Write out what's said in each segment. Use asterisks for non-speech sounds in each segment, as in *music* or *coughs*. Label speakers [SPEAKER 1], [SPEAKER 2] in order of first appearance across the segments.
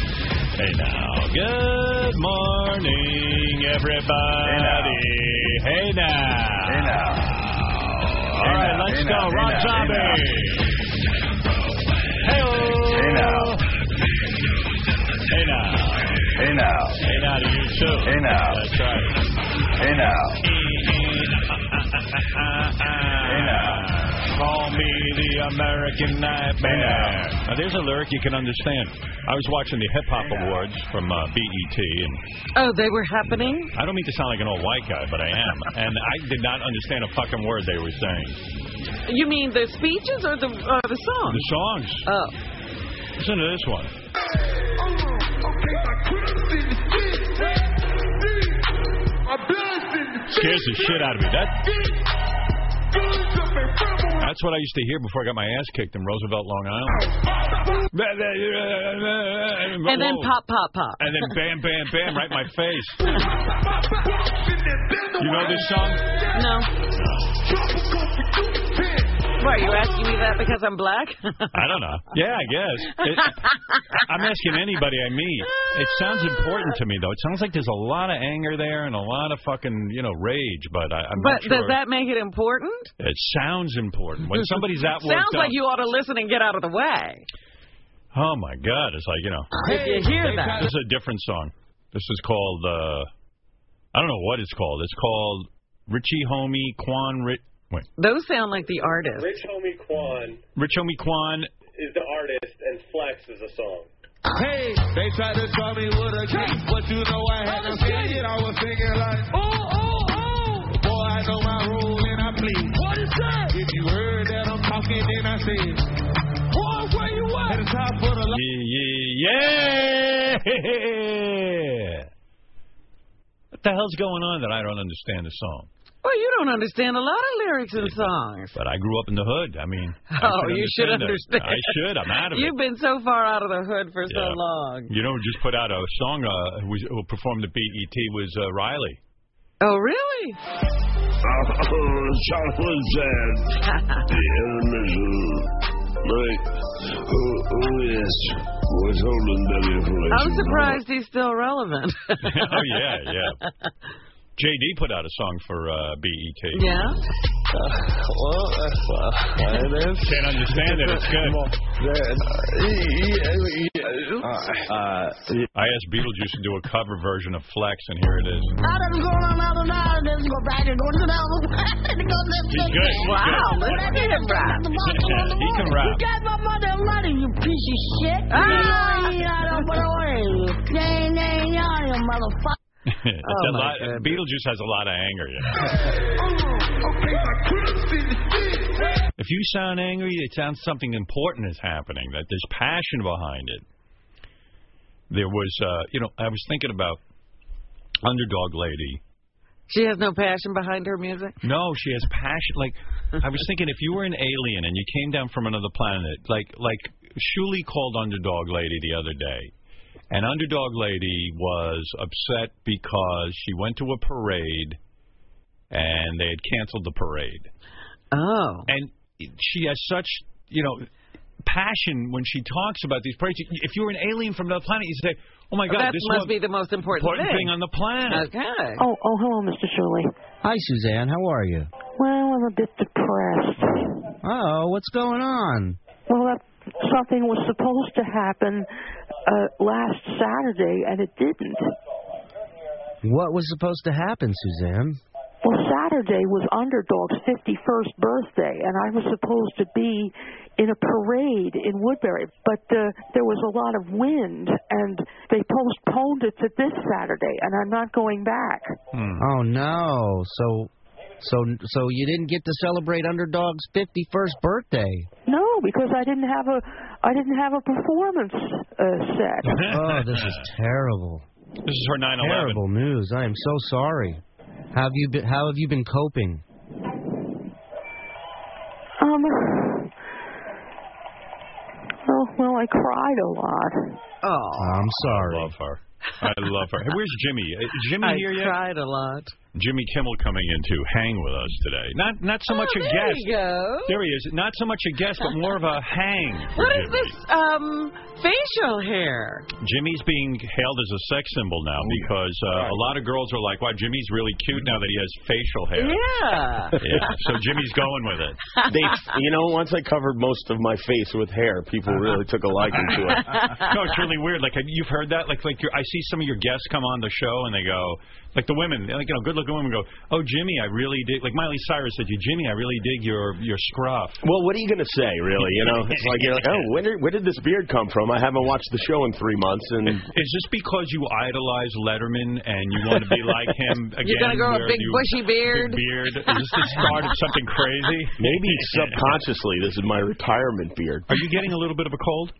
[SPEAKER 1] Hey now, good morning, everybody. Hey now. Hey now. All right,
[SPEAKER 2] now,
[SPEAKER 1] let's
[SPEAKER 2] hey
[SPEAKER 1] go.
[SPEAKER 2] now, hey
[SPEAKER 1] Rob
[SPEAKER 2] now,
[SPEAKER 1] Zombie.
[SPEAKER 2] hey
[SPEAKER 1] Hey
[SPEAKER 2] Hey now.
[SPEAKER 1] Hey now.
[SPEAKER 2] Hey now.
[SPEAKER 1] Hey now to you too.
[SPEAKER 2] Hey now.
[SPEAKER 1] That's right.
[SPEAKER 2] Hey now.
[SPEAKER 1] Hey now. Call me the American Nightmare. Now, there's a lyric you can understand. I was watching the Hip Hop Awards from uh, BET, and
[SPEAKER 3] Oh, they were happening?
[SPEAKER 1] I don't mean to sound like an old white guy, but I
[SPEAKER 3] *laughs*
[SPEAKER 1] am. and I did not understand a fucking word they were saying.
[SPEAKER 3] You mean the speeches or the uh, the song?
[SPEAKER 1] The songs.
[SPEAKER 3] Oh.
[SPEAKER 1] Listen to this one. Scares the shit out of me. That. That's what I used to hear before I got my ass kicked in Roosevelt, Long Island.
[SPEAKER 3] And then pop, pop, pop.
[SPEAKER 1] And then bam, bam, bam, right in my face. You know this song?
[SPEAKER 3] No. Why, you asking me that because I'm black?
[SPEAKER 1] I don't know. Yeah, I guess. It, I'm asking anybody I meet. It sounds important to me, though. It sounds like there's a lot of anger there and a lot of fucking, you know, rage. But I, I'm
[SPEAKER 3] *laughs* but
[SPEAKER 1] not sure.
[SPEAKER 3] does that make it important?
[SPEAKER 1] It sounds important when somebody's that worked
[SPEAKER 3] Sounds like
[SPEAKER 1] up.
[SPEAKER 3] you ought to listen and get out of the way.
[SPEAKER 1] Oh my God! It's like you know.
[SPEAKER 3] If you hear that.
[SPEAKER 1] This is a different song. This is called. uh I don't know what it's called. It's called Richie Homie Quan. Ri- wait,
[SPEAKER 3] Those sound like the artists.
[SPEAKER 4] Rich Homie Quan
[SPEAKER 1] Rich Homie Quan. *laughs*
[SPEAKER 4] is the artist, and Flex is the song.
[SPEAKER 5] Hey, they tried to draw me with a cake, but you know I had to say it. I was thinking like, oh, oh, oh. Boy, I know my role and I play. What is that? If you heard that I'm talking, then I said, Boy, where you at? At the top of the line.
[SPEAKER 1] Yeah, yeah. What the hell's going on that I don't understand the song?
[SPEAKER 3] Well, you don't understand a lot of lyrics and songs.
[SPEAKER 1] But I grew up in the hood. I mean, I
[SPEAKER 3] Oh, you should
[SPEAKER 1] it.
[SPEAKER 3] understand.
[SPEAKER 1] I should. I'm
[SPEAKER 3] *laughs*
[SPEAKER 1] out of
[SPEAKER 3] You've
[SPEAKER 1] it.
[SPEAKER 3] been so far out of the hood for so
[SPEAKER 1] Yeah.
[SPEAKER 3] long.
[SPEAKER 1] You know, who just put out a song. Uh, who, was, who performed at BET was uh, Riley.
[SPEAKER 3] Oh, really?
[SPEAKER 6] The elemental like who who is was holding that information?
[SPEAKER 3] I'm surprised he's still relevant.
[SPEAKER 1] *laughs* oh yeah, yeah. JD put out a song for uh, BET.
[SPEAKER 3] yeah?
[SPEAKER 5] Well, that's uh, it is.
[SPEAKER 1] Can't understand it. It's good.
[SPEAKER 5] Uh,
[SPEAKER 1] I asked Beetlejuice to do a cover version of Flex, and here it is.
[SPEAKER 3] *laughs*
[SPEAKER 1] He's good. He's
[SPEAKER 3] Wow,
[SPEAKER 1] good.
[SPEAKER 3] listen to him rap.
[SPEAKER 1] he can rap.
[SPEAKER 7] You got my mother money, you piece of shit.
[SPEAKER 3] Ah!
[SPEAKER 7] You know, what are you? Nay, nay, nay, you motherfucker.
[SPEAKER 1] It's
[SPEAKER 3] Oh,
[SPEAKER 1] a
[SPEAKER 3] my
[SPEAKER 1] lot,
[SPEAKER 3] goodness.
[SPEAKER 1] Beetlejuice has a lot of anger.
[SPEAKER 3] *laughs*
[SPEAKER 1] You know? If you sound angry, it sounds something important is happening. That there's passion behind it. There was, uh, you know, I was thinking about Underdog Lady.
[SPEAKER 3] *laughs* She has no passion behind her music.
[SPEAKER 1] No, she has passion. Like I was thinking, if you were an alien and you came down from another planet, like like Shuli called Underdog Lady the other day, and Underdog Lady was upset because she went to a parade, and they had canceled the parade,
[SPEAKER 3] Oh.
[SPEAKER 1] and she has such you know passion when she talks about these parades. If you were an alien from another planet, you'd say, "Oh my God,
[SPEAKER 3] that
[SPEAKER 1] this
[SPEAKER 3] must
[SPEAKER 1] was
[SPEAKER 3] be the most important,
[SPEAKER 1] important thing on the planet."
[SPEAKER 3] Okay.
[SPEAKER 8] Oh, oh, hello, Mr. Shirley.
[SPEAKER 9] Hi, Suzanne. How are you?
[SPEAKER 8] Well, I'm a bit depressed.
[SPEAKER 9] Oh, what's going on?
[SPEAKER 8] Well, that, something was supposed to happen uh, last Saturday, and it didn't.
[SPEAKER 9] What was supposed to happen, Suzanne?
[SPEAKER 8] Well, Saturday was Underdog's 51st birthday, and I was supposed to be in a parade in Woodbury, but uh, there was a lot of wind, and they postponed it to this Saturday, and I'm not going back.
[SPEAKER 9] Oh no. So so so you didn't get to celebrate Underdog's 51st birthday.
[SPEAKER 8] No, because I didn't have a I didn't have a performance uh, set.
[SPEAKER 9] Oh, this is terrible.
[SPEAKER 1] This is her 9/11.
[SPEAKER 9] Terrible news. I am so sorry. How have you been how have you been coping?
[SPEAKER 8] Um. Oh well, I cried a lot.
[SPEAKER 3] Oh.
[SPEAKER 1] I
[SPEAKER 9] I'm sorry.
[SPEAKER 1] love her. I love her. Hey, where's Jimmy? Uh, Is Jimmy
[SPEAKER 3] I
[SPEAKER 1] here yet?
[SPEAKER 3] cried a lot.
[SPEAKER 1] Jimmy Kimmel coming in to hang with us today. Not not so much
[SPEAKER 3] Oh,
[SPEAKER 1] a
[SPEAKER 3] there
[SPEAKER 1] guest.
[SPEAKER 3] you go.
[SPEAKER 1] There he is. Not so much a guest, but more of a hang. for
[SPEAKER 3] *laughs* What is
[SPEAKER 1] Jimmy.
[SPEAKER 3] this um, facial hair?
[SPEAKER 1] Jimmy's being hailed as a sex symbol now because uh, a lot of girls are like, "Wow, Jimmy's really cute now that he has facial hair."
[SPEAKER 3] Yeah.
[SPEAKER 1] Yeah, So
[SPEAKER 3] *laughs*
[SPEAKER 1] Jimmy's going with it.
[SPEAKER 10] They, *laughs* you know, once I covered most of my face with hair, people
[SPEAKER 1] Uh-huh.
[SPEAKER 10] really took a liking to
[SPEAKER 1] *laughs*
[SPEAKER 10] it.
[SPEAKER 1] no, it's really weird. Like have- you've heard that. Like like you're, I see some of your guests come on the show and they go, like the women, like you know, good-looking women go, "Oh, Jimmy, I really dig." Like Miley Cyrus said, to "You, Jimmy, I really dig your your scruff."
[SPEAKER 10] Well, what are you going to say, really? You know, it's like you're like, oh, where did, where did this beard come from? I haven't watched the show in three months, and
[SPEAKER 1] Is this because you idolize Letterman and you want to be like
[SPEAKER 3] *laughs*
[SPEAKER 1] him again?
[SPEAKER 3] You're gonna grow a
[SPEAKER 1] where
[SPEAKER 3] big
[SPEAKER 1] you-
[SPEAKER 3] bushy beard?
[SPEAKER 1] Big beard. Is this
[SPEAKER 3] *laughs*
[SPEAKER 1] the start of something crazy?
[SPEAKER 10] maybe subconsciously this is my retirement beard.
[SPEAKER 1] Are you getting a little bit of a cold?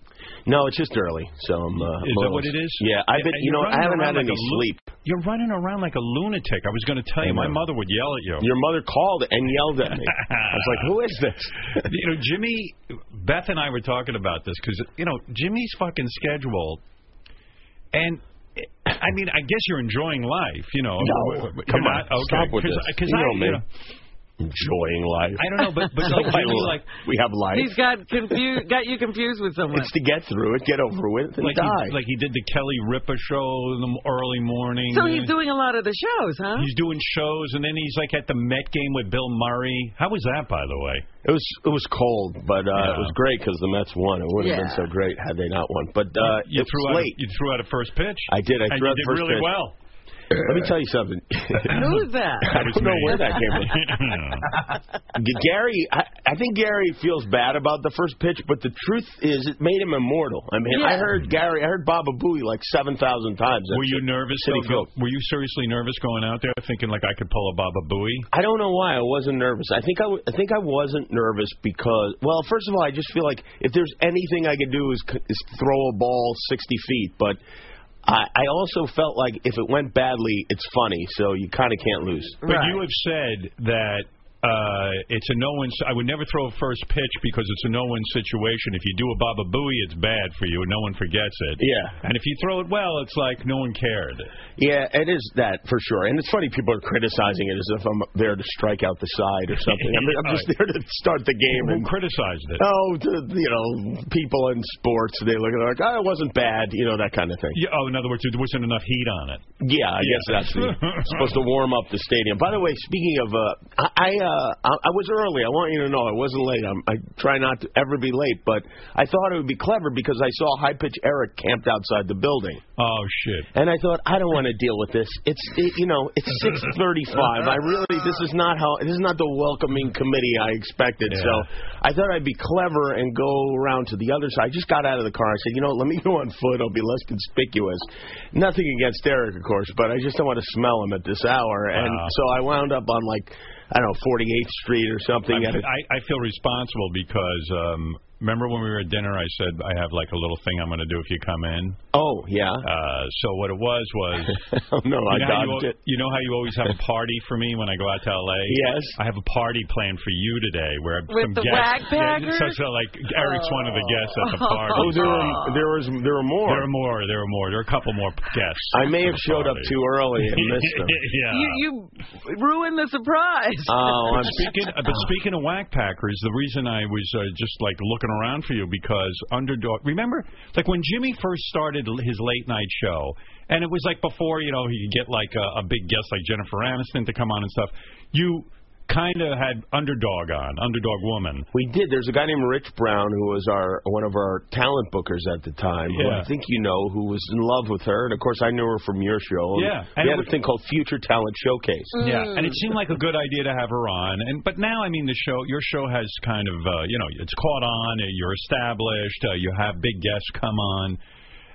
[SPEAKER 10] No, it's just early, so I'm. Uh,
[SPEAKER 1] Is that what it is?
[SPEAKER 10] Yeah, I've been.
[SPEAKER 1] And
[SPEAKER 10] You
[SPEAKER 1] you're
[SPEAKER 10] know, I
[SPEAKER 1] running
[SPEAKER 10] haven't
[SPEAKER 1] around
[SPEAKER 10] had
[SPEAKER 1] like
[SPEAKER 10] any
[SPEAKER 1] a lu-
[SPEAKER 10] sleep.
[SPEAKER 1] You're running around like a lunatic. I was going to tell you, my mother would yell at you.
[SPEAKER 10] Your mother called and yelled at me. I was like, "Who is this?"
[SPEAKER 1] *laughs* you know, Jimmy, Beth and I were talking about this because you know Jimmy's fucking schedule, and eh, I mean, I guess you're enjoying life, you know.
[SPEAKER 10] No,
[SPEAKER 1] You're
[SPEAKER 10] come on,
[SPEAKER 1] not- okay,
[SPEAKER 10] stop with
[SPEAKER 1] 'cause-
[SPEAKER 10] this.
[SPEAKER 1] 'cause
[SPEAKER 10] You
[SPEAKER 1] I,
[SPEAKER 10] know me.
[SPEAKER 1] you know,
[SPEAKER 10] Enjoying life.
[SPEAKER 1] I don't know,
[SPEAKER 10] *laughs*
[SPEAKER 1] but but
[SPEAKER 10] Why
[SPEAKER 1] like, Jimmy,
[SPEAKER 10] li-
[SPEAKER 1] like
[SPEAKER 10] we have life.
[SPEAKER 3] He's got confused, got you confused with someone.
[SPEAKER 10] It's to get through it, get over with, and
[SPEAKER 1] like
[SPEAKER 10] die.
[SPEAKER 1] he, like he did the Kelly Ripa show in the m- early morning.
[SPEAKER 3] So he's doing a lot of the shows, huh?
[SPEAKER 1] He's doing shows, and then he's like at the Met game with Bill Murray. How was that, by the way?
[SPEAKER 10] It was it was cold, but uh, it
[SPEAKER 1] Yeah.
[SPEAKER 10] was great because the Mets won. It would have been
[SPEAKER 3] Yeah.
[SPEAKER 10] so great had they not won. But uh, it
[SPEAKER 1] you threw
[SPEAKER 10] was
[SPEAKER 1] out
[SPEAKER 10] late.
[SPEAKER 1] A, you threw out a first pitch.
[SPEAKER 10] I did. I
[SPEAKER 1] and
[SPEAKER 10] threw
[SPEAKER 1] you
[SPEAKER 10] out the
[SPEAKER 1] did
[SPEAKER 10] first
[SPEAKER 1] really
[SPEAKER 10] pitch.
[SPEAKER 1] well.
[SPEAKER 10] Let me tell you something. *laughs* I
[SPEAKER 3] Who's that?
[SPEAKER 1] That was
[SPEAKER 10] don't know
[SPEAKER 1] me.
[SPEAKER 10] where that
[SPEAKER 1] *laughs*
[SPEAKER 10] came from. G- Gary, I, I think Gary feels bad about the first pitch, but the truth is it made him immortal. I mean, I
[SPEAKER 3] Yeah.
[SPEAKER 10] heard Gary, I heard Baba Booey like 7,000 times.
[SPEAKER 1] Were you nervous?
[SPEAKER 10] City
[SPEAKER 1] though,
[SPEAKER 10] Field.
[SPEAKER 1] go- were you seriously nervous going out there, thinking like I could pull a Baba Booey?
[SPEAKER 10] I don't know why I wasn't nervous. I think I, w- I think I wasn't nervous because, well, first of all, I just feel like if there's anything I could do is, c- is throw a ball 60 feet, but I, I also felt like if it went badly, it's funny, so you kind of can't lose.
[SPEAKER 1] But you have said that uh, it's a no win. I would never throw a first pitch because it's a no win situation. If you do a Baba Booey, it's bad for you, and no one forgets it.
[SPEAKER 10] Yeah.
[SPEAKER 1] And if you throw it well, it's like no one cared.
[SPEAKER 10] Yeah, it is that for sure. And it's funny people are criticizing it as if I'm there to strike out the *laughs* side or something. I mean, I'm just there to start the game
[SPEAKER 1] Who
[SPEAKER 10] and
[SPEAKER 1] criticized it?
[SPEAKER 10] oh, to, you know, people in sports they look at it like, oh, it wasn't bad, you know, that kind of thing.
[SPEAKER 1] Yeah, oh, in other words, there wasn't enough heat on it.
[SPEAKER 10] Yeah, I guess
[SPEAKER 1] Yeah.
[SPEAKER 10] that's the, supposed to warm up the stadium. By the way, speaking of, uh, I I, uh, I I was early. I want you to know I wasn't late. I'm, I try not to ever be late, but I thought it would be clever because I saw high pitch Eric camped outside the building.
[SPEAKER 1] Oh shit.
[SPEAKER 10] And I thought, I don't want to deal with this. It's it, you know,
[SPEAKER 1] *laughs*
[SPEAKER 10] it's six thirty-five. I really, this is not how, this is not the welcoming committee I expected. So I thought I'd be clever and go around to the other side. I just got out of the car. I said, you know, let me *laughs* go on foot. I'll be less conspicuous. Nothing against Eric, of course, but I just don't want to smell him at this hour. And
[SPEAKER 1] Wow.
[SPEAKER 10] so I wound up on like, I don't know, Forty-Eighth Street or something.
[SPEAKER 1] I'm-
[SPEAKER 10] at a-
[SPEAKER 1] I, I feel responsible because um, remember when we were at dinner, I said I have like a little thing I'm going to do if you come in.
[SPEAKER 10] oh yeah.
[SPEAKER 1] Uh, so what it was was.
[SPEAKER 10] *laughs* oh no, I
[SPEAKER 1] You know, how you,
[SPEAKER 10] dodged
[SPEAKER 1] al-
[SPEAKER 10] it.
[SPEAKER 1] you know how you always have a party for me when I go out to LA?
[SPEAKER 10] Yes.
[SPEAKER 1] I have a party planned for you today where
[SPEAKER 3] With
[SPEAKER 1] some
[SPEAKER 3] the
[SPEAKER 1] guests.
[SPEAKER 3] Wag
[SPEAKER 1] Yeah, so,
[SPEAKER 3] Packers?
[SPEAKER 1] so like Eric's one of the guests at the party.
[SPEAKER 10] Oh, there were there was there were more.
[SPEAKER 1] There are more. There are more. There are a couple more guests.
[SPEAKER 10] I may have
[SPEAKER 1] at the
[SPEAKER 10] showed up
[SPEAKER 1] party.
[SPEAKER 10] too early and
[SPEAKER 1] *laughs*
[SPEAKER 10] missed them.
[SPEAKER 1] yeah.
[SPEAKER 3] You you ruined the surprise. *laughs*
[SPEAKER 10] Oh, I'm
[SPEAKER 1] Speaking, uh, but speaking of whack packers, the reason I was uh, just like looking around for you because underdog. Remember, like when Jimmy first started l- his late night show, and it was like before you know he could get like a, a big guest like Jennifer Aniston to come on and stuff. You kind of had underdog on, underdog woman.
[SPEAKER 10] we did. There's a guy named Rich Brown who was our one of our talent bookers at the time. Who
[SPEAKER 1] Yeah.
[SPEAKER 10] I think you know who was in love with her, and of course I knew her from your show. And
[SPEAKER 1] Yeah, and
[SPEAKER 10] we
[SPEAKER 1] it
[SPEAKER 10] had
[SPEAKER 1] was-
[SPEAKER 10] a thing called Future Talent Showcase.
[SPEAKER 1] Yeah, and it seemed like a good idea to have her on. And but now, I mean, the show, your show has kind of, uh, you know, it's caught on. uh, You're established. Uh, you have big guests come on,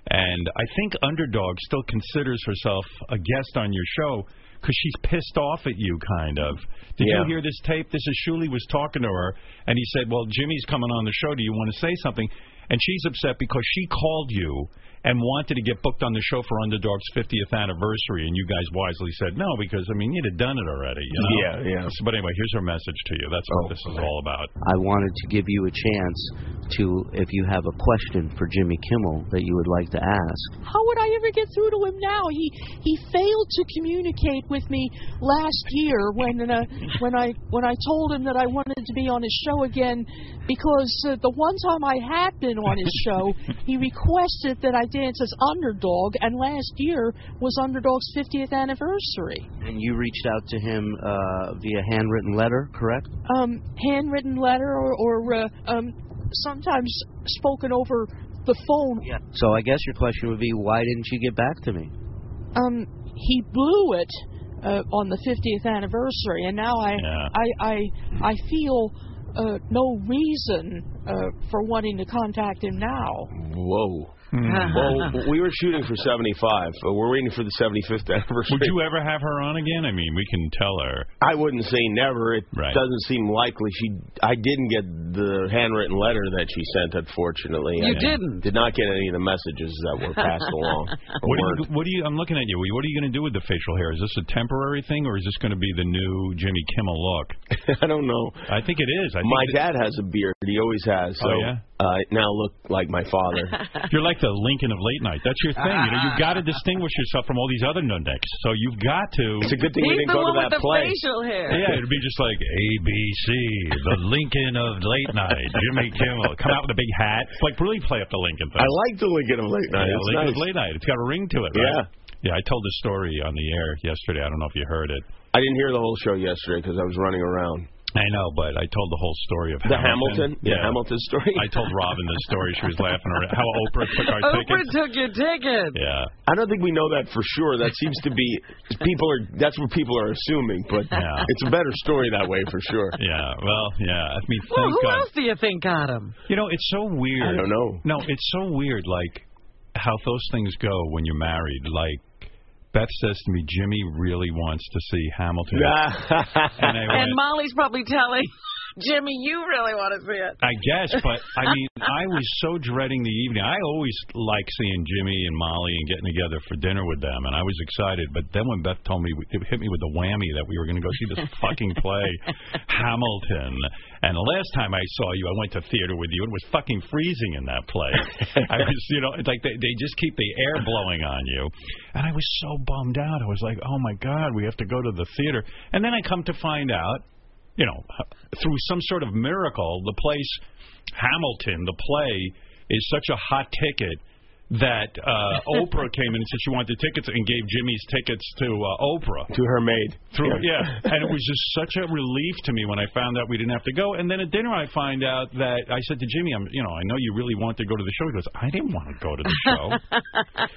[SPEAKER 1] and I think Underdog still considers herself a guest on your show because she's pissed off at you, kind of. Did you
[SPEAKER 10] Yeah.
[SPEAKER 1] hear this tape? This is Shuley was talking to her, and he said, "Well, Jimmy's coming on the show. Do you want to say something?" and she's upset because she called you and wanted to get booked on the show for Underdog's 50th anniversary, and you guys wisely said no because I mean you'd have done it already. You know?
[SPEAKER 10] Yeah, Oh, yeah.
[SPEAKER 1] But anyway, here's her message to you. That's what this is all about.
[SPEAKER 9] I wanted to give you a chance to, if you have a question for Jimmy Kimmel that you would like to ask.
[SPEAKER 8] How would I ever get through to him now? He he failed to communicate with me last year when uh, when I when I told him that I wanted to be on his show again because uh, the one time I had been on his show, he requested that I dance as Underdog, and last year was Underdog's 50th anniversary.
[SPEAKER 9] And you reached out to him uh, via handwritten letter, correct?
[SPEAKER 8] um, handwritten letter or, or uh, um, sometimes spoken over the phone.
[SPEAKER 9] So I guess your question would be, why didn't you get back to me?
[SPEAKER 8] Um, he blew it uh, on the 50th anniversary, and now I
[SPEAKER 9] Yeah.
[SPEAKER 8] I, I I feel uh, no reason uh, for wanting to contact him now.
[SPEAKER 10] Whoa.
[SPEAKER 1] *laughs*
[SPEAKER 10] well, we were shooting for 75. Uh, We're waiting for the 75th anniversary.
[SPEAKER 1] Would you ever have her on again? I mean, we can tell her.
[SPEAKER 10] I wouldn't say never. It doesn't seem likely. She, I didn't get the handwritten letter that she sent. Unfortunately, I
[SPEAKER 1] You didn't?
[SPEAKER 10] Did not get any of the messages that were
[SPEAKER 1] *laughs*
[SPEAKER 10] passed along. or weren't.
[SPEAKER 1] What do, you, what do you? I'm looking at you. What are you going to do with the facial hair? Is this a temporary thing, or is this going to be the new Jimmy Kimmel look?
[SPEAKER 10] *laughs* I don't know.
[SPEAKER 1] I think it is. I think
[SPEAKER 10] my
[SPEAKER 1] it-
[SPEAKER 10] dad has a beard. He always has. So
[SPEAKER 1] Oh, yeah?
[SPEAKER 10] uh, it now look like my
[SPEAKER 1] *laughs*
[SPEAKER 10] father.
[SPEAKER 1] You're like the Lincoln of late night. That's your thing. You know, you've got to distinguish yourself from all these other nutmecks. So you've got to.
[SPEAKER 10] It's a good
[SPEAKER 3] He's the one with the facial hair.
[SPEAKER 1] Yeah, it'd be just like ABC,
[SPEAKER 10] *laughs*
[SPEAKER 1] the Lincoln of late night, Jimmy Kimmel. Come out with a big hat. It's like really play up the Lincoln thing.
[SPEAKER 10] I like the Lincoln of late night.
[SPEAKER 1] Yeah,
[SPEAKER 10] It's
[SPEAKER 1] Lincoln of
[SPEAKER 10] nice.
[SPEAKER 1] late night. It's got a ring to it. Right? Yeah. Yeah, I told this story on the air yesterday. I don't know if you heard it.
[SPEAKER 10] I didn't hear the whole show yesterday because I was running around.
[SPEAKER 1] I know, but I told the whole story of
[SPEAKER 10] The Hamilton?
[SPEAKER 1] Hamilton.
[SPEAKER 10] The Hamilton story?
[SPEAKER 1] I told Robin the story. She was laughing. Around. How Oprah took
[SPEAKER 3] Oh,
[SPEAKER 1] our tickets.
[SPEAKER 3] took your ticket.
[SPEAKER 1] Yeah.
[SPEAKER 10] I don't think we know that for sure. That seems to be people are. That's what people are assuming, but it's a better story that way for sure.
[SPEAKER 1] Yeah. Well, yeah. I mean, thank
[SPEAKER 3] Well, who
[SPEAKER 1] God.
[SPEAKER 3] else do you think got him?
[SPEAKER 1] You know, it's so weird.
[SPEAKER 10] I don't know.
[SPEAKER 1] No, it's so weird, like how those things go when you're married. Like Beth says to me, Jimmy really wants to see
[SPEAKER 10] *laughs*
[SPEAKER 1] Hamilton. and I went,
[SPEAKER 3] And Molly's probably telling *laughs* Jimmy, you really want to see it.
[SPEAKER 1] I guess, but I mean, I was so dreading the evening. I always like seeing Jimmy and Molly and getting together for dinner with them, and I was excited. But then when Beth told me, it hit me with the whammy that we were going to go see this fucking play, Hamilton. And the last time I saw you, I went to theater with you, and it was fucking freezing in that place. I was, you know, it's like they, they just keep the air blowing on you. And I was so bummed out. I was like, oh my God, we have to go to the theater. And then I come to find out you know, through some sort of miracle, the place Hamilton, the play, is such a hot ticket that uh,
[SPEAKER 10] *laughs*
[SPEAKER 1] Oprah came in and said she wanted the tickets and gave Jimmy's tickets to uh, Oprah.
[SPEAKER 10] To her maid.
[SPEAKER 1] Through, yeah.
[SPEAKER 10] *laughs*
[SPEAKER 1] and it was just such a relief to me when I found out we didn't have to go. And then at dinner, I find out that I said to Jimmy, "I'm, you know, I know you really want to go to the show." He goes, "I didn't want to go to the show."
[SPEAKER 3] *laughs*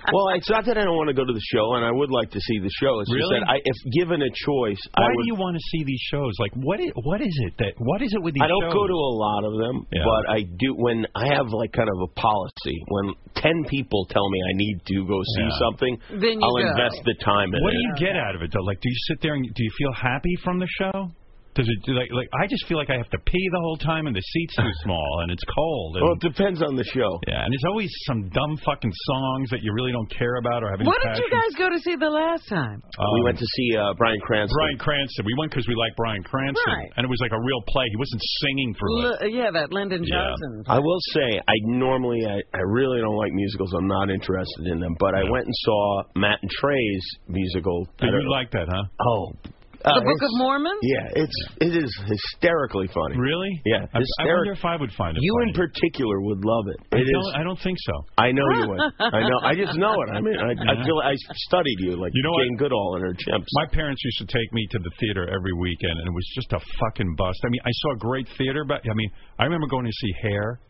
[SPEAKER 10] Well, it's not that I don't want to go to the show, and I would like to see the show. It's
[SPEAKER 1] Really?
[SPEAKER 10] just that I, if given a choice, I
[SPEAKER 1] Why
[SPEAKER 10] would.
[SPEAKER 1] do you want to see these shows? Like, what is, what is it that what is it with these?
[SPEAKER 10] I don't
[SPEAKER 1] shows?
[SPEAKER 10] go to a lot of them, but I do when I have like kind of a policy. When ten people tell me I need to go see
[SPEAKER 1] Yeah.
[SPEAKER 10] something,
[SPEAKER 1] Then you
[SPEAKER 10] I'll
[SPEAKER 1] go.
[SPEAKER 10] invest the time in it.
[SPEAKER 1] What do you get out of it though? Like, do you sit there and do you feel happy from the show? Does it do like like I just feel like I have to pee the whole time and the seat's
[SPEAKER 10] *laughs*
[SPEAKER 1] too small and it's cold. And,
[SPEAKER 10] Well, it depends on the show.
[SPEAKER 1] yeah, and there's always some dumb fucking songs that you really don't care about or have any
[SPEAKER 3] What did
[SPEAKER 1] passion.
[SPEAKER 3] you guys go to see the last time?
[SPEAKER 10] we went to see uh, Brian Cranston.
[SPEAKER 1] Brian Cranston. We went because we like Brian Cranston,
[SPEAKER 3] Right.
[SPEAKER 1] and it was like a real play. He wasn't singing through it.
[SPEAKER 3] L- yeah, that Lyndon Johnson.
[SPEAKER 10] I will say, I normally, I, I really don't like musicals. I'm not interested in them. But I went and saw Matt and Trey's musical. I
[SPEAKER 1] Did
[SPEAKER 10] don't
[SPEAKER 1] you
[SPEAKER 10] know.
[SPEAKER 1] like that, huh?
[SPEAKER 10] Oh, uh,
[SPEAKER 3] the Book
[SPEAKER 10] it's-
[SPEAKER 3] of Mormon?
[SPEAKER 10] Yeah, it's it is hysterically funny.
[SPEAKER 1] Really?
[SPEAKER 10] Yeah.
[SPEAKER 1] I, I
[SPEAKER 10] hysteri-
[SPEAKER 1] wonder if I would find it.
[SPEAKER 10] you in particular would love it.
[SPEAKER 1] I
[SPEAKER 10] It is.
[SPEAKER 1] don't, I don't think so.
[SPEAKER 10] I know
[SPEAKER 1] *laughs*
[SPEAKER 10] you would. I know. I just know it. I mean, I, I feel I studied you like
[SPEAKER 1] You know
[SPEAKER 10] Jane Goodall and her chimps.
[SPEAKER 1] My parents used to take me to the theater every weekend, and it was just a fucking bust. I mean, I saw great theater, but I mean, I remember going to see Hair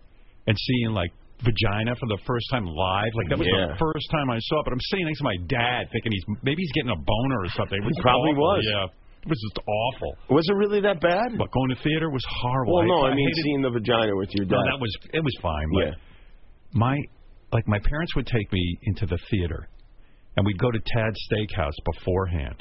[SPEAKER 1] and seeing like Vagina for the first time live. Like that was
[SPEAKER 10] Yeah.
[SPEAKER 1] the first time I saw it. But I'm sitting next to my dad, thinking he's maybe he's getting a boner or something. It was
[SPEAKER 10] Probably
[SPEAKER 1] awful,
[SPEAKER 10] was.
[SPEAKER 1] Yeah, it was just awful.
[SPEAKER 10] Was it really that bad?
[SPEAKER 1] But going to theater was horrible.
[SPEAKER 10] Well, no, I, mean
[SPEAKER 1] hated-
[SPEAKER 10] seeing the vagina with your dad.
[SPEAKER 1] no, that was it was fine. But
[SPEAKER 10] Yeah.
[SPEAKER 1] my like my parents would take me into the theater, and we'd go to Tad's Steakhouse beforehand.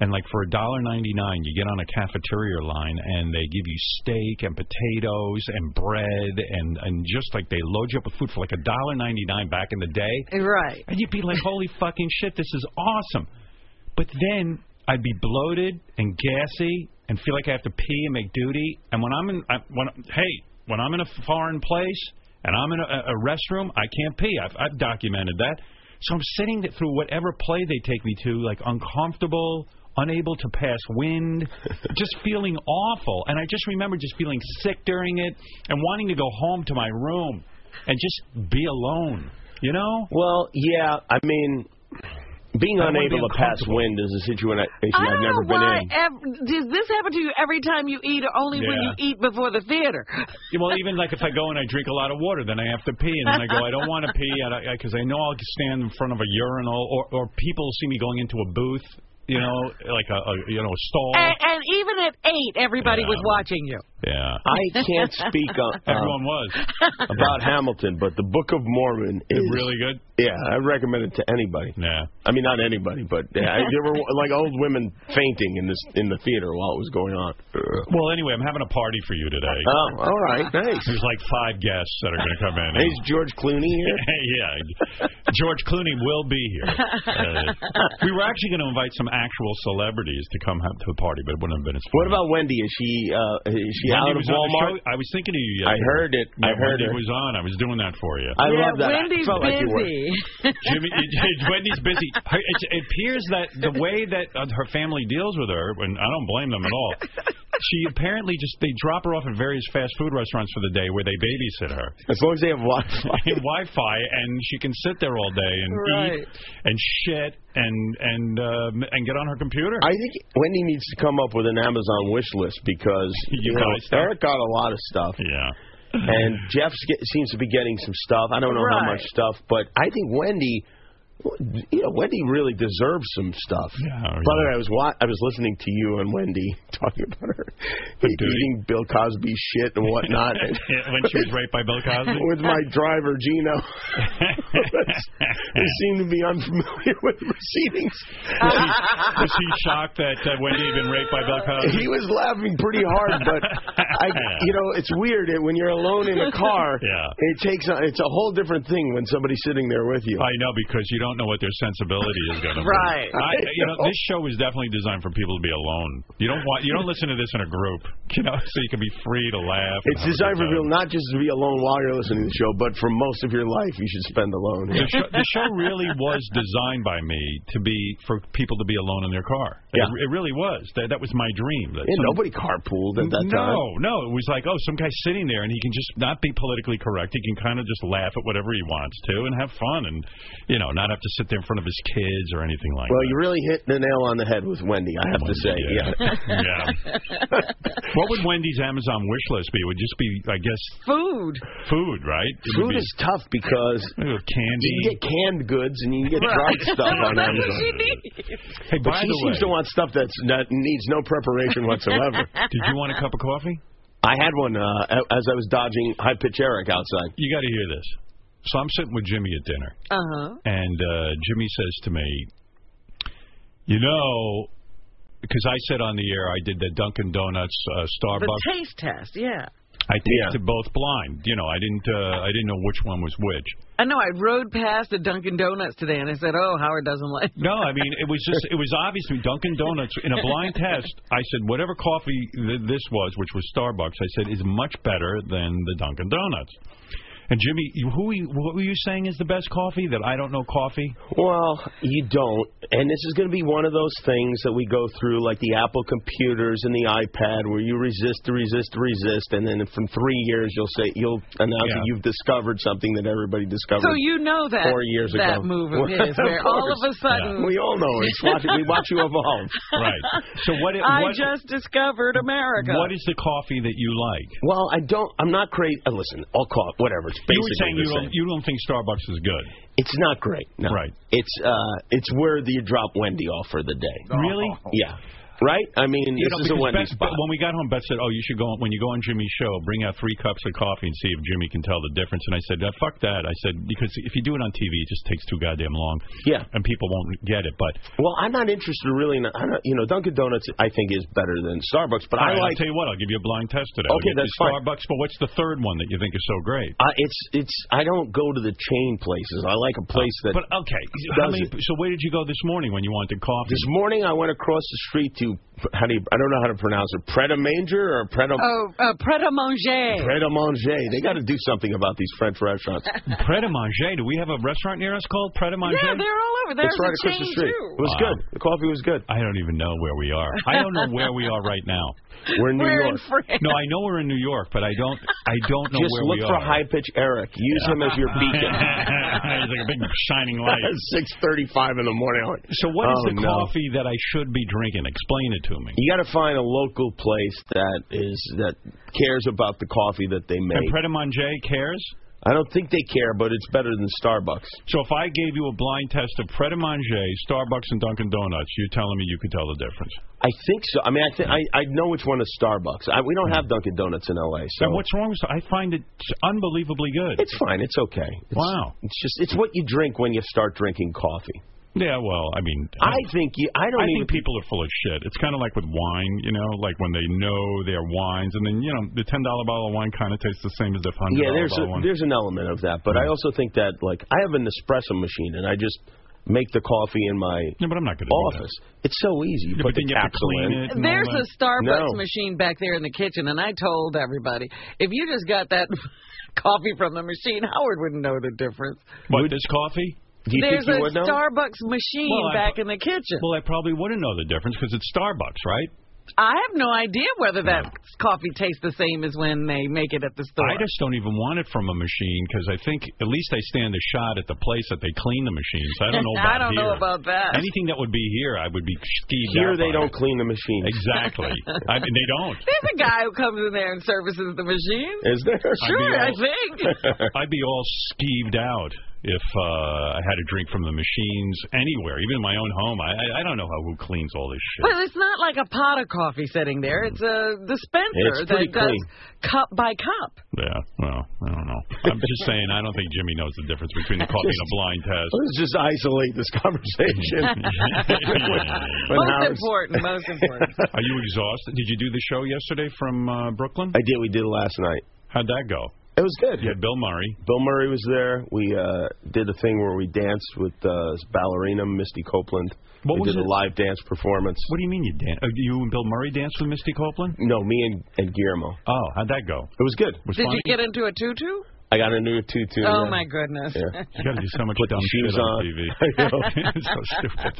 [SPEAKER 1] and like for a dollar ninety nine, you get on a cafeteria line, and they give you steak and potatoes and bread, and and just like they load you up with food for like a dollar ninety nine back in the day.
[SPEAKER 3] Right.
[SPEAKER 1] And you'd be like, holy fucking shit, this is awesome. But then I'd be bloated and gassy and feel like I have to pee and make duty. And when I'm in, I, when hey, when I'm in a foreign place and I'm in a, a restroom, I can't pee. I've, I've documented that. So I'm sitting th- through whatever play they take me to, like uncomfortable, unable to pass wind, just feeling awful. And I just remember just feeling sick during it and wanting to go home to my room and just be alone. You know?
[SPEAKER 10] Well, yeah. I mean, being
[SPEAKER 1] I wanna be
[SPEAKER 10] unable to pass
[SPEAKER 1] uncomfortable.
[SPEAKER 10] wind is a situation
[SPEAKER 3] I
[SPEAKER 10] I've
[SPEAKER 3] don't
[SPEAKER 10] never been
[SPEAKER 3] know Ah, why *laughs*
[SPEAKER 10] in.
[SPEAKER 3] ev- does this happen to you every time you eat or only when you
[SPEAKER 1] Yeah.
[SPEAKER 3] eat before the theater?
[SPEAKER 1] Yeah, Well, even like if I go and I drink a lot of water, then I have to pee, and then I go, I don't want to pee, because I, 'cause I know I'll stand in front of a urinal, or or people see me going into a booth, you know, like a, a you know a stall.
[SPEAKER 5] Eh.
[SPEAKER 3] And, and even at eight, everybody was watching you.
[SPEAKER 1] Yeah.
[SPEAKER 10] I can't speak on,
[SPEAKER 1] Everyone was
[SPEAKER 10] about
[SPEAKER 3] *laughs*
[SPEAKER 10] Hamilton, but the Book of Mormon is
[SPEAKER 1] really good.
[SPEAKER 10] Yeah, I recommend it to anybody.
[SPEAKER 1] Yeah,
[SPEAKER 10] I mean not anybody, but yeah, I, there were like old women fainting in this in the theater while it was going on.
[SPEAKER 1] Well, anyway, I'm having a party for you today.
[SPEAKER 10] Oh, all right, nice.
[SPEAKER 1] There's like five guests that are going to come in.
[SPEAKER 10] Is George Clooney here?
[SPEAKER 1] *laughs* yeah, George Clooney will be here. Uh, *laughs* we were actually going to invite some actual celebrities to come out to the party, but it wouldn't have been as fun.
[SPEAKER 10] What about Wendy? Is she uh, is she out
[SPEAKER 1] Wendy
[SPEAKER 10] of
[SPEAKER 1] was on the
[SPEAKER 10] Walmart?
[SPEAKER 1] show- I was thinking of you
[SPEAKER 10] I
[SPEAKER 1] yesterday.
[SPEAKER 10] heard it. I
[SPEAKER 1] Yeah,
[SPEAKER 10] heard
[SPEAKER 1] Wendy
[SPEAKER 10] it.
[SPEAKER 1] was on. I was doing that for you.
[SPEAKER 10] I love that. I felt like you were. *laughs*
[SPEAKER 1] Jimmy, Wendy's busy. Her- It it appears that the way that uh, her family deals with her, and I don't blame them at all. She apparently just they drop her off at various fast food restaurants for the day where they babysit her.
[SPEAKER 10] As long as they have
[SPEAKER 1] *laughs*
[SPEAKER 10] Wi-Fi,
[SPEAKER 1] Wi-Fi, and she can sit there all day and
[SPEAKER 10] Right.
[SPEAKER 1] eat and shit and and um, and get on her computer.
[SPEAKER 10] I think Wendy needs to come up with an Amazon wish list
[SPEAKER 1] *laughs*
[SPEAKER 10] because you,
[SPEAKER 1] buy
[SPEAKER 10] know
[SPEAKER 1] stuff?
[SPEAKER 10] Eric got a lot of stuff.
[SPEAKER 1] Yeah.
[SPEAKER 10] And Jeff get, seems to be getting some stuff. I don't know how
[SPEAKER 1] Right.
[SPEAKER 10] much stuff, but I think Wendy, you know, Wendy really deserves some stuff. Yeah, By the way, I was wa- I was listening to you and Wendy *laughs* talking about her eating Bill Cosby shit and whatnot.
[SPEAKER 1] *laughs* Yeah, when she was raped by Bill
[SPEAKER 3] *laughs*
[SPEAKER 1] Cosby?
[SPEAKER 10] *laughs* with my driver
[SPEAKER 1] *laughs*
[SPEAKER 10] Gino. *laughs* we seem to be unfamiliar with proceedings.
[SPEAKER 1] Was he, was he shocked that uh, Wendy had been raped by Bill Cosby?
[SPEAKER 10] He was laughing pretty hard, but
[SPEAKER 1] *laughs*
[SPEAKER 10] I, you know, it's weird it, when you're alone in a car.
[SPEAKER 1] *laughs* Yeah.
[SPEAKER 10] it takes a, it's a whole different thing when somebody's sitting there with you.
[SPEAKER 1] I know because you don't know what their sensibility is going to be.
[SPEAKER 10] Right.
[SPEAKER 1] I, you know, this show is definitely designed for people to be alone. You don't want you don't listen to this in a group, *laughs* you know, so you can be free to laugh. and
[SPEAKER 10] It's
[SPEAKER 1] have a
[SPEAKER 10] designed
[SPEAKER 1] good
[SPEAKER 10] for people not just to be alone while you're listening to the show, but for most of your life you should spend alone.
[SPEAKER 1] time. The show, the show really was designed by me to be for people to be alone in their car. It-
[SPEAKER 10] Yeah.
[SPEAKER 1] It, really was. That that was my dream.
[SPEAKER 10] *laughs*
[SPEAKER 1] That
[SPEAKER 10] Yeah,
[SPEAKER 1] some-
[SPEAKER 10] nobody carpooled at that
[SPEAKER 1] no,
[SPEAKER 10] time.
[SPEAKER 1] no. It was like, oh, some guy's sitting there and he can just not be politically correct. He can kind of just laugh at whatever he wants to and have fun and, you know, not have to sit there in front of his kids or anything like
[SPEAKER 10] Well, you really hit the nail on the head with Wendy, I have to say.
[SPEAKER 1] that.
[SPEAKER 10] Yeah. *laughs*
[SPEAKER 1] yeah. What would Wendy's Amazon wish list be? It would just be, I guess,
[SPEAKER 3] food.
[SPEAKER 1] Food, right? It would
[SPEAKER 10] Food
[SPEAKER 1] be-
[SPEAKER 10] is tough because
[SPEAKER 1] Maybe with candy.
[SPEAKER 10] you can get canned goods and you can get
[SPEAKER 1] Right. *laughs*
[SPEAKER 10] dried stuff on
[SPEAKER 1] That's what
[SPEAKER 10] Amazon.
[SPEAKER 1] she Hey,
[SPEAKER 10] but
[SPEAKER 1] by
[SPEAKER 10] she
[SPEAKER 1] the
[SPEAKER 10] seems
[SPEAKER 1] way-
[SPEAKER 10] to want stuff that's, that needs no preparation whatsoever.
[SPEAKER 1] *laughs* Did you want a cup of coffee?
[SPEAKER 10] I had one uh, as I was dodging high pitch Eric outside.
[SPEAKER 1] You got to hear this. So I'm sitting with Jimmy at dinner.
[SPEAKER 3] Uh
[SPEAKER 10] Uh-huh.
[SPEAKER 3] huh.
[SPEAKER 1] and uh, Jimmy says to me, "You know, because I said on the air I did the Dunkin' Donuts uh,
[SPEAKER 3] The
[SPEAKER 1] Starbucks.
[SPEAKER 3] taste test, yeah.
[SPEAKER 1] I tasted both blind. You know, I didn't. Uh, I didn't know which one was which.
[SPEAKER 3] I know I rode past a Dunkin' Donuts today and I said, oh, Howard doesn't like
[SPEAKER 1] No, I mean
[SPEAKER 3] *laughs*
[SPEAKER 1] it was just. It was obvious to me. Dunkin' Donuts in a blind test. I said whatever coffee th- this was, which was Starbucks. I said is much better than the Dunkin' Donuts. And Jimmy, you- who are you, what were you saying is the best coffee? That I don't know coffee.
[SPEAKER 10] Well, you don't. And this is going to be one of those things that we go through, like the Apple computers and the iPad, where you resist, resist, resist, and then from three years you'll say you'll announce that you've discovered something that everybody discovered.
[SPEAKER 3] So you know that
[SPEAKER 10] four years
[SPEAKER 3] that
[SPEAKER 10] ago.
[SPEAKER 3] move of his where
[SPEAKER 10] *laughs*
[SPEAKER 3] all of a
[SPEAKER 10] course.
[SPEAKER 3] sudden
[SPEAKER 10] we all know it's watch, we watch you evolve.
[SPEAKER 1] *laughs* Right. So what? it-
[SPEAKER 3] I
[SPEAKER 1] what
[SPEAKER 3] just discovered America.
[SPEAKER 1] What is the coffee that you like?
[SPEAKER 10] Well, I don't. I'm not crazy. Uh, listen, I'll call it whatever. It's basically
[SPEAKER 1] You were saying
[SPEAKER 10] the
[SPEAKER 1] you
[SPEAKER 10] same.
[SPEAKER 1] don't, you don't think Starbucks is good.
[SPEAKER 10] It's not great. No.
[SPEAKER 1] Right. Oh.
[SPEAKER 10] It's uh, it's where you drop Wendy off for the day.
[SPEAKER 1] Really?
[SPEAKER 10] Yeah. Right? I mean,
[SPEAKER 1] You
[SPEAKER 10] this
[SPEAKER 1] know,
[SPEAKER 10] is a
[SPEAKER 1] because
[SPEAKER 10] Wendy's
[SPEAKER 1] Beth-
[SPEAKER 10] spot.
[SPEAKER 1] When we got home, Beth said, "Oh, you should go on, when you go on Jimmy's show, bring out three cups of coffee and see if Jimmy can tell the difference." And I said, "Ah, "Fuck that!" I said because if you do it on TV, it just takes too goddamn long.
[SPEAKER 10] Yeah,
[SPEAKER 1] and people won't get it. But
[SPEAKER 10] Well, I'm not interested really. In, I don't, you know, Dunkin' Donuts I think is better than Starbucks, but
[SPEAKER 1] All
[SPEAKER 10] I
[SPEAKER 1] right,
[SPEAKER 10] like
[SPEAKER 1] I'll tell you what, I'll give you a blind test
[SPEAKER 10] Okay,
[SPEAKER 1] today. I'll get you
[SPEAKER 10] that's fine.
[SPEAKER 1] Starbucks, but what's the third one that you think is so great?
[SPEAKER 10] Uh, it's it's. I don't go to the chain places. I like a place that.
[SPEAKER 1] But okay,
[SPEAKER 10] does
[SPEAKER 1] how many,
[SPEAKER 10] it.
[SPEAKER 1] so where did you go this morning when you wanted coffee?
[SPEAKER 10] This morning I went across the street to how do you, I don't know how to pronounce it. Pret a manger or Pret a
[SPEAKER 3] Oh, uh, Pret a Manger.
[SPEAKER 10] Pret a manger. They got to do something about these French restaurants.
[SPEAKER 1] Pret a manger. Do we have a restaurant near us called Pret a manger?
[SPEAKER 3] *laughs* Yeah, they're all over. There's
[SPEAKER 10] it's right
[SPEAKER 3] a
[SPEAKER 10] across
[SPEAKER 3] chain
[SPEAKER 10] the street.
[SPEAKER 3] too.
[SPEAKER 10] It was
[SPEAKER 1] Wow.
[SPEAKER 3] *laughs*
[SPEAKER 10] good. The coffee was good.
[SPEAKER 1] I don't even know where we are. I don't know where we are right now.
[SPEAKER 10] *laughs* We're in New We're in York. France.
[SPEAKER 1] No, I know we're in New York, but I don't. I don't know
[SPEAKER 10] Just
[SPEAKER 1] where
[SPEAKER 10] look
[SPEAKER 1] we
[SPEAKER 10] for
[SPEAKER 1] are.
[SPEAKER 10] high pitch Eric. Use him
[SPEAKER 1] *laughs*
[SPEAKER 10] as your beacon.
[SPEAKER 1] He's like a big shining light.
[SPEAKER 10] *laughs* Six thirty-five in the morning. I'm like,
[SPEAKER 1] So what is
[SPEAKER 10] oh,
[SPEAKER 1] the
[SPEAKER 10] no.
[SPEAKER 1] coffee that I should be drinking? Explain it to me.
[SPEAKER 10] You got to find a local place that is that cares about the coffee that they make.
[SPEAKER 1] And Pret a manger cares.
[SPEAKER 10] I don't think they care, but it's better than Starbucks.
[SPEAKER 1] So if I gave you a blind test of Pret a manger, Starbucks, and Dunkin' Donuts, you're telling me you could tell the difference.
[SPEAKER 10] I think so. I mean, I think I I know which one is Starbucks. I, we don't have Dunkin' Donuts in L.A. So
[SPEAKER 1] And what's wrong with? I find it unbelievably good.
[SPEAKER 10] it's fine. It's okay. It's,
[SPEAKER 1] Wow.
[SPEAKER 10] It's just it's what you drink when you start drinking coffee.
[SPEAKER 1] Yeah, well, I mean,
[SPEAKER 10] I think you. I don't
[SPEAKER 1] I
[SPEAKER 10] even
[SPEAKER 1] think people are full of shit. It's kind of like with wine, you know, like when they know their wines, and then you know the ten dollar bottle of wine kind of tastes the same as the hundred
[SPEAKER 10] Yeah,
[SPEAKER 1] dollar
[SPEAKER 10] there's
[SPEAKER 1] bottle of
[SPEAKER 10] a,
[SPEAKER 1] wine.
[SPEAKER 10] there's an element of that, but I also think that like I have an espresso machine and I just make the coffee in my office. It's so easy. You put
[SPEAKER 1] but then
[SPEAKER 10] the
[SPEAKER 1] you have to
[SPEAKER 10] capsule
[SPEAKER 1] clean
[SPEAKER 10] in.
[SPEAKER 1] it
[SPEAKER 3] There's a
[SPEAKER 10] No.
[SPEAKER 3] Starbucks machine back there in the kitchen, and I told everybody if you just got that *laughs* coffee from the machine, Howard wouldn't know the difference.
[SPEAKER 1] What this coffee?
[SPEAKER 3] There's a Starbucks machine
[SPEAKER 1] Well, I-
[SPEAKER 3] back in the kitchen.
[SPEAKER 1] Well, I probably wouldn't know the difference because it's Starbucks, right?
[SPEAKER 3] I have no idea whether that coffee tastes the same as when they make it at the store.
[SPEAKER 1] I just don't even want it from a machine because I think at least I stand a shot at the place that they clean the machines.
[SPEAKER 10] *laughs*
[SPEAKER 1] I don't know about
[SPEAKER 3] I don't
[SPEAKER 1] here.
[SPEAKER 3] know about that.
[SPEAKER 1] Anything that would be here, I would be skeeved
[SPEAKER 10] Here
[SPEAKER 1] out
[SPEAKER 10] they
[SPEAKER 1] by
[SPEAKER 10] don't
[SPEAKER 1] it.
[SPEAKER 10] clean the machines. *laughs*
[SPEAKER 1] Exactly. I mean, they don't.
[SPEAKER 3] There's a guy who comes in there and services the machine.
[SPEAKER 10] Is there?
[SPEAKER 3] Sure, I think.
[SPEAKER 10] *laughs*
[SPEAKER 1] I'd be all skeeved out if uh, I had a drink from the machines anywhere, even in my own home. I I, I don't know how, who cleans all this shit.
[SPEAKER 3] But it's not like a pot of coffee sitting there. It's a dispenser
[SPEAKER 1] It's
[SPEAKER 3] that
[SPEAKER 1] pretty
[SPEAKER 3] does
[SPEAKER 1] clean.
[SPEAKER 3] cup by cup.
[SPEAKER 1] Yeah, well, I don't know. I'm just saying, I don't think Jimmy knows the difference between
[SPEAKER 3] *laughs*
[SPEAKER 1] the coffee and a blind test.
[SPEAKER 10] Let's just isolate this
[SPEAKER 1] *laughs*
[SPEAKER 10] conversation. *laughs* When
[SPEAKER 3] most
[SPEAKER 10] Howard's-
[SPEAKER 3] important, most important.
[SPEAKER 1] *laughs* Are you exhausted? Did you do the show yesterday from uh, Brooklyn?
[SPEAKER 10] I did. We did last night.
[SPEAKER 1] How'd that go?
[SPEAKER 10] It was good.
[SPEAKER 1] You had Bill Murray.
[SPEAKER 10] Bill Murray was there. We uh, did a thing where we danced with uh, ballerina Misty Copeland.
[SPEAKER 1] What
[SPEAKER 10] we
[SPEAKER 1] was
[SPEAKER 10] did
[SPEAKER 1] it?
[SPEAKER 10] a live dance performance.
[SPEAKER 1] What do you mean you dan Uh, you and Bill Murray danced with Misty Copeland?
[SPEAKER 10] No, me and, and Guillermo.
[SPEAKER 1] Oh, how'd that go?
[SPEAKER 10] It was good.
[SPEAKER 1] Was
[SPEAKER 3] Did
[SPEAKER 1] funny?
[SPEAKER 3] you get into a tutu?
[SPEAKER 10] I got a new tutu.
[SPEAKER 3] Oh
[SPEAKER 10] yeah.
[SPEAKER 3] my goodness. *laughs*
[SPEAKER 10] Yeah.
[SPEAKER 1] You got to do so much
[SPEAKER 10] Put the
[SPEAKER 1] dumb
[SPEAKER 10] shoes
[SPEAKER 1] shit on,
[SPEAKER 10] on.
[SPEAKER 1] TV.
[SPEAKER 10] *laughs* I know.
[SPEAKER 1] *laughs* It's so stupid.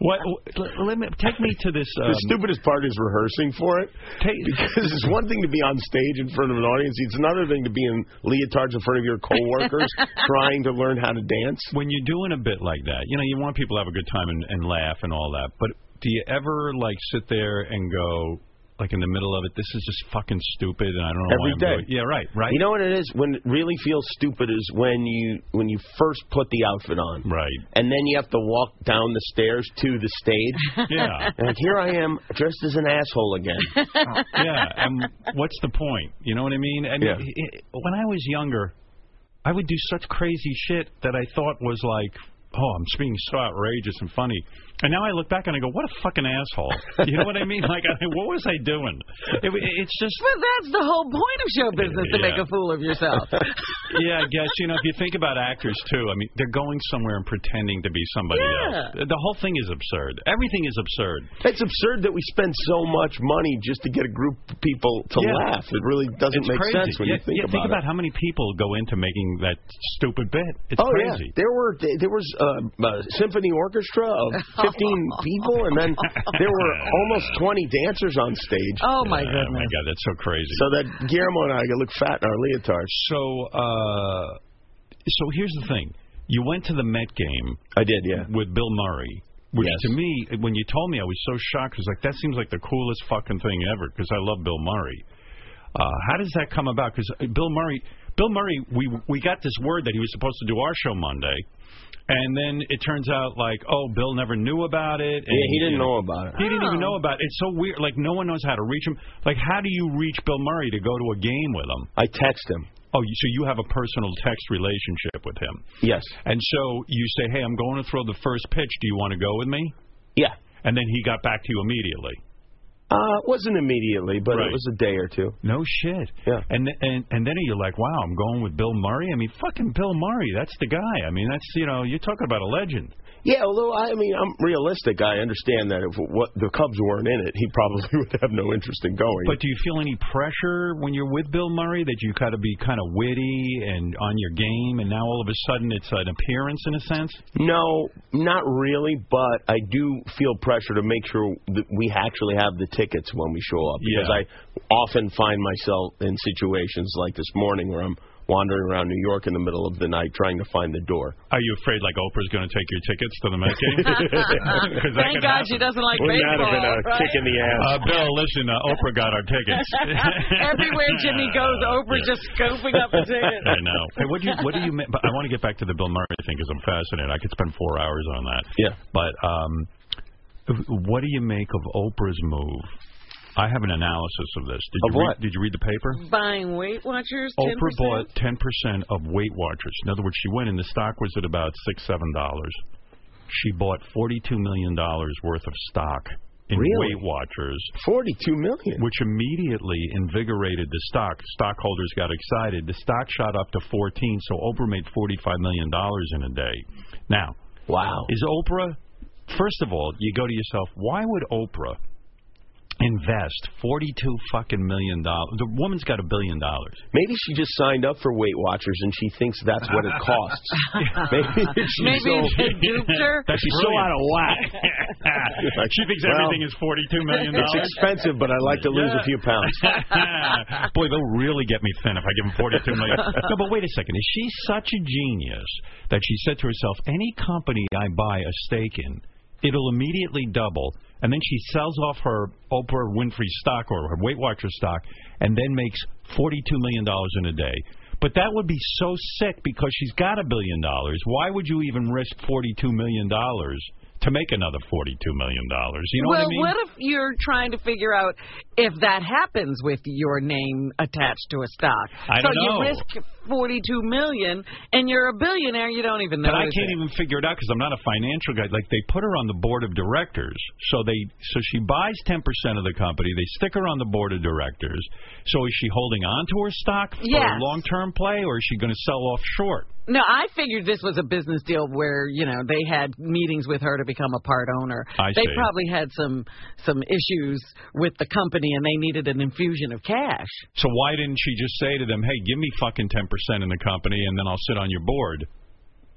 [SPEAKER 1] What? wh- Let me take me to this. Um,
[SPEAKER 10] the stupidest part is rehearsing for it. *laughs* Because it's one thing to be on stage in front of an audience. It's another thing to be in leotards in front of your
[SPEAKER 1] *laughs*
[SPEAKER 10] coworkers trying to learn how to dance.
[SPEAKER 1] when you're doing a bit like that, you know, you want people to have a good time and, and laugh and all that. But do you ever like sit there and go, like in the middle of it, this is just fucking stupid, and Oh, I don't know why
[SPEAKER 10] Every
[SPEAKER 1] I'm
[SPEAKER 10] day.
[SPEAKER 1] doing Yeah, right, right.
[SPEAKER 10] You know what it is? When it really feels stupid is when you when you first put the outfit on.
[SPEAKER 1] Right.
[SPEAKER 10] And then you have to walk down the stairs to the stage.
[SPEAKER 1] *laughs* Yeah.
[SPEAKER 10] And like, here I am dressed as an asshole again.
[SPEAKER 1] yeah. And what's the point? You know what I mean? And
[SPEAKER 10] Yeah.
[SPEAKER 1] it- it- when I was younger, I would do such crazy shit that I thought was like, oh, I'm being so outrageous and funny. And now I look back and I go, what a fucking asshole. You know what I mean? *laughs* Like, I, what was I doing? It, wa- it's just.
[SPEAKER 3] But that's the whole point *laughs* of show business to
[SPEAKER 1] Yeah.
[SPEAKER 3] make a fool of yourself.
[SPEAKER 1] *laughs* yeah, I guess you know if you think about actors too. I mean, they're going somewhere and pretending to be somebody
[SPEAKER 10] Yeah.
[SPEAKER 1] else. The whole thing is absurd. Everything is absurd.
[SPEAKER 10] It's absurd that we spend so much money just to get a group of people to
[SPEAKER 1] Yeah.
[SPEAKER 10] laugh. It really doesn't
[SPEAKER 1] It's
[SPEAKER 10] make
[SPEAKER 1] crazy.
[SPEAKER 10] sense when
[SPEAKER 1] yeah,
[SPEAKER 10] you think
[SPEAKER 1] yeah,
[SPEAKER 10] about
[SPEAKER 1] think
[SPEAKER 10] it.
[SPEAKER 1] about how many people go into making that stupid bit. It's
[SPEAKER 10] oh
[SPEAKER 1] crazy.
[SPEAKER 10] yeah, there were there was a, a symphony orchestra
[SPEAKER 1] *laughs*
[SPEAKER 10] of 15 people, and then there were almost 20 dancers on stage.
[SPEAKER 3] Oh my
[SPEAKER 1] Yeah,
[SPEAKER 3] goodness.
[SPEAKER 1] my god, that's so crazy.
[SPEAKER 10] So that Guillermo and I look fat in our leotards.
[SPEAKER 1] So, uh, so here's the thing. You went to the Met game.
[SPEAKER 10] I did, yeah.
[SPEAKER 1] With Bill Murray, which
[SPEAKER 10] Yes.
[SPEAKER 1] to me, when you told me, I was so shocked. I was like, that seems like the coolest fucking thing ever because I love Bill Murray. Uh, how does that come about? Because Bill Murray, Bill Murray, we we got this word that he was supposed to do our show Monday, and then it turns out like, oh, Bill never knew about it. And,
[SPEAKER 10] Yeah, he didn't
[SPEAKER 1] you
[SPEAKER 10] know about it.
[SPEAKER 1] He didn't even
[SPEAKER 10] Oh.
[SPEAKER 1] know about it. It's so weird. Like no one knows how to reach him. Like how do you reach Bill Murray to go to a game with him?
[SPEAKER 10] I text him.
[SPEAKER 1] Oh, you- so you have a personal text relationship with him.
[SPEAKER 10] Yes.
[SPEAKER 1] And so you say, hey, I'm going to throw the first pitch. Do you want to go with me?
[SPEAKER 10] Yeah.
[SPEAKER 1] And then he got back to you immediately.
[SPEAKER 10] Uh, it wasn't immediately, but
[SPEAKER 1] Right.
[SPEAKER 10] it was a day or two.
[SPEAKER 1] No shit.
[SPEAKER 10] Yeah.
[SPEAKER 1] And th- and and then you're like, wow, I'm going with Bill Murray. I mean, fucking Bill Murray. That's the guy. I mean, that's you know, you're talking about a legend.
[SPEAKER 10] Yeah, although I mean I'm realistic. I understand that if what the Cubs weren't in it, he probably *laughs* would have no interest in going.
[SPEAKER 1] But do you feel any pressure when you're with Bill Murray that you got to be kind of witty and on your game, and now all of a sudden it's an appearance in a sense?
[SPEAKER 10] No, not really, but I do feel pressure to make sure that we actually have the tickets when we show up because I often find myself in situations like this morning where I'm wandering around New York in the middle of the night trying to find the door.
[SPEAKER 1] Are you afraid like Oprah's going to take your tickets to the Met
[SPEAKER 3] *laughs*
[SPEAKER 1] game? 'Cause that
[SPEAKER 3] Thank
[SPEAKER 1] could
[SPEAKER 3] God she
[SPEAKER 1] happen.
[SPEAKER 3] doesn't like Wouldn't that have been baseball, a right? kick in the ass?
[SPEAKER 1] Uh, Bill, listen, uh, Oprah got our tickets.
[SPEAKER 3] Everywhere Jimmy goes, Oprah's just *laughs* scooping
[SPEAKER 1] *laughs*
[SPEAKER 3] up the tickets.
[SPEAKER 1] I know. Hey, what do you what do you? ma- But I want to get back to the Bill Murray thing because I'm fascinated. I could spend four hours on that.
[SPEAKER 10] Yeah.
[SPEAKER 1] But um, what do you make of Oprah's move? I have an analysis of this. Did
[SPEAKER 3] Of
[SPEAKER 1] you
[SPEAKER 3] what?
[SPEAKER 1] Read, did you read the paper?
[SPEAKER 3] Buying Weight Watchers, 10%?
[SPEAKER 1] Oprah bought ten percent of Weight Watchers. In other words, she went in. The stock was at about six seven dollars. She bought forty two million dollars worth of stock in
[SPEAKER 10] Really?
[SPEAKER 1] Weight Watchers.
[SPEAKER 10] Forty two million,
[SPEAKER 1] which immediately invigorated the stock. Stockholders got excited. The stock shot up to fourteen. So Oprah made forty five million dollars in a day. Now,
[SPEAKER 10] wow,
[SPEAKER 1] is Oprah? First of all, you go to yourself. Why would Oprah? Invest forty-two fucking million dollars. The woman's got a billion dollars.
[SPEAKER 10] Maybe she just signed up for Weight Watchers and she thinks that's what it costs. *laughs*
[SPEAKER 1] *laughs*
[SPEAKER 10] Maybe
[SPEAKER 3] *laughs*
[SPEAKER 10] she's so, *laughs*
[SPEAKER 1] That's
[SPEAKER 10] she's so
[SPEAKER 1] brilliant.
[SPEAKER 10] out of whack.
[SPEAKER 1] *laughs* she thinks
[SPEAKER 10] Well,
[SPEAKER 1] everything is forty-two million dollars.
[SPEAKER 10] It's expensive, but I like to lose a few pounds.
[SPEAKER 1] *laughs* Boy, they'll really get me thin if I give them
[SPEAKER 10] *laughs*
[SPEAKER 1] forty-two million. no, but wait a second. Is she such a genius that she said to herself, "Any company I buy a stake in, it'll immediately double." And then she sells off her Oprah Winfrey stock or her Weight Watcher stock, and then makes forty-two million dollars in a day. But that would be so sick because she's got a billion dollars. Why would you even risk forty-two million dollars to make another forty-two million dollars? You know
[SPEAKER 3] well,
[SPEAKER 1] what I mean?
[SPEAKER 3] what if you're trying to figure out if that happens with your name attached to a stock?
[SPEAKER 1] I
[SPEAKER 3] so
[SPEAKER 1] don't know.
[SPEAKER 3] you risk 42 million, and you're a billionaire. You don't even know.
[SPEAKER 1] But I can't even figure it out because I'm not a financial guy. Like they put her on the board of directors, so they so she buys 10 percent of the company. They stick her on the board of directors. So is she holding on to her stock for
[SPEAKER 3] Yes.
[SPEAKER 1] a long-term play, or is she going to sell off short?
[SPEAKER 3] No, I figured this was a business deal where you know they had meetings with her to become a part owner.
[SPEAKER 1] I
[SPEAKER 3] they
[SPEAKER 1] see.
[SPEAKER 3] probably had some some issues with the company, and they needed an infusion of cash.
[SPEAKER 1] So why didn't she just say to them, "Hey, give me fucking 10 percent in the company, and then I'll sit on your board"?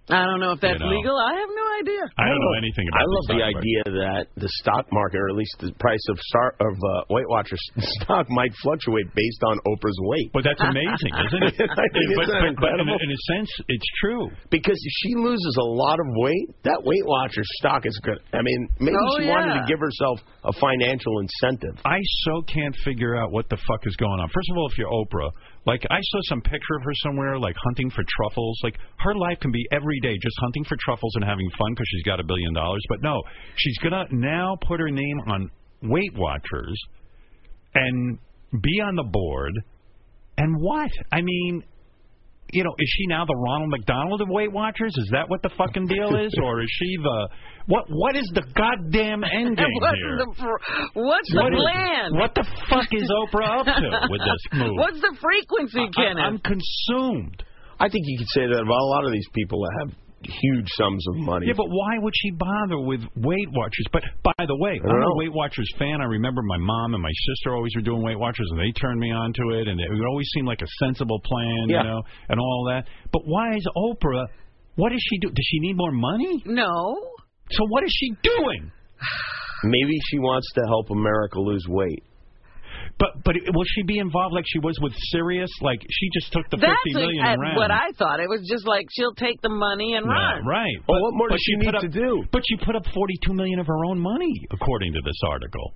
[SPEAKER 3] I don't know if that's
[SPEAKER 1] You know.
[SPEAKER 3] legal. I have no idea.
[SPEAKER 1] I don't know anything about
[SPEAKER 10] I
[SPEAKER 1] the
[SPEAKER 10] love the,
[SPEAKER 1] stock market.
[SPEAKER 10] idea that the stock market, or at least the price of star of uh, Weight Watchers *laughs* stock, might fluctuate based on Oprah's weight.
[SPEAKER 1] But that's amazing, isn't
[SPEAKER 10] *laughs*
[SPEAKER 1] it?
[SPEAKER 10] I mean, isn't that
[SPEAKER 1] But- but- but in a-
[SPEAKER 10] incredible?
[SPEAKER 1] in a sense, it's true.
[SPEAKER 10] Because if she loses a lot of weight, that Weight Watchers stock is good. I mean, maybe
[SPEAKER 1] Oh,
[SPEAKER 10] she wanted to
[SPEAKER 1] yeah.
[SPEAKER 10] give herself a financial incentive.
[SPEAKER 1] I so can't figure out what the fuck is going on. First of all, if you're Oprah, like I saw some picture of her somewhere, like hunting for truffles. Like her life can be every day just hunting for truffles and having fun because she's got a billion dollars. But no, she's gonna now put her name on Weight Watchers and be on the board. And what? I mean, you know, is she now the Ronald McDonald of Weight Watchers? Is that what the fucking deal is, or is she the what? What is the goddamn end
[SPEAKER 10] *laughs*
[SPEAKER 1] game
[SPEAKER 3] what's
[SPEAKER 1] here?
[SPEAKER 3] the pr- what's the
[SPEAKER 1] What is-
[SPEAKER 3] plan?
[SPEAKER 1] what the fuck is Oprah up to with *laughs* this
[SPEAKER 3] *laughs*
[SPEAKER 1] move?
[SPEAKER 3] What's the frequency, Kenneth?
[SPEAKER 1] I'm consumed.
[SPEAKER 10] I think you could say that about a lot of these people that have huge sums of money.
[SPEAKER 1] Yeah, but why would she bother with Weight Watchers? But by the way,
[SPEAKER 10] don't
[SPEAKER 1] I'm
[SPEAKER 10] know.
[SPEAKER 1] a Weight Watchers fan. I remember my mom and my sister always were doing Weight Watchers, and they turned me on to it, and it always seemed like a sensible plan,
[SPEAKER 3] Yeah.
[SPEAKER 1] you know, and all that. But why is Oprah? What does she do? Does she need more money?
[SPEAKER 3] No.
[SPEAKER 1] So what is she doing?
[SPEAKER 10] Maybe she wants to help America lose weight.
[SPEAKER 1] But but will she be involved like she was with Sirius? Like she just took the
[SPEAKER 3] That's
[SPEAKER 1] fifty million
[SPEAKER 3] uh,
[SPEAKER 1] and ran.
[SPEAKER 3] what I thought. It was just like she'll take the money and run.
[SPEAKER 1] Yeah, right.
[SPEAKER 10] Well, what more does she
[SPEAKER 1] put
[SPEAKER 10] need
[SPEAKER 1] up,
[SPEAKER 10] to do?
[SPEAKER 1] But she put up 42 million of her own money, according to this article.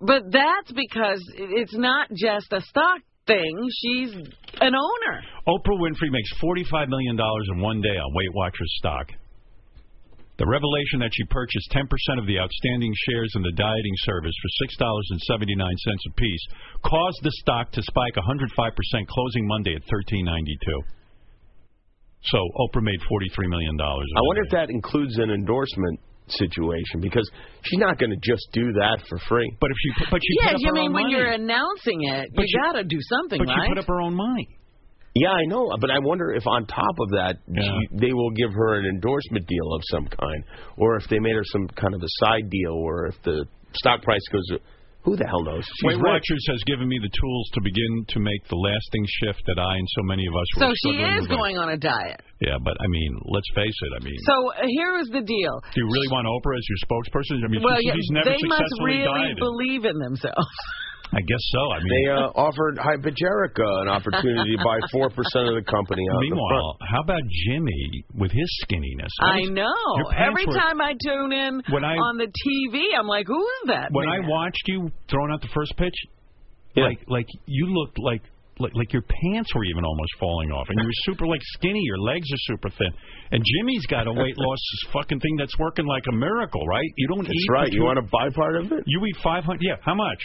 [SPEAKER 3] But that's because it's not just a stock thing. She's an owner.
[SPEAKER 1] Oprah Winfrey makes $45 million in one day on Weight Watchers stock. The revelation that she purchased 10% of the outstanding shares in the dieting service for $6.79 apiece caused the stock to spike 105% closing Monday at 1392. So Oprah made $43 million.
[SPEAKER 10] I wonder if that includes an endorsement situation because she's not going to just do that for free.
[SPEAKER 1] But if she, but
[SPEAKER 3] yeah, you mean when you're announcing it,
[SPEAKER 10] But
[SPEAKER 3] you
[SPEAKER 10] she-
[SPEAKER 3] gotta do something,
[SPEAKER 10] but she
[SPEAKER 3] right?
[SPEAKER 10] put up
[SPEAKER 1] her own money.
[SPEAKER 10] Yeah, I know, but I wonder if on top of that she, they will give her an endorsement deal of some kind, or if they made her some kind of a side deal, or if the stock price goes. Who the hell knows? She's
[SPEAKER 1] Weight
[SPEAKER 10] rich.
[SPEAKER 1] Watchers has given me the tools to begin to make the lasting shift that I and so many of us
[SPEAKER 3] So
[SPEAKER 1] were
[SPEAKER 3] she
[SPEAKER 1] struggling
[SPEAKER 3] is
[SPEAKER 1] with.
[SPEAKER 3] going on a diet.
[SPEAKER 1] Yeah, but I mean, let's face it. I mean,
[SPEAKER 3] So uh, here is the deal.
[SPEAKER 1] do you really want Oprah as your spokesperson? I mean,
[SPEAKER 3] well,
[SPEAKER 1] she's,
[SPEAKER 3] yeah,
[SPEAKER 1] she's never
[SPEAKER 3] they must
[SPEAKER 1] successfully
[SPEAKER 3] really
[SPEAKER 1] dieted.
[SPEAKER 3] believe in themselves.
[SPEAKER 1] I guess so. I mean,
[SPEAKER 10] They uh, *laughs* offered Hypogerica an opportunity to buy four percent of the company. Out
[SPEAKER 1] Meanwhile, how about Jimmy with his skinniness?
[SPEAKER 3] I
[SPEAKER 1] That was-
[SPEAKER 3] know.
[SPEAKER 1] *laughs* Your pants
[SPEAKER 3] Every
[SPEAKER 1] were-
[SPEAKER 3] time I tune in
[SPEAKER 1] When I-
[SPEAKER 3] on the TV, I'm like, who is that?
[SPEAKER 1] when
[SPEAKER 3] man?
[SPEAKER 1] I watched you throwing out the first pitch, like like you looked like. Like, like your pants were even almost falling off, and you were super like skinny. Your legs are super thin, and Jimmy's got a weight
[SPEAKER 10] *laughs*
[SPEAKER 1] loss fucking thing that's working like a miracle, right? You don't
[SPEAKER 10] That's
[SPEAKER 1] eat.
[SPEAKER 10] right.
[SPEAKER 1] for
[SPEAKER 10] You
[SPEAKER 1] two-
[SPEAKER 10] want to buy part of it?
[SPEAKER 1] You eat five hundred. Yeah.
[SPEAKER 10] *laughs*
[SPEAKER 1] How much?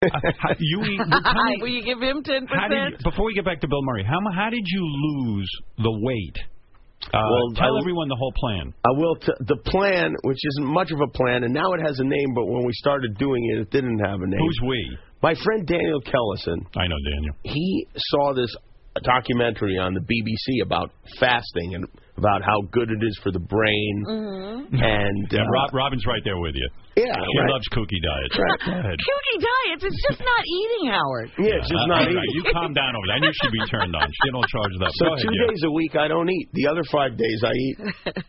[SPEAKER 1] Uh, how- you
[SPEAKER 3] *laughs*
[SPEAKER 1] eat. well, tell me-
[SPEAKER 3] Will you give him ten
[SPEAKER 1] How did
[SPEAKER 3] percent?
[SPEAKER 1] you, before we get back to Bill Murray, how mu- how did you lose the weight? Uh,
[SPEAKER 10] Well,
[SPEAKER 1] tell
[SPEAKER 10] I-
[SPEAKER 1] everyone the whole plan.
[SPEAKER 10] I will. T- the plan, which isn't much of a plan, and now it has a name, but when we started doing it, it didn't have a name.
[SPEAKER 1] Who's we?
[SPEAKER 10] My friend Daniel Kellison.
[SPEAKER 1] I know Daniel.
[SPEAKER 10] He saw this documentary on the BBC about fasting and about how good it is for the brain. And,
[SPEAKER 1] Yeah,
[SPEAKER 10] uh,
[SPEAKER 1] Rob, Robin's right there with you.
[SPEAKER 10] Yeah,
[SPEAKER 1] she
[SPEAKER 10] right.
[SPEAKER 1] loves kooky diets.
[SPEAKER 10] Right.
[SPEAKER 1] Go ahead.
[SPEAKER 3] Cookie diets. It's just not eating, Howard.
[SPEAKER 10] Yeah, it's just
[SPEAKER 1] Uh,
[SPEAKER 10] not
[SPEAKER 1] all right,
[SPEAKER 10] eating.
[SPEAKER 1] You calm down over that. I knew she'd be turned on. She don't charge that.
[SPEAKER 10] So
[SPEAKER 1] Go ahead,
[SPEAKER 10] two
[SPEAKER 1] yeah.
[SPEAKER 10] days a week I don't eat. The other five days I eat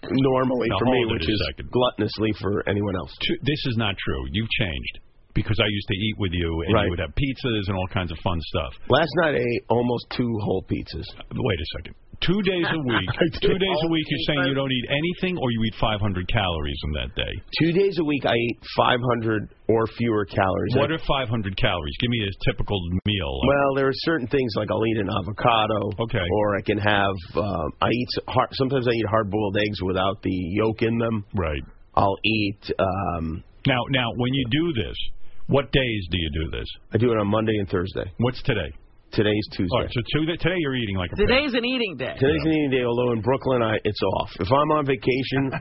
[SPEAKER 10] normally
[SPEAKER 1] Now,
[SPEAKER 10] for me,
[SPEAKER 1] hold it
[SPEAKER 10] which
[SPEAKER 1] a
[SPEAKER 10] is
[SPEAKER 1] second.
[SPEAKER 10] gluttonously for anyone else.
[SPEAKER 1] Two- This is not true. You've changed because I used to eat with you, and
[SPEAKER 10] Right.
[SPEAKER 1] you would have pizzas and all kinds of fun stuff.
[SPEAKER 10] Last night I ate almost two whole pizzas.
[SPEAKER 1] Wait a second. Two days a
[SPEAKER 10] *laughs*
[SPEAKER 1] week.
[SPEAKER 10] I did.
[SPEAKER 1] two days a week. You're saying you don't eat anything, or you eat 500 calories in that day.
[SPEAKER 10] Two days a week I eat 500 or fewer calories.
[SPEAKER 1] What are 500 calories? Give me a typical meal.
[SPEAKER 10] Well, there are certain things like I'll eat an avocado, okay, or I can have um, I eat s- hard, sometimes I eat hard-boiled eggs without the yolk in them.
[SPEAKER 1] Right.
[SPEAKER 10] I'll eat. Um,
[SPEAKER 1] Now, now, when you do this, what days do you do this?
[SPEAKER 10] I do it on Monday and Thursday.
[SPEAKER 1] What's today?
[SPEAKER 10] Today's Tuesday.
[SPEAKER 1] All right, so two, today you're eating like a pig.
[SPEAKER 3] Today's an eating day.
[SPEAKER 10] Today's an eating day, although in Brooklyn I it's off. If I'm on
[SPEAKER 1] *laughs*
[SPEAKER 10] vacation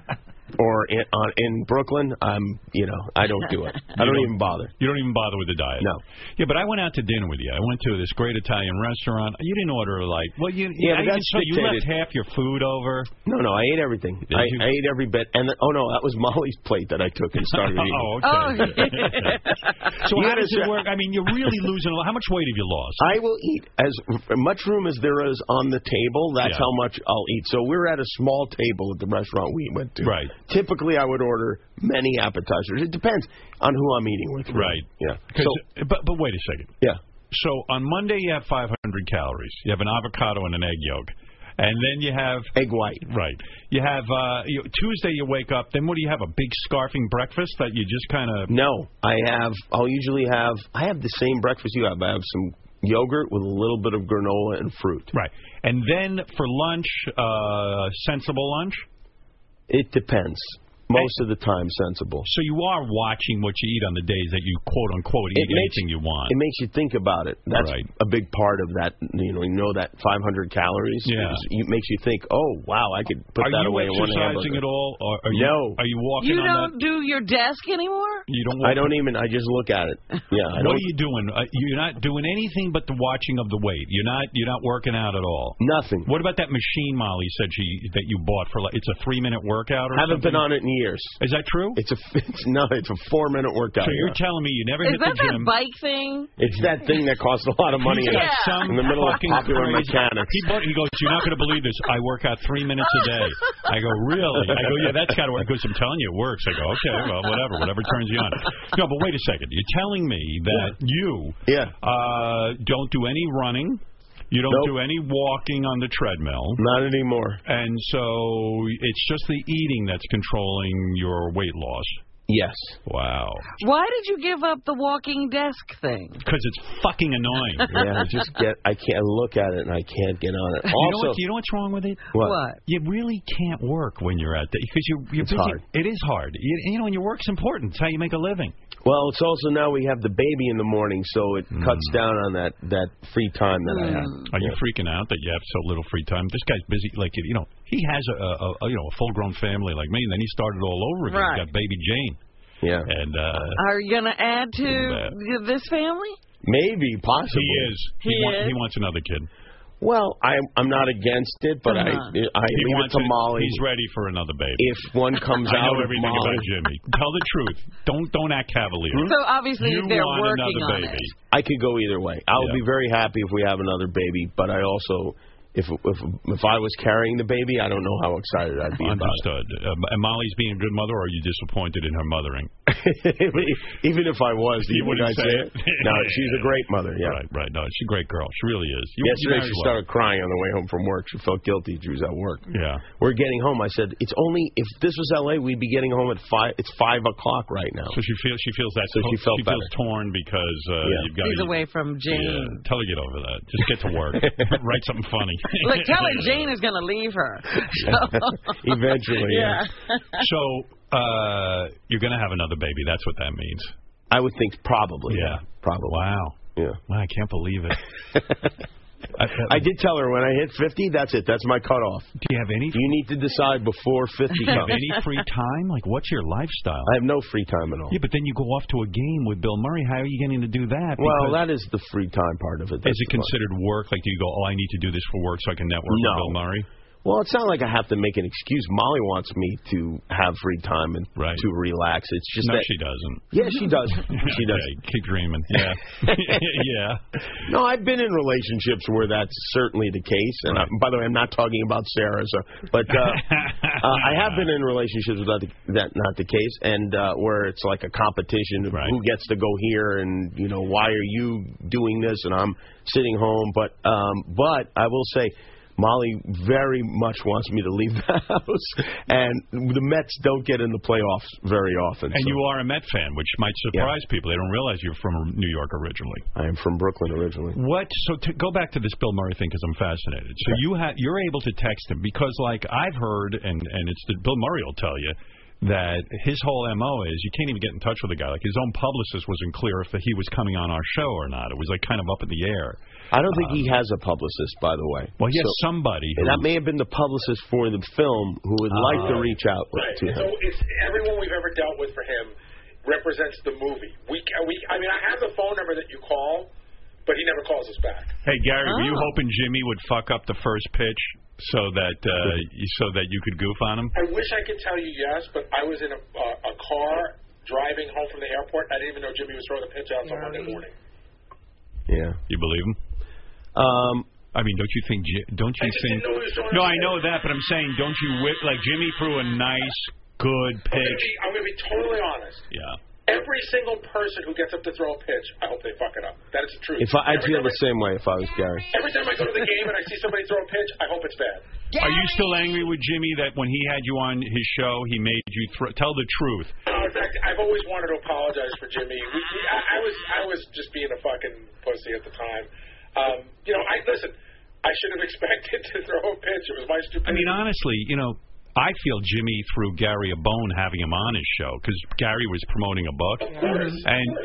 [SPEAKER 10] or in, on, in Brooklyn, I'm you know I don't do it. I
[SPEAKER 1] You
[SPEAKER 10] don't
[SPEAKER 1] don't-
[SPEAKER 10] even bother.
[SPEAKER 1] You don't even bother with the diet. No. Yeah, but I went out to dinner with you. I went to this great Italian restaurant. You didn't order like well, you
[SPEAKER 10] Yeah,
[SPEAKER 1] I
[SPEAKER 10] but that's
[SPEAKER 1] just saw you left
[SPEAKER 10] dictated.
[SPEAKER 1] half your food over.
[SPEAKER 10] No, no, I ate everything.
[SPEAKER 1] Did
[SPEAKER 10] I,
[SPEAKER 1] you?
[SPEAKER 10] I ate every bit, and oh no, that was Molly's plate that I took and started eating.
[SPEAKER 1] *laughs* Oh, okay. so
[SPEAKER 10] You
[SPEAKER 1] how
[SPEAKER 10] gotta
[SPEAKER 1] does it
[SPEAKER 10] say-
[SPEAKER 1] work? I mean, you're
[SPEAKER 11] *laughs*
[SPEAKER 1] really losing. a lot. How much weight have you lost?
[SPEAKER 10] I will eat as much room as there is on the table. That's
[SPEAKER 1] Yeah.
[SPEAKER 10] how much I'll eat. So we're at a small table at the restaurant we went to.
[SPEAKER 1] Right.
[SPEAKER 10] Typically, I would order many appetizers. It depends on who I'm eating with.
[SPEAKER 1] Right.
[SPEAKER 10] Yeah.
[SPEAKER 1] 'Cause- but but wait a second.
[SPEAKER 10] Yeah.
[SPEAKER 1] So on Monday you have 500 calories. You have an avocado and an egg yolk. And then you have
[SPEAKER 10] egg white.
[SPEAKER 1] Right. You have uh, you, Tuesday. You wake up. Then what do you have? A big scarfing breakfast that you just kind of
[SPEAKER 10] No, I have. I'll usually have. I have the same breakfast you have. I have some yogurt with a little bit of granola and fruit.
[SPEAKER 1] Right. And then for lunch, uh, sensible lunch.
[SPEAKER 10] It depends. Most of the time, sensible.
[SPEAKER 1] So you are watching what you eat on the days that you quote unquote eat anything you want.
[SPEAKER 10] It makes you think about it. That's
[SPEAKER 1] Right.
[SPEAKER 10] a big part of that. You know, you know that 500 calories.
[SPEAKER 1] Yeah.
[SPEAKER 10] is- It makes you think. Oh wow, I could put
[SPEAKER 1] are
[SPEAKER 10] that
[SPEAKER 1] you
[SPEAKER 10] away in one
[SPEAKER 1] exercising
[SPEAKER 10] hamburger.
[SPEAKER 1] at all? Or are you,
[SPEAKER 10] No.
[SPEAKER 1] Are you walking
[SPEAKER 3] You
[SPEAKER 1] on
[SPEAKER 3] don't
[SPEAKER 1] that?
[SPEAKER 3] do your desk anymore.
[SPEAKER 1] You don't. Walk
[SPEAKER 10] I don't even. I just look
[SPEAKER 1] *laughs*
[SPEAKER 10] at it. Yeah. I
[SPEAKER 1] what
[SPEAKER 10] don't,
[SPEAKER 1] are you doing? Uh, you're not doing anything but the watching of the weight. You're not. You're not working out at all.
[SPEAKER 10] Nothing.
[SPEAKER 1] What about that machine Molly said she that you bought for? like It's a three minute workout or
[SPEAKER 10] Haven't
[SPEAKER 1] something?
[SPEAKER 10] been on it in years.
[SPEAKER 1] Is that true?
[SPEAKER 10] It's a. *laughs* It's no. It's a four minute workout.
[SPEAKER 1] So you're
[SPEAKER 10] yeah.
[SPEAKER 1] telling me you never
[SPEAKER 3] Is
[SPEAKER 1] hit
[SPEAKER 3] that
[SPEAKER 1] the
[SPEAKER 3] that
[SPEAKER 1] gym?
[SPEAKER 3] bike thing?
[SPEAKER 10] It's that thing that costs a lot of money
[SPEAKER 1] He's
[SPEAKER 10] in,
[SPEAKER 1] got some
[SPEAKER 10] in the middle of
[SPEAKER 1] fucking
[SPEAKER 10] popular
[SPEAKER 1] crazy-
[SPEAKER 10] mechanics.
[SPEAKER 1] He, bought, he goes, you're not going to believe this. I work out three minutes a day. I go, really? I go, yeah, that's got to work. He goes, I'm telling you, it works. I go, okay, well, whatever, whatever turns you on. No, but wait a second. You're telling me that you
[SPEAKER 10] yeah.
[SPEAKER 1] uh, don't do any running. You don't
[SPEAKER 10] Nope.
[SPEAKER 1] do any walking on the treadmill.
[SPEAKER 10] Not anymore.
[SPEAKER 1] And so it's just the eating that's controlling your weight loss.
[SPEAKER 10] Yes.
[SPEAKER 1] Wow.
[SPEAKER 3] Why did you give up the walking desk thing?
[SPEAKER 1] Because it's fucking annoying.
[SPEAKER 10] *laughs* yeah, I just get. I can't look at it, and I can't get on it.
[SPEAKER 1] You know
[SPEAKER 10] Also,
[SPEAKER 1] what- you know what's wrong with it?
[SPEAKER 10] What? What?
[SPEAKER 1] You really can't work when you're at that because you you're
[SPEAKER 10] It's
[SPEAKER 1] busy-
[SPEAKER 10] hard.
[SPEAKER 1] It is hard. You, you know, and your work's important. It's how you make a living.
[SPEAKER 10] Well, it's also now we have the baby in the morning, so it cuts down on that that free time that I have.
[SPEAKER 1] Mm. Are you freaking out that you have so little free time? This guy's busy. Like you know, he has a, a, a you know a full grown family like me, and then he started all over again.
[SPEAKER 3] Right.
[SPEAKER 1] He's got baby Jane.
[SPEAKER 10] Yeah.
[SPEAKER 1] And uh,
[SPEAKER 3] Are you going to add to
[SPEAKER 1] Yeah.
[SPEAKER 3] this family?
[SPEAKER 10] Maybe, possibly.
[SPEAKER 1] He is.
[SPEAKER 3] He
[SPEAKER 1] want-
[SPEAKER 3] is?
[SPEAKER 1] he wants another kid.
[SPEAKER 10] Well, I, I'm not against it, but I I
[SPEAKER 1] he
[SPEAKER 10] leave it
[SPEAKER 1] wants
[SPEAKER 10] to
[SPEAKER 1] it.
[SPEAKER 10] Molly.
[SPEAKER 1] He's ready for another baby.
[SPEAKER 10] If one comes
[SPEAKER 1] *laughs* I
[SPEAKER 10] out
[SPEAKER 1] know
[SPEAKER 10] of
[SPEAKER 1] everything
[SPEAKER 10] Molly-
[SPEAKER 1] about Jimmy. Tell the truth. Don't don't act cavalier.
[SPEAKER 3] So obviously
[SPEAKER 1] you
[SPEAKER 3] they're
[SPEAKER 1] want
[SPEAKER 3] working
[SPEAKER 1] another
[SPEAKER 3] on
[SPEAKER 1] baby.
[SPEAKER 3] it.
[SPEAKER 10] I could go either way. I would be very happy if we have another baby, but I also, if if if I was carrying the baby, I don't know how excited I'd be
[SPEAKER 1] Understood. Um, and Molly's being a good mother, or are you disappointed in her
[SPEAKER 10] *laughs*
[SPEAKER 1] mothering?
[SPEAKER 10] about it. *laughs* Even if I was,
[SPEAKER 1] You
[SPEAKER 10] you would I
[SPEAKER 1] wouldn't
[SPEAKER 10] say
[SPEAKER 1] say
[SPEAKER 10] it?
[SPEAKER 1] it. *laughs*
[SPEAKER 10] No, she's a great mother. Yeah.
[SPEAKER 1] Right, right. No, she's a great girl. She really is. You- you
[SPEAKER 10] Yesterday,
[SPEAKER 1] married
[SPEAKER 10] she
[SPEAKER 1] well.
[SPEAKER 10] started crying on the way home from work. She felt guilty. She was at work.
[SPEAKER 1] Yeah.
[SPEAKER 10] We're getting home. I said, "It's only if this was L.A., we'd be getting home at five. It's five o'clock right now."
[SPEAKER 1] So she feels she feels that
[SPEAKER 10] So she felt
[SPEAKER 1] feels torn because uh, you've got
[SPEAKER 3] He's
[SPEAKER 1] to,
[SPEAKER 3] away from Jane.
[SPEAKER 1] Yeah, tell her to get over that. Just get to
[SPEAKER 10] *laughs*
[SPEAKER 1] work. Write something funny.
[SPEAKER 3] Look, tell her Jane is going to leave her.
[SPEAKER 10] Eventually,
[SPEAKER 3] yeah.
[SPEAKER 1] *laughs* so uh, you're going to have another baby. That's what that means.
[SPEAKER 10] I would think probably.
[SPEAKER 1] Yeah.
[SPEAKER 10] Probably.
[SPEAKER 1] Wow.
[SPEAKER 10] Yeah.
[SPEAKER 1] Wow, I can't believe it.
[SPEAKER 10] *laughs* I, did tell her when I hit 50, that's it. That's my cutoff.
[SPEAKER 1] Do you have any?
[SPEAKER 10] You need to decide before 50
[SPEAKER 1] Do
[SPEAKER 10] *laughs*
[SPEAKER 1] you have
[SPEAKER 10] comes.
[SPEAKER 1] any free time? Like, what's your lifestyle?
[SPEAKER 10] I have no free time at all.
[SPEAKER 1] Yeah, but then you go off to a game with Bill Murray. How are you getting to do that?
[SPEAKER 10] well,
[SPEAKER 1] Because
[SPEAKER 10] that is the free time part of it.
[SPEAKER 1] is it considered work? Like, do you go, oh, I need to do this for work so I can network
[SPEAKER 10] No.
[SPEAKER 1] with Bill Murray?
[SPEAKER 10] Well, it's not like I have to make an excuse. Molly wants me to have free time and to relax. It's just
[SPEAKER 1] no,
[SPEAKER 10] that
[SPEAKER 1] she doesn't.
[SPEAKER 10] Yeah, she does. She does.
[SPEAKER 1] Okay, keep dreaming. *laughs* Yeah.
[SPEAKER 10] *laughs*
[SPEAKER 1] *laughs* yeah.
[SPEAKER 10] No, I've been in relationships where that's certainly the case. And I, by the way, I'm not talking about Sarah, so, but
[SPEAKER 1] *laughs*
[SPEAKER 10] uh, uh, I have been in relationships where that that not the case, and uh, where it's like a competition of who gets to go here, and you know why are you doing this, and I'm sitting home. But um, but I will say. Molly very much wants me to leave the *laughs* house, and the Mets don't get in the playoffs very often.
[SPEAKER 1] And
[SPEAKER 10] so-
[SPEAKER 1] you are a Met fan, which might surprise people. They don't realize you're from New York originally.
[SPEAKER 10] I am from Brooklyn originally.
[SPEAKER 1] What? So to go back to this Bill Murray thing because I'm fascinated. So you ha you're able to text him because, like I've heard, and and it's the, Bill Murray will tell you that his whole mo is you can't even get in touch with the guy. Like his own publicist wasn't clear if he was coming on our show or not. It was like kind of up in the air.
[SPEAKER 10] I
[SPEAKER 1] Um,
[SPEAKER 10] don't think he has a publicist, by the way.
[SPEAKER 1] Well, he has
[SPEAKER 10] So-
[SPEAKER 1] somebody. Who,
[SPEAKER 10] And that may have been the publicist for the film who would like
[SPEAKER 1] Ah.
[SPEAKER 10] to reach out
[SPEAKER 12] Right.
[SPEAKER 10] to
[SPEAKER 12] So
[SPEAKER 10] him.
[SPEAKER 12] it's, everyone we've ever dealt with for him represents the movie. We, we, I mean, I have the phone number that you call, but he never calls us back.
[SPEAKER 1] Hey Gary, were you
[SPEAKER 12] Oh.
[SPEAKER 1] hoping Jimmy would fuck up the first pitch so that uh, you- so that you could goof on him?
[SPEAKER 12] I wish I could tell you yes, but I was in a, a, a car driving home from the airport. I didn't even know Jimmy was throwing the pitch out until Monday morning.
[SPEAKER 10] Yeah.
[SPEAKER 1] You believe him?
[SPEAKER 10] Um.
[SPEAKER 1] I mean, don't you think? Ji- Don't you think? No, I know that, but I'm saying, don't you whip like Jimmy threw a nice,
[SPEAKER 12] I'm
[SPEAKER 1] good
[SPEAKER 12] gonna
[SPEAKER 1] pitch?
[SPEAKER 12] be- I'm going to be totally honest.
[SPEAKER 1] Yeah.
[SPEAKER 12] Every single person who gets up to throw a pitch, I hope they fuck it up. That is the truth.
[SPEAKER 10] If I, I'd
[SPEAKER 12] every,
[SPEAKER 10] feel the same way if I was Gary.
[SPEAKER 12] every time I go to the game and I see somebody throw a pitch, I hope it's bad.
[SPEAKER 1] Are you still angry with Jimmy that when he had you on his show, he made you throw? Tell the truth.
[SPEAKER 12] In fact, I've always wanted to apologize for Jimmy. We, we, I, I was I was just being a fucking pussy at the time. Um, you know, I listen. I should have *laughs* expected to throw a pitch. It was my stupidity.
[SPEAKER 1] I mean, honestly, you know, I feel Jimmy threw Gary a bone having him on his show because Gary was promoting a book, and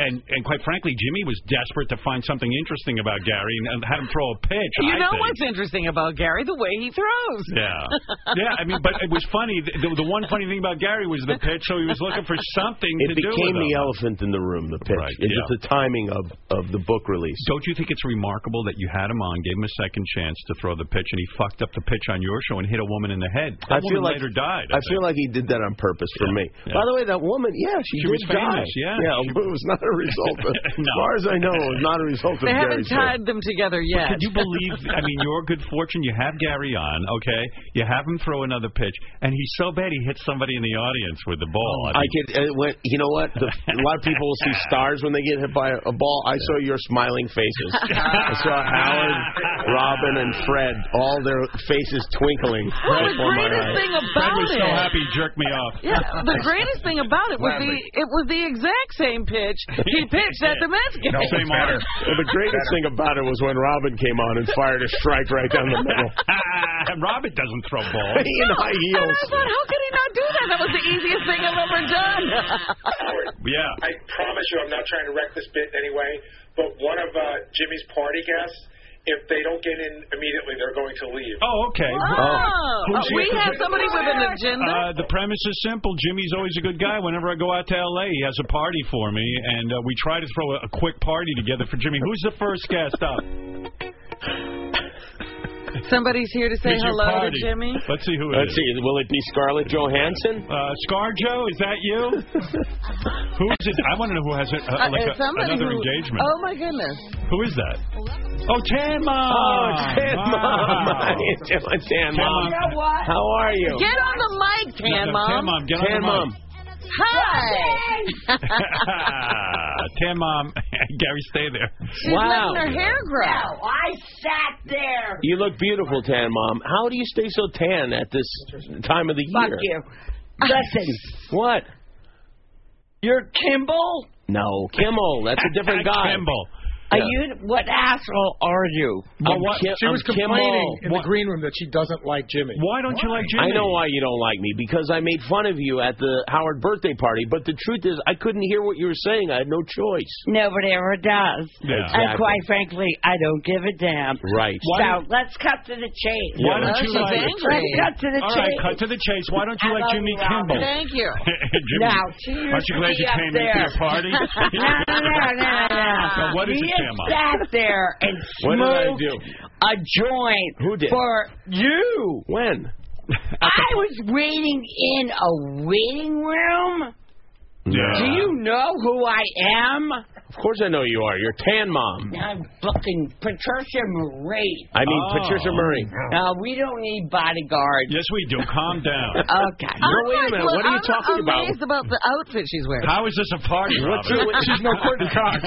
[SPEAKER 1] and and quite frankly, Jimmy was desperate to find something interesting about Gary and, and had him throw a pitch. I
[SPEAKER 3] You know
[SPEAKER 1] think.
[SPEAKER 3] what's interesting about Gary? The way he throws.
[SPEAKER 1] Yeah,
[SPEAKER 3] *laughs*
[SPEAKER 1] yeah. I mean, but it was funny. The, the one funny thing about Gary was the pitch, so he was looking for something
[SPEAKER 10] It
[SPEAKER 1] to do.
[SPEAKER 10] became
[SPEAKER 1] with
[SPEAKER 10] the
[SPEAKER 1] him.
[SPEAKER 10] elephant in the room, the pitch. it's
[SPEAKER 1] yeah.
[SPEAKER 10] just the timing of, of uh, the book release.
[SPEAKER 1] Don't you think it's remarkable that you had him on, gave him a second chance to throw the pitch, and he fucked up the pitch on your show and hit a woman in the head?
[SPEAKER 10] I
[SPEAKER 1] That
[SPEAKER 10] feel
[SPEAKER 1] woman
[SPEAKER 10] like
[SPEAKER 1] later died.
[SPEAKER 10] I, feel like he did that on purpose for me. By the way, that woman, yeah, she,
[SPEAKER 1] She
[SPEAKER 10] did
[SPEAKER 1] was
[SPEAKER 10] die.
[SPEAKER 1] famous, yeah.
[SPEAKER 10] yeah, *laughs* but it was not a result. Of,
[SPEAKER 1] *laughs* No.
[SPEAKER 10] As far as I know, it was not a result of
[SPEAKER 3] They haven't
[SPEAKER 10] Gary's.
[SPEAKER 3] tied them together
[SPEAKER 1] But
[SPEAKER 3] yet.
[SPEAKER 1] Could you believe? I mean, your good fortune. You have Gary on, okay? You have him throw another pitch, and he's so bad he hits somebody in the audience with the ball.
[SPEAKER 10] I could. It went, you know what? The, a lot of people will see stars when they get hit by a, a ball. I saw your smiling faces. I saw Howard, Robin, and Fred. All their faces twinkling.
[SPEAKER 3] Well,
[SPEAKER 10] right
[SPEAKER 3] the
[SPEAKER 10] before my
[SPEAKER 3] greatest
[SPEAKER 10] eyes.
[SPEAKER 3] thing
[SPEAKER 1] Fred
[SPEAKER 3] about
[SPEAKER 1] was so
[SPEAKER 3] it.
[SPEAKER 1] happy he jerked me off.
[SPEAKER 3] Yeah, the greatest thing about it was the
[SPEAKER 1] Gladly.
[SPEAKER 3] it was the exact same pitch he pitched at the Mets game.
[SPEAKER 10] Well, the greatest thing about it was when Robin came on and fired a strike right down the middle.
[SPEAKER 1] *laughs* Robin doesn't throw
[SPEAKER 10] *laughs*
[SPEAKER 1] balls.
[SPEAKER 10] He in high
[SPEAKER 3] And I
[SPEAKER 10] heels.
[SPEAKER 3] thought, how could he not do that? That was the easiest thing I've ever done.
[SPEAKER 1] Yeah.
[SPEAKER 12] I promise you, I'm not trying to wreck this bit in any way. But one of uh, Jimmy's party guests, if they don't get in immediately, they're going to leave.
[SPEAKER 1] Oh, okay.
[SPEAKER 3] Oh,
[SPEAKER 1] Who's-
[SPEAKER 3] we have somebody with an agenda.
[SPEAKER 1] Uh, the premise is simple. Jimmy's always a good guy. Whenever I go out to L.A., he has a party for me, and uh, we try to throw a, a quick party together for Jimmy. Who's the first guest *laughs* up?
[SPEAKER 3] Somebody's here to say
[SPEAKER 1] Here's your
[SPEAKER 3] hello to
[SPEAKER 1] party.
[SPEAKER 3] Jimmy.
[SPEAKER 1] Let's see who it
[SPEAKER 10] Let's
[SPEAKER 1] is.
[SPEAKER 10] see. Will it be Scarlett Johansson?
[SPEAKER 1] Uh, Scarjo, is that you?
[SPEAKER 10] *laughs*
[SPEAKER 1] Who's it? I want to know who has it, uh, like
[SPEAKER 3] Uh,
[SPEAKER 1] a,
[SPEAKER 3] somebody
[SPEAKER 1] another
[SPEAKER 3] who-
[SPEAKER 1] engagement.
[SPEAKER 3] Oh my goodness!
[SPEAKER 1] *laughs* Who is that? Oh, Tamma.
[SPEAKER 10] Oh, Tanma. Tanma.
[SPEAKER 1] Tan Mom.
[SPEAKER 10] How are you?
[SPEAKER 3] Get on the mic,
[SPEAKER 1] No,
[SPEAKER 3] Tan
[SPEAKER 1] no,
[SPEAKER 3] Mom.
[SPEAKER 1] Tan Mom, get on
[SPEAKER 10] Tan
[SPEAKER 1] the mic. *laughs*
[SPEAKER 10] Mom.
[SPEAKER 3] Hi.
[SPEAKER 1] Ah, Tan Mom. *laughs* Gary, stay there.
[SPEAKER 3] She's
[SPEAKER 10] Wow.
[SPEAKER 3] letting her hair grow.
[SPEAKER 7] I sat there.
[SPEAKER 10] You look beautiful, Tan Mom. How do you stay so tan at this time of the year?
[SPEAKER 7] Listen,
[SPEAKER 10] *laughs* What?
[SPEAKER 7] you're Kimball.
[SPEAKER 10] No, Kimmel.
[SPEAKER 7] *laughs*
[SPEAKER 10] That's a different guy.
[SPEAKER 1] Kimball.
[SPEAKER 7] Are you what asshole are you?
[SPEAKER 10] I'm
[SPEAKER 13] Well, what-
[SPEAKER 10] Kim-
[SPEAKER 13] she was
[SPEAKER 10] I'm
[SPEAKER 13] complaining
[SPEAKER 10] Kimmel.
[SPEAKER 13] in the green room that she doesn't like Jimmy.
[SPEAKER 1] Why don't you like
[SPEAKER 10] I know why you don't like me because I made fun of you at the Howard birthday party. But the truth is, I couldn't hear what you were saying. I had no choice.
[SPEAKER 7] Nobody ever does.
[SPEAKER 10] Yeah.
[SPEAKER 7] And
[SPEAKER 10] Exactly.
[SPEAKER 7] quite frankly, I don't give a damn.
[SPEAKER 10] Right.
[SPEAKER 1] Why
[SPEAKER 7] so let's cut to the chase.
[SPEAKER 1] Why don't you like?
[SPEAKER 7] Let's cut to the
[SPEAKER 1] All right,
[SPEAKER 7] chase.
[SPEAKER 1] cut to the chase. Why don't
[SPEAKER 7] I
[SPEAKER 1] you like
[SPEAKER 7] love
[SPEAKER 1] Jimmy
[SPEAKER 7] you, Robin.
[SPEAKER 1] Kimball?
[SPEAKER 7] Thank you.
[SPEAKER 1] *laughs* Jimmy,
[SPEAKER 7] Now,
[SPEAKER 1] aren't you glad you
[SPEAKER 7] up
[SPEAKER 1] came
[SPEAKER 7] there.
[SPEAKER 1] to your party?
[SPEAKER 7] *laughs*
[SPEAKER 1] *laughs*
[SPEAKER 7] no, no, no, no.
[SPEAKER 1] Now, what is
[SPEAKER 7] he
[SPEAKER 1] it, Tamma?
[SPEAKER 7] sat there
[SPEAKER 1] *laughs*
[SPEAKER 7] and
[SPEAKER 10] What did I
[SPEAKER 7] smoked
[SPEAKER 10] do?
[SPEAKER 7] a joint
[SPEAKER 10] Who did?
[SPEAKER 7] for you.
[SPEAKER 10] When?
[SPEAKER 7] *laughs* I was waiting in a waiting room. Do you know who I am?
[SPEAKER 10] Of course I know you are. You're Tan Mom.
[SPEAKER 7] I'm fucking Patricia Marie.
[SPEAKER 10] I mean Patricia Murray.
[SPEAKER 7] Now we don't need bodyguards.
[SPEAKER 1] Oh. Yes, we do. Calm down.
[SPEAKER 7] *laughs* Okay.
[SPEAKER 10] Well, wait a minute. What are you
[SPEAKER 3] I'm
[SPEAKER 10] talking about?
[SPEAKER 3] amazed about the outfit she's wearing.
[SPEAKER 1] How is this a party,
[SPEAKER 10] What's
[SPEAKER 1] Robin?
[SPEAKER 10] your, she's no Courtney Cox.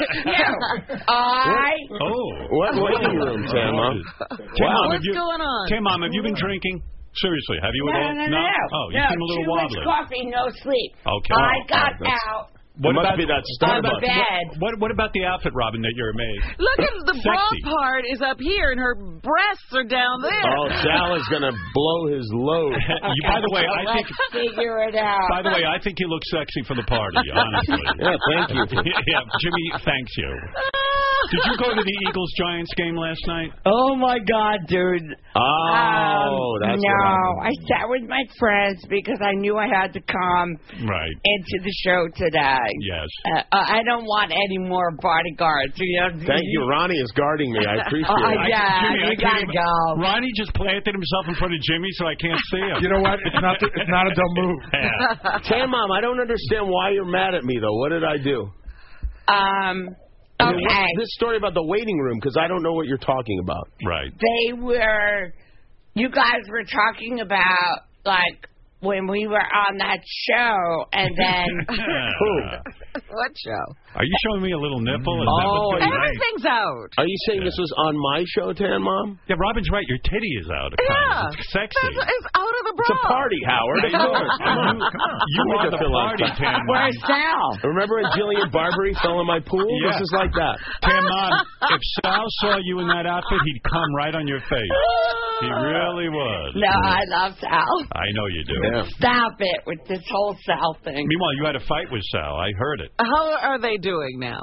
[SPEAKER 3] Uh,
[SPEAKER 7] I
[SPEAKER 1] Oh.
[SPEAKER 10] What waiting room, Tan Mom? Wow.
[SPEAKER 1] Mom, have you,
[SPEAKER 3] going on?
[SPEAKER 1] Tam Mom, have you been drinking? Seriously, have you
[SPEAKER 7] no,
[SPEAKER 1] at all?
[SPEAKER 7] no, no, no.
[SPEAKER 1] Oh, you
[SPEAKER 7] no,
[SPEAKER 1] seem a little
[SPEAKER 7] too Much
[SPEAKER 1] wobbly.
[SPEAKER 7] coffee, no sleep.
[SPEAKER 1] Okay.
[SPEAKER 7] I
[SPEAKER 1] Oh,
[SPEAKER 7] got
[SPEAKER 1] oh, that's-
[SPEAKER 7] out.
[SPEAKER 10] It must be that
[SPEAKER 7] I'm
[SPEAKER 10] Starbucks.
[SPEAKER 7] bad.
[SPEAKER 1] What, what about the outfit, Robin, that you're amazed?
[SPEAKER 3] Look at the bra
[SPEAKER 1] Sexy.
[SPEAKER 3] part is up here and her breasts are down there.
[SPEAKER 10] Oh, Sal is gonna blow his *laughs* load.
[SPEAKER 1] You- by the way, I think.
[SPEAKER 7] Let's figure it out.
[SPEAKER 1] By the way, I think you look sexy for the
[SPEAKER 10] *laughs*
[SPEAKER 1] party. Honestly.
[SPEAKER 10] Yeah, thank you.
[SPEAKER 1] *laughs* yeah, Jimmy, thanks you. Did you go to the Eagles Giants game last night?
[SPEAKER 7] oh my God, dude.
[SPEAKER 10] Oh,
[SPEAKER 7] Um, no,
[SPEAKER 10] that's what happened.
[SPEAKER 7] I sat with my friends because I knew I had to come
[SPEAKER 1] Right.
[SPEAKER 7] into the show today.
[SPEAKER 1] Yes.
[SPEAKER 7] Uh, I don't want any more bodyguards. You know,
[SPEAKER 10] Thank you. Ronnie is guarding me. I appreciate
[SPEAKER 7] *laughs* Oh,
[SPEAKER 10] it.
[SPEAKER 7] I- yeah,
[SPEAKER 1] Jimmy,
[SPEAKER 7] you
[SPEAKER 1] I
[SPEAKER 7] gotta
[SPEAKER 1] can't even-
[SPEAKER 7] go.
[SPEAKER 1] Ronnie just planted himself in front of Jimmy, so I can't see him.
[SPEAKER 13] You know what? It's not it's not a dumb move.
[SPEAKER 1] *laughs* Yeah.
[SPEAKER 10] Tan Mom, I don't understand why you're mad at me though. What did I do?
[SPEAKER 7] Um,
[SPEAKER 10] I mean, what's
[SPEAKER 7] okay.
[SPEAKER 10] This story about the waiting room because I don't know what you're talking about.
[SPEAKER 1] Right.
[SPEAKER 7] they were you guys were talking about like when we were on that show and
[SPEAKER 1] *laughs*
[SPEAKER 7] then *laughs*
[SPEAKER 3] What show?
[SPEAKER 1] Are you showing me a little nipple? Is
[SPEAKER 10] Oh,
[SPEAKER 1] that what's going on?
[SPEAKER 3] Everything's out.
[SPEAKER 10] Are you saying this was on my show, Tan Mom?
[SPEAKER 1] Yeah, Robin's right. Your titty is out.
[SPEAKER 3] Yeah.
[SPEAKER 1] It's sexy.
[SPEAKER 3] That's, it's out of the bra.
[SPEAKER 10] It's a party, Howard.
[SPEAKER 1] Hey,
[SPEAKER 10] Come
[SPEAKER 3] *laughs*
[SPEAKER 1] look,
[SPEAKER 10] on.
[SPEAKER 1] You
[SPEAKER 10] Make
[SPEAKER 1] are
[SPEAKER 10] it
[SPEAKER 1] the
[SPEAKER 10] feel like
[SPEAKER 1] party,
[SPEAKER 10] that.
[SPEAKER 1] Tam.
[SPEAKER 7] where's Sal?
[SPEAKER 10] Remember when Jillian Barbary fell in my pool?
[SPEAKER 1] Yeah.
[SPEAKER 10] This is like that.
[SPEAKER 1] Tam, Mom, if Sal saw you in that outfit, he'd come right on your face. He really would.
[SPEAKER 7] No, I love Sal.
[SPEAKER 1] I know you do.
[SPEAKER 7] Stop it with this whole Sal thing.
[SPEAKER 1] Meanwhile, you had a fight with Sal. I heard it.
[SPEAKER 3] How are they doing now?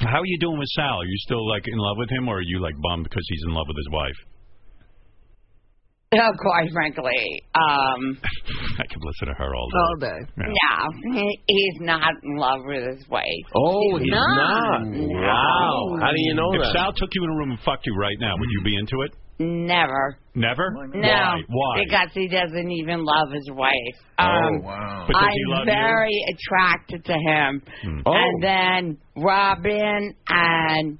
[SPEAKER 1] How are you doing with Sal? Are you still like in love with him, or are you like bummed because he's in love with his wife? *laughs*
[SPEAKER 7] No, Oh, quite frankly, um,
[SPEAKER 1] I could listen to her all day.
[SPEAKER 3] All day.
[SPEAKER 1] Yeah.
[SPEAKER 7] no, he, he's not in love with his wife.
[SPEAKER 10] Oh, he's not. Wow. How do you know
[SPEAKER 1] If
[SPEAKER 10] that?
[SPEAKER 1] Sal took you in a room and fucked you right now, would you be into it?
[SPEAKER 7] Never.
[SPEAKER 1] Never.
[SPEAKER 7] No,
[SPEAKER 1] Why? Why? Oh,
[SPEAKER 7] because he doesn't even love his wife. Um,
[SPEAKER 1] wow. But does he
[SPEAKER 7] I'm
[SPEAKER 1] love you? Oh.
[SPEAKER 7] very attracted to him. And then Robin and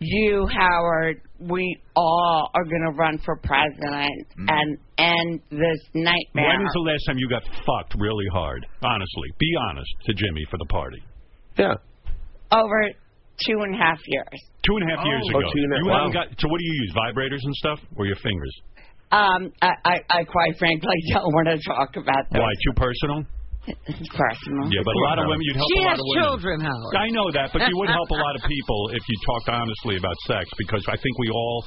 [SPEAKER 7] you, Howard, we all are going to run for president and end this nightmare.
[SPEAKER 1] Mm. When was the last time you got fucked really hard? Honestly, be honest to Jimmy for the party.
[SPEAKER 10] yeah.
[SPEAKER 7] Over two and a half years.
[SPEAKER 1] Two and a half years
[SPEAKER 10] Oh,
[SPEAKER 1] ago.
[SPEAKER 10] two and a-
[SPEAKER 1] you
[SPEAKER 10] wow.
[SPEAKER 1] haven't got. So what do you use? Vibrators and stuff, or your fingers?
[SPEAKER 7] Um, I, I, I quite frankly *laughs* don't want to talk about that.
[SPEAKER 1] Why? Too personal?
[SPEAKER 7] It's personal.
[SPEAKER 1] Yeah, but a lot of women, you'd help
[SPEAKER 7] She
[SPEAKER 1] a lot
[SPEAKER 7] has
[SPEAKER 1] of women.
[SPEAKER 7] children, Howard.
[SPEAKER 1] I know that, but you would help a lot
[SPEAKER 7] *laughs*
[SPEAKER 1] of people if you talked honestly about sex, because I think we all.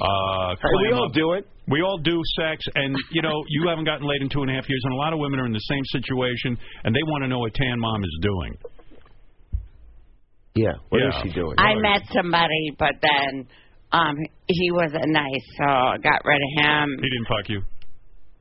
[SPEAKER 1] Uh,
[SPEAKER 10] we
[SPEAKER 1] clam
[SPEAKER 10] all
[SPEAKER 1] up.
[SPEAKER 10] do it.
[SPEAKER 1] We all do sex, and you know you haven't gotten laid in two and a half years, and a lot of women are in the same situation, and they want to know what Tan Mom is doing.
[SPEAKER 10] Yeah, what
[SPEAKER 1] what is
[SPEAKER 10] is she doing?
[SPEAKER 7] I met somebody, but then um, he wasn't nice, so I got rid of him.
[SPEAKER 1] He didn't fuck you.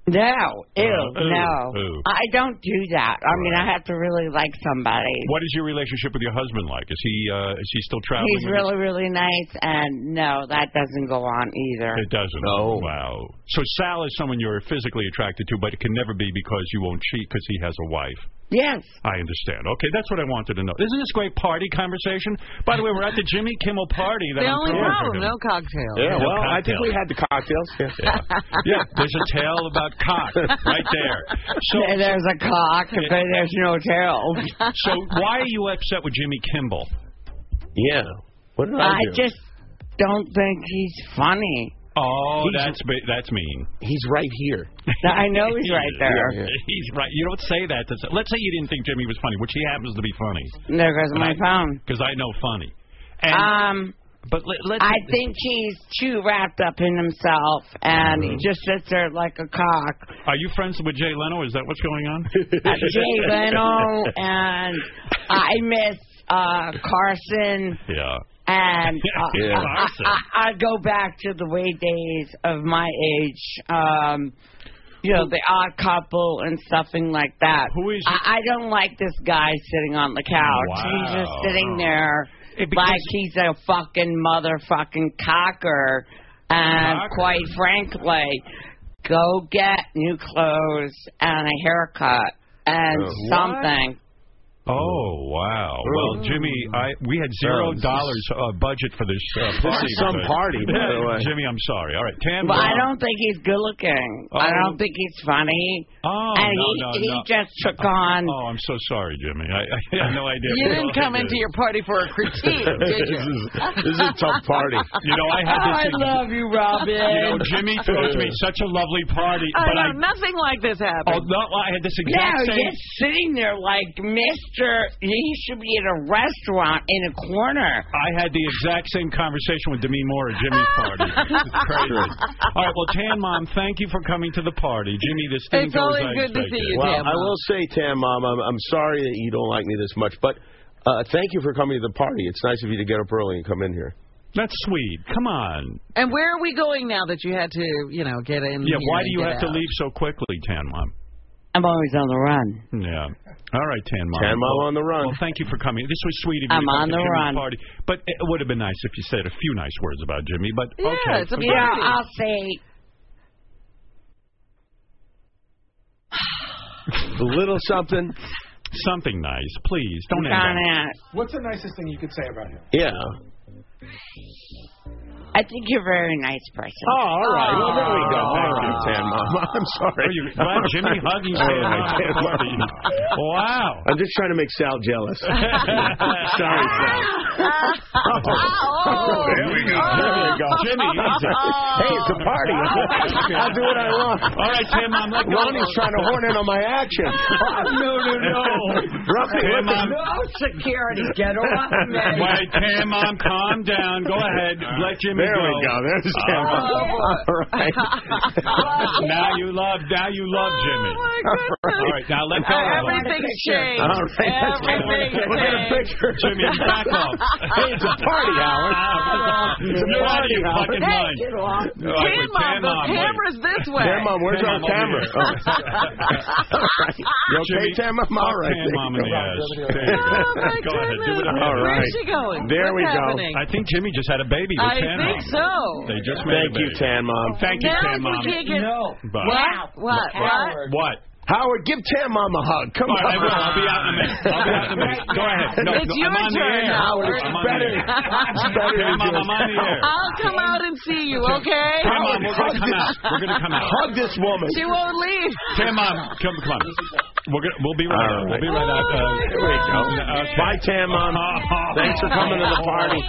[SPEAKER 7] No, ew,
[SPEAKER 1] Uh, ooh,
[SPEAKER 7] no.
[SPEAKER 1] ooh.
[SPEAKER 7] I don't do that. I mean, I have to really like somebody.
[SPEAKER 1] What is your relationship with your husband like? Is he uh, is he still traveling?
[SPEAKER 7] He's
[SPEAKER 1] with his-
[SPEAKER 7] really, really nice, and no, that doesn't go on either.
[SPEAKER 1] It doesn't. Wow. So Sal is someone you're physically attracted to, but it can never be because you won't cheat because he has a wife.
[SPEAKER 7] Yes.
[SPEAKER 1] I understand. Okay, that's what I wanted to know. Isn't this great party conversation? By the way, we're at the Jimmy Kimmel party. That
[SPEAKER 3] The
[SPEAKER 1] I'm
[SPEAKER 3] only
[SPEAKER 1] throwing for
[SPEAKER 3] problem,
[SPEAKER 1] him.
[SPEAKER 3] no cocktail. *laughs*
[SPEAKER 1] Yeah, well, I think we
[SPEAKER 10] had the cocktails.
[SPEAKER 1] Yeah. yeah, there's a tale about cock right there. *laughs* So
[SPEAKER 7] There- *laughs* there's a cock, but there's no tail.
[SPEAKER 1] *laughs* So why are you upset with Jimmy Kimmel?
[SPEAKER 10] Yeah. *laughs* What did
[SPEAKER 7] I just don't think he's funny.
[SPEAKER 1] Oh, that's bi- that's mean.
[SPEAKER 10] He's right here.
[SPEAKER 7] *laughs* I know he's
[SPEAKER 1] *laughs*
[SPEAKER 7] right there.
[SPEAKER 1] He's right. You don't say that. To, let's say you didn't think Jimmy was funny, which he happens to be funny.
[SPEAKER 7] There goes my phone.
[SPEAKER 1] Because I know funny.
[SPEAKER 7] um,
[SPEAKER 1] but let, let's.
[SPEAKER 7] I think he's too wrapped up in himself, and
[SPEAKER 1] Mm-hmm.
[SPEAKER 7] he
[SPEAKER 1] *laughs*
[SPEAKER 7] just sits there like a cock.
[SPEAKER 1] Are you friends with Jay Leno? Is that what's going on?
[SPEAKER 7] *laughs* Uh,
[SPEAKER 1] *laughs*
[SPEAKER 7] Jay Leno, and I miss uh, Carson.
[SPEAKER 1] Yeah.
[SPEAKER 7] And
[SPEAKER 14] *laughs*
[SPEAKER 7] uh,
[SPEAKER 1] *laughs* Yeah.
[SPEAKER 7] I, *laughs*
[SPEAKER 10] *laughs*
[SPEAKER 7] I, I go back to the way days of my age, um, you know, the odd couple and stuffing like that. Who is I, I don't like this guy sitting on the couch. He's just
[SPEAKER 15] Wow.
[SPEAKER 7] sitting there like he's a fucking motherfucking cocker. And
[SPEAKER 15] Cocker.
[SPEAKER 7] quite frankly, go get new clothes and a haircut and
[SPEAKER 1] Uh, what?
[SPEAKER 7] something.
[SPEAKER 1] Oh wow! Well, Jimmy, I we had
[SPEAKER 10] Oh,
[SPEAKER 1] zero
[SPEAKER 10] this
[SPEAKER 1] dollars uh, budget for this uh,
[SPEAKER 10] This
[SPEAKER 1] party.
[SPEAKER 10] is some
[SPEAKER 1] but-
[SPEAKER 10] party, by the
[SPEAKER 1] *laughs*
[SPEAKER 10] way.
[SPEAKER 1] Jimmy, I'm sorry. All right, Tam.
[SPEAKER 7] But I don't think he's good looking. I
[SPEAKER 1] Oh.
[SPEAKER 7] don't think he's funny.
[SPEAKER 1] Oh,
[SPEAKER 7] and
[SPEAKER 1] no,
[SPEAKER 7] he,
[SPEAKER 1] no,
[SPEAKER 7] he
[SPEAKER 1] no.
[SPEAKER 7] just took on.
[SPEAKER 1] *laughs* Oh, I'm so sorry, Jimmy. I, *laughs* I had no idea.
[SPEAKER 3] You didn't come into your party for a
[SPEAKER 1] *laughs*
[SPEAKER 3] critique, did
[SPEAKER 1] This
[SPEAKER 3] you?
[SPEAKER 1] is- this is a tough party. You know, I had this
[SPEAKER 3] Oh, I
[SPEAKER 1] ex-
[SPEAKER 3] love you, Robin.
[SPEAKER 1] You know, Jimmy throws *laughs* me such a lovely party,
[SPEAKER 3] I
[SPEAKER 1] but I.
[SPEAKER 3] know, nothing like this happened.
[SPEAKER 1] Oh no! I had this
[SPEAKER 7] Now
[SPEAKER 1] exact same.
[SPEAKER 7] you're sitting there like Mister. He should be at a restaurant in a corner.
[SPEAKER 1] I had the exact same conversation with Demi Moore at Jimmy's
[SPEAKER 3] *laughs*
[SPEAKER 1] party.
[SPEAKER 15] *laughs*
[SPEAKER 1] It's crazy. All right, well, Tan Mom, thank you for coming to the party, Jimmy. This thing
[SPEAKER 3] It's
[SPEAKER 1] goes
[SPEAKER 3] always
[SPEAKER 1] I
[SPEAKER 3] good to
[SPEAKER 1] expected.
[SPEAKER 3] see you,
[SPEAKER 10] Well, I will say, Tam, Mom, I'm, I'm sorry that you don't like me this much, but uh, thank you for coming to the party. It's nice of you to get up early and come in here.
[SPEAKER 1] That's sweet. Come on.
[SPEAKER 3] And where are we going now that you had to, you know, get in?
[SPEAKER 1] Yeah,
[SPEAKER 3] here
[SPEAKER 1] why
[SPEAKER 3] and
[SPEAKER 1] do you
[SPEAKER 3] get
[SPEAKER 1] have
[SPEAKER 3] out?
[SPEAKER 1] to leave so quickly, Tan Mom?
[SPEAKER 7] I'm always on the run.
[SPEAKER 1] Yeah. All right, Tan Mom.
[SPEAKER 10] Tan Mom
[SPEAKER 1] Well-
[SPEAKER 10] on the run.
[SPEAKER 1] Well, thank you for coming. This was sweet of you.
[SPEAKER 7] I'm
[SPEAKER 1] to come
[SPEAKER 7] on
[SPEAKER 1] to
[SPEAKER 7] the
[SPEAKER 1] Jimmy's
[SPEAKER 7] run.
[SPEAKER 1] Party. But it would have been nice if you said a few nice words about Jimmy. But okay. forget
[SPEAKER 7] yeah.
[SPEAKER 1] it.
[SPEAKER 7] I'll say
[SPEAKER 10] A little something.
[SPEAKER 1] Something nice, please. Don't end on
[SPEAKER 7] Donna.
[SPEAKER 13] What's the nicest thing you could say about him?
[SPEAKER 10] Yeah.
[SPEAKER 7] I think you're a very nice person.
[SPEAKER 10] Oh, all right. Well, there we go. Thank you, Tan Mom. *laughs* I'm sorry.
[SPEAKER 1] Oh, you- wow, Jimmy hugging
[SPEAKER 10] All
[SPEAKER 1] Tan
[SPEAKER 10] right,
[SPEAKER 1] Mom.
[SPEAKER 10] Tan Mom.
[SPEAKER 1] Wow.
[SPEAKER 10] I'm just trying to make Sal jealous. sorry, Sal. Oh,
[SPEAKER 15] There we go.
[SPEAKER 10] There we go.
[SPEAKER 1] Jimmy, easy.
[SPEAKER 10] Hey, it's a party. *laughs* I'll do what I want.
[SPEAKER 1] All right, Tim, I'm let go.
[SPEAKER 10] Ronnie's trying to horn in on my action.
[SPEAKER 1] *laughs*
[SPEAKER 10] Oh, no, no, no. Ronnie, what
[SPEAKER 1] Tim,
[SPEAKER 10] the-
[SPEAKER 1] I'm-
[SPEAKER 7] security, get
[SPEAKER 10] *laughs*
[SPEAKER 1] *laughs*
[SPEAKER 7] off
[SPEAKER 1] Wait, Tan Mom, calm down. Go ahead. Let Jimmy
[SPEAKER 10] There
[SPEAKER 1] go. Uh,
[SPEAKER 10] we go. There's Tan
[SPEAKER 1] *laughs*
[SPEAKER 10] Mom. All
[SPEAKER 3] Oh,
[SPEAKER 10] right.
[SPEAKER 1] now you love. Now you love
[SPEAKER 3] Oh,
[SPEAKER 1] Jimmy. All right, now let go. of him.
[SPEAKER 15] Everything's changed.
[SPEAKER 1] All right, that's good.
[SPEAKER 15] Everything's
[SPEAKER 1] Look at a
[SPEAKER 15] changed.
[SPEAKER 1] picture. Jimmy, back off. Hey, it's a party, Howard.
[SPEAKER 10] It's a
[SPEAKER 1] You're out of
[SPEAKER 10] party,
[SPEAKER 1] your
[SPEAKER 10] Howard.
[SPEAKER 1] fucking
[SPEAKER 10] Hey,
[SPEAKER 1] mind.
[SPEAKER 10] get off.
[SPEAKER 1] All right, wait,
[SPEAKER 3] Tan
[SPEAKER 1] Tan
[SPEAKER 3] Mom, the
[SPEAKER 1] wait.
[SPEAKER 3] camera's this way.
[SPEAKER 10] Tan Mom, where's
[SPEAKER 1] Tan
[SPEAKER 10] our
[SPEAKER 1] Mom over
[SPEAKER 10] camera?
[SPEAKER 1] here. *laughs*
[SPEAKER 3] Ah.
[SPEAKER 10] You okay,
[SPEAKER 1] Jimmy,
[SPEAKER 10] Tam? I'm Oh,
[SPEAKER 1] fuck
[SPEAKER 10] all right.
[SPEAKER 1] Tan
[SPEAKER 10] There
[SPEAKER 1] Mom
[SPEAKER 10] you
[SPEAKER 1] in the
[SPEAKER 10] go.
[SPEAKER 1] ass. There you go. Go
[SPEAKER 3] Oh,
[SPEAKER 1] ahead, do
[SPEAKER 5] *laughs*
[SPEAKER 1] whatever.
[SPEAKER 10] All
[SPEAKER 1] you
[SPEAKER 10] right.
[SPEAKER 1] want.
[SPEAKER 10] There we go.
[SPEAKER 1] I think Jimmy just had a baby with
[SPEAKER 3] I
[SPEAKER 1] Tan
[SPEAKER 3] think
[SPEAKER 1] Mom.
[SPEAKER 3] so.
[SPEAKER 1] They just made
[SPEAKER 10] Thank
[SPEAKER 1] a
[SPEAKER 10] you,
[SPEAKER 1] baby.
[SPEAKER 10] Tan Mom.
[SPEAKER 1] Thank you,
[SPEAKER 3] Now
[SPEAKER 1] Tan
[SPEAKER 3] we
[SPEAKER 1] Mom.
[SPEAKER 3] can't get- No.
[SPEAKER 1] Bye.
[SPEAKER 3] What? What? What?
[SPEAKER 1] What?
[SPEAKER 10] Howard, give Tam Mom a hug. Come
[SPEAKER 1] All
[SPEAKER 10] on.
[SPEAKER 1] right, I will. I'll be out in a minute. I'll be out in a minute. Go ahead. No,
[SPEAKER 3] It's
[SPEAKER 1] no,
[SPEAKER 3] your
[SPEAKER 1] I'm on
[SPEAKER 3] turn
[SPEAKER 1] the air.
[SPEAKER 3] now.
[SPEAKER 1] Howard, I'm on
[SPEAKER 10] better.
[SPEAKER 1] the air.
[SPEAKER 10] It's better to
[SPEAKER 1] Tan Mom,
[SPEAKER 10] do it.
[SPEAKER 1] I'm on the air.
[SPEAKER 3] I'll come out and see you, okay?
[SPEAKER 1] Tan Mom, we're going to come out. We're going to come out.
[SPEAKER 10] Hug this woman.
[SPEAKER 3] She won't leave.
[SPEAKER 1] Tan Mom, come, come on. We're gonna, we'll be
[SPEAKER 10] All
[SPEAKER 1] right. out. We'll be right
[SPEAKER 10] right.
[SPEAKER 1] out. Uh,
[SPEAKER 10] Oh, my
[SPEAKER 1] here we go.
[SPEAKER 10] God.
[SPEAKER 1] Okay.
[SPEAKER 10] Bye, Tim. Um,
[SPEAKER 1] uh,
[SPEAKER 10] thanks for coming to the party.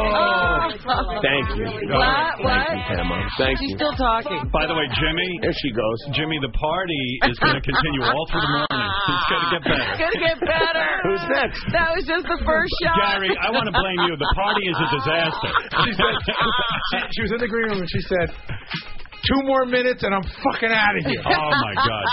[SPEAKER 3] Oh.
[SPEAKER 10] Thank you.
[SPEAKER 3] What? What?
[SPEAKER 10] Thank you, Pamela. Thank
[SPEAKER 3] She's
[SPEAKER 10] you.
[SPEAKER 3] still talking.
[SPEAKER 1] By the way, Jimmy.
[SPEAKER 10] There she goes.
[SPEAKER 1] Jimmy, the party is going to continue all through the morning. It's going to get better.
[SPEAKER 3] It's gonna get better.
[SPEAKER 1] Who's next?
[SPEAKER 3] That was just the first shot.
[SPEAKER 1] Gary, I want to blame
[SPEAKER 3] *laughs*
[SPEAKER 1] you. The party is a disaster.
[SPEAKER 13] She said she, she was in the green room and she said, two more minutes and I'm fucking out of here.
[SPEAKER 1] *laughs* Oh my God!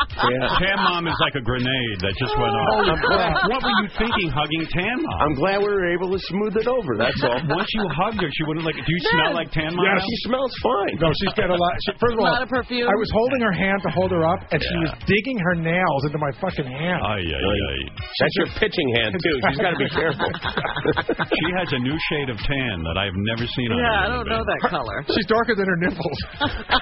[SPEAKER 1] Tam Mom is like a grenade that just went off.
[SPEAKER 10] Holy crap.
[SPEAKER 1] What were you thinking, hugging Tam Mom?
[SPEAKER 10] Oh, I'm glad we were able to smooth it over. That's all.
[SPEAKER 1] Once you hugged her, she wouldn't like. Do you smell like Tam Mom?
[SPEAKER 10] Yeah,
[SPEAKER 1] now?
[SPEAKER 10] she smells fine.
[SPEAKER 13] No, she's got a lot. She, first of all, I was holding her hand to hold her up, and she was digging her nails into my fucking hand.
[SPEAKER 1] Ay, ay, ay.
[SPEAKER 10] That's your pitching hand too. She's got to be careful.
[SPEAKER 1] *laughs* she has a new shade of tan that I've never seen on her.
[SPEAKER 3] know that color.
[SPEAKER 13] *laughs* She's darker than her
[SPEAKER 3] *laughs*
[SPEAKER 13] nipples.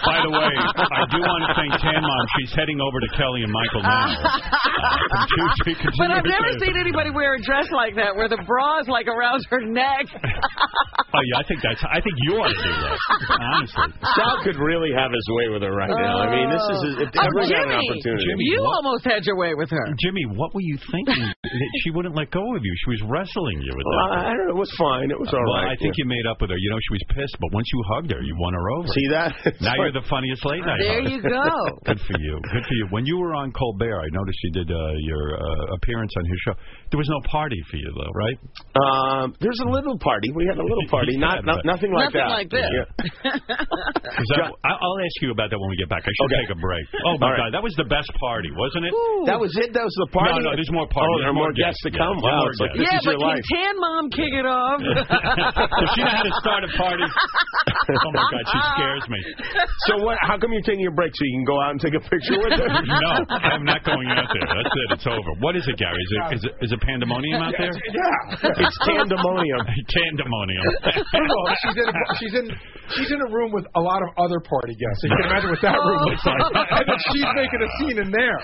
[SPEAKER 1] By the way, I do want to thank Tan Mom. She's heading over to Kelly and Michael now.
[SPEAKER 3] Ah, *laughs* But I've never seen anybody wear a dress like that, where the bra is like around her neck.
[SPEAKER 1] Oh yeah, I think that's. I think you ought to do that. *laughs* Honestly,
[SPEAKER 10] Sal could really have his way with her right now. I mean, this is if
[SPEAKER 3] Oh,
[SPEAKER 10] ever got an
[SPEAKER 3] Jimmy,
[SPEAKER 10] opportunity.
[SPEAKER 3] you almost had your way with her.
[SPEAKER 1] Jimmy, what were you thinking?
[SPEAKER 3] *laughs*
[SPEAKER 1] that she wouldn't let go of you. She was wrestling you. At
[SPEAKER 10] Well,
[SPEAKER 1] that
[SPEAKER 10] I, I don't know. It was fine. It was all
[SPEAKER 1] well,
[SPEAKER 10] right.
[SPEAKER 1] I think you made up with her. You know, she was pissed, but once you hugged her, you won her over.
[SPEAKER 10] See that? *laughs*
[SPEAKER 1] now
[SPEAKER 10] It's
[SPEAKER 1] you're
[SPEAKER 10] like-
[SPEAKER 1] the funniest late night.
[SPEAKER 10] There
[SPEAKER 1] host.
[SPEAKER 10] you go.
[SPEAKER 1] *laughs* Good for you. Good for you. When you were on Colbert, I noticed you did uh, your uh, appearance on his show. There was no party for you though, right?
[SPEAKER 10] Um, there's a little party. We had a
[SPEAKER 1] *laughs*
[SPEAKER 10] little party. Not,
[SPEAKER 1] Yeah,
[SPEAKER 10] not
[SPEAKER 1] but-
[SPEAKER 10] nothing like that. Yeah. *laughs*
[SPEAKER 1] Is that- I- I'll ask you about that when we get back. I should take a break. Oh my
[SPEAKER 10] All right.
[SPEAKER 1] God, that was the best party, wasn't it?
[SPEAKER 10] That was it. That was the party.
[SPEAKER 1] No, no, there's more party.
[SPEAKER 10] Oh, there are
[SPEAKER 1] There's
[SPEAKER 10] more
[SPEAKER 1] more
[SPEAKER 10] guests to
[SPEAKER 1] guests.
[SPEAKER 10] come.
[SPEAKER 1] Yeah,
[SPEAKER 10] wow,
[SPEAKER 1] more
[SPEAKER 10] it's like
[SPEAKER 1] guests.
[SPEAKER 10] this
[SPEAKER 3] *laughs* yeah,
[SPEAKER 10] is
[SPEAKER 3] but
[SPEAKER 10] your
[SPEAKER 3] can
[SPEAKER 10] life.
[SPEAKER 3] Tan Mom kick it
[SPEAKER 1] *laughs*
[SPEAKER 3] off?
[SPEAKER 1] Does she know
[SPEAKER 3] *laughs*
[SPEAKER 1] how to *laughs* start a party? Oh my God, she scares me.
[SPEAKER 10] So what? How come you're taking a break so you can go out and take a picture with her?
[SPEAKER 1] *laughs* no, I'm not going out there. That's it. It's over. What is it, Gary? Is it is it, is it pandemonium out there?
[SPEAKER 13] Yeah.
[SPEAKER 10] It's
[SPEAKER 1] *laughs*
[SPEAKER 10] pandemonium.
[SPEAKER 1] pandemonium.
[SPEAKER 13] First of all, she's in, a, she's in she's in a room with a lot of other party guests. So you can imagine what that room looks like.
[SPEAKER 3] *laughs*
[SPEAKER 13] And then she's making a scene in there.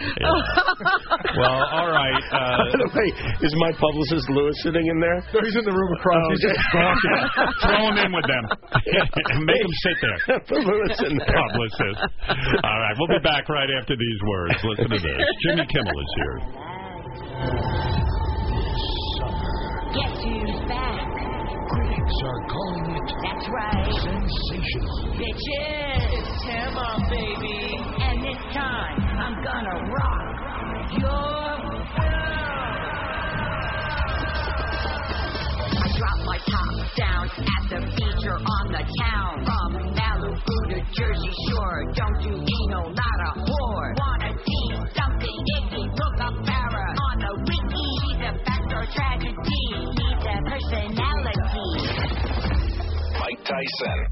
[SPEAKER 1] Well, all right. Uh,
[SPEAKER 10] *laughs* By the way, is my publicist Lewis sitting in there? Oh,
[SPEAKER 13] No, he's in the room across.
[SPEAKER 10] He's just talking.
[SPEAKER 1] Throw him in with them. *laughs* Make him sit there.
[SPEAKER 10] *laughs* Lewis in there.
[SPEAKER 1] Publicist. All right, we'll be back right after these words. Listen to this. Jimmy Kimmel is here.
[SPEAKER 15] Guess who's back? Critics are calling it. That's right. Sensational. Bitches. It's Tam on, baby. And this time, I'm gonna rock your world. I drop my top down at the feature on the town. From Malibu to Jersey Shore. Don't you eno, not a whore. Wanna see something icky? Look up Farrah on the wiki. She's a factor tragedy. Needs a personality.
[SPEAKER 16] Mike Tyson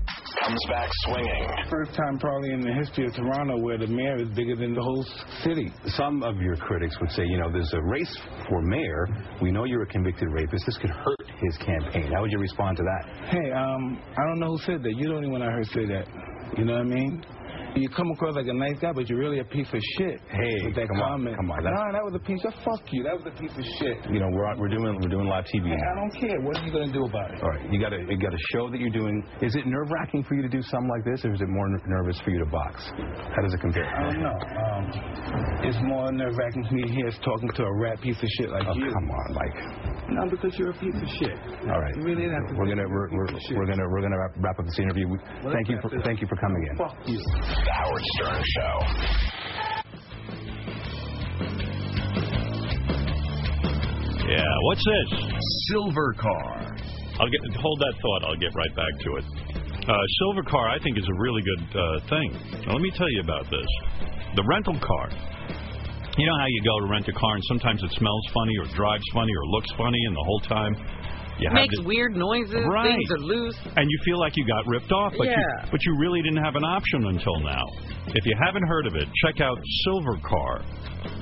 [SPEAKER 16] comes back swinging.
[SPEAKER 17] First time probably in the history of Toronto where the mayor is bigger than the whole city.
[SPEAKER 18] Some of your critics would say, you know, there's a race for mayor. We know you're a convicted rapist. This could hurt his campaign. How would you respond to that?
[SPEAKER 17] Hey, um, I don't know who said that. You're the only one I heard say that. You know what I mean? You come across like a nice guy, but you're really a piece of shit.
[SPEAKER 18] Hey,
[SPEAKER 17] with that
[SPEAKER 18] come on,
[SPEAKER 17] comment.
[SPEAKER 18] come on,
[SPEAKER 17] Nah,
[SPEAKER 18] that's-
[SPEAKER 17] that was a piece of fuck you. That was a piece of shit.
[SPEAKER 18] You know, we're, we're doing we're doing live TV
[SPEAKER 17] Hey, I
[SPEAKER 18] now.
[SPEAKER 17] don't care. What are you gonna do about it?
[SPEAKER 18] All right, you gotta you gotta show that you're doing. Is it nerve wracking for you to do something like this, or is it more ner- nervous for you to box? How does it compare?
[SPEAKER 17] I don't know. Um, it's more nerve wracking to me here is talking to a rat piece of shit like you. Come
[SPEAKER 18] Oh, on, like.
[SPEAKER 17] No, because you're a piece of shit.
[SPEAKER 18] All right,
[SPEAKER 17] Really, that's
[SPEAKER 18] we're gonna we're, we're, we're gonna we're gonna wrap, wrap up this interview. We- Thank you for thank you for coming in.
[SPEAKER 17] Fuck you.
[SPEAKER 16] The Howard Stern Show.
[SPEAKER 1] Yeah, what's this? Silver car. I'll get hold that thought. I'll get right back to it. Uh, silver car, I think, is a really good uh, thing. Now, let me tell you about this. The rental car. You know how you go to rent a car and sometimes it smells funny or drives funny or looks funny, and the whole time you have
[SPEAKER 3] Makes
[SPEAKER 1] this-
[SPEAKER 3] weird noises.
[SPEAKER 1] Right.
[SPEAKER 3] Things are loose.
[SPEAKER 1] and you feel like you got ripped off, but
[SPEAKER 3] Yeah.
[SPEAKER 1] you, but you really didn't have an option until now. If you haven't heard of it, check out Silver Car.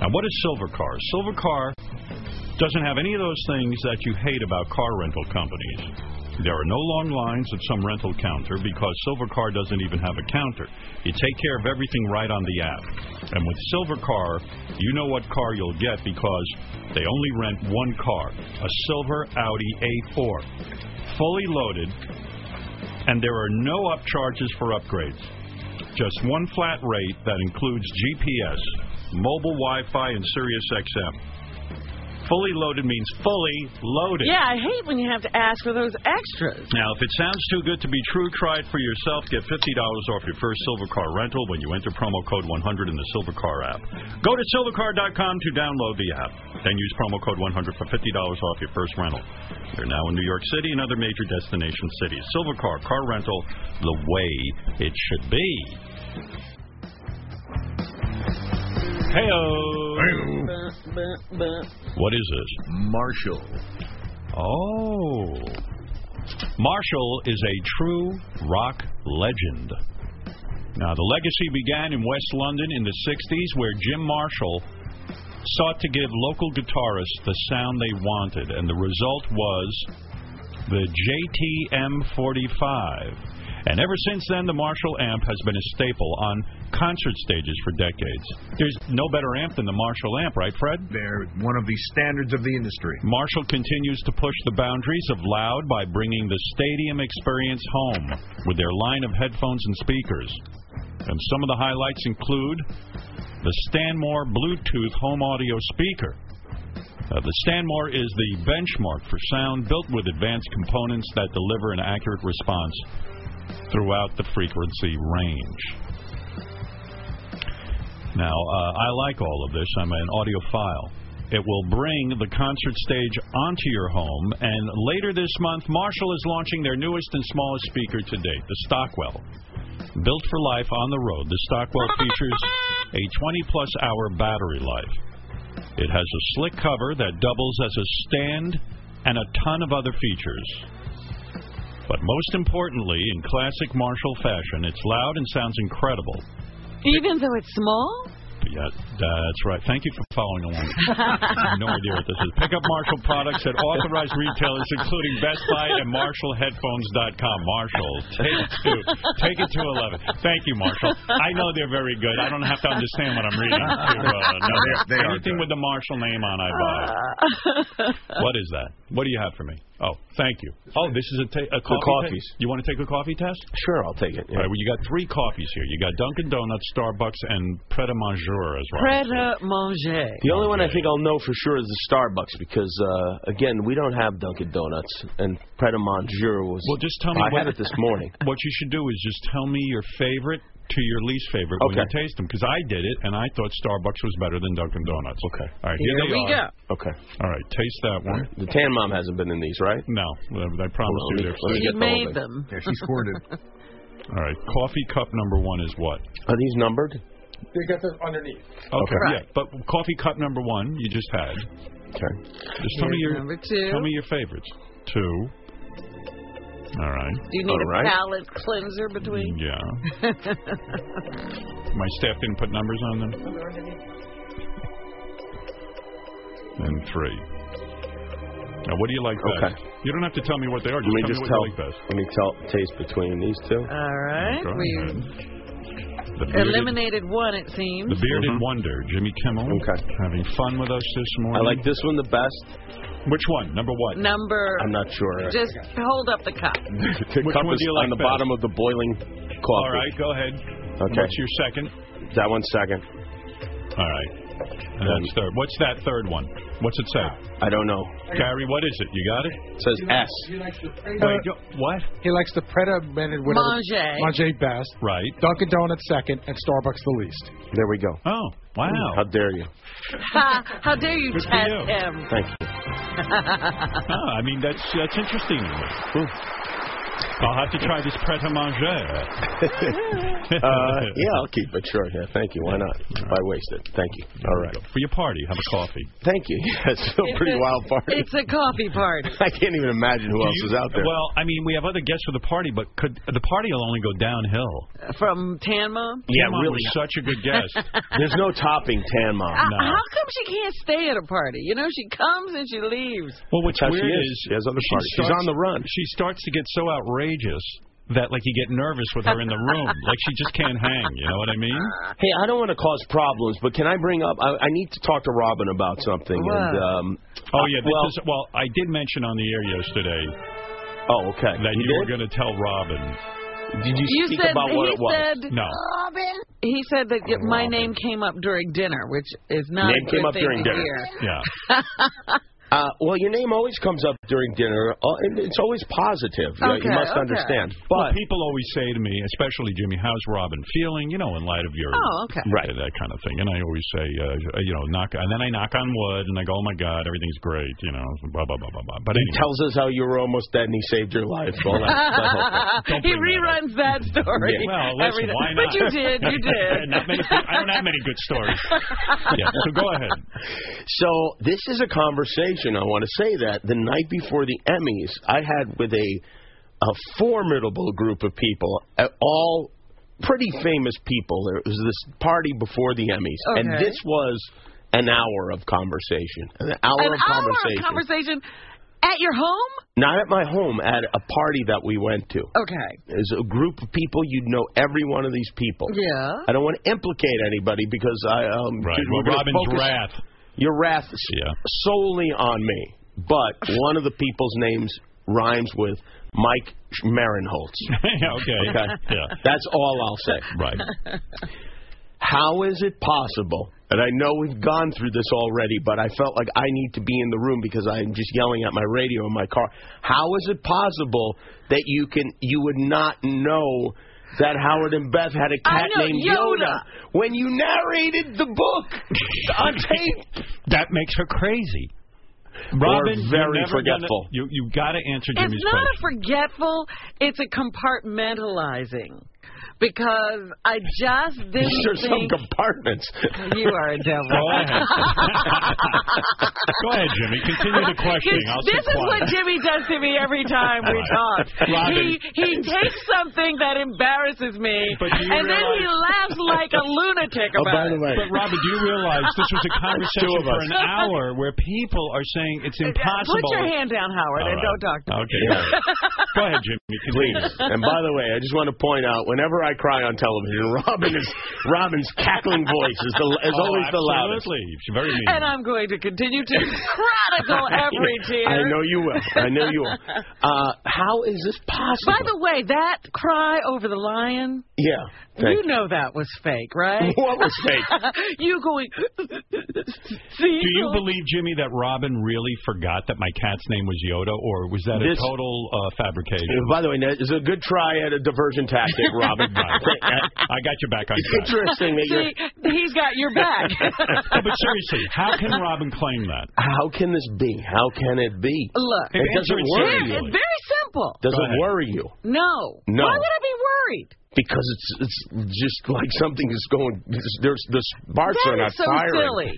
[SPEAKER 1] Now, what is Silver Car? Silver Car doesn't have any of those things that you hate about car rental companies. There are no long lines at some rental counter because Silver Car doesn't even have a counter. You take care of everything right on the app. And with Silver Car, you know what car you'll get because they only rent one car, a silver Audi A4, fully loaded, and there are no upcharges for upgrades. Just one flat rate that includes GPS, mobile Wi-Fi, and Sirius XM. Fully loaded means fully loaded.
[SPEAKER 3] Yeah, I hate when you have to ask for those extras.
[SPEAKER 1] Now, if it sounds too good to be true, try it for yourself. Get $50 off your first Silver Car rental when you enter promo code 100 in the Silver Car app. Go to silvercar.com to download the app. Then use promo code 100 for $50 off your first rental. They're now in New York City and other major destination cities. Silver Car, car rental, the way it should be. Heyo. What is this? Marshall. Oh. Marshall is a true rock legend. Now, the legacy began in West London in the 60s where Jim Marshall sought to give local guitarists the sound they wanted, and the result was the JTM 45. And ever since then, the Marshall amp has been a staple on concert stages for decades. There's no better amp than the Marshall amp, right, Fred? They're one of the standards of the industry. Marshall continues to push the boundaries of loud by bringing the stadium experience home with their line of headphones and speakers. And some of the highlights include the Stanmore Bluetooth home audio speaker. Uh, the Stanmore is the benchmark for sound built with advanced components that deliver an accurate response throughout the frequency range. Now, uh, I like all of this. I'm an audiophile. It will bring the concert stage onto your home, and later this month, Marshall is launching their newest and smallest speaker to date, the Stockwell. Built for life on the road, the Stockwell features a 20 plus hour battery life. It has a slick cover that doubles as a stand and a ton of other features. But most importantly, in classic Marshall fashion, it's loud and sounds incredible.
[SPEAKER 3] Even though it's small?
[SPEAKER 1] Yeah, that's right. Thank you for following along. I have no idea what this is. Pick up Marshall products at authorized retailers, including Best Buy and MarshallHeadphones.com. Marshall, take it to take it to eleven. Thank you, Marshall. I know they're very good. I don't have to understand what I'm reading.
[SPEAKER 10] *laughs*
[SPEAKER 1] To, uh, know.
[SPEAKER 11] they are
[SPEAKER 1] Anything with the Marshall name on, I buy.
[SPEAKER 3] Ah.
[SPEAKER 1] what is that? What do you have for me? Oh, thank you. Oh, this is a, ta- a coffee.
[SPEAKER 10] coffees.
[SPEAKER 1] test? You want to take a coffee test?
[SPEAKER 10] Sure, I'll take it.
[SPEAKER 1] All right, well, you got three coffees here. You got Dunkin' Donuts, Starbucks, and Pret a Manger as well.
[SPEAKER 3] Preta manger.
[SPEAKER 10] The only one I think I'll know for sure is the Starbucks because, uh, again, we don't have Dunkin' Donuts, and Pret a Manger was.
[SPEAKER 1] Well, just tell me.
[SPEAKER 10] I
[SPEAKER 1] what,
[SPEAKER 10] had it this morning.
[SPEAKER 1] *laughs* What you should do is just tell me your favorite to your least favorite when
[SPEAKER 10] Okay.
[SPEAKER 1] you taste them, because I did it and I thought Starbucks was better than Dunkin' Donuts. Okay. All right.
[SPEAKER 10] Here
[SPEAKER 1] here they
[SPEAKER 10] we
[SPEAKER 1] are.
[SPEAKER 10] Okay.
[SPEAKER 1] All right. Taste that one.
[SPEAKER 10] The Tan Mom hasn't been in these, right?
[SPEAKER 1] No. I promise
[SPEAKER 10] Hold on, let
[SPEAKER 1] you, they're
[SPEAKER 10] me- let me get the whole thing.
[SPEAKER 1] *laughs* All right. Coffee cup number one is what?
[SPEAKER 10] Are these numbered?
[SPEAKER 13] They got that underneath.
[SPEAKER 1] Okay. Yeah. But coffee cup number one you just had.
[SPEAKER 10] Okay.
[SPEAKER 1] Just tell me
[SPEAKER 13] Here's
[SPEAKER 1] your
[SPEAKER 13] number two.
[SPEAKER 1] tell me your favorites. Two. All right.
[SPEAKER 3] Do you need a palate cleanser between? *laughs*
[SPEAKER 1] Yeah. My staff didn't put numbers on them. And three. Now, what do you like best?
[SPEAKER 10] Okay.
[SPEAKER 1] You don't have to tell me what they are.
[SPEAKER 10] Let
[SPEAKER 1] Just
[SPEAKER 10] me
[SPEAKER 1] tell
[SPEAKER 10] just
[SPEAKER 1] me what
[SPEAKER 10] tell.
[SPEAKER 1] you like best.
[SPEAKER 10] Let me tell taste between these two.
[SPEAKER 3] All right.
[SPEAKER 1] Go
[SPEAKER 3] We
[SPEAKER 1] ahead. The bearded,
[SPEAKER 3] eliminated one, it seems.
[SPEAKER 1] the bearded wonder, Jimmy Kimmel. Okay. Having fun with us this
[SPEAKER 10] Mm-hmm. I
[SPEAKER 1] morning.
[SPEAKER 10] like this one the best.
[SPEAKER 1] Which one? Number what?
[SPEAKER 3] Number.
[SPEAKER 10] I'm not sure.
[SPEAKER 3] Just hold up the cup.
[SPEAKER 10] the
[SPEAKER 1] Which
[SPEAKER 10] cup
[SPEAKER 1] one
[SPEAKER 10] is
[SPEAKER 1] do you
[SPEAKER 10] on
[SPEAKER 1] like
[SPEAKER 10] the
[SPEAKER 1] best?
[SPEAKER 10] bottom of the boiling coffee.
[SPEAKER 1] *laughs* All right, go ahead.
[SPEAKER 10] Okay.
[SPEAKER 1] What's your second?
[SPEAKER 10] That one's second.
[SPEAKER 1] All right. And that's third. What's that third one? What's it say?
[SPEAKER 10] I don't know.
[SPEAKER 1] Gary, what is it? You got it?
[SPEAKER 10] It says S.
[SPEAKER 1] Wait, yo- what?
[SPEAKER 13] He likes the Preta Manger
[SPEAKER 3] Manger.
[SPEAKER 13] Manger best.
[SPEAKER 1] Right.
[SPEAKER 13] Dunkin' Donuts second, and Starbucks the least.
[SPEAKER 10] There we go.
[SPEAKER 1] Oh, wow.
[SPEAKER 10] How dare you?
[SPEAKER 3] Ha, How dare you
[SPEAKER 1] Good for
[SPEAKER 3] test
[SPEAKER 1] you.
[SPEAKER 3] him?
[SPEAKER 10] Thank you.
[SPEAKER 1] Oh, I mean, that's that's interesting. I'll have to try this pret a manger.
[SPEAKER 10] *laughs* Uh,
[SPEAKER 1] *laughs*
[SPEAKER 10] yeah, I'll keep it. Sure. Yeah, thank you. Why not? If I waste it. Thank you. All right.
[SPEAKER 1] For your party, have a coffee.
[SPEAKER 10] Thank you. *laughs* Yeah, it's still a pretty wild
[SPEAKER 5] *laughs*
[SPEAKER 10] party. *laughs*
[SPEAKER 3] It's a coffee party.
[SPEAKER 10] I can't even imagine who
[SPEAKER 1] Do
[SPEAKER 10] else
[SPEAKER 1] you-
[SPEAKER 10] is out there.
[SPEAKER 1] Well, I mean, we have other guests for the party, but could the party will only go downhill.
[SPEAKER 3] From Tan Mom?
[SPEAKER 1] Tan Mom was such a
[SPEAKER 3] *laughs*
[SPEAKER 1] good guest.
[SPEAKER 10] There's no topping Tan Mom.
[SPEAKER 3] Uh, How come she can't stay at a party? You know, she comes and she leaves.
[SPEAKER 1] Well, what's
[SPEAKER 10] That's how
[SPEAKER 1] weird
[SPEAKER 10] she is.
[SPEAKER 1] is
[SPEAKER 10] She has other parties. She's on the
[SPEAKER 1] run. She starts to get so outrageous that like you get nervous with her in the
[SPEAKER 3] *laughs*
[SPEAKER 1] room, like she just can't hang. You know what I mean?
[SPEAKER 10] Hey, I don't want to cause problems, but can I bring up? I, I need to talk to Robin about something. And,
[SPEAKER 1] Wow.
[SPEAKER 10] um,
[SPEAKER 1] Oh
[SPEAKER 10] uh,
[SPEAKER 1] yeah, this
[SPEAKER 10] well,
[SPEAKER 1] is well. I did mention on the air yesterday.
[SPEAKER 10] Oh okay.
[SPEAKER 1] That
[SPEAKER 10] You
[SPEAKER 1] you were going to tell Robin.
[SPEAKER 10] Did
[SPEAKER 3] you said he said
[SPEAKER 1] No.
[SPEAKER 3] Robin. He he said that my name came up during dinner, which is not
[SPEAKER 10] Name
[SPEAKER 3] a
[SPEAKER 10] came
[SPEAKER 3] good
[SPEAKER 10] up
[SPEAKER 3] thing
[SPEAKER 10] during
[SPEAKER 3] to
[SPEAKER 10] dinner.
[SPEAKER 3] hear.
[SPEAKER 1] Yeah.
[SPEAKER 3] *laughs*
[SPEAKER 10] Uh, well, your name always comes up during dinner. Uh, and It's always positive. You know, you must understand.
[SPEAKER 1] Well, people always say to me, especially Jimmy, how's Robin feeling? You know, in light of your
[SPEAKER 3] Oh, okay.
[SPEAKER 1] right that kind of thing. And I always say, uh, you know, knock, and then I knock on wood, and I go, oh my God, everything's great. You know, blah blah blah blah blah. But
[SPEAKER 10] he
[SPEAKER 1] anyway, *laughs*
[SPEAKER 10] tells us how you were almost dead and he saved your life. All that, that whole
[SPEAKER 3] *laughs*
[SPEAKER 10] thing.
[SPEAKER 3] he reruns that story.
[SPEAKER 10] Yeah, well, listen,
[SPEAKER 3] every day.
[SPEAKER 10] why
[SPEAKER 3] But
[SPEAKER 10] not?
[SPEAKER 3] you did,
[SPEAKER 1] *laughs*
[SPEAKER 10] *laughs*
[SPEAKER 3] you did.
[SPEAKER 1] Not many I don't have many good stories.
[SPEAKER 3] *laughs*
[SPEAKER 1] yeah, so go ahead.
[SPEAKER 10] *laughs* So this is a conversation. I want to say that the night before the Emmys, I had with a a formidable group of people, uh, all pretty famous people. There was this party before the Emmys, and
[SPEAKER 3] Okay.
[SPEAKER 10] this was an hour of conversation. An hour
[SPEAKER 3] An
[SPEAKER 10] of
[SPEAKER 3] hour
[SPEAKER 10] conversation.
[SPEAKER 3] of conversation at your home?
[SPEAKER 10] Not at my home, at a party that we went to.
[SPEAKER 3] Okay.
[SPEAKER 10] There's a group of people. You'd know every one of these people.
[SPEAKER 3] Yeah.
[SPEAKER 10] I don't want to implicate anybody because I um
[SPEAKER 1] Right.
[SPEAKER 10] we're
[SPEAKER 1] Well,
[SPEAKER 10] gonna
[SPEAKER 1] Robin's
[SPEAKER 10] focus
[SPEAKER 1] wrath.
[SPEAKER 10] Your wrath is solely on me. But one of the people's names rhymes with Mike Marinholtz.
[SPEAKER 1] okay.
[SPEAKER 10] Okay.
[SPEAKER 1] *laughs* Yeah.
[SPEAKER 10] That's all I'll say.
[SPEAKER 1] Right.
[SPEAKER 10] How is it possible? And I know we've gone through this already, but I felt like I need to be in the room because I'm just yelling at my radio in my car. How is it possible that you can you would not know that Howard and Beth had a
[SPEAKER 19] I
[SPEAKER 10] cat
[SPEAKER 19] know,
[SPEAKER 10] named
[SPEAKER 19] Yoda.
[SPEAKER 10] when you narrated the book on tape?
[SPEAKER 1] That makes her crazy.
[SPEAKER 10] Or
[SPEAKER 1] Robin, you're
[SPEAKER 10] very
[SPEAKER 1] never
[SPEAKER 10] forgetful.
[SPEAKER 1] Gonna, you you got to answer
[SPEAKER 3] It's
[SPEAKER 1] Jimmy's
[SPEAKER 3] not
[SPEAKER 1] question.
[SPEAKER 3] a forgetful, it's a compartmentalizing. Because I just didn't
[SPEAKER 10] These are some
[SPEAKER 3] think
[SPEAKER 10] compartments.
[SPEAKER 3] you are a devil.
[SPEAKER 10] Go ahead.
[SPEAKER 3] *laughs*
[SPEAKER 1] Go ahead, Jimmy. Continue
[SPEAKER 5] *laughs*
[SPEAKER 1] the questioning. I'll
[SPEAKER 3] this
[SPEAKER 1] sit
[SPEAKER 3] is
[SPEAKER 1] quiet.
[SPEAKER 3] what Jimmy does to me every time
[SPEAKER 1] *laughs*
[SPEAKER 3] we
[SPEAKER 1] Right.
[SPEAKER 3] talk.
[SPEAKER 1] Robin.
[SPEAKER 3] He he takes something that embarrasses me,
[SPEAKER 1] But do you
[SPEAKER 3] and then he
[SPEAKER 1] realize-
[SPEAKER 3] laughs like a lunatic
[SPEAKER 1] Oh, by
[SPEAKER 3] about
[SPEAKER 1] the
[SPEAKER 3] it.
[SPEAKER 1] way. But Robin, do you realize this *laughs*
[SPEAKER 10] *laughs*
[SPEAKER 1] was a conversation for an
[SPEAKER 3] *laughs*
[SPEAKER 1] hour where people are saying it's impossible.
[SPEAKER 3] Put your hand down, Howard,
[SPEAKER 1] All
[SPEAKER 3] and
[SPEAKER 1] right.
[SPEAKER 3] don't talk to me.
[SPEAKER 1] Okay. Go ahead, Jimmy. Continue.
[SPEAKER 10] Please. And by the way, I just want to point out, whenever I cry on television, *laughs* Robin is Robin's cackling voice is, the, is
[SPEAKER 1] Oh,
[SPEAKER 10] always the loudest.
[SPEAKER 1] absolutely. She's very mean.
[SPEAKER 3] *laughs* And I'm going to continue to
[SPEAKER 1] *laughs*
[SPEAKER 3] chronicle every tear.
[SPEAKER 10] I know you will. I know you will. Uh, how is this possible?
[SPEAKER 3] By the way, that cry over the lion, *laughs*
[SPEAKER 10] Yeah. thank
[SPEAKER 3] you know that was fake, right?
[SPEAKER 10] What was
[SPEAKER 5] *laughs*
[SPEAKER 10] fake?
[SPEAKER 3] you going, *laughs*
[SPEAKER 1] Do you believe, Jimmy, that Robin really forgot that my cat's name was Yoda, or was that
[SPEAKER 10] This-
[SPEAKER 1] a total uh, fabrication?
[SPEAKER 10] Uh, By the way, it's a good try at a diversion tactic, Robin.
[SPEAKER 1] *laughs* Right. I got your back on
[SPEAKER 10] It's
[SPEAKER 1] track.
[SPEAKER 10] interesting that you're.
[SPEAKER 3] See, he's got
[SPEAKER 10] *laughs*
[SPEAKER 3] your back.
[SPEAKER 1] No, but seriously, how can Robin claim that?
[SPEAKER 10] How can this be? How can it be?
[SPEAKER 3] Look,
[SPEAKER 10] it doesn't worry
[SPEAKER 3] Here, It's
[SPEAKER 10] you.
[SPEAKER 3] very simple.
[SPEAKER 10] Doesn't worry you
[SPEAKER 3] No.
[SPEAKER 10] No.
[SPEAKER 3] Why would I be worried?
[SPEAKER 10] because it's it's just like something is going. There's the sparks
[SPEAKER 3] That
[SPEAKER 10] are not
[SPEAKER 3] is so
[SPEAKER 10] firing.
[SPEAKER 3] silly.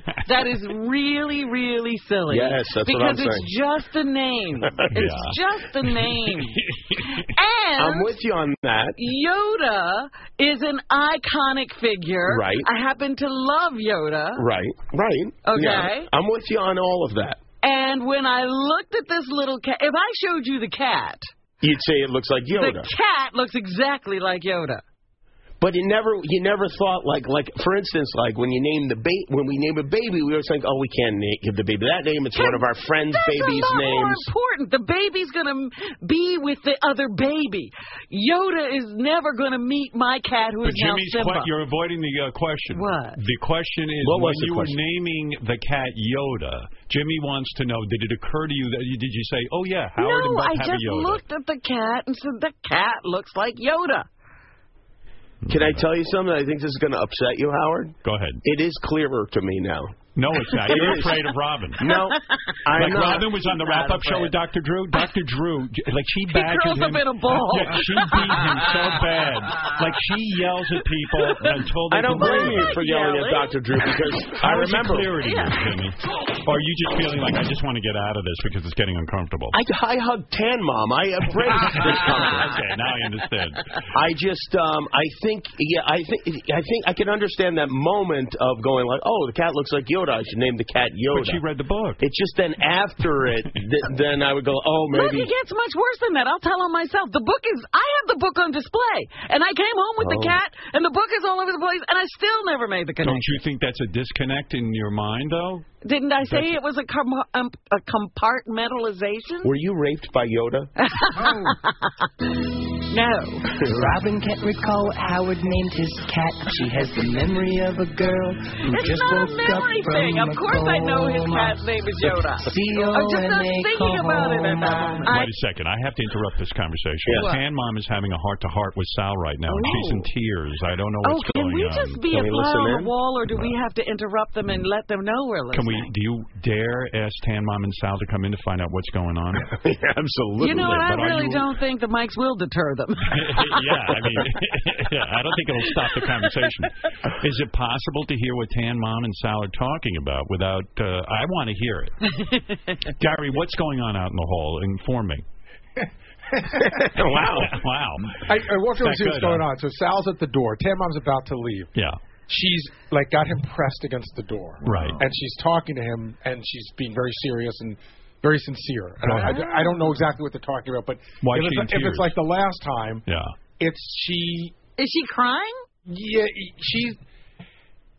[SPEAKER 10] *laughs*
[SPEAKER 3] That is really, really silly.
[SPEAKER 10] Yes, that's what
[SPEAKER 3] because
[SPEAKER 10] I'm
[SPEAKER 3] it's just a
[SPEAKER 10] *laughs*
[SPEAKER 3] name. It's just a name. And
[SPEAKER 10] I'm with you on that.
[SPEAKER 3] Yoda is an iconic figure.
[SPEAKER 10] Right.
[SPEAKER 3] I happen to love Yoda.
[SPEAKER 10] Right, right.
[SPEAKER 3] Okay.
[SPEAKER 10] Yeah. I'm with you on all of that.
[SPEAKER 3] And when I looked at this little cat, if I showed you the cat,
[SPEAKER 10] You'd say it looks like
[SPEAKER 3] the
[SPEAKER 10] Yoda,
[SPEAKER 3] cat looks exactly like Yoda.
[SPEAKER 10] but it never. You never thought like like for instance like when you name the ba- when we name a baby we always think oh we can't na- give the baby that name it's one of our friends'
[SPEAKER 3] That's
[SPEAKER 10] babies'
[SPEAKER 3] a lot more
[SPEAKER 10] names.
[SPEAKER 3] important. The baby's gonna be with the other baby. Yoda is never gonna meet my cat who is
[SPEAKER 1] But Jimmy's
[SPEAKER 3] now Simba.
[SPEAKER 1] que- you're avoiding the uh, question.
[SPEAKER 3] What?
[SPEAKER 1] The question is
[SPEAKER 10] What was
[SPEAKER 1] when
[SPEAKER 10] the
[SPEAKER 1] you
[SPEAKER 10] question?
[SPEAKER 1] were naming the cat Yoda, Jimmy wants to know did it occur to you that you did you say, "Oh yeah, Howard and
[SPEAKER 3] no,
[SPEAKER 1] Beth
[SPEAKER 3] I
[SPEAKER 1] have
[SPEAKER 3] just
[SPEAKER 1] a Yoda?"
[SPEAKER 3] looked at the cat and said the cat looks like Yoda.
[SPEAKER 10] Can I tell you something? I think this is going to upset you, Howard.
[SPEAKER 1] Go ahead.
[SPEAKER 10] It is clearer to me now.
[SPEAKER 1] No, it's not.
[SPEAKER 10] It
[SPEAKER 1] You're
[SPEAKER 10] is.
[SPEAKER 1] afraid of Robin.
[SPEAKER 10] *laughs* No, I'm
[SPEAKER 1] like
[SPEAKER 10] not.
[SPEAKER 1] Robin was on the
[SPEAKER 10] Not
[SPEAKER 1] wrap-up show
[SPEAKER 10] afraid.
[SPEAKER 1] with Dr. Drew. Dr. Drew, j- like she
[SPEAKER 10] He
[SPEAKER 1] badgered
[SPEAKER 10] curls up in
[SPEAKER 1] him.
[SPEAKER 10] a ball.
[SPEAKER 1] Yeah, she beat him so bad. Like she yells at people until
[SPEAKER 10] I
[SPEAKER 1] they.
[SPEAKER 10] don't
[SPEAKER 1] complain.
[SPEAKER 10] blame you for yelling at Dr. Drew because I
[SPEAKER 1] How is it
[SPEAKER 10] remember.
[SPEAKER 1] clear to you, Jimmy? Or are you just feeling like I just want to get out of this because it's getting uncomfortable?
[SPEAKER 10] I, I hugged Tan Mom. I
[SPEAKER 1] *laughs*
[SPEAKER 10] embraced this company.
[SPEAKER 1] okay, now I understand.
[SPEAKER 10] I just, um, I think, yeah, I think, I think I can understand that moment of going like, oh, the cat looks like Yoda. I should name the cat Yoda.
[SPEAKER 1] she read the book.
[SPEAKER 10] It's just then after it, th- then I would go, oh,
[SPEAKER 3] Look,
[SPEAKER 10] maybe.
[SPEAKER 3] it gets much worse than that. I'll tell on myself. The book is, I have the book on display. And I came home with the
[SPEAKER 1] Oh.
[SPEAKER 3] cat, and the book is all over the place, and I still never made the
[SPEAKER 1] Don't
[SPEAKER 3] connection.
[SPEAKER 1] you think that's a disconnect in your mind, though?
[SPEAKER 3] Didn't I say it was a, com- um, a compartmentalization?
[SPEAKER 10] Were you raped by Yoda?
[SPEAKER 7] No.
[SPEAKER 11] Robin can't recall Howard named his cat. She has the memory of a girl who
[SPEAKER 3] It's
[SPEAKER 11] just
[SPEAKER 3] not a
[SPEAKER 11] woke
[SPEAKER 3] memory
[SPEAKER 11] up from
[SPEAKER 3] thing. Of
[SPEAKER 11] a
[SPEAKER 3] course I know his
[SPEAKER 11] coma.
[SPEAKER 3] cat's name is Yoda. I'm just not thinking about it at that
[SPEAKER 11] C-O-M-A
[SPEAKER 3] moment.
[SPEAKER 1] Wait a second. I have to interrupt this conversation.
[SPEAKER 3] Yes. What?
[SPEAKER 1] Fan Mom is having a heart to heart with Sal right now, and
[SPEAKER 3] Oh.
[SPEAKER 1] she's in tears. I don't know
[SPEAKER 3] Oh,
[SPEAKER 1] what's
[SPEAKER 3] can
[SPEAKER 1] going
[SPEAKER 3] we
[SPEAKER 1] on.
[SPEAKER 3] just be a fly on the wall, or do we have to interrupt them and let them know we're
[SPEAKER 1] Can
[SPEAKER 3] listening?
[SPEAKER 1] we? Do you dare ask Tan Mom and Sal to come in to find out what's going
[SPEAKER 3] *laughs*
[SPEAKER 1] on? Absolutely.
[SPEAKER 3] You know what? I
[SPEAKER 1] But are
[SPEAKER 3] really
[SPEAKER 1] you-
[SPEAKER 3] don't think the mics will deter them.
[SPEAKER 1] *laughs* yeah, I mean, *laughs* yeah, I don't think it'll stop the conversation. Is it possible to hear what Tan Mom and Sal are talking about without? Uh, I want to hear it.
[SPEAKER 3] *laughs*
[SPEAKER 1] Gary, what's going on out in the hall? Inform me. *laughs*
[SPEAKER 13] *laughs*
[SPEAKER 1] wow, *laughs* wow.
[SPEAKER 13] I, I walked over to
[SPEAKER 1] That
[SPEAKER 13] see what's
[SPEAKER 1] good,
[SPEAKER 13] going
[SPEAKER 1] huh?
[SPEAKER 13] on. So Sal's at the door. Tammom's about to leave.
[SPEAKER 1] Yeah.
[SPEAKER 13] She's like got him pressed against the door.
[SPEAKER 1] Right.
[SPEAKER 13] And she's talking to him, and she's being very serious and very sincere. And
[SPEAKER 1] Wow.
[SPEAKER 13] I, I, I don't know exactly what they're talking about, but
[SPEAKER 1] Why
[SPEAKER 13] if,
[SPEAKER 1] is
[SPEAKER 13] it's,
[SPEAKER 1] she in
[SPEAKER 13] if it's
[SPEAKER 1] tears?
[SPEAKER 13] like the last time,
[SPEAKER 1] Yeah.
[SPEAKER 13] it's she.
[SPEAKER 3] Is she crying?
[SPEAKER 13] Yeah, she's.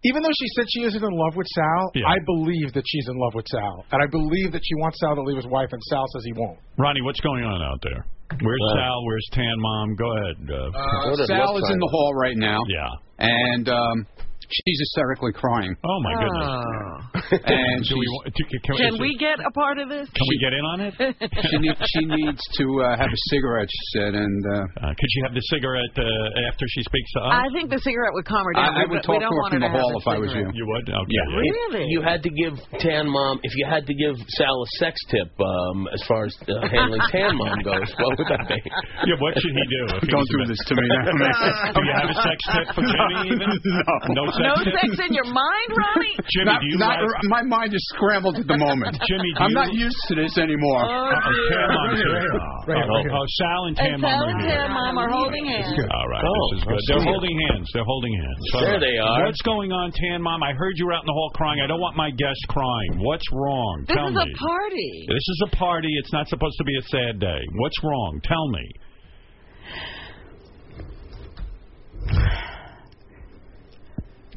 [SPEAKER 13] Even though she said she isn't in love with Sal, I believe that she's in love with Sal, and I believe that she wants Sal to leave his wife, and Sal says he won't.
[SPEAKER 1] Ronnie, what's going on out there? Where's Sal? Where's Tan Mom? Go ahead. Uh,
[SPEAKER 20] Uh, Sal is in the hall right now.
[SPEAKER 1] Yeah.
[SPEAKER 20] And um, she's hysterically crying.
[SPEAKER 1] Oh, my
[SPEAKER 20] goodness. And
[SPEAKER 1] Do we
[SPEAKER 20] she's-
[SPEAKER 1] want- do- can we-
[SPEAKER 3] Can we get a part of this?
[SPEAKER 1] Can we
[SPEAKER 3] *laughs*
[SPEAKER 1] get in on it?
[SPEAKER 20] she, need, she needs to uh, have a cigarette, she said. And uh,
[SPEAKER 1] could she have the cigarette uh, after she speaks to us?
[SPEAKER 3] I think the cigarette would calm her down.
[SPEAKER 20] I- I
[SPEAKER 3] We-
[SPEAKER 20] would
[SPEAKER 3] we
[SPEAKER 20] talk
[SPEAKER 3] don't
[SPEAKER 20] to her
[SPEAKER 3] want
[SPEAKER 20] from
[SPEAKER 3] her
[SPEAKER 20] the
[SPEAKER 3] to have
[SPEAKER 20] hall
[SPEAKER 3] a
[SPEAKER 20] if I was
[SPEAKER 3] cigarette.
[SPEAKER 1] You would?
[SPEAKER 10] *laughs*
[SPEAKER 1] Okay.
[SPEAKER 10] Yeah.
[SPEAKER 1] yeah.
[SPEAKER 3] Really?
[SPEAKER 10] You had to give Tan Mom, if you had to give Sal a sex tip um, as far as uh, handling Tan Mom goes, what would that be?
[SPEAKER 1] Yeah, what should he do? if he
[SPEAKER 10] Don't
[SPEAKER 1] was
[SPEAKER 10] do
[SPEAKER 1] a-
[SPEAKER 10] this to me now, man.
[SPEAKER 1] *laughs* do you have a sex tip for Jimmy
[SPEAKER 20] *laughs*
[SPEAKER 10] *laughs*
[SPEAKER 1] even? No, sex
[SPEAKER 3] No
[SPEAKER 1] tip?
[SPEAKER 3] sex in your mind, Ronnie?
[SPEAKER 1] Jimmy,
[SPEAKER 20] Not-
[SPEAKER 1] do you
[SPEAKER 20] not-
[SPEAKER 1] like-
[SPEAKER 20] my mind is scrambled at the
[SPEAKER 1] *laughs*
[SPEAKER 20] moment.
[SPEAKER 1] Jimmy, do
[SPEAKER 20] I'm
[SPEAKER 1] you-
[SPEAKER 20] not used to this anymore.
[SPEAKER 1] Uh, Tan Mom too. Oh, oh, Sal *laughs* and Tan
[SPEAKER 3] And
[SPEAKER 1] Mom
[SPEAKER 3] Sal
[SPEAKER 1] are
[SPEAKER 3] and
[SPEAKER 1] here.
[SPEAKER 3] Tam Mom are holding hands.
[SPEAKER 1] All right,
[SPEAKER 10] Oh,
[SPEAKER 1] this
[SPEAKER 10] I
[SPEAKER 1] is good.
[SPEAKER 10] see
[SPEAKER 1] They're
[SPEAKER 10] it.
[SPEAKER 1] holding hands. They're holding hands.
[SPEAKER 10] There
[SPEAKER 1] All right.
[SPEAKER 10] they are.
[SPEAKER 1] What's going on, Tan Mom? I heard you were out in the hall crying. I don't want my guests crying. What's wrong?
[SPEAKER 3] This
[SPEAKER 1] Tell
[SPEAKER 3] is
[SPEAKER 1] me.
[SPEAKER 3] a party.
[SPEAKER 1] This is a party. It's not supposed to be a sad day. What's wrong? Tell me.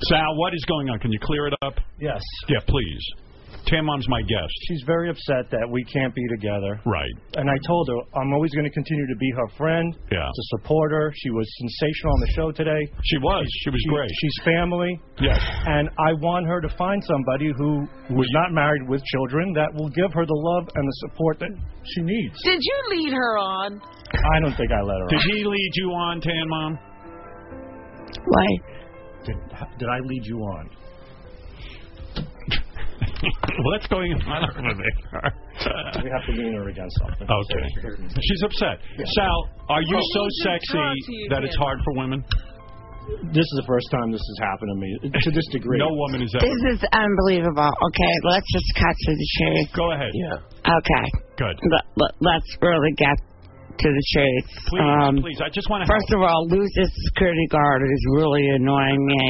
[SPEAKER 1] Sal, what is going on? Can you clear it up?
[SPEAKER 21] Yes.
[SPEAKER 1] Yeah, please. Tam Mom's my guest.
[SPEAKER 21] She's very upset that we can't be together.
[SPEAKER 1] Right.
[SPEAKER 21] And I told her I'm always going to continue to be her friend,
[SPEAKER 1] Yeah.
[SPEAKER 21] to support her. She was sensational on the show today.
[SPEAKER 1] She was. She was great.
[SPEAKER 21] She's family.
[SPEAKER 1] Yes.
[SPEAKER 21] And I want her to find somebody who who's not married with children that will give her the love and the support that she needs.
[SPEAKER 3] Did you lead her on?
[SPEAKER 21] I don't think I let her.
[SPEAKER 1] Did
[SPEAKER 21] on.
[SPEAKER 1] he lead you on, Tan Mom?
[SPEAKER 21] Why? Did, did I lead you on?
[SPEAKER 1] *laughs* What's going on over there?
[SPEAKER 21] *laughs* we have to lean her against something.
[SPEAKER 1] Okay. She's upset. Sal, are you
[SPEAKER 21] Well,
[SPEAKER 1] so
[SPEAKER 21] Oh, we just
[SPEAKER 1] sexy
[SPEAKER 21] talked to you,
[SPEAKER 1] that it's
[SPEAKER 21] Tan.
[SPEAKER 1] hard for women?
[SPEAKER 21] This is the first time this has happened to me to this degree.
[SPEAKER 1] No woman is ever.
[SPEAKER 7] This is unbelievable. Okay, let's just cut to the chase.
[SPEAKER 1] Go ahead. Eh, Yeah.
[SPEAKER 7] Okay.
[SPEAKER 1] Good.
[SPEAKER 7] Let, us really get to the chase.
[SPEAKER 1] Please,
[SPEAKER 7] um,
[SPEAKER 1] please. I just want to.
[SPEAKER 7] First of all, losing security guard is really annoying me.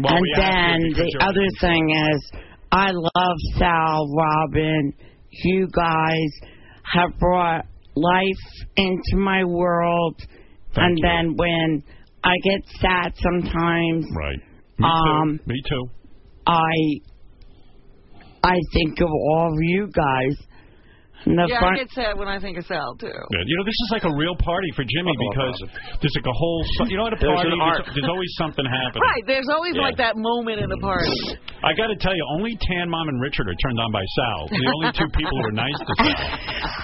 [SPEAKER 1] Well,
[SPEAKER 7] and
[SPEAKER 1] we have to
[SPEAKER 7] then
[SPEAKER 1] Oh, because
[SPEAKER 7] the
[SPEAKER 1] you're-
[SPEAKER 7] other thing is, I love Sal, Robin. You guys have brought life into my world. and then when I get sad sometimes,
[SPEAKER 1] right?
[SPEAKER 7] Me um,
[SPEAKER 1] too. Me too.
[SPEAKER 7] I I think of all of you guys. And the
[SPEAKER 3] yeah,
[SPEAKER 7] fun-
[SPEAKER 3] I get sad when I think of Sal, too.
[SPEAKER 1] Yeah, You know, this is like a real party for Jimmy
[SPEAKER 21] Oh,
[SPEAKER 1] because there's like a whole. so- You know, at a
[SPEAKER 3] There's
[SPEAKER 1] party,
[SPEAKER 3] an
[SPEAKER 1] there's,
[SPEAKER 3] arc.
[SPEAKER 1] there's always something happening.
[SPEAKER 3] Right, there's always
[SPEAKER 1] Yeah.
[SPEAKER 3] like that moment in the party.
[SPEAKER 1] I got to tell you, only Tan Mom and Richard are turned on by Sal. The only two people who are nice to
[SPEAKER 3] *laughs*
[SPEAKER 1] Sal.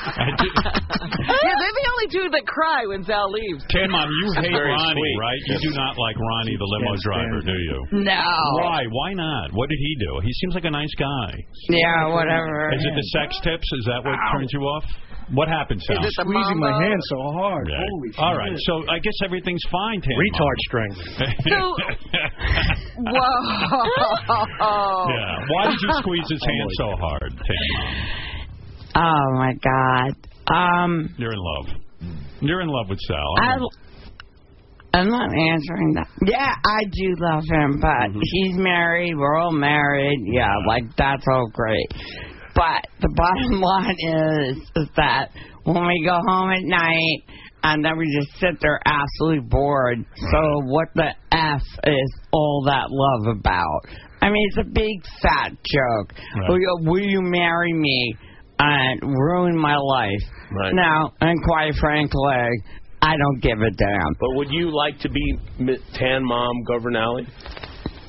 [SPEAKER 1] I do-
[SPEAKER 3] yeah, they're the only two that cry when Sal leaves.
[SPEAKER 1] Tan Mom, you hate
[SPEAKER 3] Very
[SPEAKER 1] Ronnie,
[SPEAKER 3] sweet.
[SPEAKER 1] right? You do not like Ronnie, the limo driver, do you?
[SPEAKER 7] No.
[SPEAKER 1] Why? Why not? What did he do? He seems like a nice guy.
[SPEAKER 7] Yeah, whatever.
[SPEAKER 1] Is it the sex tips? Is that what turns you off? What happened, Sal?
[SPEAKER 21] squeezing my hand so hard.
[SPEAKER 1] Yeah.
[SPEAKER 21] Holy
[SPEAKER 1] All
[SPEAKER 21] shit.
[SPEAKER 1] right, so I guess everything's fine, Tan. *laughs*
[SPEAKER 21] Retard
[SPEAKER 1] strength.
[SPEAKER 3] So- Whoa.
[SPEAKER 1] *laughs* yeah. Why did you squeeze his
[SPEAKER 21] Oh,
[SPEAKER 1] hand so hard, Tan Mom?
[SPEAKER 7] Oh my God. Um,
[SPEAKER 1] You're in love. You're in love with Sal.
[SPEAKER 7] I, I'm not answering that. Yeah, I do love him, but
[SPEAKER 15] Mm-hmm.
[SPEAKER 7] he's married. We're all married. Yeah, like that's all great. But the bottom *laughs* line is, is that when we go home at night and then we just sit there absolutely bored. So what the f is all that love about? I mean, it's a big fat joke.
[SPEAKER 15] Right.
[SPEAKER 7] Will, you, will you marry me and ruin my life?
[SPEAKER 15] Right.
[SPEAKER 7] Now, and quite frankly, I don't give a damn.
[SPEAKER 10] But would you like to be Mi- Tan Mom Governale?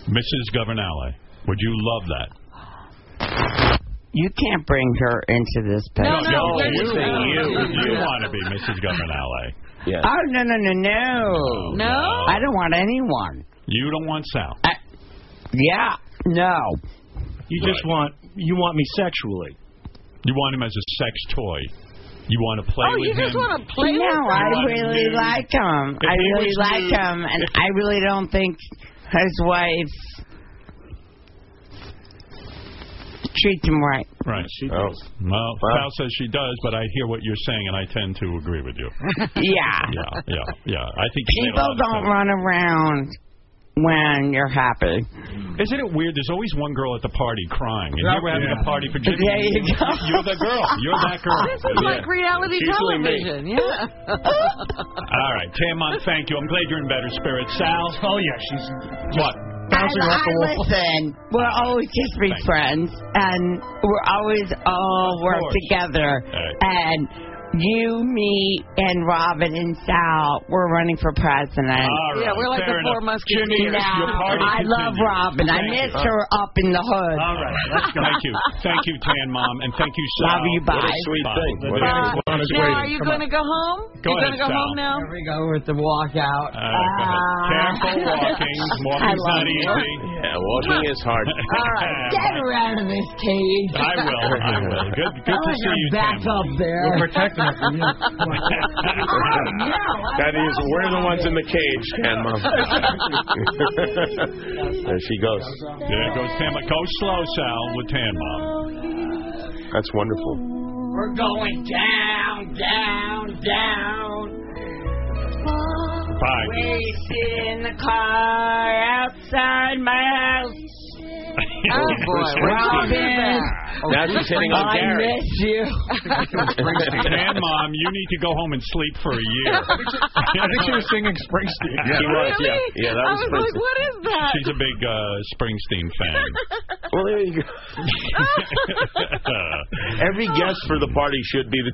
[SPEAKER 1] Mrs. Governale. Would you love that?
[SPEAKER 7] You can't bring her into this picture.
[SPEAKER 1] you, you, you want to be Mrs. Governale.
[SPEAKER 10] Yeah.
[SPEAKER 7] Oh no no no no!
[SPEAKER 1] No?
[SPEAKER 7] I don't want anyone.
[SPEAKER 1] You don't want Sal.
[SPEAKER 7] Yeah, no.
[SPEAKER 21] You just want you want me sexually.
[SPEAKER 1] You want him as a sex toy. You want to play
[SPEAKER 21] Oh,
[SPEAKER 1] with him.
[SPEAKER 7] want
[SPEAKER 15] to play
[SPEAKER 7] no,
[SPEAKER 15] with him?
[SPEAKER 7] I
[SPEAKER 15] You wanna
[SPEAKER 7] really
[SPEAKER 15] nude.
[SPEAKER 7] like him.
[SPEAKER 15] If
[SPEAKER 7] I
[SPEAKER 15] he
[SPEAKER 7] really
[SPEAKER 15] was
[SPEAKER 7] like
[SPEAKER 15] nude-
[SPEAKER 7] him, and I really don't think his wife treats him
[SPEAKER 1] *laughs*
[SPEAKER 7] right.
[SPEAKER 1] Right. She does. Well, Sal says she does, but I hear what you're saying, and I tend to agree with you.
[SPEAKER 7] *laughs* yeah.
[SPEAKER 1] yeah, yeah, yeah. I think you made a
[SPEAKER 7] People
[SPEAKER 1] lot of
[SPEAKER 7] don't run around when you're happy.
[SPEAKER 1] Mm. Isn't it weird? There's always one girl at the party crying, *laughs* and
[SPEAKER 7] Yeah.
[SPEAKER 1] you were having a party for Jimmy.
[SPEAKER 7] *laughs* There you go.
[SPEAKER 1] You're the girl. You're that girl.
[SPEAKER 3] This is like reality
[SPEAKER 1] Usually me.
[SPEAKER 3] television. Yeah.
[SPEAKER 1] *laughs* All right, Tamon, thank you. I'm glad you're in better spirits. Sal? Oh, yeah, she's... What?
[SPEAKER 7] I, I listen. We're always just be friends, and we're always all work
[SPEAKER 15] course.
[SPEAKER 7] together.
[SPEAKER 15] Right.
[SPEAKER 7] And you, me, and Robin and Sal, we're running for president.
[SPEAKER 15] All right, Yeah, we're like fair the four enough. musketeers. Jimmy, your
[SPEAKER 7] Yeah,
[SPEAKER 15] party
[SPEAKER 7] I love
[SPEAKER 15] continues.
[SPEAKER 7] Robin. I
[SPEAKER 15] Thank
[SPEAKER 7] miss
[SPEAKER 15] you.
[SPEAKER 7] her up in the hood.
[SPEAKER 1] All right,
[SPEAKER 15] *laughs*
[SPEAKER 1] let's go. Thank you. Thank you, Tan Mom, and thank you, Sal.
[SPEAKER 7] Love you,
[SPEAKER 1] What a
[SPEAKER 7] bye.
[SPEAKER 1] sweet
[SPEAKER 7] Bye.
[SPEAKER 1] thing.
[SPEAKER 7] Bye.
[SPEAKER 1] What a-
[SPEAKER 7] Bye.
[SPEAKER 1] what a-
[SPEAKER 3] now, are you
[SPEAKER 1] Come
[SPEAKER 3] going
[SPEAKER 1] on.
[SPEAKER 3] to go home?
[SPEAKER 1] Go ahead,
[SPEAKER 3] you going to go
[SPEAKER 1] Sal.
[SPEAKER 3] home now?
[SPEAKER 11] Here we go with the walkout.
[SPEAKER 1] All right, go
[SPEAKER 7] Uh,
[SPEAKER 1] ahead. Careful
[SPEAKER 7] *laughs*
[SPEAKER 1] walking. Walking's not easy.
[SPEAKER 10] Yeah,
[SPEAKER 1] *laughs*
[SPEAKER 10] walking is hard.
[SPEAKER 11] All right, get her out of this cage.
[SPEAKER 1] I will. I will.
[SPEAKER 10] *laughs*
[SPEAKER 1] Good,
[SPEAKER 5] *laughs*
[SPEAKER 1] good
[SPEAKER 11] I
[SPEAKER 1] to
[SPEAKER 5] Oh,
[SPEAKER 11] want
[SPEAKER 1] see
[SPEAKER 11] her
[SPEAKER 1] you,
[SPEAKER 11] back
[SPEAKER 1] Tamon.
[SPEAKER 11] up there. We're protecting her from you.
[SPEAKER 10] That is, we're the ones in the cage, Tan Mom.
[SPEAKER 1] *laughs*
[SPEAKER 10] *laughs* there she goes.
[SPEAKER 1] There goes Tam. Go slow, Sal, with Tan Mom.
[SPEAKER 10] That's wonderful.
[SPEAKER 11] We're going
[SPEAKER 1] *laughs*
[SPEAKER 11] down, down, down.
[SPEAKER 1] Bye.
[SPEAKER 7] We sit in the car outside my house.
[SPEAKER 15] Oh, boy.
[SPEAKER 7] Robin.
[SPEAKER 10] Now she's hitting on
[SPEAKER 7] I
[SPEAKER 10] Gary.
[SPEAKER 7] miss
[SPEAKER 1] *laughs*
[SPEAKER 7] you.
[SPEAKER 5] *laughs*
[SPEAKER 1] Tan Mom, you need to go home and sleep for a *laughs* year.
[SPEAKER 13] I think she was singing Springsteen.
[SPEAKER 1] Yeah. She was, yeah.
[SPEAKER 15] Really?
[SPEAKER 1] Yeah, that
[SPEAKER 15] I
[SPEAKER 1] was
[SPEAKER 15] was
[SPEAKER 1] Springsteen.
[SPEAKER 15] like, what is that?
[SPEAKER 1] She's a big uh, Springsteen fan.
[SPEAKER 10] Well, there you go. Every guest for the party should be the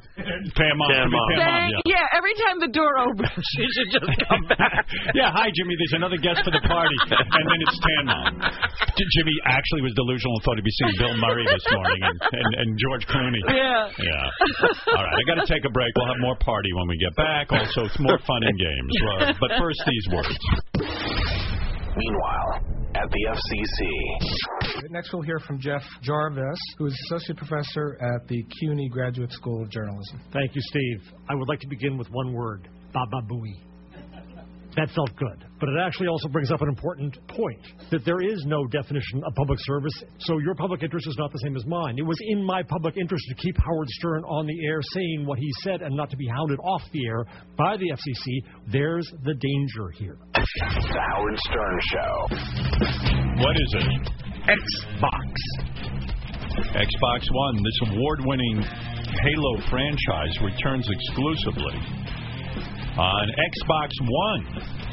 [SPEAKER 1] Pam Mom.
[SPEAKER 10] Tam
[SPEAKER 1] Should be
[SPEAKER 10] Mom.
[SPEAKER 1] Tam Mom,
[SPEAKER 3] Thank- yeah. every time the door opens, *laughs* she should
[SPEAKER 1] *laughs*
[SPEAKER 3] just come back.
[SPEAKER 1] Yeah, hi Jimmy. There's another guest for the party, and then it's Tan Mom. J- *laughs* Jimmy actually was delusional and thought he'd be seeing Bill Murray this morning and, and, and George Clooney.
[SPEAKER 15] Yeah.
[SPEAKER 1] Yeah. All right, I got to take a break. We'll have more party when we get back. Also, it's more fun and games. Uh, but first, these words.
[SPEAKER 16] Meanwhile, at the FCC.
[SPEAKER 22] Next, we'll hear from Jeff Jarvis, who is Associate Professor at the CUNY Graduate School of Journalism.
[SPEAKER 23] Thank you, Steve. I would like to begin with one word, Baba Booey. That felt good. But it actually also brings up an important point that there is no definition of public service, so your public interest is not the same as mine. It was in my public interest to keep Howard Stern on the air saying what he said and not to be hounded off the air by the FCC. There's the danger here.
[SPEAKER 16] The Howard Stern Show.
[SPEAKER 1] What is it? Xbox. Xbox One, this award winning Halo franchise returns exclusively on Xbox One.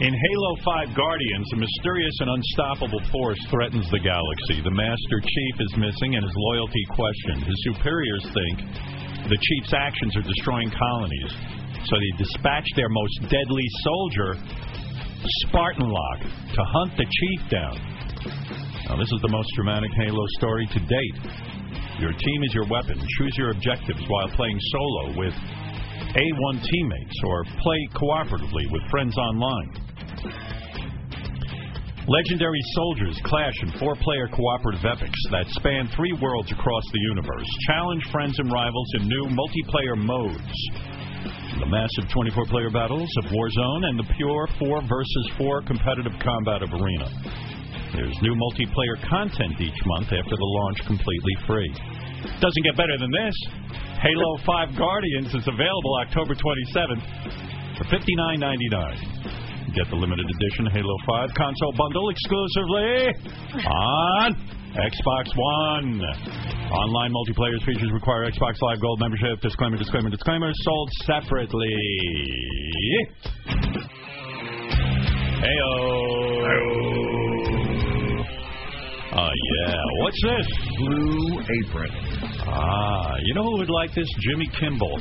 [SPEAKER 1] In Halo 5 Guardians, a mysterious and unstoppable force threatens the galaxy. The Master Chief is missing and his loyalty questioned. His superiors think the Chief's actions are destroying colonies, so they dispatch their most deadly soldier, Spartan Lock to hunt the chief down. Now, this is the most dramatic Halo story to date. Your team is your weapon. Choose your objectives while playing solo with A1 teammates or play cooperatively with friends online. Legendary soldiers clash in four player cooperative epics that span three worlds across the universe. Challenge friends and rivals in new multiplayer modes. The massive 24 player battles of Warzone and the pure 4 versus 4 competitive combat of Arena. There's new multiplayer content each month after the launch completely free. Doesn't get better than this. Halo 5 Guardians is available October 27th for $59.99. Get the limited edition Halo 5 console bundle exclusively on Xbox One. Online multiplayer features require Xbox Live Gold membership. Disclaimer, disclaimer, disclaimer. Sold separately. Heyo. Oh yeah. What's this?
[SPEAKER 24] Blue Apron.
[SPEAKER 1] Ah, you know who would like this? Jimmy Kimball.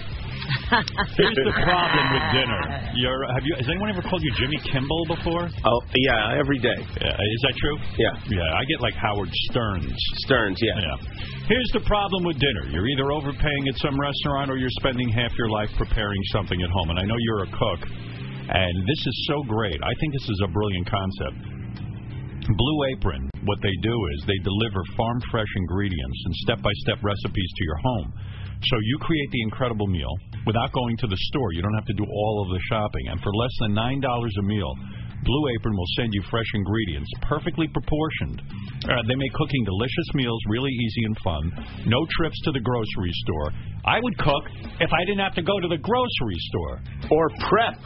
[SPEAKER 1] Here's the problem with dinner. You're, have you? Has anyone ever called you Jimmy Kimball before?
[SPEAKER 10] Oh, yeah, every day.
[SPEAKER 1] is that true?
[SPEAKER 10] Yeah.
[SPEAKER 1] Yeah, I get like Howard Stearns.
[SPEAKER 10] Stearns, yeah.
[SPEAKER 1] Yeah. Here's the problem with dinner. You're either overpaying at some restaurant or you're spending half your life preparing something at home. And I know you're a cook, and this is so great. I think this is a brilliant concept. Blue Apron, what they do is they deliver farm fresh ingredients and step by step recipes to your home. So you create the incredible meal without going to the store. You don't have to do all of the shopping. And for less than $9 a meal, Blue Apron will send you fresh ingredients, perfectly proportioned. Uh, they make cooking delicious meals really easy and fun. No trips to the grocery store. I would cook if I didn't have to go to the grocery store
[SPEAKER 10] or prep.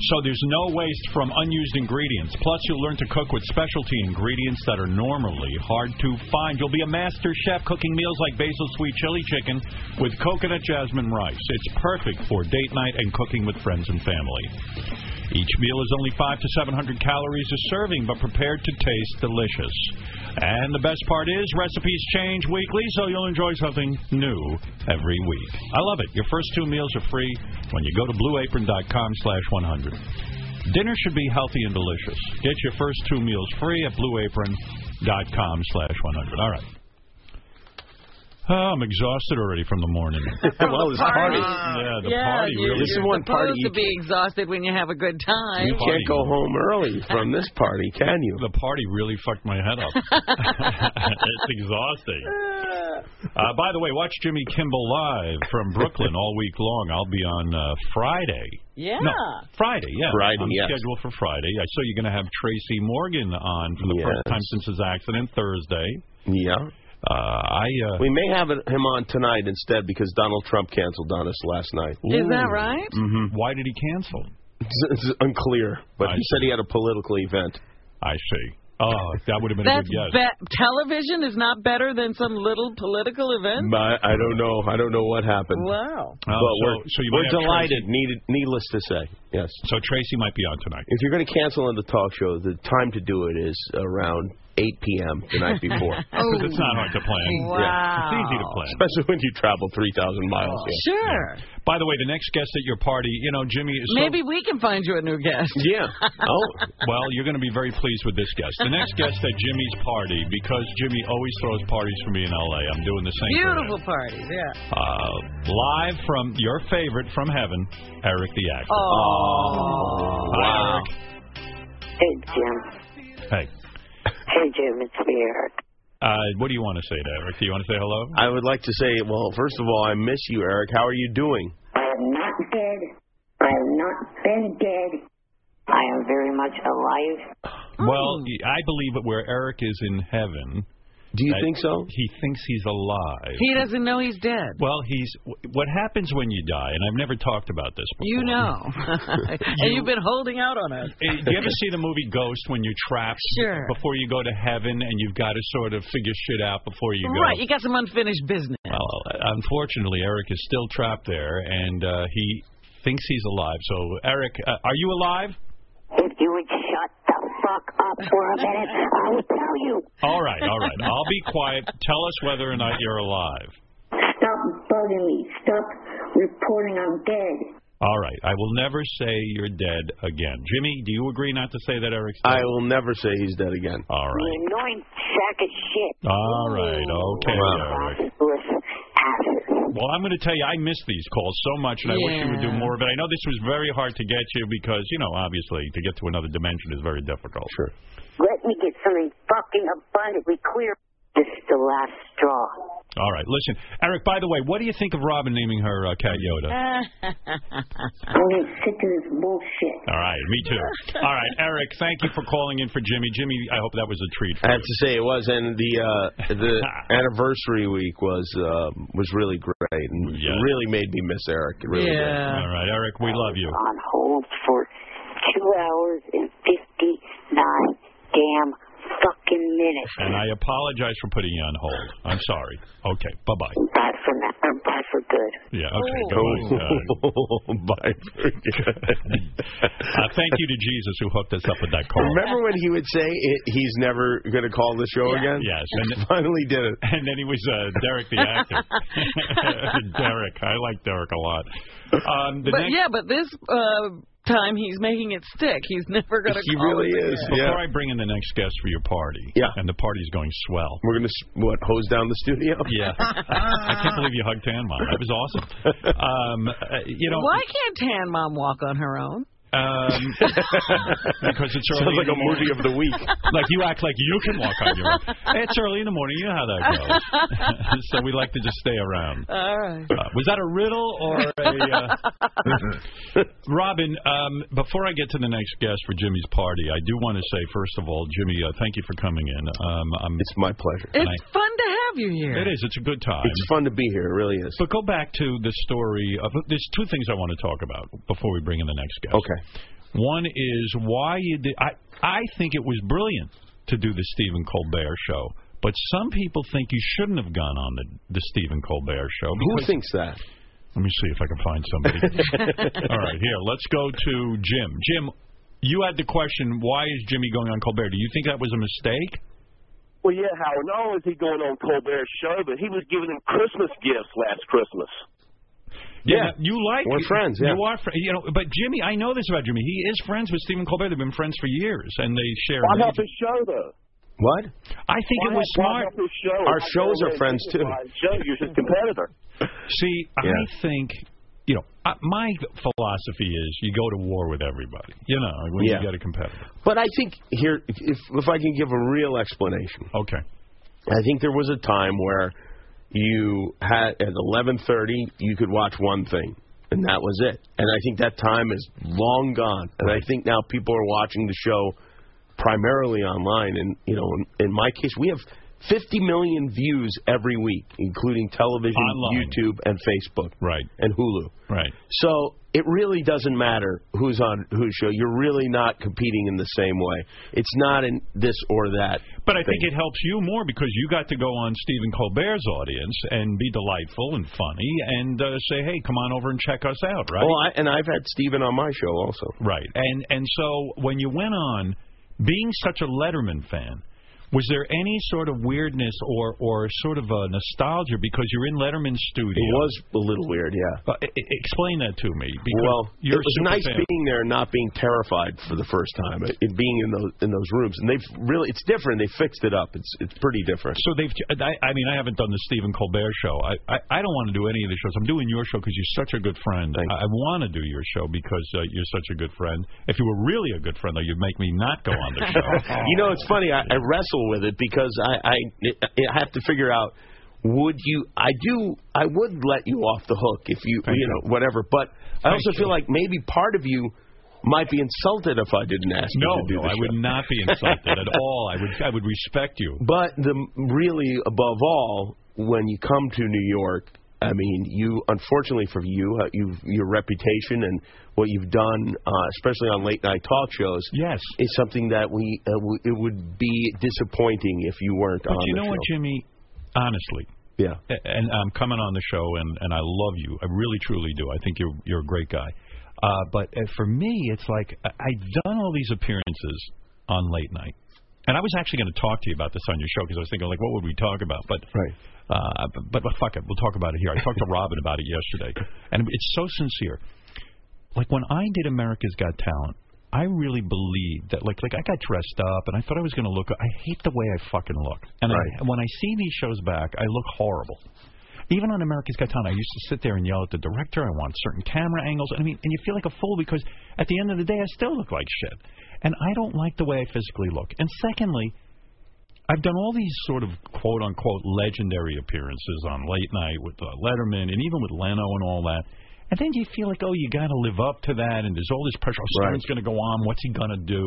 [SPEAKER 1] So there's no waste from unused ingredients. Plus, you'll learn to cook with specialty ingredients that are normally hard to find. You'll be a master chef cooking meals like basil sweet chili chicken with coconut jasmine rice. It's perfect for date night and cooking with friends and family. Each meal is only five to seven hundred calories a serving, but prepared to taste delicious. And the best part is recipes change weekly, so you'll enjoy something new every week. I love it. Your first two meals are free when you go to blueapron.com/100. Dinner should be healthy and delicious. Get your first two meals free at blueapron.com/100. All right. Oh, I'm exhausted already from the morning.
[SPEAKER 10] well, this party.
[SPEAKER 1] Yeah, the party
[SPEAKER 3] you-
[SPEAKER 1] really.
[SPEAKER 3] You're supposed to be exhausted when you have a good time.
[SPEAKER 10] You can't go home early from this party, can you?
[SPEAKER 1] The party really fucked my
[SPEAKER 10] *laughs*
[SPEAKER 1] head up. it's exhausting. Uh, by the way, watch Jimmy Kimball live from Brooklyn all week long. I'll be on uh, Friday.
[SPEAKER 3] Yeah.
[SPEAKER 1] No, Friday, yeah.
[SPEAKER 10] Friday,
[SPEAKER 1] I'm
[SPEAKER 10] yes.
[SPEAKER 1] scheduled for Friday. I saw you're going to have Tracy Morgan on for the first time since his accident Thursday.
[SPEAKER 10] Yeah.
[SPEAKER 1] Uh, I uh,
[SPEAKER 10] we may have it- him on tonight instead because Donald Trump canceled on us last night.
[SPEAKER 3] Is that right?
[SPEAKER 10] hmm
[SPEAKER 1] Why did he cancel?
[SPEAKER 10] It's, it's unclear, but he said he had a political event.
[SPEAKER 1] I see. Oh, that would have
[SPEAKER 3] That's be- television is not better than some little political event.
[SPEAKER 10] But I don't know. I don't know what happened.
[SPEAKER 3] Wow.
[SPEAKER 10] But
[SPEAKER 1] Oh, so-
[SPEAKER 10] we're,
[SPEAKER 1] so you might
[SPEAKER 10] we're
[SPEAKER 1] have
[SPEAKER 10] delighted, need, needless to say. Yes.
[SPEAKER 1] So Tracy might be on tonight.
[SPEAKER 10] If you're going to cancel on the talk show, the time to do it is around 8 p.m. the night before.
[SPEAKER 1] Because it's not hard to plan.
[SPEAKER 10] Wow.
[SPEAKER 1] It's easy to plan.
[SPEAKER 10] Especially when you travel 3,000 miles. yeah.
[SPEAKER 3] Sure.
[SPEAKER 1] By the way, the next guest at your party, you know, Jimmy is so
[SPEAKER 3] Maybe we can find you a new guest.
[SPEAKER 1] *laughs*
[SPEAKER 10] Yeah. Oh.
[SPEAKER 1] Well, you're going to be very pleased with this guest. The next guest at Jimmy's party, because Jimmy always throws parties for me in L.A. I'm doing the same. for him.
[SPEAKER 3] Beautiful parties, yeah.
[SPEAKER 1] Uh, live from your favorite from heaven, Eric the actor.
[SPEAKER 15] Oh.
[SPEAKER 1] Hi,
[SPEAKER 15] Wow.
[SPEAKER 1] Eric.
[SPEAKER 15] Hey, Jim.
[SPEAKER 1] Hey.
[SPEAKER 15] Hey, Jim, it's me, Eric.
[SPEAKER 1] Uh, what do you want to say to Eric? Do you want to say hello?
[SPEAKER 10] I would like to say, well, first of all, I miss you, Eric. How are you doing?
[SPEAKER 15] I am not dead. I have not been dead. I am very much alive.
[SPEAKER 1] Well, I believe that where Eric is in heaven.
[SPEAKER 10] Do you
[SPEAKER 3] think
[SPEAKER 10] so?
[SPEAKER 1] He thinks he's alive.
[SPEAKER 3] He doesn't know he's dead.
[SPEAKER 1] Well, he's what happens when you die, and I've never talked about this before.
[SPEAKER 3] You know. *laughs* and you've been holding out on us.
[SPEAKER 1] Uh, Do you ever see the movie Ghost when you're trapped
[SPEAKER 3] Sure.
[SPEAKER 1] before you go to heaven and you've got to sort of figure shit out before you go?
[SPEAKER 3] Right, you got some unfinished business.
[SPEAKER 1] Well, unfortunately, Eric is still trapped there and uh, he thinks he's alive. So, Eric, uh, are you alive?
[SPEAKER 15] If you would shut the fuck up for a minute, I will tell you.
[SPEAKER 1] All right, all right. I'll be quiet. Tell us whether or not you're alive.
[SPEAKER 15] Stop bugging me. Stop reporting I'm dead.
[SPEAKER 1] All right. I will never say you're dead again. Jimmy, do you agree not to say that Eric's dead?
[SPEAKER 10] I will never say he's dead again.
[SPEAKER 1] All right.
[SPEAKER 15] You annoying sack of shit.
[SPEAKER 1] All right. Okay, Eric. Well, I'm going to tell you, I miss these calls so much, and I wish you would do
[SPEAKER 15] Yeah.
[SPEAKER 1] more of it. I know this was very hard to get you because, you know, obviously to get to another dimension is very difficult. Sure.
[SPEAKER 15] Let me get something fucking abundantly clear. This is the last straw.
[SPEAKER 1] All right. Listen, Eric, by the way, what do you think of Robin naming her uh, Cat Yoda?
[SPEAKER 15] I'm getting sick of this bullshit.
[SPEAKER 1] All right. Me too. All right. Eric, thank you for calling in for Jimmy. Jimmy, I hope that was a treat for
[SPEAKER 10] I have to say it was, and the uh,
[SPEAKER 1] *laughs*
[SPEAKER 10] the anniversary week was uh, was really great, and really made me miss Eric. It really did.
[SPEAKER 15] Yeah.
[SPEAKER 1] All right, Eric, we love you.
[SPEAKER 15] On hold for two hours and 59 damn fucking minutes.
[SPEAKER 1] and I apologize for putting you on hold. I'm sorry. Okay, bye bye.
[SPEAKER 15] Bye for now. Or bye for good.
[SPEAKER 1] Yeah, okay,
[SPEAKER 3] Oh.
[SPEAKER 10] *laughs*
[SPEAKER 1] goodbye. *laughs*
[SPEAKER 10] Bye for good.
[SPEAKER 1] Uh, thank you to Jesus who hooked us up with that call.
[SPEAKER 10] Remember when he would say it, he's never going to call the show again?
[SPEAKER 1] Yes,
[SPEAKER 10] and finally did it.
[SPEAKER 1] *laughs* And then he was uh, Derek
[SPEAKER 3] *laughs*
[SPEAKER 1] the actor. Derek, I like Derek a lot. Um, the
[SPEAKER 3] but
[SPEAKER 1] next-
[SPEAKER 3] yeah, but this uh, time he's making it stick. He's never going to. call it again.
[SPEAKER 1] Before I bring in the next guest for your party, yeah, and the party's going swell.
[SPEAKER 10] We're going to what hose down the studio? *laughs*
[SPEAKER 1] Yeah, I can't believe you hugged Tan Mom. That was awesome. Um, uh, you know,
[SPEAKER 3] Why can't Tan Mom walk on her own?
[SPEAKER 1] Um,
[SPEAKER 10] *laughs*
[SPEAKER 1] because it's
[SPEAKER 10] Sounds
[SPEAKER 1] early
[SPEAKER 10] like
[SPEAKER 1] in
[SPEAKER 10] a
[SPEAKER 1] the
[SPEAKER 10] movie
[SPEAKER 1] morning.
[SPEAKER 10] of the week.
[SPEAKER 1] *laughs* Like you act like you can walk on your own. It's early in the morning. You know how
[SPEAKER 10] *laughs*
[SPEAKER 1] that goes. so we like to just stay around.
[SPEAKER 3] *laughs* All right.
[SPEAKER 1] Uh, was that a riddle or
[SPEAKER 10] *laughs*
[SPEAKER 1] a? Uh... Robin, um, before I get to the next guest for Jimmy's party, I do want to say first of all, Jimmy, uh, thank you for coming in. Um, I'm,
[SPEAKER 10] it's my pleasure.
[SPEAKER 3] *laughs* It's fun to have you here.
[SPEAKER 1] It is. It's a good time.
[SPEAKER 10] It's fun to be here. It really is.
[SPEAKER 1] But go back to the story of. There's two things I want to talk about before we bring in the next guest.
[SPEAKER 10] Okay.
[SPEAKER 1] One is why you did. I I think it was brilliant to do the Stephen Colbert show. But some people think you shouldn't have gone on the the Stephen Colbert show.
[SPEAKER 10] Who
[SPEAKER 1] because-
[SPEAKER 10] thinks that?
[SPEAKER 1] Let me see if I can find
[SPEAKER 10] *laughs*
[SPEAKER 1] somebody. All right, here. Let's go to Jim. Jim, you had the question. Why is Jimmy going on Colbert? Do you think that was a mistake?
[SPEAKER 24] Well, yeah, Howard. Not only is he going on Colbert's show, but he was giving them Christmas gifts last Christmas.
[SPEAKER 1] Yeah, you like
[SPEAKER 24] We're friends, yeah.
[SPEAKER 1] You are, fr you know. But Jimmy, I know this about Jimmy. He is friends with Stephen Colbert. They've been friends for years, and they share.
[SPEAKER 24] Why
[SPEAKER 1] an
[SPEAKER 24] help
[SPEAKER 1] agent.
[SPEAKER 24] his show though?
[SPEAKER 10] What?
[SPEAKER 1] I think
[SPEAKER 24] Why
[SPEAKER 1] it was
[SPEAKER 24] help- why
[SPEAKER 1] smart.
[SPEAKER 24] help his show?
[SPEAKER 1] Our
[SPEAKER 24] Why
[SPEAKER 1] shows
[SPEAKER 24] go
[SPEAKER 1] are
[SPEAKER 24] away
[SPEAKER 1] friends,
[SPEAKER 24] and justify his Show you're his competitor.
[SPEAKER 1] See, I think you know I, my philosophy is you go to war with everybody. You know, when
[SPEAKER 10] Yeah.
[SPEAKER 1] you get a competitor.
[SPEAKER 10] But I think here, if if I can give a real explanation.
[SPEAKER 1] Okay.
[SPEAKER 10] I think there was a time where you had at 11:30 you could watch one thing, and that was it. And I think that time is long gone. And I think now people are watching the show primarily online. And you know, in, in my case, we have 50 million views every week, including television,
[SPEAKER 1] Online.
[SPEAKER 10] YouTube, and Facebook,
[SPEAKER 1] right,
[SPEAKER 10] and Hulu.
[SPEAKER 1] Right.
[SPEAKER 10] So it really doesn't matter who's on whose show. You're really not competing in the same way. It's not in this or that.
[SPEAKER 1] But I think it helps you more because you got to go on Stephen Colbert's audience and be delightful and funny and uh, say, "Hey, come on over and check us out," right?
[SPEAKER 10] Well, I, and I've had Steven on my show also.
[SPEAKER 1] Right. And and so when you went on, being such a Letterman fan, was there any sort of weirdness or or sort of a nostalgia because you're in Letterman's studio? It
[SPEAKER 10] was a little weird, yeah.
[SPEAKER 1] Uh, e- e- explain that to me. Because
[SPEAKER 10] Well, it
[SPEAKER 1] you're a
[SPEAKER 10] was
[SPEAKER 1] super
[SPEAKER 10] nice
[SPEAKER 1] fan.
[SPEAKER 10] being there and not being terrified for the first time. It, it being in those in those rooms, and they've really it's different. They fixed it up. It's it's pretty
[SPEAKER 1] *laughs*
[SPEAKER 10] different.
[SPEAKER 1] So they've. I, I mean, I haven't done the Stephen Colbert show. I, I, I don't want to do any of the shows. I'm doing your show because you're such a good friend. I, I want to do your show because uh, you're such a good friend. If you were really a good friend, though, you'd make me not go on the
[SPEAKER 10] *laughs*
[SPEAKER 1] show.
[SPEAKER 10] you know, it's funny. I, I wrestle with it because I, I I have to figure out would you I do I would let you off the hook if you you know whatever, but I
[SPEAKER 1] Thank
[SPEAKER 10] also feel
[SPEAKER 1] you.
[SPEAKER 10] like maybe part of you might be insulted if I didn't ask
[SPEAKER 1] no,
[SPEAKER 10] you to do
[SPEAKER 1] no,
[SPEAKER 10] the
[SPEAKER 1] I
[SPEAKER 10] show.
[SPEAKER 1] would not be insulted
[SPEAKER 10] *laughs*
[SPEAKER 1] at all. I would, I would respect you.
[SPEAKER 10] But the really above all, when you come to New York, I mean, you unfortunately for you, uh, you've, your reputation and what you've done, uh, especially on late night talk shows,
[SPEAKER 1] yes,
[SPEAKER 10] is something that we uh, w- it would be disappointing if you weren't
[SPEAKER 1] But
[SPEAKER 10] on.
[SPEAKER 1] you
[SPEAKER 10] the
[SPEAKER 1] know what,
[SPEAKER 10] show.
[SPEAKER 1] Jimmy? Honestly,
[SPEAKER 10] yeah.
[SPEAKER 1] And I'm coming on the show, and and I love you. I really, truly do. I think you're you're a great guy. Uh, but uh, for me, it's like I- I've done all these appearances on late night, and I was actually going to talk to you about this on your show because I was thinking like, what would we talk about? But
[SPEAKER 10] right.
[SPEAKER 1] Uh, but, but fuck it, we'll talk about it here. I talked to *laughs* Robin about it yesterday, and it's so sincere like when I did America's Got Talent, I really believed that like like I got dressed up and I thought I was going to look. I hate the way I fucking look, and I, when I see these shows back, I look horrible. Even on America's Got Talent, I used to sit there and yell at the director. I want certain camera angles. I mean, and you feel like a fool because at the end of the day, I still look like shit, and I don't like the way I physically look. And secondly, I've done all these sort of quote unquote legendary appearances on late night with uh, Letterman and even with Leno and all that. And then you feel like, oh, you got to live up to that, and there's all this pressure. Oh, Stern's going to go on. What's he going to do?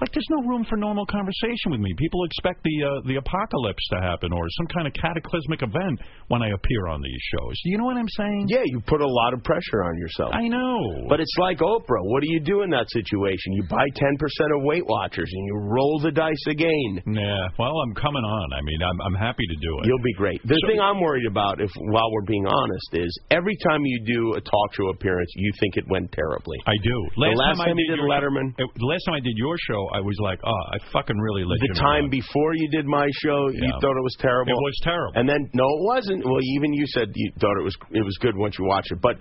[SPEAKER 1] Like, there's no room for normal conversation with me. People expect the uh, the apocalypse to happen or some kind of cataclysmic event when I appear on these shows. You know what I'm saying?
[SPEAKER 10] Yeah, you put a lot of pressure on yourself. I
[SPEAKER 1] know.
[SPEAKER 10] But it's like Oprah. What do you do in that situation? You buy 10% of Weight Watchers and you roll the dice again.
[SPEAKER 1] Yeah. Well, I'm coming on. I mean, I'm I'm happy to do it.
[SPEAKER 10] You'll be great. The
[SPEAKER 1] So-
[SPEAKER 10] thing I'm worried about, if while we're being honest, is every time you do a talk show appearance, you think it went terribly.
[SPEAKER 1] I do.
[SPEAKER 10] the last time, you did
[SPEAKER 1] your-
[SPEAKER 10] Letterman,
[SPEAKER 1] uh, the last time I did your show, I was like, oh, I fucking really let
[SPEAKER 10] the
[SPEAKER 1] you know
[SPEAKER 10] time before you did my show, you
[SPEAKER 1] Yeah.
[SPEAKER 10] thought it was terrible.
[SPEAKER 1] It was terrible.
[SPEAKER 10] And then no, it wasn't. Well, even you said you thought it was it was good once you watch it, but.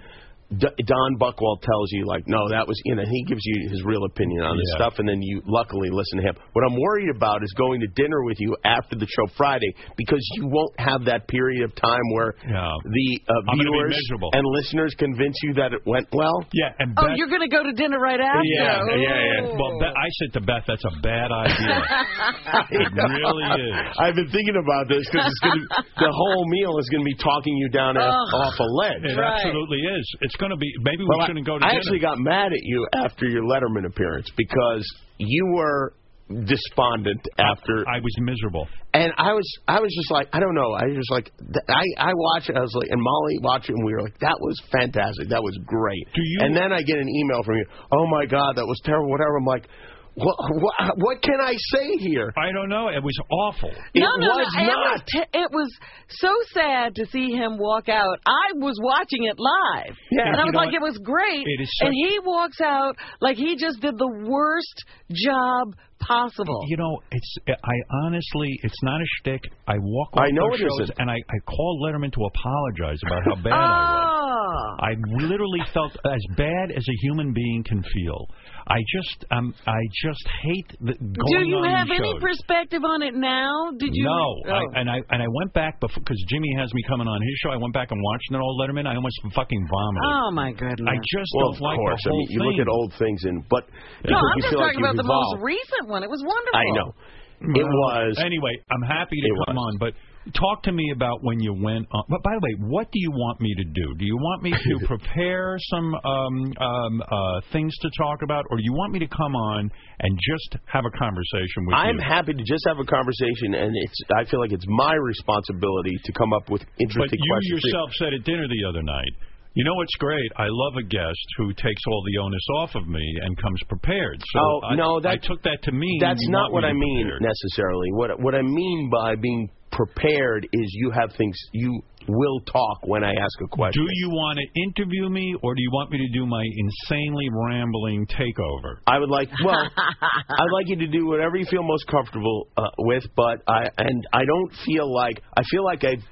[SPEAKER 10] D- Don Buckwell tells you like, no, that was you know he gives you his real opinion on this
[SPEAKER 1] Yeah.
[SPEAKER 10] stuff, and then you luckily listen to him. What I'm worried about is going to dinner with you after the show Friday because you won't have that period of time where the uh,
[SPEAKER 1] I'm gonna be
[SPEAKER 10] viewers
[SPEAKER 1] miserable.
[SPEAKER 10] and listeners convince you that it went well.
[SPEAKER 1] Yeah, and
[SPEAKER 3] Oh, you're going to go to dinner right after.
[SPEAKER 1] Yeah,
[SPEAKER 3] Oh.
[SPEAKER 1] yeah, yeah. Well, Beth, I said to Beth, that's a bad
[SPEAKER 10] *laughs*
[SPEAKER 1] idea. it
[SPEAKER 3] *laughs*
[SPEAKER 1] really is.
[SPEAKER 10] I've been thinking about this because it's going to the whole meal is going to be talking you down
[SPEAKER 1] *laughs*
[SPEAKER 10] off- off a ledge.
[SPEAKER 1] It absolutely is. It's going to be. Maybe
[SPEAKER 10] Well,
[SPEAKER 1] we
[SPEAKER 10] I-
[SPEAKER 1] shouldn't go to
[SPEAKER 10] I
[SPEAKER 1] dinner.
[SPEAKER 10] actually got mad at you after your Letterman appearance because you were despondent after
[SPEAKER 1] I was miserable.
[SPEAKER 10] And I was I was just like I don't know I was just like th- I I watched it I was like and Molly watched it and we were like that was fantastic that was great Do you and then I get an email from you oh my god that was terrible whatever I'm like what what, what can I say here
[SPEAKER 1] I don't know it was awful
[SPEAKER 10] it
[SPEAKER 3] no, no,
[SPEAKER 10] was
[SPEAKER 3] no. It
[SPEAKER 10] not
[SPEAKER 3] was, te- it was so sad to see him walk out. I was watching it live,
[SPEAKER 15] Yeah,
[SPEAKER 3] and I
[SPEAKER 15] you
[SPEAKER 3] was
[SPEAKER 15] know
[SPEAKER 3] like,
[SPEAKER 15] what?
[SPEAKER 3] "It was great."
[SPEAKER 15] It is
[SPEAKER 3] and
[SPEAKER 15] such-
[SPEAKER 3] he walks out like he just did the worst job possible.
[SPEAKER 1] You know, it's I honestly, it's not a shtick. I walk.
[SPEAKER 10] I
[SPEAKER 1] off
[SPEAKER 10] know
[SPEAKER 1] those
[SPEAKER 10] it
[SPEAKER 1] shows
[SPEAKER 10] isn't.
[SPEAKER 1] and I I call Letterman to apologize about how
[SPEAKER 3] Oh.
[SPEAKER 1] bad I was. I literally felt as bad as a human being can feel. I just um I just hate the going
[SPEAKER 3] Do you
[SPEAKER 1] on
[SPEAKER 3] have
[SPEAKER 1] these
[SPEAKER 3] any
[SPEAKER 1] shows.
[SPEAKER 3] perspective on it now? Did you?
[SPEAKER 1] No,
[SPEAKER 3] Oh.
[SPEAKER 1] I, and I and I went back before because Jimmy has me coming on his show. I went back and watched an old Letterman. I almost fucking vomited.
[SPEAKER 3] Oh, my goodness!
[SPEAKER 1] I just
[SPEAKER 10] well,
[SPEAKER 1] don't
[SPEAKER 10] of
[SPEAKER 1] like
[SPEAKER 10] course.
[SPEAKER 1] the
[SPEAKER 10] I
[SPEAKER 1] whole
[SPEAKER 10] mean, you
[SPEAKER 1] thing.
[SPEAKER 10] look at old things and but
[SPEAKER 3] no,
[SPEAKER 10] because
[SPEAKER 3] I'm
[SPEAKER 10] you
[SPEAKER 3] just
[SPEAKER 10] feel like
[SPEAKER 3] talking
[SPEAKER 10] you've
[SPEAKER 3] about the
[SPEAKER 10] evolved.
[SPEAKER 3] most recent one. It was wonderful.
[SPEAKER 10] I know. It was
[SPEAKER 1] Anyway, I'm happy to
[SPEAKER 10] It
[SPEAKER 1] come on, but talk to me about when you went on. But by the way, what do you want me to do? Do you want
[SPEAKER 10] *laughs*
[SPEAKER 1] me to prepare some um, um, uh, things to talk about, or do you want me to come on and just have a conversation with
[SPEAKER 10] I'm
[SPEAKER 1] you?
[SPEAKER 10] happy to just have a conversation, and it's. I feel like it's my responsibility to come up with interesting
[SPEAKER 1] But you
[SPEAKER 10] questions.
[SPEAKER 1] yourself said at dinner the other night, you know what's great? I love a guest who takes all the onus off of me and comes prepared. So
[SPEAKER 10] Oh,
[SPEAKER 1] I,
[SPEAKER 10] no, that-
[SPEAKER 1] I took that to mean
[SPEAKER 10] That's
[SPEAKER 1] you
[SPEAKER 10] not
[SPEAKER 1] want
[SPEAKER 10] what
[SPEAKER 1] me
[SPEAKER 10] I
[SPEAKER 1] to
[SPEAKER 10] mean
[SPEAKER 1] prepare.
[SPEAKER 10] necessarily. What what I mean by being prepared is you have things you will talk when I ask a question.
[SPEAKER 1] Do you want to interview me, or do you want me to do my insanely rambling
[SPEAKER 10] *laughs*
[SPEAKER 1] takeover?
[SPEAKER 10] I would like well, I'd like you to do whatever you feel most comfortable uh, with, but I and I don't feel like I feel like I've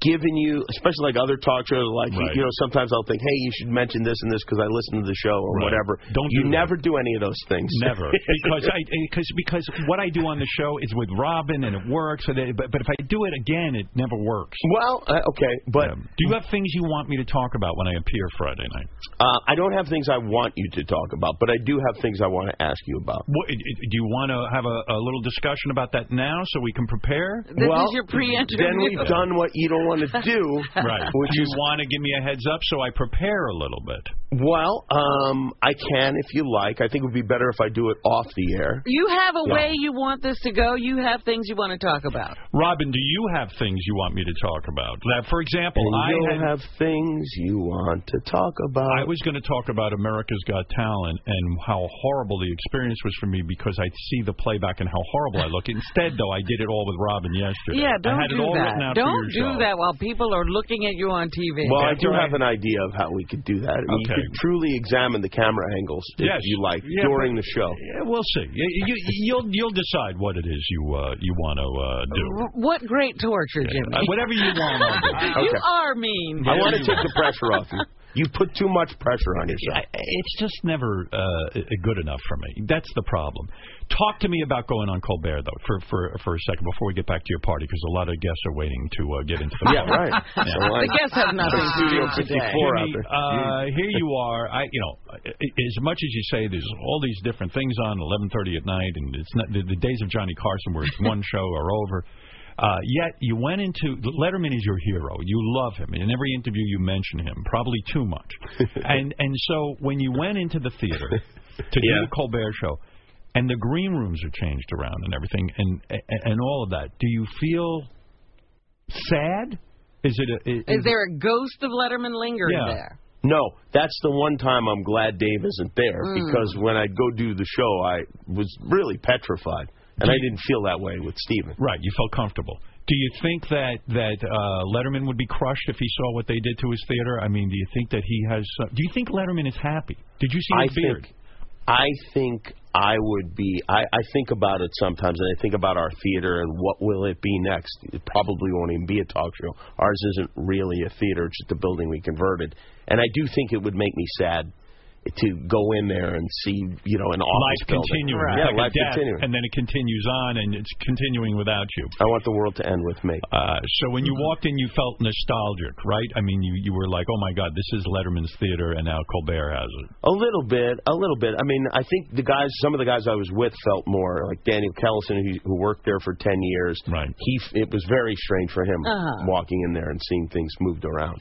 [SPEAKER 10] given you, especially like other talk shows, like you-
[SPEAKER 1] Right.
[SPEAKER 10] you know sometimes I'll think, hey, you should mention this and this because I listened to the show or
[SPEAKER 1] Right.
[SPEAKER 10] whatever.
[SPEAKER 1] Don't
[SPEAKER 10] you
[SPEAKER 1] do that.
[SPEAKER 10] never do any of those things? *laughs*
[SPEAKER 1] Never, because I because because what I do on the show is with Robin and it works. And it, but but if I do it again, it never works.
[SPEAKER 10] Well, uh, okay, but
[SPEAKER 1] do you have things you want me to talk about when I appear Friday night?
[SPEAKER 10] Uh, I don't have things I want you to talk about, but I do have things I want to ask you about.
[SPEAKER 1] What, i- i- do you want to have a, a little discussion about that now so we can prepare?
[SPEAKER 10] well, Then we've done what you don't want to do.
[SPEAKER 1] *laughs* Right.
[SPEAKER 10] *laughs* Which
[SPEAKER 1] do you
[SPEAKER 10] is
[SPEAKER 1] want to give me a heads up so I prepare a little bit?
[SPEAKER 10] well, um, I can if you like. I think it would be better if I do it off the air.
[SPEAKER 3] You have a
[SPEAKER 10] Yeah.
[SPEAKER 3] way you want this to go. You have things you want to talk about.
[SPEAKER 1] Robin, do you have things you want me to talk about? That, for example,
[SPEAKER 10] And
[SPEAKER 1] I
[SPEAKER 10] you'll have
[SPEAKER 1] had-
[SPEAKER 10] things you want to talk about.
[SPEAKER 1] I was going to talk about America's Got Talent and how horrible the experience was for me because I see the playback and how horrible I
[SPEAKER 10] *laughs*
[SPEAKER 1] look. Instead, though, I did it all with Robin yesterday.
[SPEAKER 3] Yeah, don't
[SPEAKER 1] I had
[SPEAKER 3] do
[SPEAKER 1] it all
[SPEAKER 3] that.
[SPEAKER 1] written out for
[SPEAKER 3] don't do
[SPEAKER 1] your show.
[SPEAKER 3] that while people are looking at you on TV.
[SPEAKER 10] Well, I do have an idea of how we could do that. I mean, You
[SPEAKER 1] Okay.
[SPEAKER 10] could truly examine the camera angles if
[SPEAKER 1] Yes.
[SPEAKER 10] you like
[SPEAKER 1] Yeah,
[SPEAKER 10] during
[SPEAKER 1] but-
[SPEAKER 10] the show.
[SPEAKER 1] Yeah, we'll see. You, you, you'll you'll decide what it is you uh, you want to uh, do.
[SPEAKER 3] What great torture, Jimmy.
[SPEAKER 1] Uh, whatever you want, I'll do.
[SPEAKER 3] *laughs* you
[SPEAKER 1] Okay.
[SPEAKER 3] are mean.
[SPEAKER 10] I want to take the pressure off
[SPEAKER 1] *laughs*
[SPEAKER 10] you. You put too much pressure on yourself.
[SPEAKER 1] I- It's just never uh, good enough for me. That's the problem. Talk to me about going on Colbert though, for for for a second before we get back to your party, because a lot of guests are waiting to uh, get into the *laughs*
[SPEAKER 10] Yeah,
[SPEAKER 1] party.
[SPEAKER 10] right.
[SPEAKER 1] Yeah.
[SPEAKER 10] So I- The guests have nothing to do today.
[SPEAKER 1] Jimmy, uh, here you are. I, you know, I- I- as much as you say, there's all these
[SPEAKER 10] *laughs*
[SPEAKER 1] different things on 11:30 at night, and it's not the, the days of Johnny Carson where it's one show are over. Uh, yet you went into Letterman is your hero. You love him. In every interview you mention him, probably too
[SPEAKER 10] *laughs*
[SPEAKER 1] much. and and so when you went into the theater to do
[SPEAKER 19] Yeah.
[SPEAKER 1] the Colbert Show, and the green rooms are changed around and everything, and and, and all of that, do you feel sad? Is it a, is,
[SPEAKER 3] Is there a ghost of Letterman lingering there?
[SPEAKER 10] No, that's the one time I'm glad Dave isn't there
[SPEAKER 3] Mm.
[SPEAKER 10] because when I go do the show, I was really petrified, and I
[SPEAKER 1] Mm.
[SPEAKER 10] didn't feel that way with Steven.
[SPEAKER 1] Right, you felt comfortable. Do you think that that uh, Letterman would be crushed if he saw what they did to his theater? I mean, do you think that he has? Uh, do you think Letterman is happy? Did you see
[SPEAKER 10] I
[SPEAKER 1] his beard?
[SPEAKER 10] think I think I would be. I, I think about it sometimes, and I think about our theater and what will it be next. It probably won't even be a talk show. Ours isn't really a theater; it's just a building we converted. And I do think it would make me sad to go in there and see, you know, an office
[SPEAKER 1] life
[SPEAKER 10] building.
[SPEAKER 1] continuing,
[SPEAKER 10] Yeah,
[SPEAKER 1] like a
[SPEAKER 10] life
[SPEAKER 1] death,
[SPEAKER 10] continuing.
[SPEAKER 1] and then it continues on, and it's continuing without you.
[SPEAKER 10] I want the world to end with me.
[SPEAKER 1] Uh, so when you
[SPEAKER 10] Mm-hmm.
[SPEAKER 1] walked in, you felt nostalgic, right? I mean, you you were like, oh my God, this is Letterman's theater, and now Colbert has it.
[SPEAKER 10] A little bit, a little bit. I mean, I think the guys, some of the guys I was with felt more like Daniel Kellison, who, who worked there for ten years. Right. He, f- it was very strange for him
[SPEAKER 1] Uh-huh.
[SPEAKER 10] walking in there and seeing things moved around.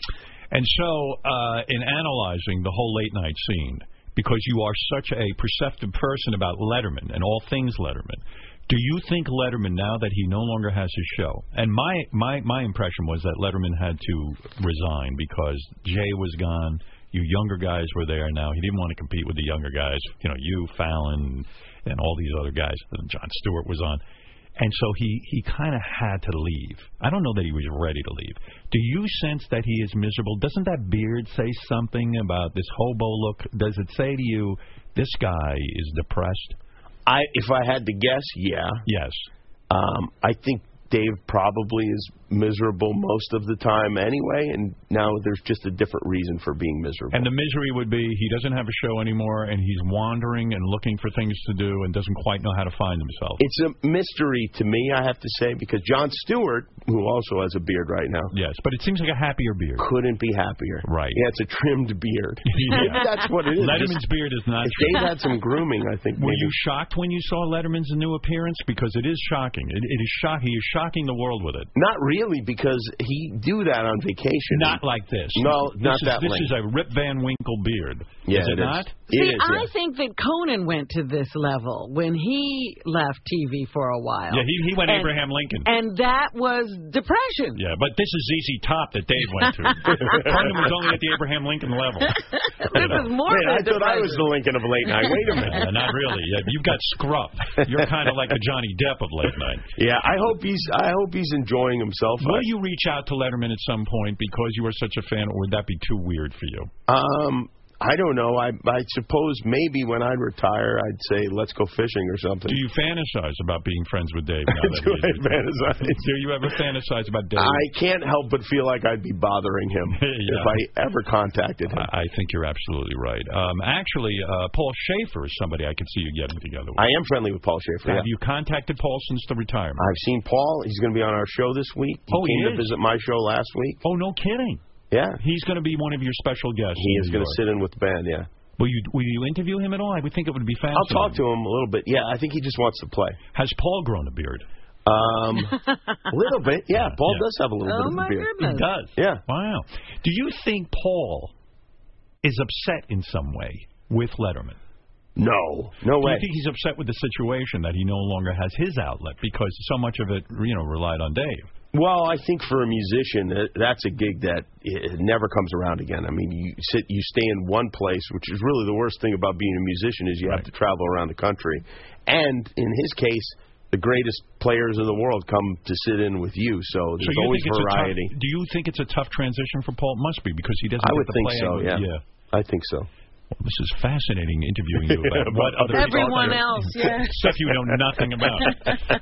[SPEAKER 1] And so, uh, in analyzing the whole late night scene, because you are such a perceptive person about Letterman and all things Letterman, do you think Letterman now that he no longer has his show? And my my my impression was that Letterman had to resign because Jay was gone. You younger guys were there now. He didn't want to compete with the younger guys. You know, you Fallon and all these other guys. And John Stewart was on. And so he, he kind of had to leave. I don't know that he was ready to leave. Do you sense that he is miserable? Doesn't that beard say something about this hobo look? Does it say to you, this guy is depressed?
[SPEAKER 10] I, if I had to guess, yeah.
[SPEAKER 1] Yes.
[SPEAKER 10] Um, I think Dave probably is miserable most of the time anyway, and now there's just a different reason for being miserable.
[SPEAKER 1] And the misery would be he doesn't have a show anymore and he's wandering and looking for things to do and doesn't quite know how to find himself.
[SPEAKER 10] It's a mystery to me, I have to say, because John Stewart, who also has a beard right now.
[SPEAKER 1] Yes, but it seems like a happier beard.
[SPEAKER 10] Couldn't be happier. Right. Yeah, it's a trimmed beard.
[SPEAKER 1] *laughs* Yeah.
[SPEAKER 10] That's what it is.
[SPEAKER 1] Letterman's
[SPEAKER 10] Just-
[SPEAKER 1] beard is not.
[SPEAKER 10] If
[SPEAKER 1] trimmed.
[SPEAKER 10] Dave had
[SPEAKER 1] *laughs*
[SPEAKER 10] some grooming, I think.
[SPEAKER 1] Were
[SPEAKER 10] maybe.
[SPEAKER 1] you shocked when you saw Letterman's new appearance? Because it is shocking. It, it is shock. He is shocking the world with it.
[SPEAKER 10] Not really, because he do that on vacation.
[SPEAKER 1] Not like this.
[SPEAKER 10] No,
[SPEAKER 1] This
[SPEAKER 10] not
[SPEAKER 1] is-
[SPEAKER 10] that
[SPEAKER 1] This
[SPEAKER 10] length.
[SPEAKER 1] is a Rip Van Winkle beard.
[SPEAKER 10] Yeah,
[SPEAKER 1] is
[SPEAKER 10] it
[SPEAKER 1] it,
[SPEAKER 10] is.
[SPEAKER 1] not?
[SPEAKER 3] See, I think that Conan went to this level when he left TV for a while.
[SPEAKER 1] Yeah, he- he went
[SPEAKER 3] And-
[SPEAKER 1] Abraham Lincoln.
[SPEAKER 3] And that was depression.
[SPEAKER 1] Yeah, but this is ZZ Top that Dave went
[SPEAKER 3] *laughs*
[SPEAKER 1] to. Conan was only at the Abraham Lincoln level.
[SPEAKER 3] This is more
[SPEAKER 10] Wait,
[SPEAKER 3] than
[SPEAKER 10] I thought I was
[SPEAKER 3] depression.
[SPEAKER 10] the Lincoln of late night. Wait a minute.
[SPEAKER 1] Uh, not really. *laughs* Yeah, You've got scruff. You're kind of like the Johnny Depp of late night.
[SPEAKER 10] Yeah, I hope he's. I hope he's enjoying himself.
[SPEAKER 1] Will you reach out to Letterman at some point because you are such a fan, or would that be too weird for you?
[SPEAKER 10] Um, I don't know. I I suppose maybe when I retire, I'd say let's go fishing or something.
[SPEAKER 1] Do you fantasize about being friends
[SPEAKER 10] *laughs*
[SPEAKER 1] with Dave? Now that
[SPEAKER 10] Do
[SPEAKER 1] he is
[SPEAKER 10] I
[SPEAKER 1] your-
[SPEAKER 10] fantasize?
[SPEAKER 1] Do you ever fantasize about Dave?
[SPEAKER 10] I can't help but feel like I'd be bothering him
[SPEAKER 1] *laughs* Yeah.
[SPEAKER 10] if I ever contacted him.
[SPEAKER 1] I think you're absolutely right. Um, actually, uh, Paul Schaefer is somebody I could see you getting together with.
[SPEAKER 10] I am friendly with Paul Schaefer. yeah.
[SPEAKER 1] Have you contacted Paul since the retirement?
[SPEAKER 10] I've seen Paul. He's going to be on our show this week. He
[SPEAKER 1] Oh, he
[SPEAKER 10] came
[SPEAKER 1] is?
[SPEAKER 10] to visit my show last week.
[SPEAKER 1] Oh, no kidding.
[SPEAKER 10] Yeah.
[SPEAKER 1] He's going to be one of your special guests.
[SPEAKER 10] He is going to sit in with Ben. Yeah.
[SPEAKER 1] Will you will you interview him at all? I would think it would be fascinating.
[SPEAKER 10] I'll talk to him a little bit. Yeah, I think he just wants to play.
[SPEAKER 1] Has Paul grown a beard? *laughs*
[SPEAKER 10] Um, a little bit. Yeah, Paul does have a little
[SPEAKER 1] Oh,
[SPEAKER 10] bit of
[SPEAKER 1] my
[SPEAKER 10] a beard.
[SPEAKER 1] goodness. He does.
[SPEAKER 10] Yeah.
[SPEAKER 1] Wow. Do you think Paul is upset in some way with Letterman?
[SPEAKER 10] No, no
[SPEAKER 1] Do
[SPEAKER 10] way.
[SPEAKER 1] you think he's upset with the situation that he no longer has his outlet because so much of it, you know, relied on Dave?
[SPEAKER 10] Well, I think for a musician, uh, that's a gig that it it never comes around again. I mean, you sit, you stay in one place, which is really the worst thing about being a musician is you have to travel around the country. And in his case, the greatest players in the world come to sit in with you, so
[SPEAKER 1] So
[SPEAKER 10] there's
[SPEAKER 1] you
[SPEAKER 10] always
[SPEAKER 1] think it's a tough-
[SPEAKER 10] variety.
[SPEAKER 1] do you think it's a tough transition for Paul? It must be because he doesn't.
[SPEAKER 10] I
[SPEAKER 1] get
[SPEAKER 10] would
[SPEAKER 1] to
[SPEAKER 10] think
[SPEAKER 1] play
[SPEAKER 10] so.
[SPEAKER 1] with-
[SPEAKER 10] Yeah.
[SPEAKER 1] yeah.
[SPEAKER 10] I think so.
[SPEAKER 1] This is fascinating interviewing you
[SPEAKER 10] *laughs*
[SPEAKER 1] about
[SPEAKER 10] About
[SPEAKER 1] what other
[SPEAKER 10] other
[SPEAKER 1] people
[SPEAKER 10] Everyone
[SPEAKER 1] do.
[SPEAKER 10] else, yeah.
[SPEAKER 1] *laughs* Stuff you know nothing about.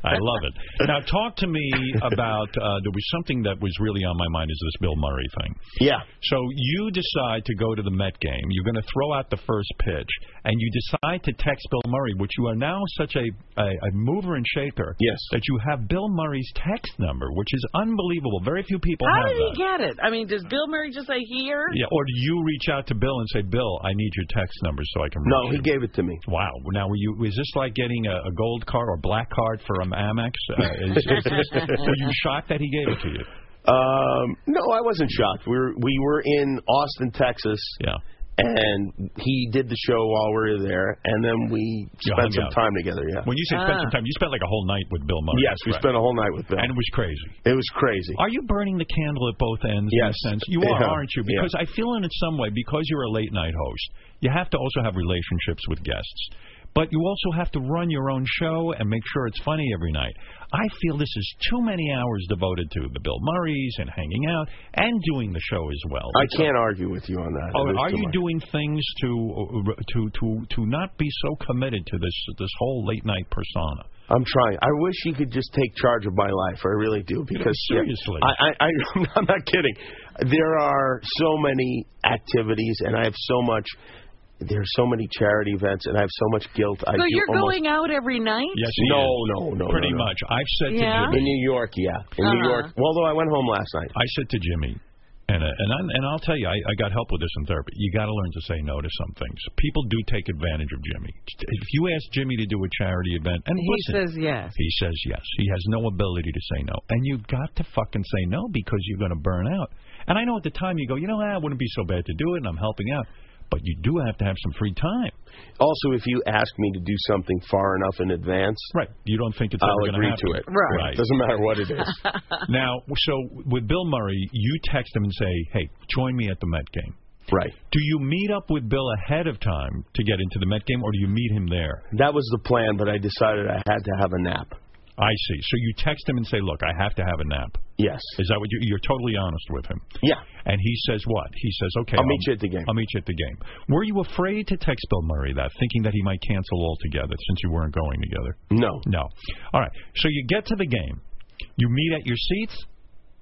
[SPEAKER 1] I love it. Now, talk
[SPEAKER 10] *laughs*
[SPEAKER 1] to me about uh, there was something that was really on my mind is this Bill Murray thing.
[SPEAKER 10] Yeah.
[SPEAKER 1] So you decide to go to the Met game. You're going to throw out the first pitch, and you decide to text Bill Murray, which you are now such a, a, a mover and shaker. Yes. That you have Bill Murray's text number, which is unbelievable. Very few people
[SPEAKER 3] How
[SPEAKER 1] have
[SPEAKER 3] did
[SPEAKER 1] that.
[SPEAKER 3] he get it? I mean, does Bill Murray just say here?
[SPEAKER 1] Yeah, or do you reach out to Bill and say, Bill, I need your text number so I can.
[SPEAKER 10] No,
[SPEAKER 1] reach
[SPEAKER 10] he
[SPEAKER 1] you.
[SPEAKER 10] gave it to me.
[SPEAKER 1] Wow. Now, were you? Is this like getting a, a gold card or black card for um, Amex? Uh, is, is this,
[SPEAKER 10] *laughs*
[SPEAKER 1] were you shocked that he gave it to you?
[SPEAKER 10] Um, no, I wasn't shocked. We were we were in Austin, Texas.
[SPEAKER 1] Yeah.
[SPEAKER 10] And he did the show while we were there, and then we
[SPEAKER 1] You
[SPEAKER 10] spent
[SPEAKER 1] hung
[SPEAKER 10] some
[SPEAKER 1] out.
[SPEAKER 10] time together. Yeah.
[SPEAKER 1] When you say
[SPEAKER 10] Uh.
[SPEAKER 1] spend some time, you spent like a whole night with Bill Murray.
[SPEAKER 10] Yes, we
[SPEAKER 1] right?
[SPEAKER 10] spent a whole night with Bill.
[SPEAKER 1] And it was crazy.
[SPEAKER 10] It was crazy.
[SPEAKER 1] Are you burning the candle at both ends?
[SPEAKER 10] Yes.
[SPEAKER 1] In a sense, you are,
[SPEAKER 10] Yeah.
[SPEAKER 1] aren't you? Because I feel in some way, because you're a late night host, you have to also have relationships with guests. But you also have to run your own show and make sure it's funny every night. I feel this is too many hours devoted to the Bill Murrays and hanging out and doing the show as well.
[SPEAKER 10] I can't argue with you on that.
[SPEAKER 1] Oh,
[SPEAKER 10] It was
[SPEAKER 1] are
[SPEAKER 10] too
[SPEAKER 1] you
[SPEAKER 10] much.
[SPEAKER 1] doing things to uh, to to to not be so committed to this this whole late night persona?
[SPEAKER 10] I'm trying. I wish you could just take charge of my life. I really do because yeah,
[SPEAKER 1] seriously.
[SPEAKER 10] I, *laughs* I, I I'm not kidding. There are so many activities, and I have so much. There are so many charity events, and I have so much guilt. I
[SPEAKER 3] so
[SPEAKER 10] do
[SPEAKER 3] you're
[SPEAKER 10] almost,
[SPEAKER 3] going out every night?
[SPEAKER 1] Yes, he
[SPEAKER 10] No,
[SPEAKER 1] is.
[SPEAKER 10] no, no.
[SPEAKER 1] Pretty
[SPEAKER 10] no, no.
[SPEAKER 1] much. I've said
[SPEAKER 3] Yeah?
[SPEAKER 1] to Jimmy
[SPEAKER 10] in New York, yeah, in New
[SPEAKER 1] Uh-huh.
[SPEAKER 10] York. Well, though I went home last night.
[SPEAKER 1] I said to Jimmy, and uh, and I, and I'll tell you, I, I got help with this in therapy. You got to learn to say no to some things. People do take advantage of Jimmy. If you ask Jimmy to do a charity event, and
[SPEAKER 3] He
[SPEAKER 1] listen,
[SPEAKER 3] says yes.
[SPEAKER 1] he says yes. He has no ability to say no, and you've got to fucking say no because you're going to burn out. And I know at the time you go, you know, ah, it wouldn't be so bad to do it, and I'm helping out. But you do have to have some free time.
[SPEAKER 10] Also, if you ask me to do something far enough in advance,
[SPEAKER 1] right? You don't think it's
[SPEAKER 10] I'll
[SPEAKER 1] ever gonna
[SPEAKER 10] agree
[SPEAKER 1] happen.
[SPEAKER 10] to it.
[SPEAKER 1] Right. Right.
[SPEAKER 10] Doesn't matter what it is.
[SPEAKER 1] now, so with Bill Murray, you text him and say, "Hey, join me at the Met game."
[SPEAKER 10] Right.
[SPEAKER 1] Do you meet up with Bill ahead of time to get into the Met game, or do you meet him there?
[SPEAKER 10] That was the plan, but I decided I had to have a nap.
[SPEAKER 1] I see. So you text him and say, "Look, I have to have a nap."
[SPEAKER 10] Yes.
[SPEAKER 1] Is that what you, you're totally honest with him?
[SPEAKER 10] Yeah.
[SPEAKER 1] And he says what? He says, "Okay,
[SPEAKER 10] I'll meet you at the game."
[SPEAKER 1] I'll meet you at the game." Were you afraid to text Bill Murray that, thinking that he might cancel altogether since you weren't going together?
[SPEAKER 10] No.
[SPEAKER 1] No. All right. So you get to the game. *laughs* You meet at your seats.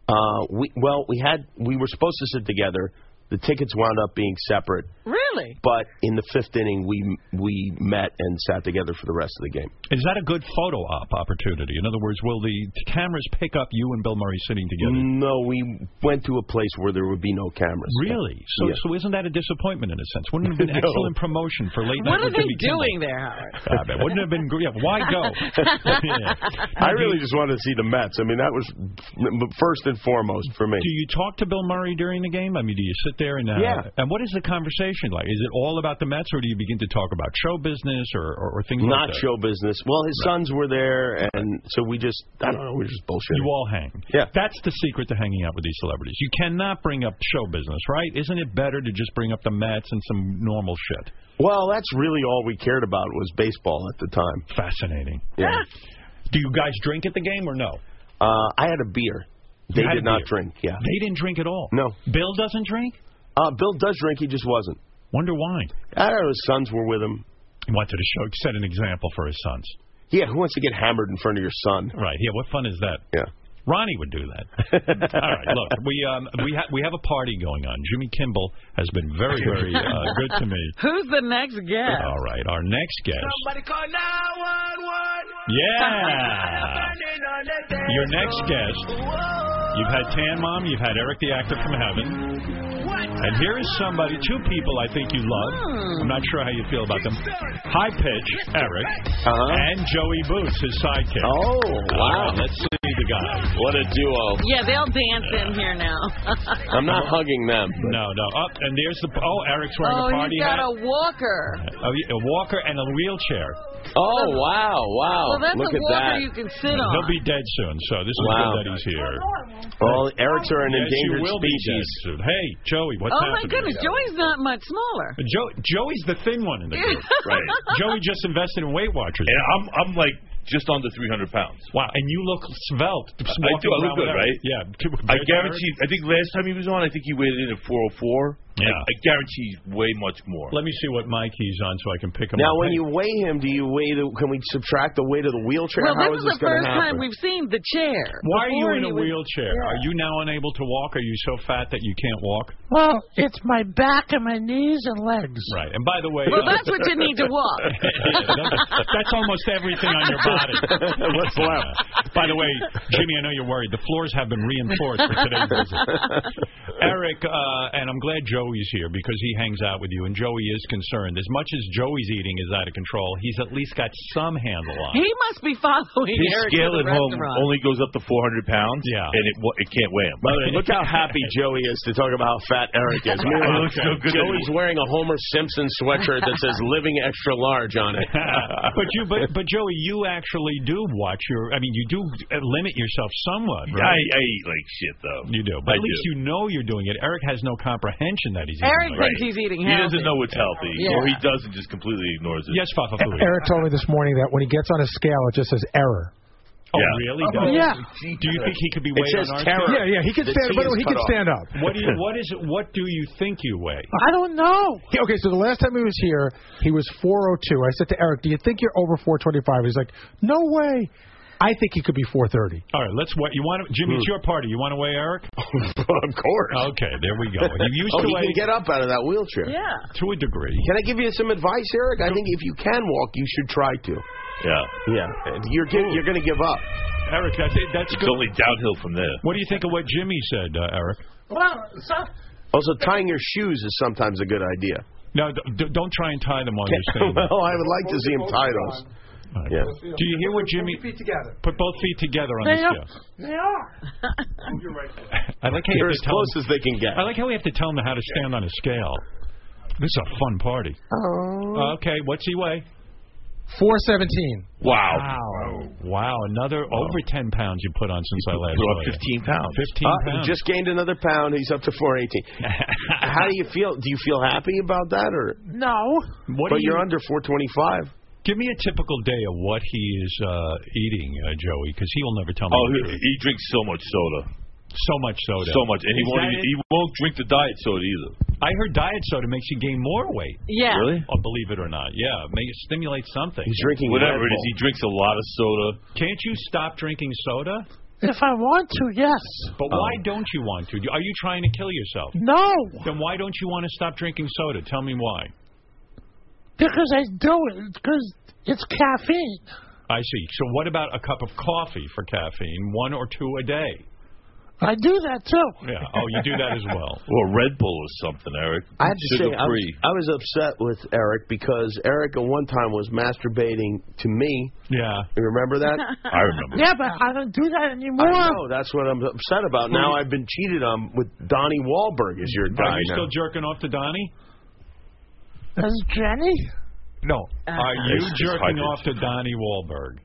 [SPEAKER 10] Uh, we well, we had we were supposed to sit together. The tickets wound up being separate,
[SPEAKER 3] Really?
[SPEAKER 10] but in the fifth inning, we we met and sat together for the rest of the game.
[SPEAKER 1] Is that a good photo op opportunity? In other words, will the cameras pick up you and Bill Murray sitting together?
[SPEAKER 10] No, we went to a place where there would be no cameras.
[SPEAKER 1] Really?
[SPEAKER 10] Mm.
[SPEAKER 1] So,
[SPEAKER 10] Yeah.
[SPEAKER 1] so isn't that a disappointment in a sense? Wouldn't
[SPEAKER 10] *laughs*
[SPEAKER 1] it have been
[SPEAKER 10] No.
[SPEAKER 1] excellent promotion for late
[SPEAKER 3] What
[SPEAKER 1] night?
[SPEAKER 3] are
[SPEAKER 1] with
[SPEAKER 3] they
[SPEAKER 1] Jimmy Kimmel?
[SPEAKER 3] doing there, Howard?
[SPEAKER 1] Ah, man, wouldn't it have been great? Yeah, why
[SPEAKER 3] *laughs*
[SPEAKER 1] go? Yeah.
[SPEAKER 10] I really just wanted to see the Mets. I mean, that was first and foremost for me.
[SPEAKER 1] Do you talk to Bill Murray during the game? I mean, do you sit there and uh,
[SPEAKER 10] Yeah.
[SPEAKER 1] And what is the conversation like? Is it all about the Mets, or do you begin to talk about show business or or, or things
[SPEAKER 10] Not
[SPEAKER 1] like that?
[SPEAKER 10] show business. Well, his sons were there, and so we just I don't know, we just bullshit.
[SPEAKER 1] You all hang. Yeah. That's the secret to hanging out with these celebrities. You cannot bring up show business, right? Isn't it better to just bring up the Mets and some normal shit?
[SPEAKER 10] Well, that's really all we cared about was baseball at the time.
[SPEAKER 1] Fascinating.
[SPEAKER 10] Yeah.
[SPEAKER 1] Do you guys drink at the game or no?
[SPEAKER 10] Uh, I had a beer.
[SPEAKER 1] You
[SPEAKER 10] They
[SPEAKER 1] had
[SPEAKER 10] did
[SPEAKER 1] a
[SPEAKER 10] not
[SPEAKER 1] beer.
[SPEAKER 10] drink. Yeah.
[SPEAKER 1] They didn't drink at all.
[SPEAKER 10] No.
[SPEAKER 1] Bill doesn't drink.
[SPEAKER 10] Uh, Bill does drink. He just wasn't.
[SPEAKER 1] Wonder why.
[SPEAKER 10] I don't know. His sons were with him.
[SPEAKER 1] He wanted to show, set an example for his sons.
[SPEAKER 10] Yeah. Who wants to get hammered in front of your son?
[SPEAKER 1] Right. Yeah. What fun is that?
[SPEAKER 10] Yeah.
[SPEAKER 1] Ronnie would do
[SPEAKER 10] *laughs*
[SPEAKER 1] that. All right, look, we um, we ha we have a party going on. Jimmy Kimball has been very very uh, good to
[SPEAKER 10] *laughs*
[SPEAKER 1] me.
[SPEAKER 3] *laughs* Who's the next guest?
[SPEAKER 1] All right, our next guest.
[SPEAKER 15] Somebody call 911.
[SPEAKER 1] Yeah. Your next guest. You've had Tan Mom, you've had Eric the Actor from Heaven. And here is somebody, two people I think you love. I'm not sure how you feel about them. High Pitch, Eric, and Joey Boots, his sidekick.
[SPEAKER 10] Uh-huh. Oh,
[SPEAKER 1] wow. let's see the guy.
[SPEAKER 10] What a duo.
[SPEAKER 3] Yeah, they'll dance in
[SPEAKER 1] *laughs*
[SPEAKER 3] here now.
[SPEAKER 10] I'm not
[SPEAKER 3] *laughs*
[SPEAKER 10] hugging them.
[SPEAKER 1] No, no. Up and there's the. Oh, Eric's wearing
[SPEAKER 3] Oh,
[SPEAKER 1] a party
[SPEAKER 3] he's got
[SPEAKER 1] hat.
[SPEAKER 3] a walker.
[SPEAKER 1] Oh, yeah, a walker and a wheelchair.
[SPEAKER 10] Oh wow, wow!
[SPEAKER 3] well, that's a walker you can sit on.
[SPEAKER 1] He'll be dead soon, so this is
[SPEAKER 10] Wow.
[SPEAKER 1] good that he's here.
[SPEAKER 10] Well, Eric's are an
[SPEAKER 1] Yes,
[SPEAKER 10] endangered
[SPEAKER 1] you will be
[SPEAKER 10] species.
[SPEAKER 1] dead soon. Hey, Joey, what's
[SPEAKER 3] oh
[SPEAKER 1] happening?
[SPEAKER 3] my goodness, Joey's not much smaller.
[SPEAKER 1] Joe, Joey's the thin one in the group.
[SPEAKER 3] *laughs* Right.
[SPEAKER 1] Joey just invested in Weight Watchers.
[SPEAKER 14] And I'm I'm like just under 300 pounds.
[SPEAKER 1] Wow, and you look svelte. just
[SPEAKER 14] I
[SPEAKER 1] walking
[SPEAKER 14] do. I look
[SPEAKER 1] around
[SPEAKER 14] good,
[SPEAKER 1] with
[SPEAKER 14] right?
[SPEAKER 1] everything. Yeah. *laughs*
[SPEAKER 14] I guarantee. I think last time he was on, I think he weighed in at 404.
[SPEAKER 1] Yeah.
[SPEAKER 14] I, I guarantee he's way much more.
[SPEAKER 1] Let me see what Mike he's on so I can pick him
[SPEAKER 14] Now,
[SPEAKER 1] up.
[SPEAKER 10] When
[SPEAKER 1] Hey,
[SPEAKER 10] you weigh him, do you weigh the? Can we subtract the weight of the wheelchair?
[SPEAKER 3] Well,
[SPEAKER 10] How is
[SPEAKER 3] this
[SPEAKER 10] this
[SPEAKER 3] is the
[SPEAKER 10] going
[SPEAKER 3] first
[SPEAKER 10] to
[SPEAKER 3] time
[SPEAKER 10] happen?
[SPEAKER 3] we've seen the chair.
[SPEAKER 1] why are you
[SPEAKER 3] Before
[SPEAKER 1] in
[SPEAKER 3] he
[SPEAKER 1] a
[SPEAKER 3] was-
[SPEAKER 1] wheelchair? Are you now unable to walk? Are you so fat that you can't walk?
[SPEAKER 5] Well, it's my back and my knees and legs.
[SPEAKER 1] Right. And by the way,
[SPEAKER 5] Well, that's what you need to walk.
[SPEAKER 1] Yeah, that's, *laughs* that's almost everything on your body.
[SPEAKER 10] What's
[SPEAKER 1] *laughs* left? By the way, Jimmy, I know you're worried. The floors have been reinforced for today's visit. Eric, uh, and I'm glad Joey's here because he hangs out with you, and Joey is concerned. As much as Joey's eating is out of control, he's at least got some handle on it.
[SPEAKER 3] He must be following
[SPEAKER 14] His
[SPEAKER 3] Eric
[SPEAKER 14] scale
[SPEAKER 3] to
[SPEAKER 14] at
[SPEAKER 3] the
[SPEAKER 14] home
[SPEAKER 3] restaurant.
[SPEAKER 14] only goes up to 400 pounds, yeah. and it wa- it can't weigh him.
[SPEAKER 10] By the way, look how happy Joey is to talk about how fat Eric
[SPEAKER 1] *laughs*
[SPEAKER 10] is.
[SPEAKER 14] It looks so good.
[SPEAKER 10] Joey's wearing a Homer Simpson sweatshirt that says "Living Extra Large" on
[SPEAKER 1] *laughs*
[SPEAKER 10] it.
[SPEAKER 1] *laughs* but you, but but Joey, you actually do watch your. I mean, you do uh, limit yourself somewhat.
[SPEAKER 14] I,
[SPEAKER 1] Right?
[SPEAKER 14] I eat like shit though.
[SPEAKER 1] you do, but
[SPEAKER 14] I
[SPEAKER 1] at least
[SPEAKER 14] do.
[SPEAKER 1] you know you're doing it. Eric has no comprehension that he's.
[SPEAKER 3] Eric
[SPEAKER 1] eating
[SPEAKER 3] thinks he's eating
[SPEAKER 14] He doesn't know what's healthy,
[SPEAKER 1] Yeah.
[SPEAKER 14] or he doesn't just completely ignores it.
[SPEAKER 1] Yes, Papa Fooey.
[SPEAKER 13] Eric told me this morning that when he gets on his scale, it just says error.
[SPEAKER 1] Oh, really?
[SPEAKER 13] Oh, *laughs*
[SPEAKER 1] Does-
[SPEAKER 13] yeah.
[SPEAKER 1] Do you think he could be
[SPEAKER 13] It
[SPEAKER 1] weighed
[SPEAKER 13] says
[SPEAKER 1] on our
[SPEAKER 13] terror.
[SPEAKER 1] scale?
[SPEAKER 13] Yeah, yeah, he can The stand- T by the way, is he can cut off. stand up.
[SPEAKER 1] What do you? What is? What do you think you weigh?
[SPEAKER 13] I don't know. okay, so the last time he was here, he was 402. I said to Eric, "Do you think you're over 425?" He's like, "No way." I think he could be 430.
[SPEAKER 1] All right, let's wait. You want to, Jimmy? It's your party. You want to weigh Eric?
[SPEAKER 10] of course.
[SPEAKER 1] Okay, there we go. You used
[SPEAKER 10] oh,
[SPEAKER 1] to
[SPEAKER 10] he
[SPEAKER 1] weigh
[SPEAKER 10] can get up out of that wheelchair.
[SPEAKER 1] Yeah. to a degree.
[SPEAKER 10] Can I give you some advice, Eric? I think if you can walk, you should try to.
[SPEAKER 14] Yeah,
[SPEAKER 10] yeah. You're gi- you're going to give up.
[SPEAKER 1] Eric, that's, that's
[SPEAKER 14] it's only downhill from there.
[SPEAKER 1] What do you think of what Jimmy said, uh, Eric?
[SPEAKER 5] Well, so,
[SPEAKER 10] Also, tying your shoes is sometimes a good idea.
[SPEAKER 1] No, d- don't try and tie them on your stand.
[SPEAKER 10] well, I would like to see him tie those. Yeah.
[SPEAKER 1] Do you hear what Jimmy? Put both feet together on the
[SPEAKER 5] they are.
[SPEAKER 1] scale.
[SPEAKER 5] They are.
[SPEAKER 3] *laughs*
[SPEAKER 1] I like how
[SPEAKER 10] You're
[SPEAKER 1] you
[SPEAKER 10] as close as they can get.
[SPEAKER 1] I like how we have to tell them how to stand on a scale. This is a fun party. Oh. Okay, what's he weigh?
[SPEAKER 13] 417.
[SPEAKER 1] Wow. Wow, another over 10 pounds you put on since I last
[SPEAKER 10] put on
[SPEAKER 1] saw you.
[SPEAKER 10] 15 pounds.
[SPEAKER 1] 15
[SPEAKER 10] Uh,
[SPEAKER 1] pounds.
[SPEAKER 10] he just gained another pound. He's up to
[SPEAKER 1] *laughs*
[SPEAKER 10] 418. How do you feel? Do you feel happy about that, or
[SPEAKER 5] No.
[SPEAKER 1] What
[SPEAKER 10] but
[SPEAKER 1] do
[SPEAKER 10] you're
[SPEAKER 1] you-
[SPEAKER 10] under 425.
[SPEAKER 1] Give me a typical day of what he is uh, eating, uh, Joey, because he will never tell me
[SPEAKER 14] Oh,
[SPEAKER 1] the
[SPEAKER 14] he,
[SPEAKER 1] truth.
[SPEAKER 14] he drinks so much soda,
[SPEAKER 1] so much soda,
[SPEAKER 14] so much, and he
[SPEAKER 1] Is
[SPEAKER 14] won't
[SPEAKER 1] that it?
[SPEAKER 14] even, he won't drink the diet soda either.
[SPEAKER 1] I heard diet soda makes you gain more weight.
[SPEAKER 14] Yeah. Really?
[SPEAKER 1] Oh, believe it or not. Yeah. May it stimulate something.
[SPEAKER 14] He's drinking Whatever Red it is, Bull. he drinks a lot of soda.
[SPEAKER 1] Can't you stop drinking soda?
[SPEAKER 5] If I want to, yes.
[SPEAKER 1] But why
[SPEAKER 5] Oh.
[SPEAKER 1] don't you want to? Are you trying to kill yourself?
[SPEAKER 5] No,
[SPEAKER 1] Then why don't you want to stop drinking soda? Tell me why.
[SPEAKER 5] because I do it because it's caffeine.
[SPEAKER 1] I see. So what about a cup of coffee for caffeine? One or two a day.
[SPEAKER 5] I do that too.
[SPEAKER 1] Yeah. Oh, you do that
[SPEAKER 5] *laughs*
[SPEAKER 1] as well.
[SPEAKER 14] Or Red Bull or something, Eric.
[SPEAKER 10] I have to say, I was,
[SPEAKER 14] Sugar-free.
[SPEAKER 10] I was upset with Eric because Eric at one time was masturbating to me.
[SPEAKER 1] Yeah.
[SPEAKER 10] You remember
[SPEAKER 5] *laughs*
[SPEAKER 10] that?
[SPEAKER 14] I remember.
[SPEAKER 5] Yeah, but I don't do that anymore.
[SPEAKER 10] I know. That's what I'm upset about. Now I've been cheated on with Donnie Wahlberg as your guy
[SPEAKER 1] Are you
[SPEAKER 10] now.
[SPEAKER 1] still jerking off to Donnie?
[SPEAKER 5] That's Jenny.
[SPEAKER 1] No.
[SPEAKER 5] Uh,
[SPEAKER 3] Uh-huh.
[SPEAKER 1] Are you
[SPEAKER 5] It's- it's
[SPEAKER 1] jerking
[SPEAKER 5] hybrid.
[SPEAKER 1] off to Donnie Wahlberg?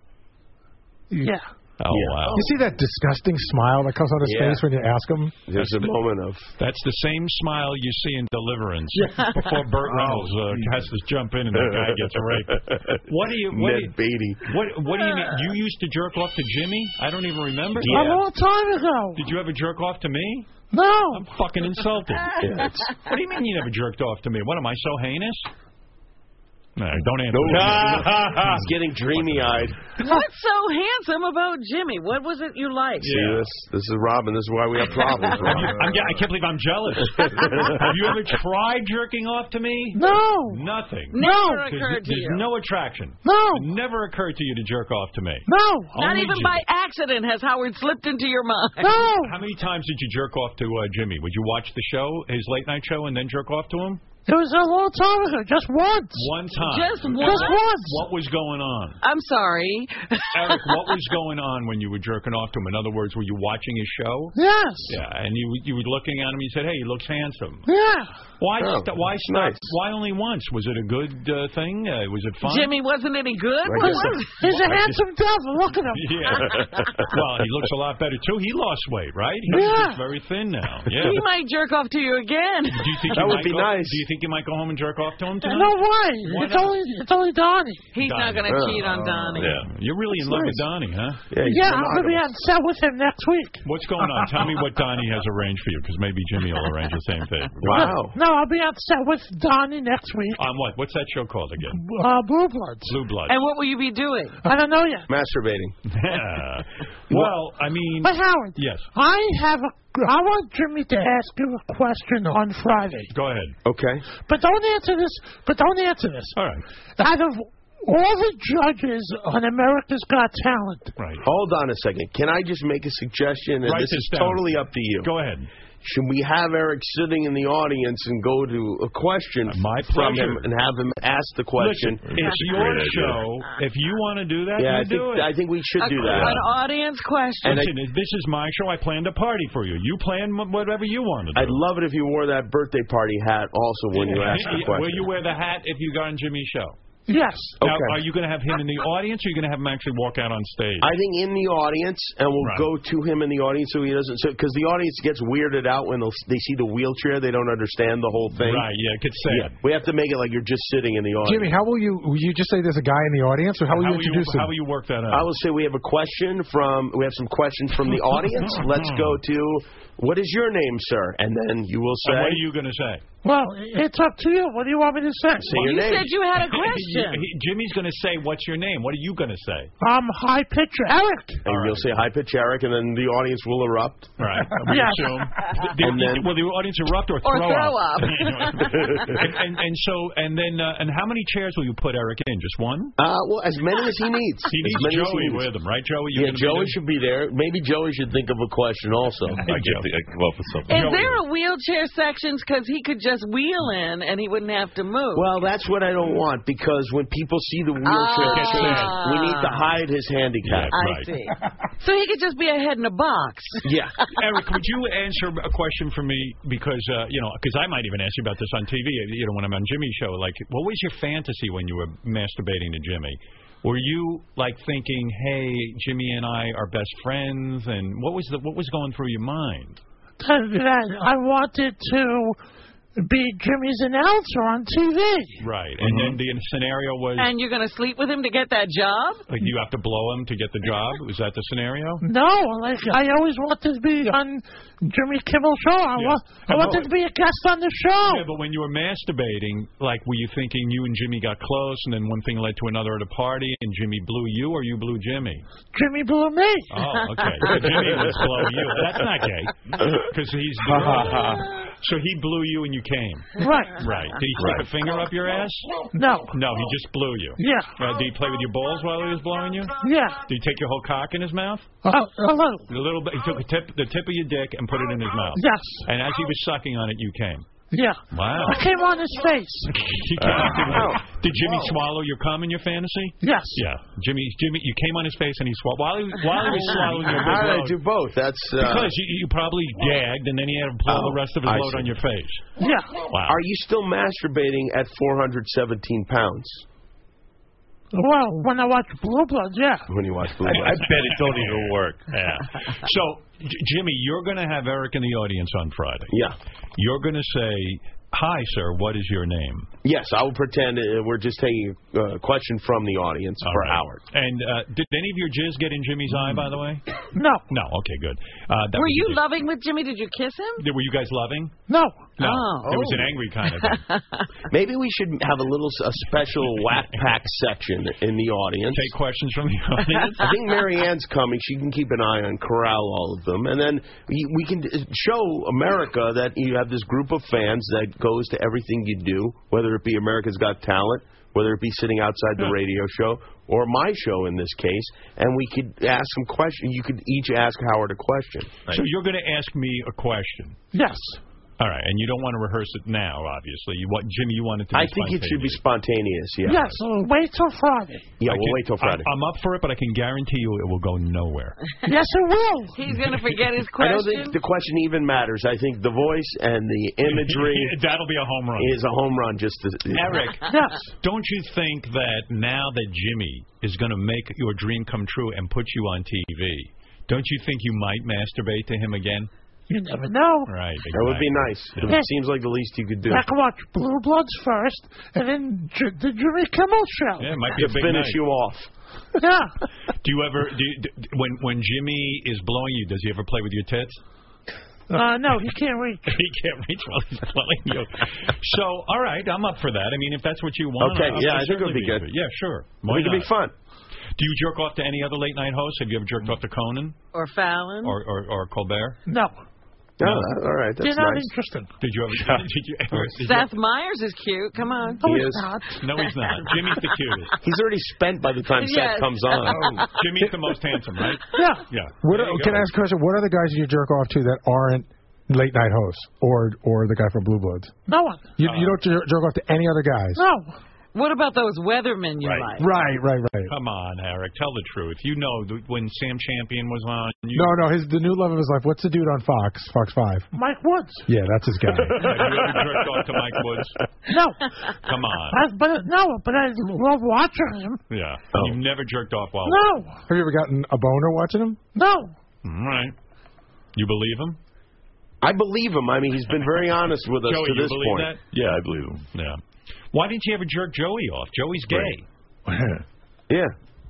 [SPEAKER 5] Yeah.
[SPEAKER 1] Oh wow.
[SPEAKER 13] You see that disgusting smile that comes on his
[SPEAKER 1] Yeah.
[SPEAKER 13] face when you ask him?
[SPEAKER 10] There's a moment of.
[SPEAKER 1] That's the same smile you see in
[SPEAKER 5] *laughs*
[SPEAKER 1] Deliverance
[SPEAKER 13] Yeah.
[SPEAKER 1] before Burt
[SPEAKER 13] Oh,
[SPEAKER 1] Reynolds
[SPEAKER 10] *laughs*
[SPEAKER 1] uh, has to jump in and that guy gets raped. What do you? What do you,
[SPEAKER 10] Ned Beatty.
[SPEAKER 1] What What do you
[SPEAKER 5] *laughs*
[SPEAKER 1] mean? You used to jerk off to Jimmy? I don't even remember.
[SPEAKER 5] A long time ago.
[SPEAKER 1] Did you ever jerk off to me?
[SPEAKER 5] No.
[SPEAKER 1] I'm fucking
[SPEAKER 5] *laughs*
[SPEAKER 1] insulted.
[SPEAKER 5] Yeah, it's-
[SPEAKER 1] What do you mean you never jerked off to me? What am I so heinous? No, don't answer. *laughs*
[SPEAKER 10] He's getting dreamy-eyed.
[SPEAKER 3] What's so handsome about Jimmy? What was it you liked?
[SPEAKER 10] See this? This is Robin. This is why we have problems. Robin.
[SPEAKER 1] *laughs* I'm, ge- I can't believe I'm jealous.
[SPEAKER 10] *laughs*
[SPEAKER 1] Have you
[SPEAKER 5] *laughs*
[SPEAKER 1] ever tried jerking off to me?
[SPEAKER 5] No.
[SPEAKER 1] Nothing.
[SPEAKER 5] Never
[SPEAKER 1] There's-
[SPEAKER 5] occurred to
[SPEAKER 1] there's
[SPEAKER 5] you.
[SPEAKER 1] no attraction.
[SPEAKER 5] No.
[SPEAKER 1] It never occurred to you to jerk off to me.
[SPEAKER 5] No.
[SPEAKER 3] Not
[SPEAKER 1] Only
[SPEAKER 3] even
[SPEAKER 1] Jimmy.
[SPEAKER 3] by accident has Howard slipped into your mind. *laughs*
[SPEAKER 1] How many times did you jerk off to uh, Jimmy? Would you watch the show, his late night show, and then jerk off to him?
[SPEAKER 5] It was a long time ago. Just once.
[SPEAKER 1] One time.
[SPEAKER 5] Just Just once? once.
[SPEAKER 1] What was going on?
[SPEAKER 3] I'm sorry.
[SPEAKER 1] Eric, what was going on when you were jerking off to him? In other words, were you watching his show?
[SPEAKER 5] Yes.
[SPEAKER 1] Yeah, and you you were looking at him. You said, "Hey, he looks handsome."
[SPEAKER 5] Yeah.
[SPEAKER 1] Why
[SPEAKER 5] Oh,
[SPEAKER 1] st- why
[SPEAKER 5] that's
[SPEAKER 1] stop?
[SPEAKER 5] nice.
[SPEAKER 1] Why only once? Was it a good uh, thing? Uh, was it fun?
[SPEAKER 3] Jimmy wasn't any good.
[SPEAKER 1] I guess
[SPEAKER 3] What?
[SPEAKER 1] I- He's a I just- handsome
[SPEAKER 5] devil. Look at him.
[SPEAKER 1] Yeah. well, he looks a lot better too. He lost weight, right? He's
[SPEAKER 3] Yeah.
[SPEAKER 1] just very thin now. Yeah.
[SPEAKER 3] He might jerk off to you again.
[SPEAKER 1] Do you think you might go, Do you think you might go home and jerk off to him tonight?
[SPEAKER 5] No way.
[SPEAKER 1] Why
[SPEAKER 5] it's
[SPEAKER 1] not?
[SPEAKER 5] only it's only Donnie.
[SPEAKER 3] He's not
[SPEAKER 1] Donnie. Oh.
[SPEAKER 3] going to cheat on Donnie.
[SPEAKER 1] Yeah. You're really in love with Donnie, huh?
[SPEAKER 5] yeah, I'm gonna be on set with him next week.
[SPEAKER 1] What's going on? Tell me what Donnie has arranged for you, because maybe Jimmy will arrange the same
[SPEAKER 10] *laughs*
[SPEAKER 1] thing.
[SPEAKER 5] No, I'll be on set with Donnie next week.
[SPEAKER 1] On what? What's that show called again?
[SPEAKER 5] Uh, Blue Bloods.
[SPEAKER 1] Blue Blood.
[SPEAKER 5] And
[SPEAKER 3] what will you be doing?
[SPEAKER 5] I don't
[SPEAKER 1] *laughs*
[SPEAKER 5] know yet.
[SPEAKER 10] Masturbating.
[SPEAKER 1] Yeah. well, I mean.
[SPEAKER 5] But Howard,
[SPEAKER 1] Yes.
[SPEAKER 5] I have a. I want Jimmy to ask you a question on Friday.
[SPEAKER 1] Go ahead.
[SPEAKER 10] Okay.
[SPEAKER 5] But don't answer this. But don't answer this.
[SPEAKER 1] All right.
[SPEAKER 5] Out of all the judges on America's Got Talent,
[SPEAKER 1] Right.
[SPEAKER 10] Hold on a second. Can I just make a suggestion? And
[SPEAKER 5] Write
[SPEAKER 10] this
[SPEAKER 5] this
[SPEAKER 10] is
[SPEAKER 5] down.
[SPEAKER 10] totally up to you.
[SPEAKER 1] Go ahead.
[SPEAKER 10] Should we have Eric sitting in the audience and go to a question from him
[SPEAKER 1] Uh, pleasure.
[SPEAKER 10] and have him ask the
[SPEAKER 1] Listen,
[SPEAKER 10] question?
[SPEAKER 1] it's your show. If you want to do that,
[SPEAKER 10] Yeah,
[SPEAKER 1] you
[SPEAKER 10] I think-
[SPEAKER 1] do it.
[SPEAKER 10] I think we should
[SPEAKER 3] A-
[SPEAKER 10] do that.
[SPEAKER 3] An audience question.
[SPEAKER 1] Listen, if this is my show. I planned a party for you. You plan wh- whatever you want to do.
[SPEAKER 10] I'd love it if you wore that birthday party hat also when you
[SPEAKER 1] Yeah,
[SPEAKER 10] ask the
[SPEAKER 1] yeah,
[SPEAKER 10] question.
[SPEAKER 1] Will you wear the hat if you go on Jimmy's show?
[SPEAKER 10] Yes.
[SPEAKER 1] Now,
[SPEAKER 10] Okay.
[SPEAKER 1] are you going to have him in the audience, or are you going to have him actually walk out on stage?
[SPEAKER 10] I think in the audience, and we'll go to him in the audience so he doesn't. So because the audience gets weirded out when they'll- they see the wheelchair, they don't understand the whole thing.
[SPEAKER 1] Right, yeah, it gets sad.
[SPEAKER 10] We have to make it like you're just sitting in the audience.
[SPEAKER 13] Jimmy, how will you? Will you just say there's a guy in the audience, or how will you introduce him?
[SPEAKER 1] work that
[SPEAKER 10] I will say we have a question from we have some questions from the audience. Let's go to what is your name, sir? And then you will say.
[SPEAKER 1] And what are you going to say?
[SPEAKER 5] Well, it's up to you. What do you want me to say?
[SPEAKER 1] *laughs* He- he- Jimmy's going to say, "What's your name?" What are you going to say?
[SPEAKER 5] *laughs* I'm high pitcher Eric.
[SPEAKER 10] And you'll say high pitch Eric, and then the audience will
[SPEAKER 1] *laughs*
[SPEAKER 10] erupt. *laughs*
[SPEAKER 1] Right.
[SPEAKER 5] we Yeah.
[SPEAKER 1] assume. The-
[SPEAKER 10] and then
[SPEAKER 1] Will the audience erupt or
[SPEAKER 10] Or
[SPEAKER 1] throw,
[SPEAKER 10] throw up.
[SPEAKER 1] up? *laughs* and, and, and so, and then, uh, and how many chairs will you put Eric in? Just one?
[SPEAKER 10] Uh, well, as many as he needs.
[SPEAKER 1] He
[SPEAKER 10] As
[SPEAKER 1] needs
[SPEAKER 10] many as
[SPEAKER 1] Joey
[SPEAKER 10] needs.
[SPEAKER 1] with him, right? Joey, you're
[SPEAKER 10] Yeah,
[SPEAKER 1] gonna be
[SPEAKER 10] Joey
[SPEAKER 1] there?
[SPEAKER 10] should be there. Maybe Joey should think of a question also. I
[SPEAKER 1] get
[SPEAKER 10] the, well, for something.
[SPEAKER 3] Is there a wheelchair section? Because he could just wheel in and he wouldn't have to
[SPEAKER 10] *laughs*
[SPEAKER 3] move.
[SPEAKER 10] Well, that's what I don't want because when people see the wheelchair,
[SPEAKER 3] Ah.
[SPEAKER 10] change, we need to hide his handicap.
[SPEAKER 3] I
[SPEAKER 1] *laughs*
[SPEAKER 3] see. So he could just be a head in a box.
[SPEAKER 10] Yeah.
[SPEAKER 1] Eric, would you answer a question for me? Because uh, you know, because I might even ask you about this on TV. You know, when I'm on Jimmy's show, like, what was your fantasy when you were masturbating to Jimmy? Were you like thinking, "Hey, Jimmy and I are best friends," and what was the what was going through your mind?
[SPEAKER 5] *laughs* That- that I wanted to be Jimmy's announcer on TV.
[SPEAKER 1] Right, and then the scenario was
[SPEAKER 3] And you're going to sleep with him to get that job?
[SPEAKER 1] like, you have to blow him to get the job. Was that the scenario?
[SPEAKER 5] No, like I always wanted to be on Jimmy Kimmel show. I, wa- I
[SPEAKER 1] I know
[SPEAKER 5] wanted to be a guest on the show.
[SPEAKER 1] Yeah, but when you were masturbating, like, were you thinking you and Jimmy got close, and then one thing led to another at a party, and Jimmy blew you, or you blew Jimmy?
[SPEAKER 5] Jimmy blew me. *laughs*
[SPEAKER 1] Oh, okay. So Jimmy was below you. That's not gay. Because he's.
[SPEAKER 5] *laughs*
[SPEAKER 1] so he blew you and you came.
[SPEAKER 5] Right.
[SPEAKER 1] Right. Did he stick a finger up your ass?
[SPEAKER 5] No.
[SPEAKER 1] No, he just blew you.
[SPEAKER 5] Yeah.
[SPEAKER 1] Uh, did he play with your balls while he was blowing you?
[SPEAKER 5] Yeah.
[SPEAKER 1] Did he take your whole cock in his mouth?
[SPEAKER 5] Oh, hello.
[SPEAKER 1] A little bit. He took a tip, the tip of your dick and put it in his mouth.
[SPEAKER 5] Yes.
[SPEAKER 1] And as he was sucking on it, you came.
[SPEAKER 5] Yeah. *laughs*
[SPEAKER 1] Wow.
[SPEAKER 5] I came on his face.
[SPEAKER 1] You came up to him. Did Jimmy swallow your cum in your fantasy?
[SPEAKER 5] Yes.
[SPEAKER 1] Yeah. Jimmy, Jimmy, you came on his face and he swallowed while he was, while he was
[SPEAKER 5] *laughs*
[SPEAKER 1] swallowing your big
[SPEAKER 10] How did I
[SPEAKER 1] load.
[SPEAKER 10] do both? That's uh,
[SPEAKER 1] Because you, you probably gagged, and then he had to blow the rest of his
[SPEAKER 10] Oh, I
[SPEAKER 1] load
[SPEAKER 10] see.
[SPEAKER 1] on your face.
[SPEAKER 5] Yeah.
[SPEAKER 1] Wow.
[SPEAKER 10] Are you still masturbating at 417 pounds
[SPEAKER 5] Well, when I watch Blue Bloods, yeah.
[SPEAKER 10] *laughs* when you watch Blue
[SPEAKER 1] I-
[SPEAKER 10] Bloods?
[SPEAKER 1] I bet it don't
[SPEAKER 10] *laughs*
[SPEAKER 1] even work. Yeah. So, J Jimmy, you're going to have Eric in the audience on Friday.
[SPEAKER 10] Yeah.
[SPEAKER 1] You're going to say, "Hi, sir. What is your name?"
[SPEAKER 10] Yes, I will pretend uh, we're just taking a uh, question from the audience for Howard.
[SPEAKER 1] And uh, did any of your jizz get in Jimmy's eye, by the way?
[SPEAKER 5] No.
[SPEAKER 1] No. Okay. Good. Uh, that
[SPEAKER 3] Were
[SPEAKER 1] was
[SPEAKER 3] you
[SPEAKER 1] a-
[SPEAKER 3] loving with Jimmy? Did you kiss him?
[SPEAKER 1] Were you guys loving?
[SPEAKER 5] No.
[SPEAKER 1] No.
[SPEAKER 3] Oh.
[SPEAKER 1] It was an angry kind of thing.
[SPEAKER 10] Maybe we should have a little s- a
[SPEAKER 1] *laughs*
[SPEAKER 10] special whack pack section in the audience. Take
[SPEAKER 1] questions from the audience.
[SPEAKER 10] I think Marianne's coming. She can keep an eye on corral all of them, and then we we can d- show America that you have this group of fans that goes to everything you do, whether it be America's Got Talent, whether it be sitting outside
[SPEAKER 1] Hmm.
[SPEAKER 10] the radio show or my show in this case, and we could ask some questions. You could each ask Howard a question.
[SPEAKER 1] So you're going to ask me a question.
[SPEAKER 5] Yes.
[SPEAKER 1] All right, and you don't want to rehearse it now, obviously. You want Jimmy? You want it to? Be
[SPEAKER 10] I think it should be spontaneous. Yeah.
[SPEAKER 5] Yes. uh, Wait till Friday.
[SPEAKER 10] Yeah,
[SPEAKER 1] I
[SPEAKER 10] we'll
[SPEAKER 1] can-
[SPEAKER 10] wait till Friday.
[SPEAKER 1] I, am up for it, but I can guarantee you it will go nowhere.
[SPEAKER 5] *laughs* Yes, it will.
[SPEAKER 3] He's going to forget his
[SPEAKER 10] I
[SPEAKER 3] question.
[SPEAKER 10] don't think the question even matters. I think the voice and
[SPEAKER 1] *laughs*
[SPEAKER 10] the imagery
[SPEAKER 1] That'll be a home run.
[SPEAKER 10] is a home run. Just to,
[SPEAKER 5] *laughs*
[SPEAKER 1] Eric, don't you think that now that Jimmy is going to make your dream come true and put you on TV, don't you think you might masturbate to him again?
[SPEAKER 5] You never know.
[SPEAKER 1] Right.
[SPEAKER 10] That would be nice.
[SPEAKER 1] Yeah.
[SPEAKER 10] It seems like the least you could do.
[SPEAKER 5] I can watch Blue Bloods first, and then J- the Jimmy Kimmel show.
[SPEAKER 1] Yeah, it might be a
[SPEAKER 10] To
[SPEAKER 1] big
[SPEAKER 10] finish
[SPEAKER 1] night.
[SPEAKER 10] you off.
[SPEAKER 5] Yeah.
[SPEAKER 1] Do you ever do you, d- when when Jimmy is blowing you? Does he ever play with your tits? *laughs*
[SPEAKER 5] Uh, no, he can't reach.
[SPEAKER 1] he can't reach while he's blowing you. So, all right, I'm up for that. I mean, if that's what you want.
[SPEAKER 10] Okay,
[SPEAKER 1] I'll- I'll
[SPEAKER 10] yeah, I think it
[SPEAKER 1] certainly
[SPEAKER 10] would be good.
[SPEAKER 1] into it. Yeah, sure.
[SPEAKER 10] I think it'd be fun.
[SPEAKER 1] Do you jerk off to any other late night hosts? Have you ever jerked off to Conan
[SPEAKER 3] or Fallon?
[SPEAKER 1] or or, or Colbert?
[SPEAKER 5] No.
[SPEAKER 10] No, that- all right,
[SPEAKER 5] You're not interested.
[SPEAKER 1] Did you ever? *laughs* Did you ever? did you-
[SPEAKER 3] Seth Meyers is cute. Come on.
[SPEAKER 1] He is.
[SPEAKER 3] *laughs*
[SPEAKER 1] No, he's not. Jimmy's the cutest.
[SPEAKER 10] He's already spent by the time
[SPEAKER 3] Yes.
[SPEAKER 10] Seth comes on.
[SPEAKER 1] Oh, Jimmy's the most handsome, right?
[SPEAKER 5] Yeah.
[SPEAKER 1] Yeah.
[SPEAKER 13] What
[SPEAKER 1] There you
[SPEAKER 13] can
[SPEAKER 1] go.
[SPEAKER 13] I ask a question? What are the guys you jerk off to that aren't late night host or or the guy from Blue Bloods.
[SPEAKER 5] No one.
[SPEAKER 13] You,
[SPEAKER 1] Uh,
[SPEAKER 13] you don't jer- jerk off to any other guys.
[SPEAKER 5] No.
[SPEAKER 3] What about those weathermen you like?
[SPEAKER 13] Right, right, right.
[SPEAKER 1] Come on, Eric. Tell the truth. You know that when Sam Champion was on, you
[SPEAKER 13] No, no. His the new love of his life. What's the dude on Fox? Fox Five.
[SPEAKER 5] Mike Woods.
[SPEAKER 13] Yeah, that's his guy.
[SPEAKER 1] Have you ever jerked off to Mike Woods? *laughs*
[SPEAKER 5] No.
[SPEAKER 1] Come on.
[SPEAKER 5] I, but no, but I love watching him.
[SPEAKER 1] *laughs* Yeah.
[SPEAKER 10] Oh.
[SPEAKER 1] You've never jerked off while.
[SPEAKER 5] No,
[SPEAKER 13] Have you ever gotten a boner watching him?
[SPEAKER 5] no. Um,
[SPEAKER 1] All right. You believe him?
[SPEAKER 10] I believe him. I mean, he's been very honest with us
[SPEAKER 1] Joey,
[SPEAKER 10] to
[SPEAKER 1] you
[SPEAKER 10] this
[SPEAKER 1] believe
[SPEAKER 10] point.
[SPEAKER 1] that?
[SPEAKER 10] Yeah, I believe him.
[SPEAKER 1] Yeah. Why didn't you ever jerk Joey off? Joey's gay. *laughs*
[SPEAKER 10] yeah.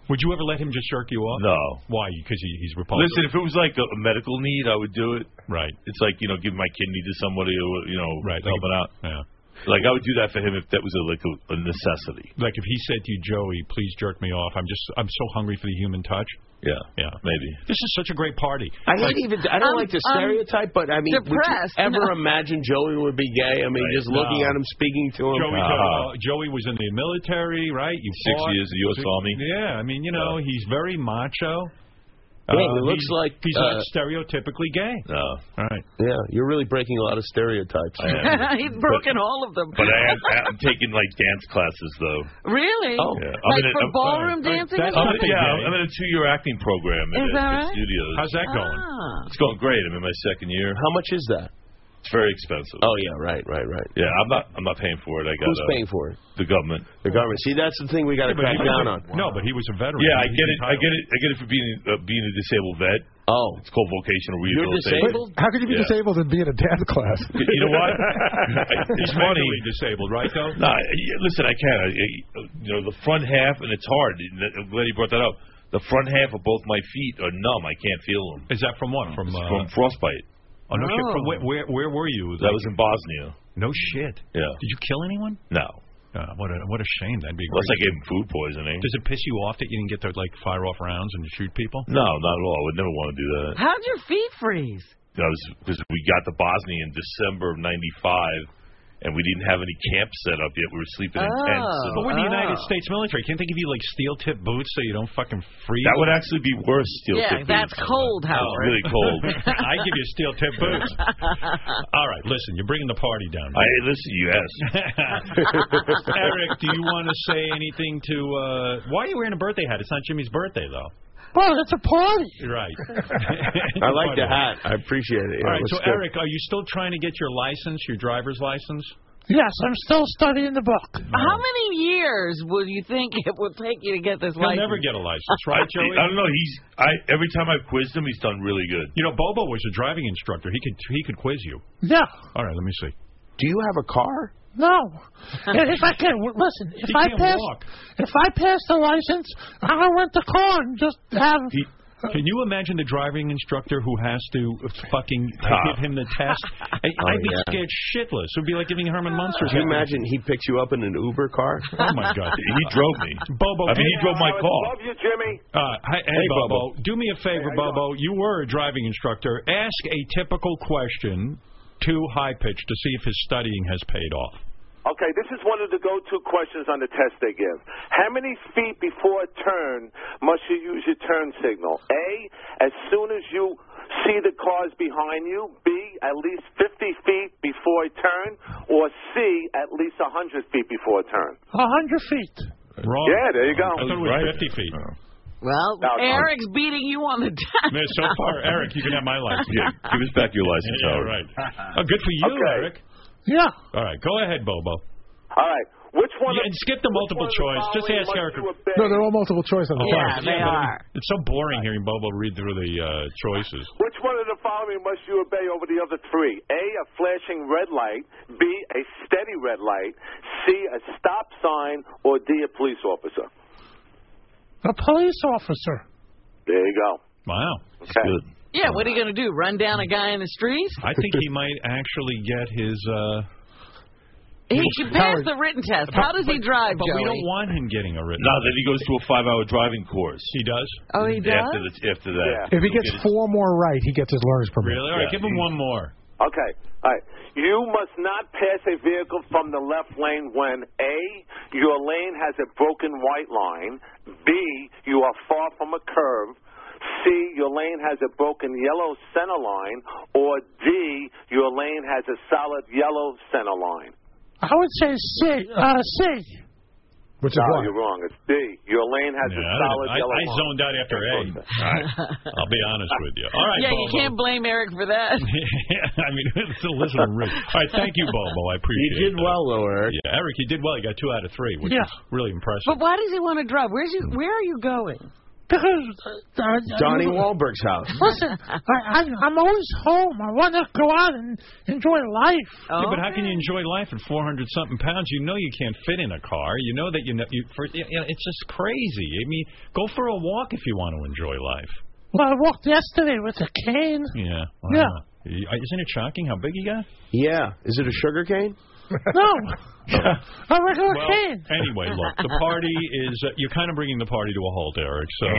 [SPEAKER 1] Would you ever let him just jerk you off?
[SPEAKER 14] No.
[SPEAKER 1] Why? Because he, he's repulsive.
[SPEAKER 14] Listen, if it was like a, a medical need, I would do it.
[SPEAKER 1] Right.
[SPEAKER 14] It's like you know, giving my kidney to somebody, or, you know,
[SPEAKER 1] Right, like
[SPEAKER 14] helping
[SPEAKER 1] a-
[SPEAKER 14] out.
[SPEAKER 1] Yeah.
[SPEAKER 14] Like I would do that for him if that was a, like a, a necessity.
[SPEAKER 1] Like if he said to you, Joey, please jerk me off. I'm just I'm so hungry for the human touch.
[SPEAKER 14] Yeah.
[SPEAKER 1] Yeah.
[SPEAKER 14] Maybe.
[SPEAKER 1] This is such a great party.
[SPEAKER 10] I hate even. I don't
[SPEAKER 1] I'm-
[SPEAKER 10] like to
[SPEAKER 1] I'm
[SPEAKER 10] stereotype, but I mean,
[SPEAKER 1] depressed.
[SPEAKER 10] would you ever
[SPEAKER 1] *laughs* No.
[SPEAKER 10] imagine Joey would be gay? I mean,
[SPEAKER 1] Right.
[SPEAKER 10] just looking
[SPEAKER 1] No.
[SPEAKER 10] at him, speaking to him.
[SPEAKER 1] Joey,
[SPEAKER 10] Uh-huh.
[SPEAKER 1] uh, Joey was in the military, right? You
[SPEAKER 10] Six
[SPEAKER 1] fought.
[SPEAKER 10] years in the U.S. Army.
[SPEAKER 1] Yeah, I mean, you know, he's very macho.
[SPEAKER 10] Yeah, he looks
[SPEAKER 1] he's,
[SPEAKER 10] like,
[SPEAKER 1] he's
[SPEAKER 10] uh,
[SPEAKER 1] not stereotypically gay.
[SPEAKER 14] No.
[SPEAKER 1] All right.
[SPEAKER 10] Yeah, you're really breaking a lot of stereotypes.
[SPEAKER 3] *laughs* He's broken all of them.
[SPEAKER 14] But I
[SPEAKER 3] *laughs*
[SPEAKER 14] am, I'm taking like dance classes though.
[SPEAKER 3] really?
[SPEAKER 10] Oh.
[SPEAKER 1] Oh.
[SPEAKER 14] Yeah. I'm
[SPEAKER 3] Like
[SPEAKER 14] in a-
[SPEAKER 3] for
[SPEAKER 14] I'm-
[SPEAKER 3] ballroom dancing?
[SPEAKER 14] I'm,
[SPEAKER 3] and stuff?
[SPEAKER 14] in- yeah, I'm in a two-year acting program
[SPEAKER 3] Is
[SPEAKER 14] at, at
[SPEAKER 3] that right? Ah.
[SPEAKER 14] studios.
[SPEAKER 1] How's that going?
[SPEAKER 5] Ah.
[SPEAKER 14] It's going great. I'm in my second year.
[SPEAKER 10] How much is that?
[SPEAKER 14] It's very expensive.
[SPEAKER 10] Oh yeah, right, right, right.
[SPEAKER 14] Yeah, I'm not. I'm not paying for it. I got.
[SPEAKER 10] Who's
[SPEAKER 14] uh,
[SPEAKER 10] paying for it?
[SPEAKER 14] The government.
[SPEAKER 10] The government. See, that's the thing we got to crack
[SPEAKER 14] Yeah, but he-
[SPEAKER 10] down on.
[SPEAKER 1] No, but he was a veteran.
[SPEAKER 14] Yeah, I
[SPEAKER 1] He's
[SPEAKER 14] get it.
[SPEAKER 1] entitled.
[SPEAKER 14] I get it. I get it for being uh, being a disabled vet.
[SPEAKER 10] Oh,
[SPEAKER 14] it's called vocational
[SPEAKER 13] You're
[SPEAKER 14] rehabilitation.
[SPEAKER 13] Wait, how could you be
[SPEAKER 14] Yeah.
[SPEAKER 13] disabled and be in a dance
[SPEAKER 1] *laughs*
[SPEAKER 13] class?
[SPEAKER 14] You know
[SPEAKER 13] *laughs*
[SPEAKER 14] what?
[SPEAKER 1] He's
[SPEAKER 14] it's funny.
[SPEAKER 1] mentally disabled, right? Though.
[SPEAKER 14] Nah, y- listen, I can. I, I- you know, the front half, and it's hard. I'm glad you brought that up. The front half of both my feet are numb. I can't feel them.
[SPEAKER 1] Is that from what? From
[SPEAKER 14] It's
[SPEAKER 1] uh,
[SPEAKER 14] from frostbite.
[SPEAKER 1] Oh no! Shit. From where, where where were you?
[SPEAKER 14] That was in Bosnia.
[SPEAKER 1] No shit.
[SPEAKER 14] Yeah.
[SPEAKER 1] Did you kill anyone?
[SPEAKER 14] No.
[SPEAKER 1] Uh, what a what a shame. That'd be.
[SPEAKER 14] Unless I
[SPEAKER 1] great.
[SPEAKER 14] gave him food poisoning.
[SPEAKER 1] Does it piss you off that you didn't get to like fire off rounds and shoot people?
[SPEAKER 14] No, not at all. I would never want to do that.
[SPEAKER 3] How'd your feet freeze?
[SPEAKER 14] That was because we got to Bosnia in December of '95, and we didn't have any camp set up yet. We were sleeping in tents.
[SPEAKER 3] Oh,
[SPEAKER 14] and-
[SPEAKER 1] Oh, But we're the United States military. Can't they give you like steel tip boots so you don't fucking freeze?
[SPEAKER 14] That would actually be worse. Steel
[SPEAKER 3] yeah,
[SPEAKER 14] tip
[SPEAKER 3] that's
[SPEAKER 14] boots.
[SPEAKER 3] cold,
[SPEAKER 14] That was
[SPEAKER 3] Howard.
[SPEAKER 14] really
[SPEAKER 3] *laughs*
[SPEAKER 14] cold.
[SPEAKER 1] I give you steel tip boots. All right, listen, you're bringing the party down.
[SPEAKER 14] I listen. You asked.
[SPEAKER 1] *laughs* *laughs* Eric, do you want to say anything to? Uh, why are you wearing a birthday hat? It's not Jimmy's birthday though.
[SPEAKER 5] *laughs* Well, it's a party.
[SPEAKER 14] *laughs*
[SPEAKER 1] Right.
[SPEAKER 10] I like the hat. I appreciate it. Yeah,
[SPEAKER 1] All right,
[SPEAKER 10] let's
[SPEAKER 1] so
[SPEAKER 10] go.
[SPEAKER 1] Eric, are you still trying to get your license, your driver's license?
[SPEAKER 5] Yes, I'm still studying the book.
[SPEAKER 1] Mm-hmm.
[SPEAKER 5] Uh-huh.
[SPEAKER 3] How many years would you think it would take you to get this
[SPEAKER 1] He'll
[SPEAKER 3] license?
[SPEAKER 1] never get a
[SPEAKER 14] *laughs*
[SPEAKER 1] license, right, Joey?
[SPEAKER 14] I don't know. He's. I every time I've quizzed him, he's done really good.
[SPEAKER 1] You know, Bobo was a driving instructor. He could he could quiz you.
[SPEAKER 5] Yeah.
[SPEAKER 1] All right, let me see.
[SPEAKER 10] Do you have a car?
[SPEAKER 1] *laughs*
[SPEAKER 5] No. And if I can listen, if
[SPEAKER 1] He
[SPEAKER 5] I
[SPEAKER 1] can't
[SPEAKER 5] pass,
[SPEAKER 1] walk.
[SPEAKER 5] if I pass the license, I'm gonna rent the car and just have.
[SPEAKER 1] He, can you imagine the driving instructor who has to
[SPEAKER 14] *laughs*
[SPEAKER 1] fucking
[SPEAKER 10] Ah.
[SPEAKER 1] give him the test?
[SPEAKER 10] Oh,
[SPEAKER 1] I, I'd be
[SPEAKER 10] yeah.
[SPEAKER 1] scared shitless. It would be like giving Herman Munster.
[SPEAKER 10] Could you imagine he picks you up in an Uber car?
[SPEAKER 1] Oh my
[SPEAKER 10] *laughs*
[SPEAKER 1] God,
[SPEAKER 14] he drove me.
[SPEAKER 1] *laughs* Bobo,
[SPEAKER 10] I mean, he drove my car.
[SPEAKER 1] Love you, Jimmy. Uh, hi, hey,
[SPEAKER 10] Hey,
[SPEAKER 1] Bobo.
[SPEAKER 10] Bobo.
[SPEAKER 1] Do me a favor, Bobo. You were a driving instructor. Ask a typical question, too high pitched, to see if his studying has paid off.
[SPEAKER 25] Okay, this is one of the go-to questions on the test they give. How many feet before a turn must you use your turn signal? A, as soon as you see the cars behind you. B, at least 50 feet before a turn. Or C, at least 100 feet before a turn.
[SPEAKER 5] A hundred feet.
[SPEAKER 1] Wrong.
[SPEAKER 25] Yeah, there you go.
[SPEAKER 1] I thought it was
[SPEAKER 25] Right.
[SPEAKER 1] 50 feet.
[SPEAKER 3] Well, Eric's beating you on the *laughs* test.
[SPEAKER 1] Man, so
[SPEAKER 14] *laughs*
[SPEAKER 1] far, Eric, you can have my license.
[SPEAKER 14] Yeah, give us back your license,
[SPEAKER 1] Yeah,
[SPEAKER 14] Howard.
[SPEAKER 1] right. Oh,
[SPEAKER 25] *laughs*
[SPEAKER 1] good for you,
[SPEAKER 25] Okay.
[SPEAKER 1] Eric.
[SPEAKER 5] Yeah.
[SPEAKER 1] All right, go ahead, Bobo.
[SPEAKER 25] All right. Which one?
[SPEAKER 1] Yeah, and skip the multiple choice. Just ask Eric. Oh,
[SPEAKER 13] No, they're all multiple choice on the
[SPEAKER 1] Yeah,
[SPEAKER 13] front.
[SPEAKER 1] but It's so boring hearing Bobo read through the uh, choices.
[SPEAKER 25] Which one of the following must you obey over the other three? A, a flashing red light. B, a steady red light. C, a stop sign. Or D, a police officer.
[SPEAKER 5] A police officer.
[SPEAKER 25] There you go.
[SPEAKER 1] Wow.
[SPEAKER 14] good.
[SPEAKER 3] Yeah, what are you going to do? Run down a guy in the street?
[SPEAKER 1] I think he might actually get his. Uh,
[SPEAKER 3] He should pass the written test. How does he drive,
[SPEAKER 1] but we
[SPEAKER 3] Joey?
[SPEAKER 1] don't want him getting a written.
[SPEAKER 14] No, then he goes to a five-hour driving course.
[SPEAKER 1] He does.
[SPEAKER 3] Oh, he
[SPEAKER 14] After, the, after that,
[SPEAKER 13] If he gets four more right, he gets his learner's permit.
[SPEAKER 1] Really? All right, give him one more.
[SPEAKER 25] Okay. All right. You must not pass a vehicle from the left lane when A, your lane has a broken white line. B, you are far from a curve.
[SPEAKER 24] C, your lane has a broken yellow center line, or D, your lane has a solid yellow center line.
[SPEAKER 5] I would say C. Uh, C.
[SPEAKER 24] Which no, you're wrong. It's D. Your lane has a
[SPEAKER 1] Yeah, I don't-
[SPEAKER 24] solid
[SPEAKER 1] I, I
[SPEAKER 24] yellow line.
[SPEAKER 1] zoned out after A. All right. I'll be honest with you. All right,
[SPEAKER 3] yeah,
[SPEAKER 1] Bobo.
[SPEAKER 3] you can't blame Eric for
[SPEAKER 1] *laughs*
[SPEAKER 3] that.
[SPEAKER 1] I mean, *laughs* it's a listen and root. All right, thank you, Bobo. I appreciate it. You did well,
[SPEAKER 10] though, Eric.
[SPEAKER 1] Yeah, Eric, you did well. You got two out of three, which
[SPEAKER 5] Yeah.
[SPEAKER 1] is really impressive.
[SPEAKER 5] But why does he want to drive? Where's you? Where are you
[SPEAKER 1] *laughs*
[SPEAKER 5] going? Because uh, uh,
[SPEAKER 10] Donnie
[SPEAKER 5] you-
[SPEAKER 10] Wahlberg's house.
[SPEAKER 5] Listen, I, I, I'm always home. I want to go out and enjoy life.
[SPEAKER 3] Oh.
[SPEAKER 1] Yeah, but how can you enjoy life at 400 something pounds? You know you can't fit in a car. You know that you know you. For, you know, it's just crazy. I mean, go for a walk if you want to enjoy life.
[SPEAKER 5] Well, I walked yesterday with a cane.
[SPEAKER 1] Yeah. why
[SPEAKER 5] Yeah.
[SPEAKER 1] not? uh, Isn't it shocking how big you got?
[SPEAKER 10] Yeah. Is it a sugar cane?
[SPEAKER 5] no, a regular cane.
[SPEAKER 1] Anyway, look, the
[SPEAKER 5] *laughs*
[SPEAKER 1] party is. Uh, you're kind of bringing the party to a halt, Eric. So.
[SPEAKER 3] *laughs*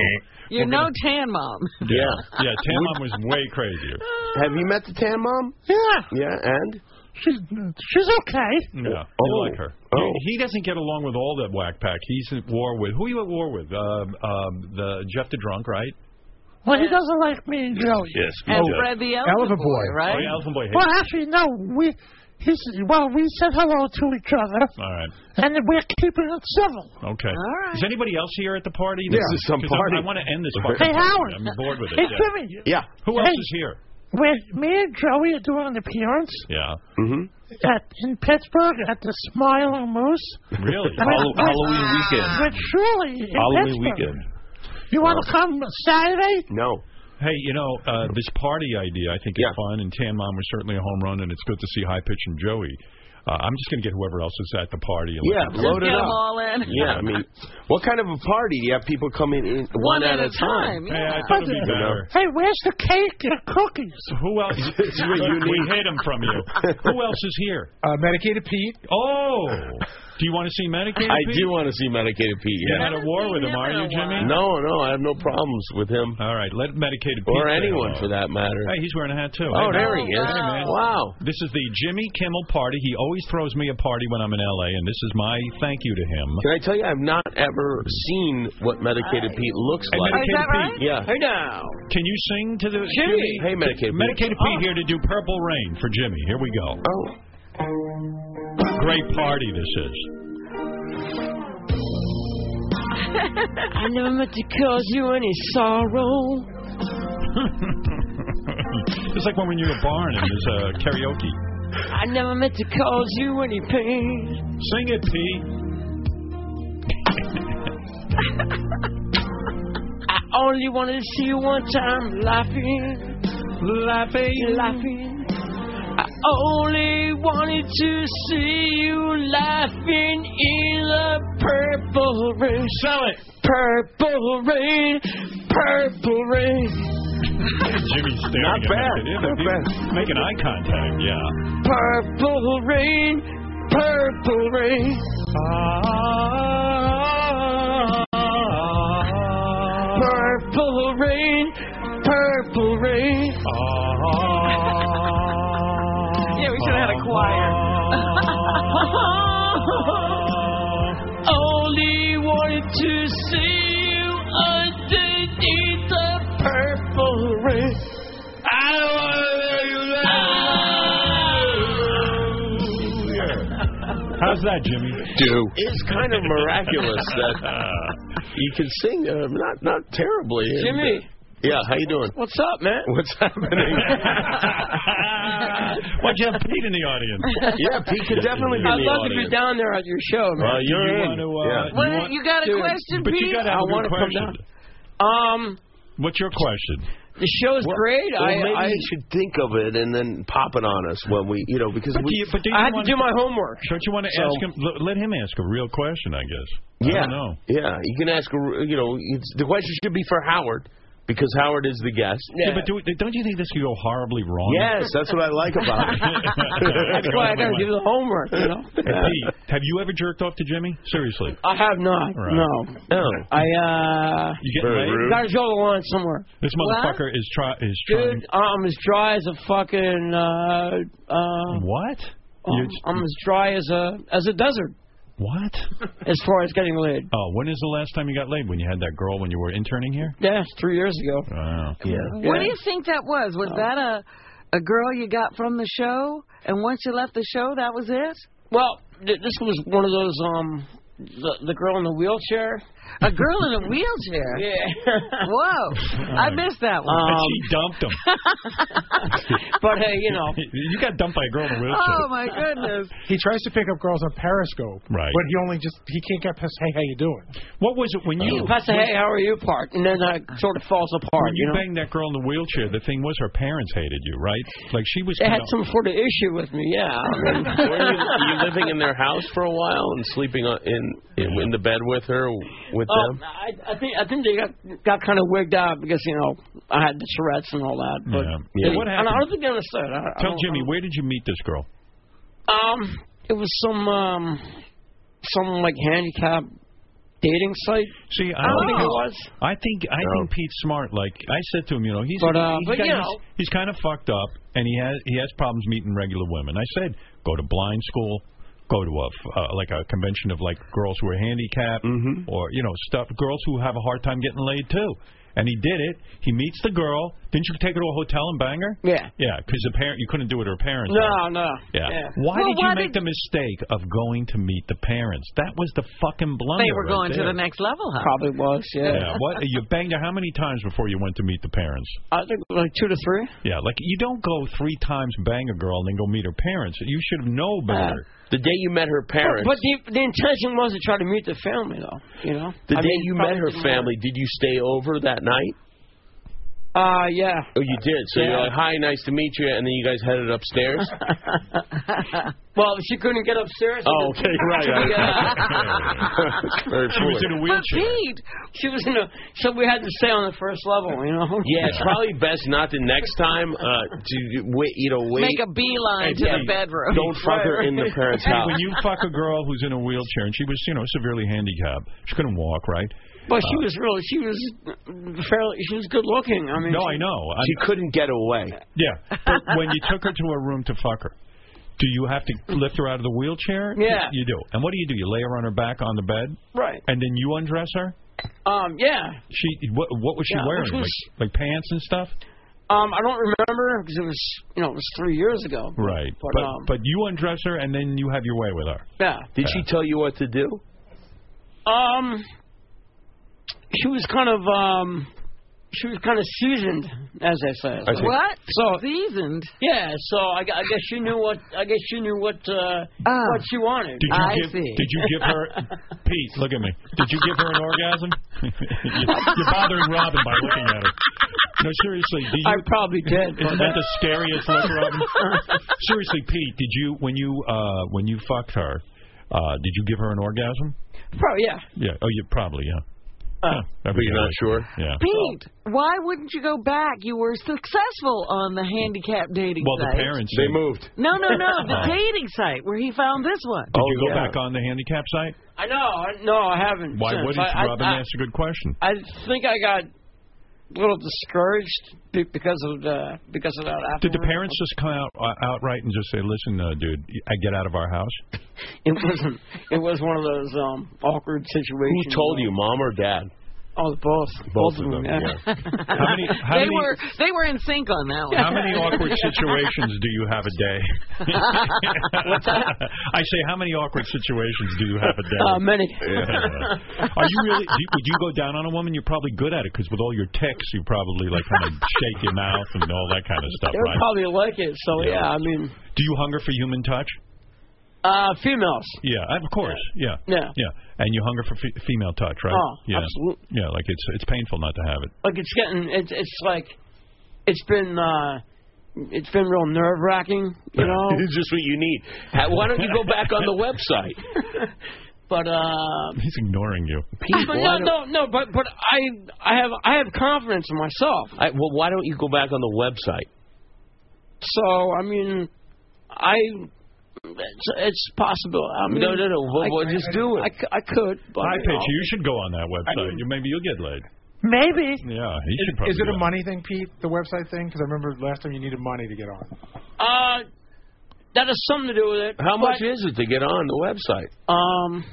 [SPEAKER 3] You're no tan mom.
[SPEAKER 1] Yeah. Yeah. Tan Mom was way crazier.
[SPEAKER 10] Have you met the tan mom?
[SPEAKER 5] Yeah.
[SPEAKER 10] Yeah, and?
[SPEAKER 5] She's she's okay.
[SPEAKER 1] No, you
[SPEAKER 10] Oh.
[SPEAKER 1] like her. He, he doesn't get along with all that whack pack. He's at war with who are you at war with? Um, um, the Jeff the drunk, right?
[SPEAKER 5] Well, he doesn't like me and Joey.
[SPEAKER 1] Yes.
[SPEAKER 5] And Fred the Elephant Elephant Boy, Boy. right?
[SPEAKER 1] Oh, yeah, Elephant boy. hates
[SPEAKER 5] Well, actually, no. We he's well. We said hello to each other,
[SPEAKER 1] All right.
[SPEAKER 5] and we're keeping it civil.
[SPEAKER 1] Okay. Is anybody else here at the party?
[SPEAKER 5] Yeah. This is some
[SPEAKER 1] 'cause I'm-
[SPEAKER 5] party.
[SPEAKER 1] I want to end this fucking
[SPEAKER 5] Hey,
[SPEAKER 1] party.
[SPEAKER 5] Howard.
[SPEAKER 1] I'm bored with it.
[SPEAKER 5] Hey,
[SPEAKER 1] yeah.
[SPEAKER 5] Jimmy.
[SPEAKER 10] Yeah.
[SPEAKER 1] Who
[SPEAKER 5] Hey.
[SPEAKER 1] else is here?
[SPEAKER 5] We're, me and Joey are doing an appearance
[SPEAKER 1] Yeah.
[SPEAKER 10] Mm-hmm.
[SPEAKER 5] at in Pittsburgh at the Smiling Moose.
[SPEAKER 1] Really?
[SPEAKER 5] I mean,
[SPEAKER 14] Hall-
[SPEAKER 5] I-
[SPEAKER 14] Halloween weekend.
[SPEAKER 5] But surely in
[SPEAKER 14] Halloween
[SPEAKER 5] Pittsburgh.
[SPEAKER 14] weekend.
[SPEAKER 5] You want to come Saturday?
[SPEAKER 10] No.
[SPEAKER 1] Hey, you know uh, this party idea. I think is fun, and Tan Mom was certainly a home run, and it's good to see High Pitch and Joey. Uh, I'm just gonna get whoever else is at the party. and let
[SPEAKER 10] Yeah,
[SPEAKER 1] them come.
[SPEAKER 10] load it up. Yeah, I mean, what kind of a party do you have people coming in one, at, a time?
[SPEAKER 5] But, uh, Hey, where's the cake and cookies?
[SPEAKER 1] Who else?
[SPEAKER 5] *laughs*
[SPEAKER 10] It's what you
[SPEAKER 1] we
[SPEAKER 10] need.
[SPEAKER 1] hid him
[SPEAKER 10] *laughs*
[SPEAKER 1] from you. Who else is here?
[SPEAKER 10] Uh, medicated Pete.
[SPEAKER 1] Oh, do you want to see medicated?
[SPEAKER 10] I
[SPEAKER 1] Pete?
[SPEAKER 10] do want to see medicated Pete.
[SPEAKER 1] You're
[SPEAKER 10] Yeah.
[SPEAKER 1] not at war with him, are you,
[SPEAKER 10] E.
[SPEAKER 1] Jimmy?
[SPEAKER 10] No, no, I have no problems with him.
[SPEAKER 1] All right, let medicated Pete
[SPEAKER 10] or
[SPEAKER 1] say
[SPEAKER 10] anyone
[SPEAKER 1] hello.
[SPEAKER 10] for that matter.
[SPEAKER 1] Hey, he's wearing a hat too.
[SPEAKER 10] Oh,
[SPEAKER 1] Hey, man.
[SPEAKER 10] there he is.
[SPEAKER 1] Hey, man.
[SPEAKER 10] Wow.
[SPEAKER 1] This is the Jimmy Kimmel party. He always throws me a party when I'm in LA, and this is my thank you to him.
[SPEAKER 10] Can I tell you, I've not ever seen what medicated Pete E looks
[SPEAKER 1] Hey,
[SPEAKER 10] like.
[SPEAKER 1] medicated Pete.
[SPEAKER 10] Yeah.
[SPEAKER 1] now. Can you sing to the
[SPEAKER 10] Jimmy. Hey, medicated Pete.
[SPEAKER 1] Medicated Pete
[SPEAKER 12] Oh.
[SPEAKER 1] here to do Purple Rain for Jimmy. Here we go.
[SPEAKER 10] Oh.
[SPEAKER 1] Great party this is. *laughs*
[SPEAKER 12] I never meant to cause you any sorrow.
[SPEAKER 1] It's like when we're in a barn and there's uh, karaoke.
[SPEAKER 12] I never meant to cause you any pain.
[SPEAKER 1] Sing it, Pete.
[SPEAKER 12] *laughs* I only wanted to see you one time laughing, laughing, laughing. I only wanted to see you laughing in the purple rain.
[SPEAKER 1] Sell it.
[SPEAKER 12] Purple rain, purple rain,
[SPEAKER 1] Jimmy's staring
[SPEAKER 12] Not
[SPEAKER 1] at
[SPEAKER 12] bad.
[SPEAKER 1] me. Not bad. Making eye contact, yeah.
[SPEAKER 12] purple rain, purple rain. Ah. Purple rain, purple rain. Ah.
[SPEAKER 3] Yeah, we should have had a choir.
[SPEAKER 12] *laughs* Only wanted to see you underneath the purple rain. I want to make you laugh.
[SPEAKER 1] How's that, Jimmy?
[SPEAKER 10] Do. It's kind of miraculous that
[SPEAKER 1] *laughs*
[SPEAKER 10] you can sing uh, not not terribly.
[SPEAKER 12] Jimmy.
[SPEAKER 10] Yeah, how you doing?
[SPEAKER 12] What's up, man?
[SPEAKER 10] What's happening?
[SPEAKER 1] *laughs* Why'd you have Pete in the audience?
[SPEAKER 10] *laughs* Yeah, Pete could definitely be in
[SPEAKER 12] I'd
[SPEAKER 10] the
[SPEAKER 12] love to be
[SPEAKER 10] audience.
[SPEAKER 12] down there at your show, man.
[SPEAKER 10] Well, you're
[SPEAKER 12] Do you
[SPEAKER 10] in.
[SPEAKER 12] want to, uh,
[SPEAKER 10] Yeah. What,
[SPEAKER 12] you want-
[SPEAKER 3] you got a
[SPEAKER 12] Dude,
[SPEAKER 3] question,
[SPEAKER 12] but you
[SPEAKER 3] Pete?
[SPEAKER 12] gotta have I a good want to come down.
[SPEAKER 1] question.
[SPEAKER 12] Um,
[SPEAKER 1] What's your question?
[SPEAKER 12] the show's great. I,
[SPEAKER 10] Well, maybe
[SPEAKER 12] I,
[SPEAKER 10] you
[SPEAKER 12] *laughs*
[SPEAKER 10] should think of it and then pop it on us when we, you know, because
[SPEAKER 1] But
[SPEAKER 10] we.
[SPEAKER 1] do you- but do you
[SPEAKER 12] I had to
[SPEAKER 1] wanna-
[SPEAKER 12] do my homework.
[SPEAKER 1] Don't you want to
[SPEAKER 10] So-
[SPEAKER 1] ask him? l- Let him ask a real question, I guess.
[SPEAKER 10] yeah,
[SPEAKER 1] I don't know.
[SPEAKER 10] yeah, you can ask. a- You know, it's, the question should be for Howard because Howard is the guest.
[SPEAKER 1] Yeah, but do, don't you think this could go horribly wrong?
[SPEAKER 10] Yes, that's what I like
[SPEAKER 1] *laughs*
[SPEAKER 10] about it.
[SPEAKER 12] That's why I gotta do the homework, you know.
[SPEAKER 1] Hey, Pete, have you ever jerked off to Jimmy? Seriously.
[SPEAKER 12] I have not.
[SPEAKER 1] Right.
[SPEAKER 12] No.
[SPEAKER 1] Oh.
[SPEAKER 10] No.
[SPEAKER 12] I uh.
[SPEAKER 1] You getting laid?
[SPEAKER 12] Gotta show the line somewhere.
[SPEAKER 1] This motherfucker is try is trying.
[SPEAKER 12] Dude, I'm as dry as a fucking uh. uh
[SPEAKER 1] What?
[SPEAKER 12] I'm, I'm as dry as a as a desert.
[SPEAKER 1] What?
[SPEAKER 12] As far as getting laid.
[SPEAKER 1] Oh, when is the last time you got laid? When you had that girl when you were interning here?
[SPEAKER 12] Yeah, three years ago.
[SPEAKER 1] Wow. Yeah. Uh.
[SPEAKER 3] What do you think that was? Was that a a girl you got from the show, and once you left the show, that was it?
[SPEAKER 12] Well, th- this was one of those um, the the girl in the wheelchair.
[SPEAKER 3] A girl in a wheelchair.
[SPEAKER 12] Yeah.
[SPEAKER 3] Whoa, I missed that one.
[SPEAKER 1] And she
[SPEAKER 12] *laughs*
[SPEAKER 1] dumped him.
[SPEAKER 12] Um, but hey, you *laughs* know,
[SPEAKER 1] you got dumped by a girl in a wheelchair.
[SPEAKER 3] oh my goodness.
[SPEAKER 13] He tries to pick up girls on Periscope,
[SPEAKER 1] Right.
[SPEAKER 13] But he only just he can't get past hey how you doing.
[SPEAKER 1] What was it when
[SPEAKER 12] He passed the Oh. hey, how are you part, and then that sort of falls apart.
[SPEAKER 1] When you,
[SPEAKER 12] know,
[SPEAKER 1] banged that girl in the wheelchair, the thing was her parents hated you, right? Like she was.
[SPEAKER 12] they had
[SPEAKER 1] kinda-
[SPEAKER 12] some sort of issue with me. Yeah.
[SPEAKER 10] Were you, you living in their house for a while and sleeping on- in in, in the bed with her with
[SPEAKER 12] Oh,
[SPEAKER 10] them?
[SPEAKER 12] I, I think I think they got got kind of wigged out because you know I had the Tourette's and all that. But
[SPEAKER 1] Yeah.
[SPEAKER 12] they-
[SPEAKER 1] What
[SPEAKER 12] and I
[SPEAKER 1] happened?
[SPEAKER 12] don't think they understood. I, I
[SPEAKER 1] *laughs* Tell
[SPEAKER 12] don't-
[SPEAKER 1] Jimmy, where did you meet this girl?
[SPEAKER 12] Um, it was some um, some like handicap dating site.
[SPEAKER 1] See,
[SPEAKER 12] I don't think it was.
[SPEAKER 1] Oh. I think I think Pete's smart. Like I said to him, you know, he's
[SPEAKER 12] But, uh,
[SPEAKER 1] he's,
[SPEAKER 12] but,
[SPEAKER 1] got-
[SPEAKER 12] you
[SPEAKER 1] he's-
[SPEAKER 12] know.
[SPEAKER 1] he's kind of fucked up, and he has he has problems meeting regular women. I said, go to blind school, go to a f- uh, like a convention of like girls who are handicapped, or you know stuff girls who have a hard time getting laid too. And he did it. He meets the girl. Didn't you take her to a hotel and bang her?
[SPEAKER 12] Yeah.
[SPEAKER 1] Yeah, because parent you couldn't do it to her parents.
[SPEAKER 12] No, no.
[SPEAKER 1] Yeah.
[SPEAKER 12] Yeah.
[SPEAKER 1] Why
[SPEAKER 12] Well,
[SPEAKER 1] did
[SPEAKER 12] why
[SPEAKER 1] you make the mistake of going to meet the parents? That was the fucking blunder.
[SPEAKER 3] They were
[SPEAKER 1] right
[SPEAKER 3] going to
[SPEAKER 1] there.
[SPEAKER 3] the next level, huh?
[SPEAKER 12] Probably was. Yeah.
[SPEAKER 1] Yeah.
[SPEAKER 12] *laughs*
[SPEAKER 1] What you banged her how many times before you went to meet the parents?
[SPEAKER 12] I think like two to three.
[SPEAKER 1] Yeah, like you don't go three times bang a girl and then go meet her parents. You should know better.
[SPEAKER 10] the day you met her
[SPEAKER 12] But, but the, the intention was to try to meet the family, though. You know.
[SPEAKER 10] the
[SPEAKER 12] I
[SPEAKER 10] day
[SPEAKER 12] mean,
[SPEAKER 10] you
[SPEAKER 12] probably
[SPEAKER 10] met her
[SPEAKER 12] didn't
[SPEAKER 10] family, did you stay over that night?
[SPEAKER 12] work. Uh, yeah.
[SPEAKER 10] Oh, you did. So you're
[SPEAKER 12] Yeah.
[SPEAKER 10] like, hi, nice to meet you, and then you guys headed upstairs.
[SPEAKER 12] *laughs* Well, she couldn't get upstairs.
[SPEAKER 10] Oh, okay, right. *laughs*
[SPEAKER 3] *laughs*
[SPEAKER 10] Very
[SPEAKER 12] She was in
[SPEAKER 10] a
[SPEAKER 12] Pete, she was in a. So we had to stay on the first level, you know.
[SPEAKER 10] *laughs*
[SPEAKER 12] *laughs*
[SPEAKER 10] Yeah, it's probably best not to next time. Uh, to wait, you know, wait.
[SPEAKER 3] Make a beeline
[SPEAKER 10] And
[SPEAKER 3] to the
[SPEAKER 10] yeah,
[SPEAKER 3] bedroom.
[SPEAKER 12] *laughs*
[SPEAKER 10] Don't fuck her in
[SPEAKER 12] Uh,
[SPEAKER 10] *laughs* the parents'
[SPEAKER 1] See,
[SPEAKER 10] house.
[SPEAKER 1] when you fuck a girl who's in a wheelchair and she was, you know, severely handicapped, she couldn't walk, right?
[SPEAKER 12] But she was really, she was fairly, she was good looking. I mean,
[SPEAKER 1] No, I know. I-
[SPEAKER 10] She couldn't get away.
[SPEAKER 1] Yeah, but when you took her to a room to fuck her, do you have to lift her out of the wheelchair?
[SPEAKER 12] Yeah.
[SPEAKER 1] you do. And what do you do? You lay her on her back on the bed,
[SPEAKER 12] Right.
[SPEAKER 1] And then you undress her.
[SPEAKER 12] Um, yeah.
[SPEAKER 1] She what? What was she
[SPEAKER 12] Yeah,
[SPEAKER 1] wearing?
[SPEAKER 12] which was-
[SPEAKER 1] like, like pants and stuff.
[SPEAKER 12] Um, I don't remember because it was, you know, it was three years ago.
[SPEAKER 1] Right.
[SPEAKER 12] But,
[SPEAKER 1] But
[SPEAKER 12] um,
[SPEAKER 1] but you undress her and then you have your way with her.
[SPEAKER 12] Yeah.
[SPEAKER 10] Did she tell you what to do?
[SPEAKER 12] Um, she was kind of, um, she was kind of seasoned, as they say.
[SPEAKER 10] I see.
[SPEAKER 3] What?
[SPEAKER 12] So
[SPEAKER 3] seasoned?
[SPEAKER 12] Yeah. So I, gu- I guess she knew what, I guess she knew what, uh,
[SPEAKER 3] Ah.
[SPEAKER 12] what she wanted.
[SPEAKER 1] Did you give Did you give
[SPEAKER 12] *laughs*
[SPEAKER 3] *laughs*
[SPEAKER 1] her Pete? Look at me. Did you give her an orgasm? *laughs* You- You're bothering Robin by looking at her. No, seriously. Did you,
[SPEAKER 12] I probably did.
[SPEAKER 1] Isn't that the scariest look, Robin?
[SPEAKER 12] *laughs*
[SPEAKER 1] seriously, Pete. Did you when you uh when you fucked her? Uh, did you give her an orgasm?
[SPEAKER 12] Probably, yeah.
[SPEAKER 1] Yeah. Oh, you probably yeah.
[SPEAKER 12] Uh,
[SPEAKER 1] yeah but
[SPEAKER 10] you're not sure.
[SPEAKER 1] Yeah.
[SPEAKER 3] Pete, why wouldn't you go back? You were successful on the handicap dating
[SPEAKER 1] Well, the
[SPEAKER 3] site.
[SPEAKER 1] parents.
[SPEAKER 10] They moved.
[SPEAKER 3] No, no,
[SPEAKER 1] *laughs*
[SPEAKER 3] no. The
[SPEAKER 1] Oh.
[SPEAKER 3] dating site where he found this one.
[SPEAKER 1] Did
[SPEAKER 10] Oh,
[SPEAKER 1] you go back on the handicap site?
[SPEAKER 12] Oh, I know. I, no, I haven't.
[SPEAKER 1] Why
[SPEAKER 12] since.
[SPEAKER 1] wouldn't you,
[SPEAKER 12] I,
[SPEAKER 1] Robin?
[SPEAKER 12] I,
[SPEAKER 1] That's a good question.
[SPEAKER 12] I, I think I got a little discouraged be- because of the because of that.
[SPEAKER 1] Did the parents just come out uh, outright and just say, "Listen, uh, dude, I get out of our
[SPEAKER 12] *laughs*
[SPEAKER 1] house"?
[SPEAKER 12] It wasn't. It was one of those um awkward situations.
[SPEAKER 10] Who told you, mom or dad?
[SPEAKER 12] Oh, both. Both,
[SPEAKER 10] of them. yeah.
[SPEAKER 1] How
[SPEAKER 3] *laughs*
[SPEAKER 1] many? How
[SPEAKER 3] they
[SPEAKER 1] many,
[SPEAKER 3] were they were in sync on that one.
[SPEAKER 1] How
[SPEAKER 3] *laughs*
[SPEAKER 1] many awkward situations do you have a day? *laughs* I say, how many awkward situations do you have a day?
[SPEAKER 12] Uh, many.
[SPEAKER 1] Yeah. Are you really? Do you, would you go down on a woman? You're probably good at it because with all your ticks, you probably like kind of shake your mouth and all that kind of stuff,
[SPEAKER 12] They would
[SPEAKER 1] right?
[SPEAKER 12] probably like it. So yeah, I mean,
[SPEAKER 1] Do you hunger for human touch?
[SPEAKER 12] uh, females.
[SPEAKER 1] Yeah, of course. Yeah.
[SPEAKER 12] Yeah.
[SPEAKER 1] And you hunger for fe female touch, right?
[SPEAKER 12] Oh,
[SPEAKER 1] yeah.
[SPEAKER 12] absolutely.
[SPEAKER 1] Yeah, like it's it's painful not to have it.
[SPEAKER 12] Like it's getting. It's it's like, it's been. uh it's been real nerve wracking, you know.
[SPEAKER 10] *laughs* it's just what you need. Ha- Why don't you go back on the website?
[SPEAKER 12] but
[SPEAKER 10] *laughs*
[SPEAKER 12] uh,
[SPEAKER 1] He's ignoring you.
[SPEAKER 12] but no, no, no. But but I I have I have confidence in myself.
[SPEAKER 10] I, well, why don't you go back on the website?
[SPEAKER 12] So I mean, I it's, it's possible. Um, I mean,
[SPEAKER 10] No, no, no. Well,
[SPEAKER 12] I-
[SPEAKER 10] well, just do it.
[SPEAKER 12] I, c- I could. But,
[SPEAKER 1] Hi,
[SPEAKER 12] you know.
[SPEAKER 1] Pitch. You should go on that website. You, maybe you'll get laid.
[SPEAKER 13] Maybe.
[SPEAKER 1] Yeah, he should probably.
[SPEAKER 13] Is it
[SPEAKER 1] go.
[SPEAKER 13] a money thing, Pete? The website thing? Because I remember last time you needed money to get on.
[SPEAKER 12] Uh, That has something to do with it.
[SPEAKER 10] How much
[SPEAKER 12] but,
[SPEAKER 10] is it to get on the website?
[SPEAKER 12] Um,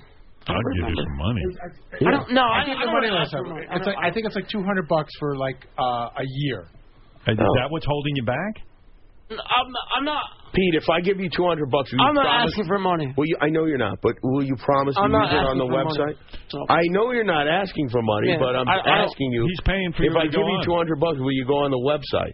[SPEAKER 1] I'd give you some money.
[SPEAKER 13] I
[SPEAKER 12] don't- no, I-
[SPEAKER 13] think
[SPEAKER 12] I
[SPEAKER 13] the
[SPEAKER 12] don't
[SPEAKER 13] money
[SPEAKER 12] know.
[SPEAKER 13] lasts
[SPEAKER 12] I don't
[SPEAKER 13] everyone.
[SPEAKER 12] know. I
[SPEAKER 13] It's
[SPEAKER 12] don't-
[SPEAKER 13] like- I think it's like 200 bucks for like uh, a year.
[SPEAKER 1] Is
[SPEAKER 13] Oh.
[SPEAKER 1] that what's holding you back?
[SPEAKER 13] *laughs*
[SPEAKER 12] I'm, I'm not.
[SPEAKER 10] Pete, if I give you 200 bucks, will you
[SPEAKER 12] I'm not
[SPEAKER 10] promise,
[SPEAKER 12] asking for money.
[SPEAKER 10] Will you, I know you're not, but will you promise to
[SPEAKER 12] I'm not
[SPEAKER 10] use it
[SPEAKER 12] asking
[SPEAKER 10] on the
[SPEAKER 12] for money.
[SPEAKER 10] website? I know you're not asking for money,
[SPEAKER 12] Yeah,
[SPEAKER 10] but I'm
[SPEAKER 12] I- I-
[SPEAKER 10] asking you.
[SPEAKER 12] He's paying for
[SPEAKER 10] If
[SPEAKER 12] you
[SPEAKER 10] I
[SPEAKER 12] to
[SPEAKER 10] give
[SPEAKER 12] go
[SPEAKER 10] you
[SPEAKER 12] on.
[SPEAKER 10] 200 bucks, will you go on the
[SPEAKER 1] *laughs*
[SPEAKER 10] website?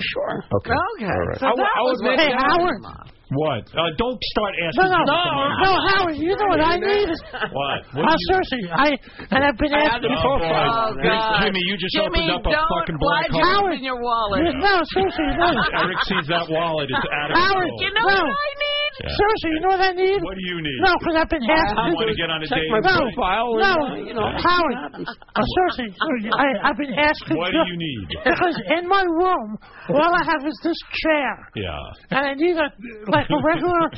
[SPEAKER 12] Sure.
[SPEAKER 10] Okay. All right.
[SPEAKER 12] So that was my
[SPEAKER 5] hey,
[SPEAKER 12] problem.
[SPEAKER 5] Howard.
[SPEAKER 1] What? Uh, don't start asking.
[SPEAKER 5] No,
[SPEAKER 1] for
[SPEAKER 5] no, no,
[SPEAKER 1] money.
[SPEAKER 5] Howard. You know what I need? is-
[SPEAKER 1] What? What
[SPEAKER 5] Oh,
[SPEAKER 1] do you-
[SPEAKER 5] seriously, I and I've been
[SPEAKER 1] I
[SPEAKER 5] asking
[SPEAKER 1] have the profile. Oh, God. Jimmy, you just
[SPEAKER 5] Jimmy,
[SPEAKER 1] opened up a
[SPEAKER 5] don't-
[SPEAKER 1] fucking black
[SPEAKER 5] why'd you
[SPEAKER 1] hole.
[SPEAKER 5] open your wallet. No, seriously, no.
[SPEAKER 1] *laughs* Eric sees that wallet. It's out of
[SPEAKER 5] Howard,
[SPEAKER 1] control.
[SPEAKER 5] you know what I need?
[SPEAKER 1] Yeah.
[SPEAKER 5] Seriously, you know what I need?
[SPEAKER 1] What do you need?
[SPEAKER 5] No, because I've been
[SPEAKER 1] I
[SPEAKER 5] asking.
[SPEAKER 1] want to get on a
[SPEAKER 5] Check
[SPEAKER 1] date
[SPEAKER 5] my
[SPEAKER 1] with you.
[SPEAKER 5] profile. No,
[SPEAKER 1] and, uh, you know,
[SPEAKER 5] *laughs* Howard. uh, seriously, I, I've been asking.
[SPEAKER 1] What do you need?
[SPEAKER 5] Because in my room, all I have is this chair,
[SPEAKER 1] Yeah.
[SPEAKER 5] and I need a like a regular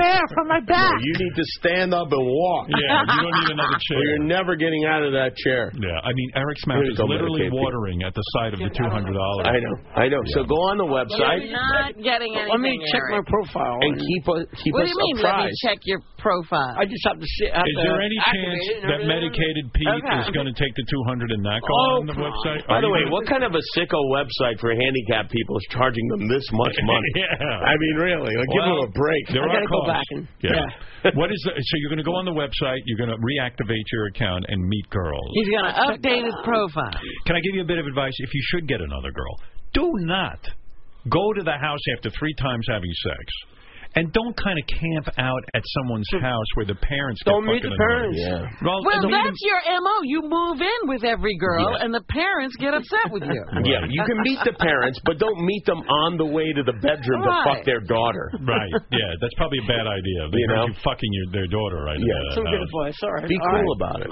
[SPEAKER 5] chair for my
[SPEAKER 10] No,
[SPEAKER 5] back.
[SPEAKER 10] you need to stand up and walk.
[SPEAKER 1] Yeah, you don't need
[SPEAKER 10] *laughs*
[SPEAKER 1] another chair.
[SPEAKER 10] Or you're never getting out of that chair.
[SPEAKER 1] Yeah, I mean Eric's mouth is literally watering at the sight of the two hundred dollars.
[SPEAKER 10] I know, I know. So go on the website
[SPEAKER 3] You're not getting anything.
[SPEAKER 12] Let me check my
[SPEAKER 3] Eric.
[SPEAKER 12] profile.
[SPEAKER 10] and keep us keep
[SPEAKER 3] What
[SPEAKER 10] us
[SPEAKER 3] do you mean? Let me
[SPEAKER 10] apprised.
[SPEAKER 3] check your profile.
[SPEAKER 12] I just have to see.
[SPEAKER 1] Is there any chance that medicated Pete
[SPEAKER 3] Okay.
[SPEAKER 1] is
[SPEAKER 12] *laughs*
[SPEAKER 1] going to take the two hundred and not go on the website?
[SPEAKER 10] By
[SPEAKER 1] Are
[SPEAKER 10] the
[SPEAKER 1] you
[SPEAKER 10] way,
[SPEAKER 1] gonna-
[SPEAKER 10] what kind of a sicko website for handicapped people is charging them this much money?
[SPEAKER 1] *laughs* yeah.
[SPEAKER 10] I mean, really, like, give
[SPEAKER 1] Well,
[SPEAKER 10] them a break.
[SPEAKER 1] There are costs. yeah. what is the, so you're going to go on the website? You're going to reactivate your account and meet girls.
[SPEAKER 3] He's going to update his profile.
[SPEAKER 1] Can I give you a bit of advice? If you should get another girl, do not go to the house after three times having sex. And don't kind of camp out at someone's house where the parents
[SPEAKER 3] Don't
[SPEAKER 1] get
[SPEAKER 3] meet
[SPEAKER 1] fucking
[SPEAKER 3] the
[SPEAKER 1] annoyed.
[SPEAKER 3] parents.
[SPEAKER 1] Yeah. Well,
[SPEAKER 3] Well,
[SPEAKER 1] don't meet
[SPEAKER 3] that's your MO. You move in with every girl, and the parents get upset with
[SPEAKER 1] *laughs*
[SPEAKER 3] you.
[SPEAKER 10] Yeah, you can meet the parents, but don't meet them on the way to the bedroom to
[SPEAKER 3] Right.
[SPEAKER 10] fuck their daughter. *laughs*
[SPEAKER 1] Right. Yeah, that's probably a bad idea.
[SPEAKER 10] You
[SPEAKER 1] They you
[SPEAKER 10] know?
[SPEAKER 1] you fucking your, their daughter right
[SPEAKER 10] Yeah.
[SPEAKER 1] now.
[SPEAKER 10] Some good
[SPEAKER 12] advice. All right.
[SPEAKER 10] Be cool about it.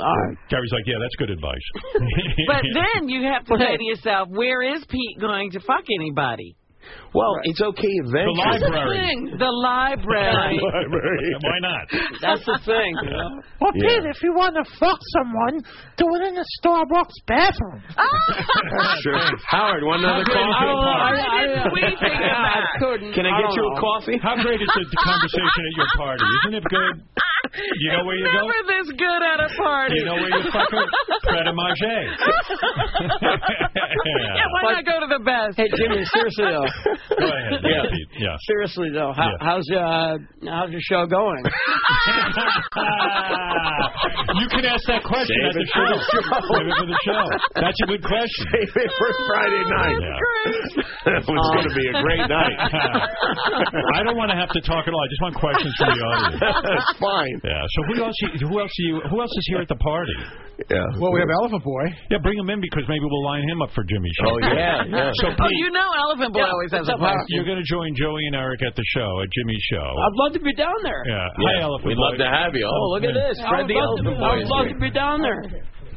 [SPEAKER 1] Gary's like, yeah, that's good advice.
[SPEAKER 3] *laughs* But then you have to say to yourself, where is Pete going to fuck anybody?
[SPEAKER 10] Well, it's okay eventually.
[SPEAKER 3] That's the thing. The
[SPEAKER 10] *laughs*
[SPEAKER 3] *laughs* library.
[SPEAKER 1] *laughs* Why not?
[SPEAKER 3] That's the thing. You know?
[SPEAKER 5] Well,
[SPEAKER 3] Yeah.
[SPEAKER 5] Pete, if you want to fuck someone, do it in the Starbucks bathroom.
[SPEAKER 10] Sure. Howard, want another
[SPEAKER 5] I
[SPEAKER 10] coffee?
[SPEAKER 3] uh,
[SPEAKER 5] don't know. I- I-
[SPEAKER 1] *laughs*
[SPEAKER 5] I-
[SPEAKER 1] I
[SPEAKER 10] couldn't. Can I get you a coffee?
[SPEAKER 1] How great is the conversation at your party? Isn't it
[SPEAKER 3] *laughs*
[SPEAKER 1] good? You know where you go?
[SPEAKER 3] Never this good at a party.
[SPEAKER 1] You know where you fuck her? Pret a Manger.
[SPEAKER 3] yeah, why not go to the best?
[SPEAKER 12] Hey Jimmy, seriously
[SPEAKER 10] *laughs*
[SPEAKER 12] though.
[SPEAKER 1] Go ahead.
[SPEAKER 12] Yeah.
[SPEAKER 1] Yeah.
[SPEAKER 12] Seriously though, how, how's uh how's your show going?
[SPEAKER 1] *laughs*
[SPEAKER 12] *laughs*
[SPEAKER 1] You can ask that question
[SPEAKER 12] Save
[SPEAKER 1] at the
[SPEAKER 12] it for
[SPEAKER 1] show.
[SPEAKER 12] the show.
[SPEAKER 1] *laughs* Save it for the show. That's a good question.
[SPEAKER 10] Save it for Friday night. it's going to be a
[SPEAKER 1] Uh, *laughs*
[SPEAKER 10] great night.
[SPEAKER 1] I don't want to have to talk at all. I just want questions from the audience.
[SPEAKER 10] That's *laughs* fine.
[SPEAKER 1] Yeah. So who else? You, who else? You, who else is here at the party?
[SPEAKER 10] Yeah.
[SPEAKER 13] Well, we have Elephant Boy.
[SPEAKER 1] Yeah, bring him in because maybe we'll line him up for Jimmy's show.
[SPEAKER 13] Oh,
[SPEAKER 1] *laughs*
[SPEAKER 13] yeah, yeah.
[SPEAKER 1] So
[SPEAKER 3] oh,
[SPEAKER 1] Pete,
[SPEAKER 3] you know Elephant Boy always has a party.
[SPEAKER 1] you're going to join Joey and Eric at the show at Jimmy's show.
[SPEAKER 12] I'd love to be down there.
[SPEAKER 1] Yeah. Hi,
[SPEAKER 10] Yeah,
[SPEAKER 1] Elephant
[SPEAKER 10] we'd
[SPEAKER 1] Boy.
[SPEAKER 10] love to have you. Oh,
[SPEAKER 1] *laughs*
[SPEAKER 10] look at this.
[SPEAKER 12] I
[SPEAKER 10] Fred
[SPEAKER 12] would
[SPEAKER 10] the
[SPEAKER 12] love to
[SPEAKER 10] Elephant
[SPEAKER 12] be-
[SPEAKER 10] Boy
[SPEAKER 12] I would
[SPEAKER 10] is
[SPEAKER 12] love
[SPEAKER 10] here.
[SPEAKER 12] to be down there.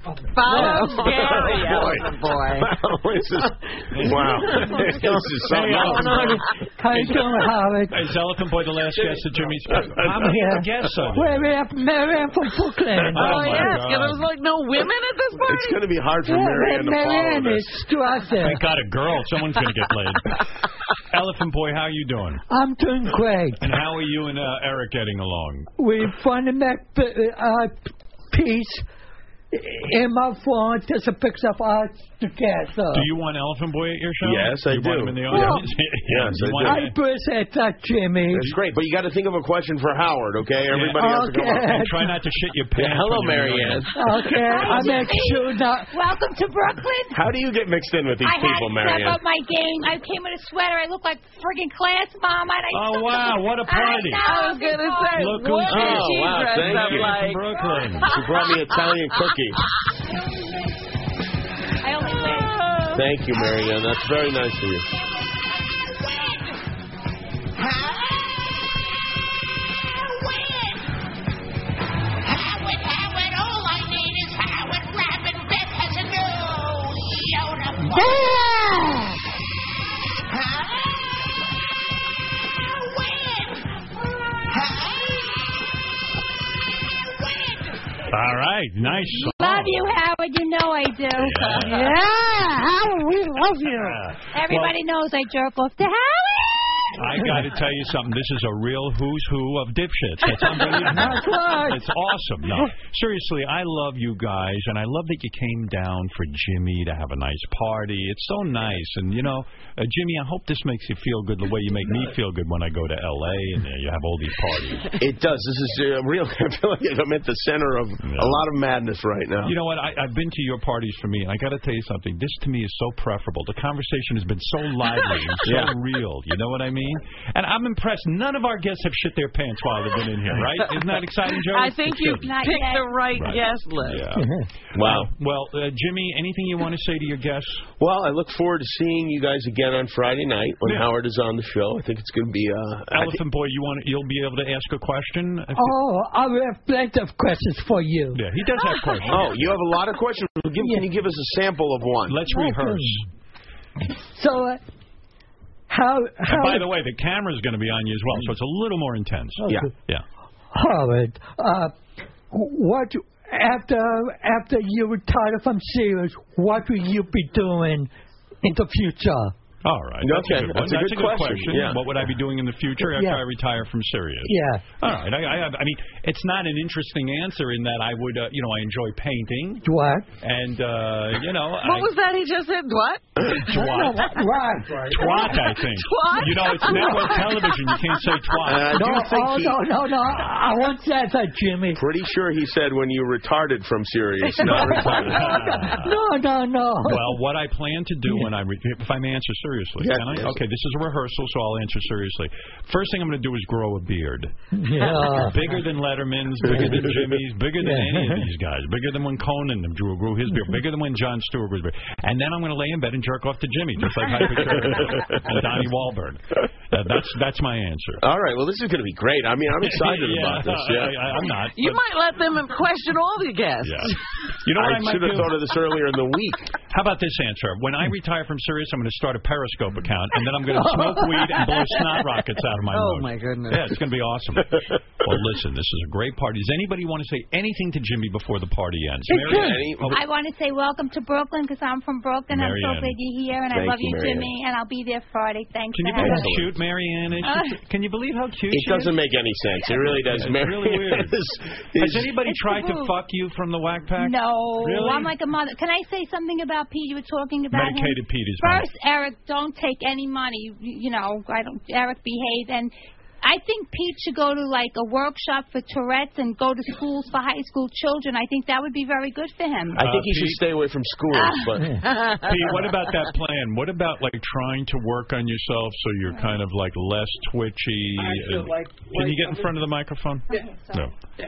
[SPEAKER 3] Follow
[SPEAKER 10] Wow.
[SPEAKER 3] Gary,
[SPEAKER 12] *laughs*
[SPEAKER 10] Boy.
[SPEAKER 3] Elephant Boy.
[SPEAKER 10] this is, wow. this is something
[SPEAKER 1] Hey,
[SPEAKER 10] else.
[SPEAKER 1] Elephant
[SPEAKER 5] How you doing, Howard?
[SPEAKER 1] Boy. Is Elephant Boy the last guest at Jimmy's?
[SPEAKER 5] I'm here.
[SPEAKER 1] Guess so.
[SPEAKER 5] Where we at? Mary Ann from Brooklyn.
[SPEAKER 1] Oh,
[SPEAKER 3] *laughs* Oh,
[SPEAKER 1] my
[SPEAKER 3] yes,
[SPEAKER 1] God.
[SPEAKER 3] because there was like no women at this party.
[SPEAKER 10] It's going to be hard for
[SPEAKER 5] Yeah,
[SPEAKER 10] Mary Ann to
[SPEAKER 5] Mary
[SPEAKER 10] follow
[SPEAKER 5] Ann
[SPEAKER 10] this.
[SPEAKER 5] is to us there.
[SPEAKER 1] Thank God a girl. Someone's going to get
[SPEAKER 5] *laughs*
[SPEAKER 1] laid. Elephant Boy, how you doing?
[SPEAKER 5] I'm doing great.
[SPEAKER 1] And how are you and uh, Eric getting along?
[SPEAKER 5] We want to make a uh, peace. In my phone, there's a picture of us together.
[SPEAKER 1] Do you want Elephant Boy at your show?
[SPEAKER 10] Yes, I
[SPEAKER 1] you Want
[SPEAKER 10] do.
[SPEAKER 1] him in the
[SPEAKER 10] Yeah.
[SPEAKER 1] audience?
[SPEAKER 10] *laughs* Yes, I do.
[SPEAKER 1] You want him in-
[SPEAKER 5] I appreciate that, Jimmy.
[SPEAKER 10] That's great, but you got to think of a question for Howard, okay? Everybody has to come
[SPEAKER 5] Okay.
[SPEAKER 10] up.
[SPEAKER 1] And try not to shit your
[SPEAKER 10] Yeah,
[SPEAKER 1] pants.
[SPEAKER 10] hello,
[SPEAKER 1] when
[SPEAKER 10] Mary
[SPEAKER 1] you're in the
[SPEAKER 10] Ann.
[SPEAKER 1] audience. *laughs*
[SPEAKER 8] Oh,
[SPEAKER 5] Okay, I make sure that.
[SPEAKER 8] Welcome to Brooklyn.
[SPEAKER 10] How do you get mixed in with these
[SPEAKER 8] I had
[SPEAKER 10] people,
[SPEAKER 8] to
[SPEAKER 10] Mary
[SPEAKER 8] step
[SPEAKER 10] Ann?
[SPEAKER 8] up my game. I came in a sweater. I look like friggin' class mom. I, I
[SPEAKER 1] Oh,
[SPEAKER 8] took
[SPEAKER 1] wow,
[SPEAKER 8] the-
[SPEAKER 1] what a party.
[SPEAKER 8] I, know,
[SPEAKER 3] I was gonna
[SPEAKER 8] because-
[SPEAKER 3] say,
[SPEAKER 1] Look
[SPEAKER 3] what
[SPEAKER 1] who's
[SPEAKER 3] did
[SPEAKER 1] here.
[SPEAKER 3] she
[SPEAKER 10] Oh, wow,
[SPEAKER 3] dress
[SPEAKER 10] thank
[SPEAKER 3] up
[SPEAKER 10] you.
[SPEAKER 3] like?
[SPEAKER 1] Brooklyn.
[SPEAKER 10] She brought me Italian cookie.
[SPEAKER 8] I only say.
[SPEAKER 10] Thank you, Mary Ann. That's very nice of you.
[SPEAKER 8] Howard, Howard, all I need is Howard rapping. Beth has a new soda pop.
[SPEAKER 1] All right, nice.
[SPEAKER 8] Love you, Howard. You know I do.
[SPEAKER 1] Yeah.
[SPEAKER 8] Howard, we love
[SPEAKER 1] you.
[SPEAKER 8] Everybody knows I jerk off to Howard.
[SPEAKER 1] I got to tell you something. This is a real who's who of dipshits.
[SPEAKER 8] *laughs*
[SPEAKER 1] That's unbelievable.
[SPEAKER 8] That's right.
[SPEAKER 1] It's awesome. No, seriously, I love you guys, and I love that you came down for Jimmy to have a nice party. It's so nice, and you know, uh, Jimmy, I hope this makes you feel good the way you make me feel good when I go to L.A. and uh, you have all these parties.
[SPEAKER 10] It does. This is uh, real. *laughs* I feel like I'm at the center of a lot of madness right now.
[SPEAKER 1] You know what? I, I've been to your parties for me, and I got to tell you something. This to me is so preferable. The conversation has been so lively and
[SPEAKER 10] *laughs*
[SPEAKER 1] so
[SPEAKER 10] Yeah.
[SPEAKER 1] real. You know what I mean? And I'm impressed. None of our guests have shit their pants while they've been in here, right? Isn't that exciting, Joe?
[SPEAKER 3] *laughs* I think
[SPEAKER 10] *laughs*
[SPEAKER 3] you picked
[SPEAKER 7] Not yet.
[SPEAKER 3] the right,
[SPEAKER 1] Right.
[SPEAKER 3] guest list.
[SPEAKER 1] Yeah. Wow. well, uh, Jimmy, anything you want to say to your guests?
[SPEAKER 10] Well, I look forward to seeing you guys again on Friday night when
[SPEAKER 1] Yeah.
[SPEAKER 10] Howard is on the show. I think it's going to be. Uh, I
[SPEAKER 1] Elephant Boy, you want you'll be able to ask a question. If-
[SPEAKER 5] Oh, I will have plenty of questions for you.
[SPEAKER 1] Yeah, he does have questions.
[SPEAKER 10] Oh, you have a lot of questions. Give, Can you give us a sample of one?
[SPEAKER 1] Let's
[SPEAKER 5] So, uh, how
[SPEAKER 1] And
[SPEAKER 5] how
[SPEAKER 1] by the way, the camera's going to be on you as well, so it's a little more intense.
[SPEAKER 10] Oh,
[SPEAKER 5] Yeah.
[SPEAKER 1] Yeah.
[SPEAKER 5] Howard, uh, what after after you retire from series, what will you be doing in the future?
[SPEAKER 1] All right.
[SPEAKER 10] Okay,
[SPEAKER 1] That's a good, one.
[SPEAKER 10] that's a good question, yeah.
[SPEAKER 1] What would I be doing in the future after
[SPEAKER 5] Yeah.
[SPEAKER 1] I retire from Sirius?
[SPEAKER 5] Yeah.
[SPEAKER 1] All right. I, I, have- I mean, it's not an interesting answer in that I would, uh, you know, I enjoy painting.
[SPEAKER 5] What?
[SPEAKER 1] And, uh, you know, I,
[SPEAKER 3] What
[SPEAKER 1] *laughs*
[SPEAKER 3] was that he just said?
[SPEAKER 1] *coughs*
[SPEAKER 3] What?
[SPEAKER 1] Twat. twat, I think.
[SPEAKER 5] Twat?
[SPEAKER 1] You know, it's network television. You can't say twat.
[SPEAKER 10] Uh,
[SPEAKER 5] no, oh, no, no, no, I I won't say that, Jimmy.
[SPEAKER 10] Pretty sure he said when you retarded from
[SPEAKER 5] *laughs*
[SPEAKER 10] Sirius, not retired.
[SPEAKER 5] No, no, no.
[SPEAKER 1] Well, what I plan to do when I, re if I may answer seriously,
[SPEAKER 10] Yes,
[SPEAKER 1] can I?
[SPEAKER 10] yes.
[SPEAKER 1] Okay, this is a rehearsal, so I'll answer seriously. First thing I'm going to do is grow a beard.
[SPEAKER 8] Yeah.
[SPEAKER 12] *laughs*
[SPEAKER 1] bigger than Letterman's, bigger
[SPEAKER 10] *laughs*
[SPEAKER 1] than Jimmy's, bigger than
[SPEAKER 8] Yeah.
[SPEAKER 1] any of these guys, bigger than when Conan drew grew his beard, bigger than when John Stewart grew his beard. And then I'm going to lay in bed and jerk off to Jimmy, just like I picture and Donnie Wahlberg. Uh, that's that's my answer.
[SPEAKER 10] All right. Well, this is going to be great. I mean, I'm excited
[SPEAKER 1] *laughs* Yeah,
[SPEAKER 10] about this. Yeah,
[SPEAKER 1] I, I, am not.
[SPEAKER 3] You
[SPEAKER 1] but-
[SPEAKER 3] might let them question all the guests.
[SPEAKER 1] You know what
[SPEAKER 10] I
[SPEAKER 1] I, might
[SPEAKER 10] should have
[SPEAKER 1] do?
[SPEAKER 10] thought of this earlier in the week.
[SPEAKER 1] How about this answer? When I retire from Sirius, I'm going to start a Periscope account, and then I'm
[SPEAKER 10] *laughs*
[SPEAKER 1] going to smoke weed and blow snot rockets out of my
[SPEAKER 3] Oh,
[SPEAKER 1] nose.
[SPEAKER 3] my goodness.
[SPEAKER 1] Yeah, it's going to be
[SPEAKER 10] *laughs*
[SPEAKER 1] awesome. well, listen, this is a great party. Does anybody want to say anything to Jimmy before the party ends? Oh, Mary Ann, any-
[SPEAKER 17] I want to say welcome to Brooklyn because I'm from Brooklyn. I'm so
[SPEAKER 1] Marianne.
[SPEAKER 17] glad you're here, and
[SPEAKER 1] Thank
[SPEAKER 17] I love
[SPEAKER 1] you,
[SPEAKER 17] you,
[SPEAKER 1] Marianne.
[SPEAKER 17] Jimmy. And I'll be there Friday. Thanks
[SPEAKER 1] Can you
[SPEAKER 17] for
[SPEAKER 1] believe how
[SPEAKER 17] having me.
[SPEAKER 1] cute Marianne is? She's- Can you believe how cute
[SPEAKER 10] Uh. It
[SPEAKER 1] she
[SPEAKER 10] doesn't
[SPEAKER 1] is?
[SPEAKER 10] make any sense. It really does.
[SPEAKER 1] It's
[SPEAKER 10] Mary *laughs*
[SPEAKER 1] really weird.
[SPEAKER 10] is-
[SPEAKER 1] Has
[SPEAKER 10] is-
[SPEAKER 1] anybody
[SPEAKER 17] It's
[SPEAKER 1] tried to
[SPEAKER 17] taboo.
[SPEAKER 1] fuck you from the whack pack?
[SPEAKER 17] No,
[SPEAKER 1] Really?
[SPEAKER 17] I'm like a mother. Can I say something about Pete? You were talking about him.
[SPEAKER 1] Medicated Pete is
[SPEAKER 17] First, Eric, don't take any money. You, you know, I don't. Eric, behave. And I think Pete should go to like a workshop for Tourette's and go to schools for high school children. I think that would be very good for him.
[SPEAKER 10] I
[SPEAKER 12] Uh,
[SPEAKER 10] think you
[SPEAKER 1] Uh,
[SPEAKER 10] should stay away from school.
[SPEAKER 12] Ah.
[SPEAKER 10] But
[SPEAKER 1] *laughs* Pete, what about
[SPEAKER 12] *laughs*
[SPEAKER 1] that plan? What about like trying to work on yourself so
[SPEAKER 12] Uh-huh.
[SPEAKER 1] you're kind of like less twitchy?
[SPEAKER 8] I feel like-
[SPEAKER 1] Can you get in front of the microphone? No. Yeah,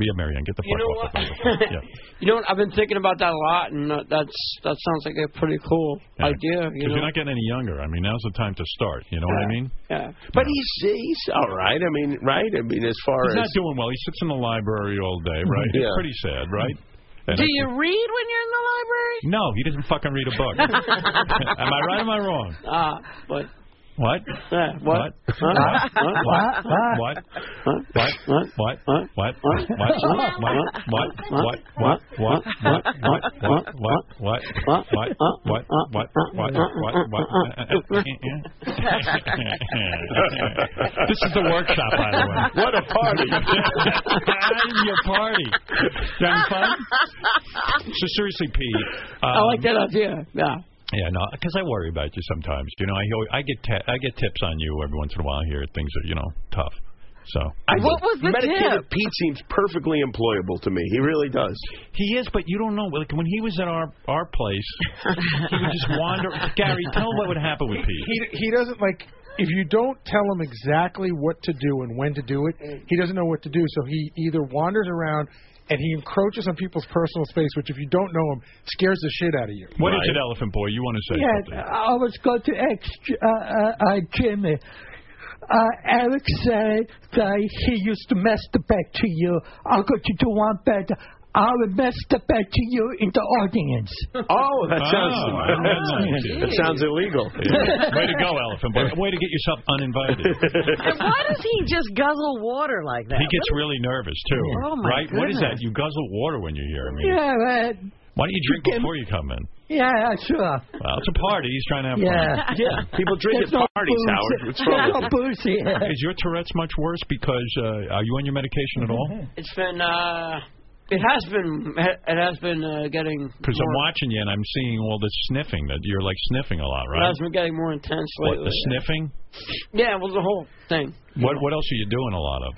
[SPEAKER 1] yeah, Marianne, get the
[SPEAKER 12] You
[SPEAKER 1] fuck
[SPEAKER 12] know
[SPEAKER 1] off
[SPEAKER 12] what? *laughs*
[SPEAKER 1] the phone. yeah.
[SPEAKER 12] *laughs* You know what? I've been thinking about that a lot, and uh, that's that sounds like a pretty cool idea. You
[SPEAKER 1] Because
[SPEAKER 12] know?
[SPEAKER 1] you're not getting any younger. I mean, now's the time to start. You know what I mean?
[SPEAKER 12] Yeah.
[SPEAKER 10] But he's he's all right. I mean, right? I mean, as far
[SPEAKER 1] He's
[SPEAKER 10] as
[SPEAKER 1] not doing well. He sits in the library all day,
[SPEAKER 10] *laughs*
[SPEAKER 1] right?
[SPEAKER 10] Yeah.
[SPEAKER 1] It's pretty sad, right? And
[SPEAKER 3] Do
[SPEAKER 1] I-
[SPEAKER 3] you read when you're in the library?
[SPEAKER 1] no, he doesn't fucking read a book.
[SPEAKER 10] *laughs*
[SPEAKER 1] *laughs* am I right? or Am I wrong?
[SPEAKER 12] Ah,
[SPEAKER 5] Uh,
[SPEAKER 12] what?
[SPEAKER 1] What?
[SPEAKER 12] What?
[SPEAKER 1] What? What? What? What? What? What? What? What? What? What? What? What? What? What? What? What? What? What? What? What? What? What? What? What? *laughs* This is the workshop, by the way.
[SPEAKER 8] What a party.
[SPEAKER 1] I'm your party. You having fun? So seriously, Pete.
[SPEAKER 12] *laughs* I like
[SPEAKER 1] um,
[SPEAKER 12] that idea. Yeah.
[SPEAKER 1] yeah, no, because I worry about you sometimes. You know, I always- I get te- I get tips on you every once in a while here. at Things that you know tough. So
[SPEAKER 10] think medicated Pete seems perfectly employable to me. He really does.
[SPEAKER 1] He is, but you don't know. Like when he was at our our place, he would just
[SPEAKER 10] *laughs*
[SPEAKER 1] wander. Gary, tell what would happen with Pete.
[SPEAKER 13] He he doesn't like if you don't tell him exactly what to do and when to do it, he doesn't know what to do. So he either wanders around and he encroaches on people's personal space, which if you don't know him, scares the shit out of you.
[SPEAKER 1] What is it, Elephant Boy? You want to say? something?
[SPEAKER 5] Yeah, I was going to ask uh, uh, uh, Jimmy. Uh, Eric said that he used to masturbate to you. I'm going to do one better. I will masturbate to you in the audience.
[SPEAKER 10] Oh, that sounds that sounds illegal.
[SPEAKER 1] Yeah. Way to go, Elephant Boy. Way to get yourself uninvited.
[SPEAKER 10] *laughs*
[SPEAKER 3] And *laughs* why does he just guzzle water like that?
[SPEAKER 1] He gets really nervous too,
[SPEAKER 3] Oh, my
[SPEAKER 1] right? What is that?
[SPEAKER 3] goodness.
[SPEAKER 1] You guzzle water when you're here. I mean,
[SPEAKER 5] Yeah, uh,
[SPEAKER 1] Why don't you drink before you come in?
[SPEAKER 5] Yeah, sure.
[SPEAKER 1] Well, it's a party. He's trying to have
[SPEAKER 5] Yeah. *laughs*
[SPEAKER 1] fun.
[SPEAKER 5] Yeah. People drink There's at no parties, booze. Howard. What's wrong There's with no you? booze here.
[SPEAKER 1] Is your Tourette's much worse because uh, are you on your medication at all?
[SPEAKER 12] It's been, uh, it has been, it has been uh, getting.
[SPEAKER 1] Because I'm
[SPEAKER 12] more-
[SPEAKER 1] watching you and I'm seeing all the sniffing that you're like sniffing a lot,
[SPEAKER 12] It
[SPEAKER 1] right?
[SPEAKER 12] has been getting more intense
[SPEAKER 1] What
[SPEAKER 12] lately.
[SPEAKER 1] the sniffing?
[SPEAKER 12] Yeah, well, the whole thing.
[SPEAKER 1] What what else are you doing a lot of?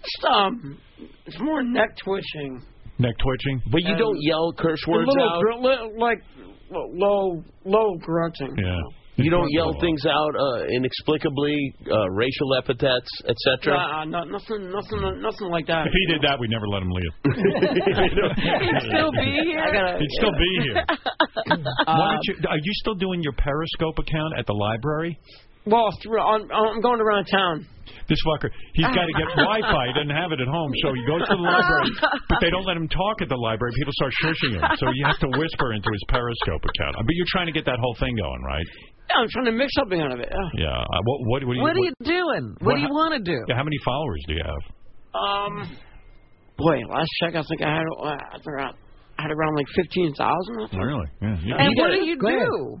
[SPEAKER 12] Just, um, it's more neck twitching.
[SPEAKER 1] Neck twitching.
[SPEAKER 10] But you
[SPEAKER 12] And-
[SPEAKER 10] don't yell curse words
[SPEAKER 12] little
[SPEAKER 10] out.
[SPEAKER 12] gr- li- like low, low grunting.
[SPEAKER 1] Yeah.
[SPEAKER 10] You don't yell things out uh, inexplicably, uh, racial epithets, etc.
[SPEAKER 12] Nah, not, nothing, nothing, nothing like that.
[SPEAKER 1] If he did that, we'd never let him leave.
[SPEAKER 12] *laughs* He'd still be here. I gotta-
[SPEAKER 1] He'd still be
[SPEAKER 5] *laughs*
[SPEAKER 1] here. Why
[SPEAKER 3] Uh,
[SPEAKER 12] Um,
[SPEAKER 1] don't you, are you still doing your Periscope account at the library?
[SPEAKER 12] Well, through, I'm, I'm going around town.
[SPEAKER 1] This fucker, he's got to get
[SPEAKER 12] *laughs*
[SPEAKER 1] Wi-Fi. He doesn't have it at home, so he goes to the library. But they don't let him talk at the library. People start shushing him, so you have to whisper into his Periscope account. But you're trying to get that whole thing going, right?
[SPEAKER 12] Yeah, I'm trying to make something out of it. yeah.
[SPEAKER 1] Yeah. Uh, what, what, what do you?
[SPEAKER 3] What are you doing? What do you want to do?
[SPEAKER 1] Yeah, how many followers do you have?
[SPEAKER 12] Um, boy, last check, I think I had, uh, I think I had around like fifteen thousand.
[SPEAKER 1] Really? Yeah.
[SPEAKER 12] And what do you do?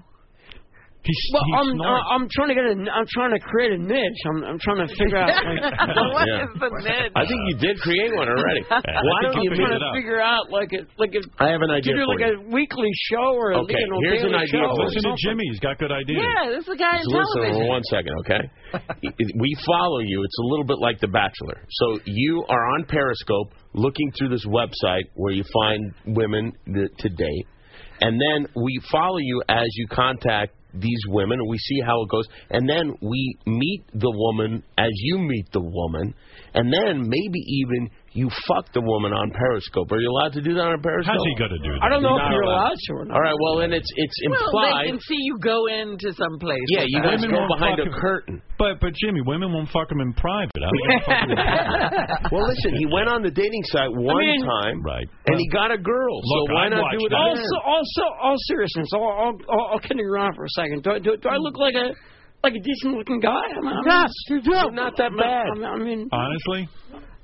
[SPEAKER 12] well,
[SPEAKER 1] he
[SPEAKER 12] I'm uh,
[SPEAKER 1] snorts.
[SPEAKER 12] I'm trying to get a I'm trying to create a niche. I'm I'm trying to figure out. Like,
[SPEAKER 3] *laughs*
[SPEAKER 12] *laughs*
[SPEAKER 10] What Yeah. is
[SPEAKER 12] the niche?
[SPEAKER 10] I think you did create one
[SPEAKER 12] *laughs*
[SPEAKER 10] already. Why don't you
[SPEAKER 12] I'm
[SPEAKER 10] make
[SPEAKER 12] trying to figure out like it like it.
[SPEAKER 10] I have an idea
[SPEAKER 12] to do
[SPEAKER 10] for
[SPEAKER 12] like a weekly show or a
[SPEAKER 10] Okay,
[SPEAKER 12] you know,
[SPEAKER 10] here's an
[SPEAKER 12] daily
[SPEAKER 10] idea
[SPEAKER 12] show or
[SPEAKER 10] for you.
[SPEAKER 1] Listen to
[SPEAKER 12] something.
[SPEAKER 1] Jimmy. He's got good ideas.
[SPEAKER 3] Yeah, this is the guy in
[SPEAKER 10] Just listen for
[SPEAKER 3] television.
[SPEAKER 10] one second,
[SPEAKER 3] *laughs*
[SPEAKER 10] okay? we follow you. It's a little bit like The Bachelor. So you are on Periscope looking through this website where you find women th- to date. And then we follow you as you contact these women and we see how it goes. And then we meet the woman as you meet the woman. And then maybe even you fuck the woman on Periscope. Are you allowed to do that on Periscope?
[SPEAKER 1] How's he going to do
[SPEAKER 3] that? I don't know
[SPEAKER 10] Not
[SPEAKER 3] if you're allowed to or not.
[SPEAKER 10] All right, well, then it's, it's implied.
[SPEAKER 3] *laughs* Well, they can see you go into some place.
[SPEAKER 10] Yeah,
[SPEAKER 3] like
[SPEAKER 10] you
[SPEAKER 3] that.
[SPEAKER 10] guys go behind a
[SPEAKER 1] *laughs*
[SPEAKER 10] curtain.
[SPEAKER 1] But but Jimmy, women won't fuck him in private. I don't
[SPEAKER 3] *laughs*
[SPEAKER 1] give a fuck.
[SPEAKER 10] *laughs* well, listen, he went on the dating site one
[SPEAKER 12] mean-
[SPEAKER 10] time,
[SPEAKER 1] right?
[SPEAKER 10] And he got a girl. so why not do it
[SPEAKER 12] all,
[SPEAKER 10] again?
[SPEAKER 12] so, all, so, all seriousness, all, all, all, all kidding around for a second. Do, I- do, do I look like a like a decent looking guy? I'm, I'm,
[SPEAKER 9] Yes,
[SPEAKER 12] you do. not that bad. I'm, I mean,
[SPEAKER 1] Honestly.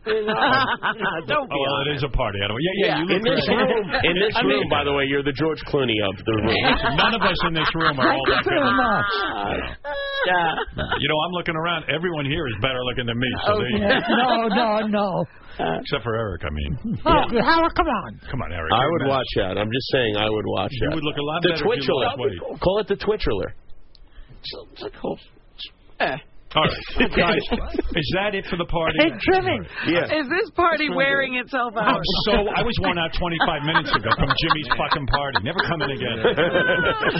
[SPEAKER 12] you
[SPEAKER 3] *laughs*
[SPEAKER 12] know, don't be.
[SPEAKER 1] Oh, well, it is a party. I don't. Yeah, yeah. you
[SPEAKER 10] in
[SPEAKER 1] look
[SPEAKER 10] this
[SPEAKER 1] great. *laughs*
[SPEAKER 10] room, in this
[SPEAKER 1] I mean-
[SPEAKER 10] room, by the way, you're the George Clooney of the room.
[SPEAKER 1] None of us in this room are all that good.
[SPEAKER 12] much. Yeah.
[SPEAKER 5] *laughs*
[SPEAKER 1] You know, I'm looking around. Everyone here is better looking than me.
[SPEAKER 3] Oh,
[SPEAKER 5] Oh,
[SPEAKER 1] So there you go.
[SPEAKER 5] no, no, *laughs* no.
[SPEAKER 1] Except for Eric, I mean.
[SPEAKER 5] Oh, Howard, come on.
[SPEAKER 1] Come on, Eric.
[SPEAKER 10] I
[SPEAKER 1] you're
[SPEAKER 10] would
[SPEAKER 1] mad.
[SPEAKER 10] watch that. I'm just saying, I would watch
[SPEAKER 1] You
[SPEAKER 10] that.
[SPEAKER 1] would look a lot
[SPEAKER 10] the
[SPEAKER 1] better if you
[SPEAKER 10] Twitchler.
[SPEAKER 1] lost weight.
[SPEAKER 10] Call it the Twitchler.
[SPEAKER 12] So, it's like, oh, eh.
[SPEAKER 1] All
[SPEAKER 3] *laughs*
[SPEAKER 1] right, guys. Is that it for the party?
[SPEAKER 3] Hey, Jimmy.
[SPEAKER 1] Yeah.
[SPEAKER 3] Is this party wearing itself
[SPEAKER 1] I'm
[SPEAKER 3] out?
[SPEAKER 1] *laughs* so I was worn out
[SPEAKER 3] *laughs*
[SPEAKER 1] 25 minutes ago from Jimmy's fucking party. Never coming again.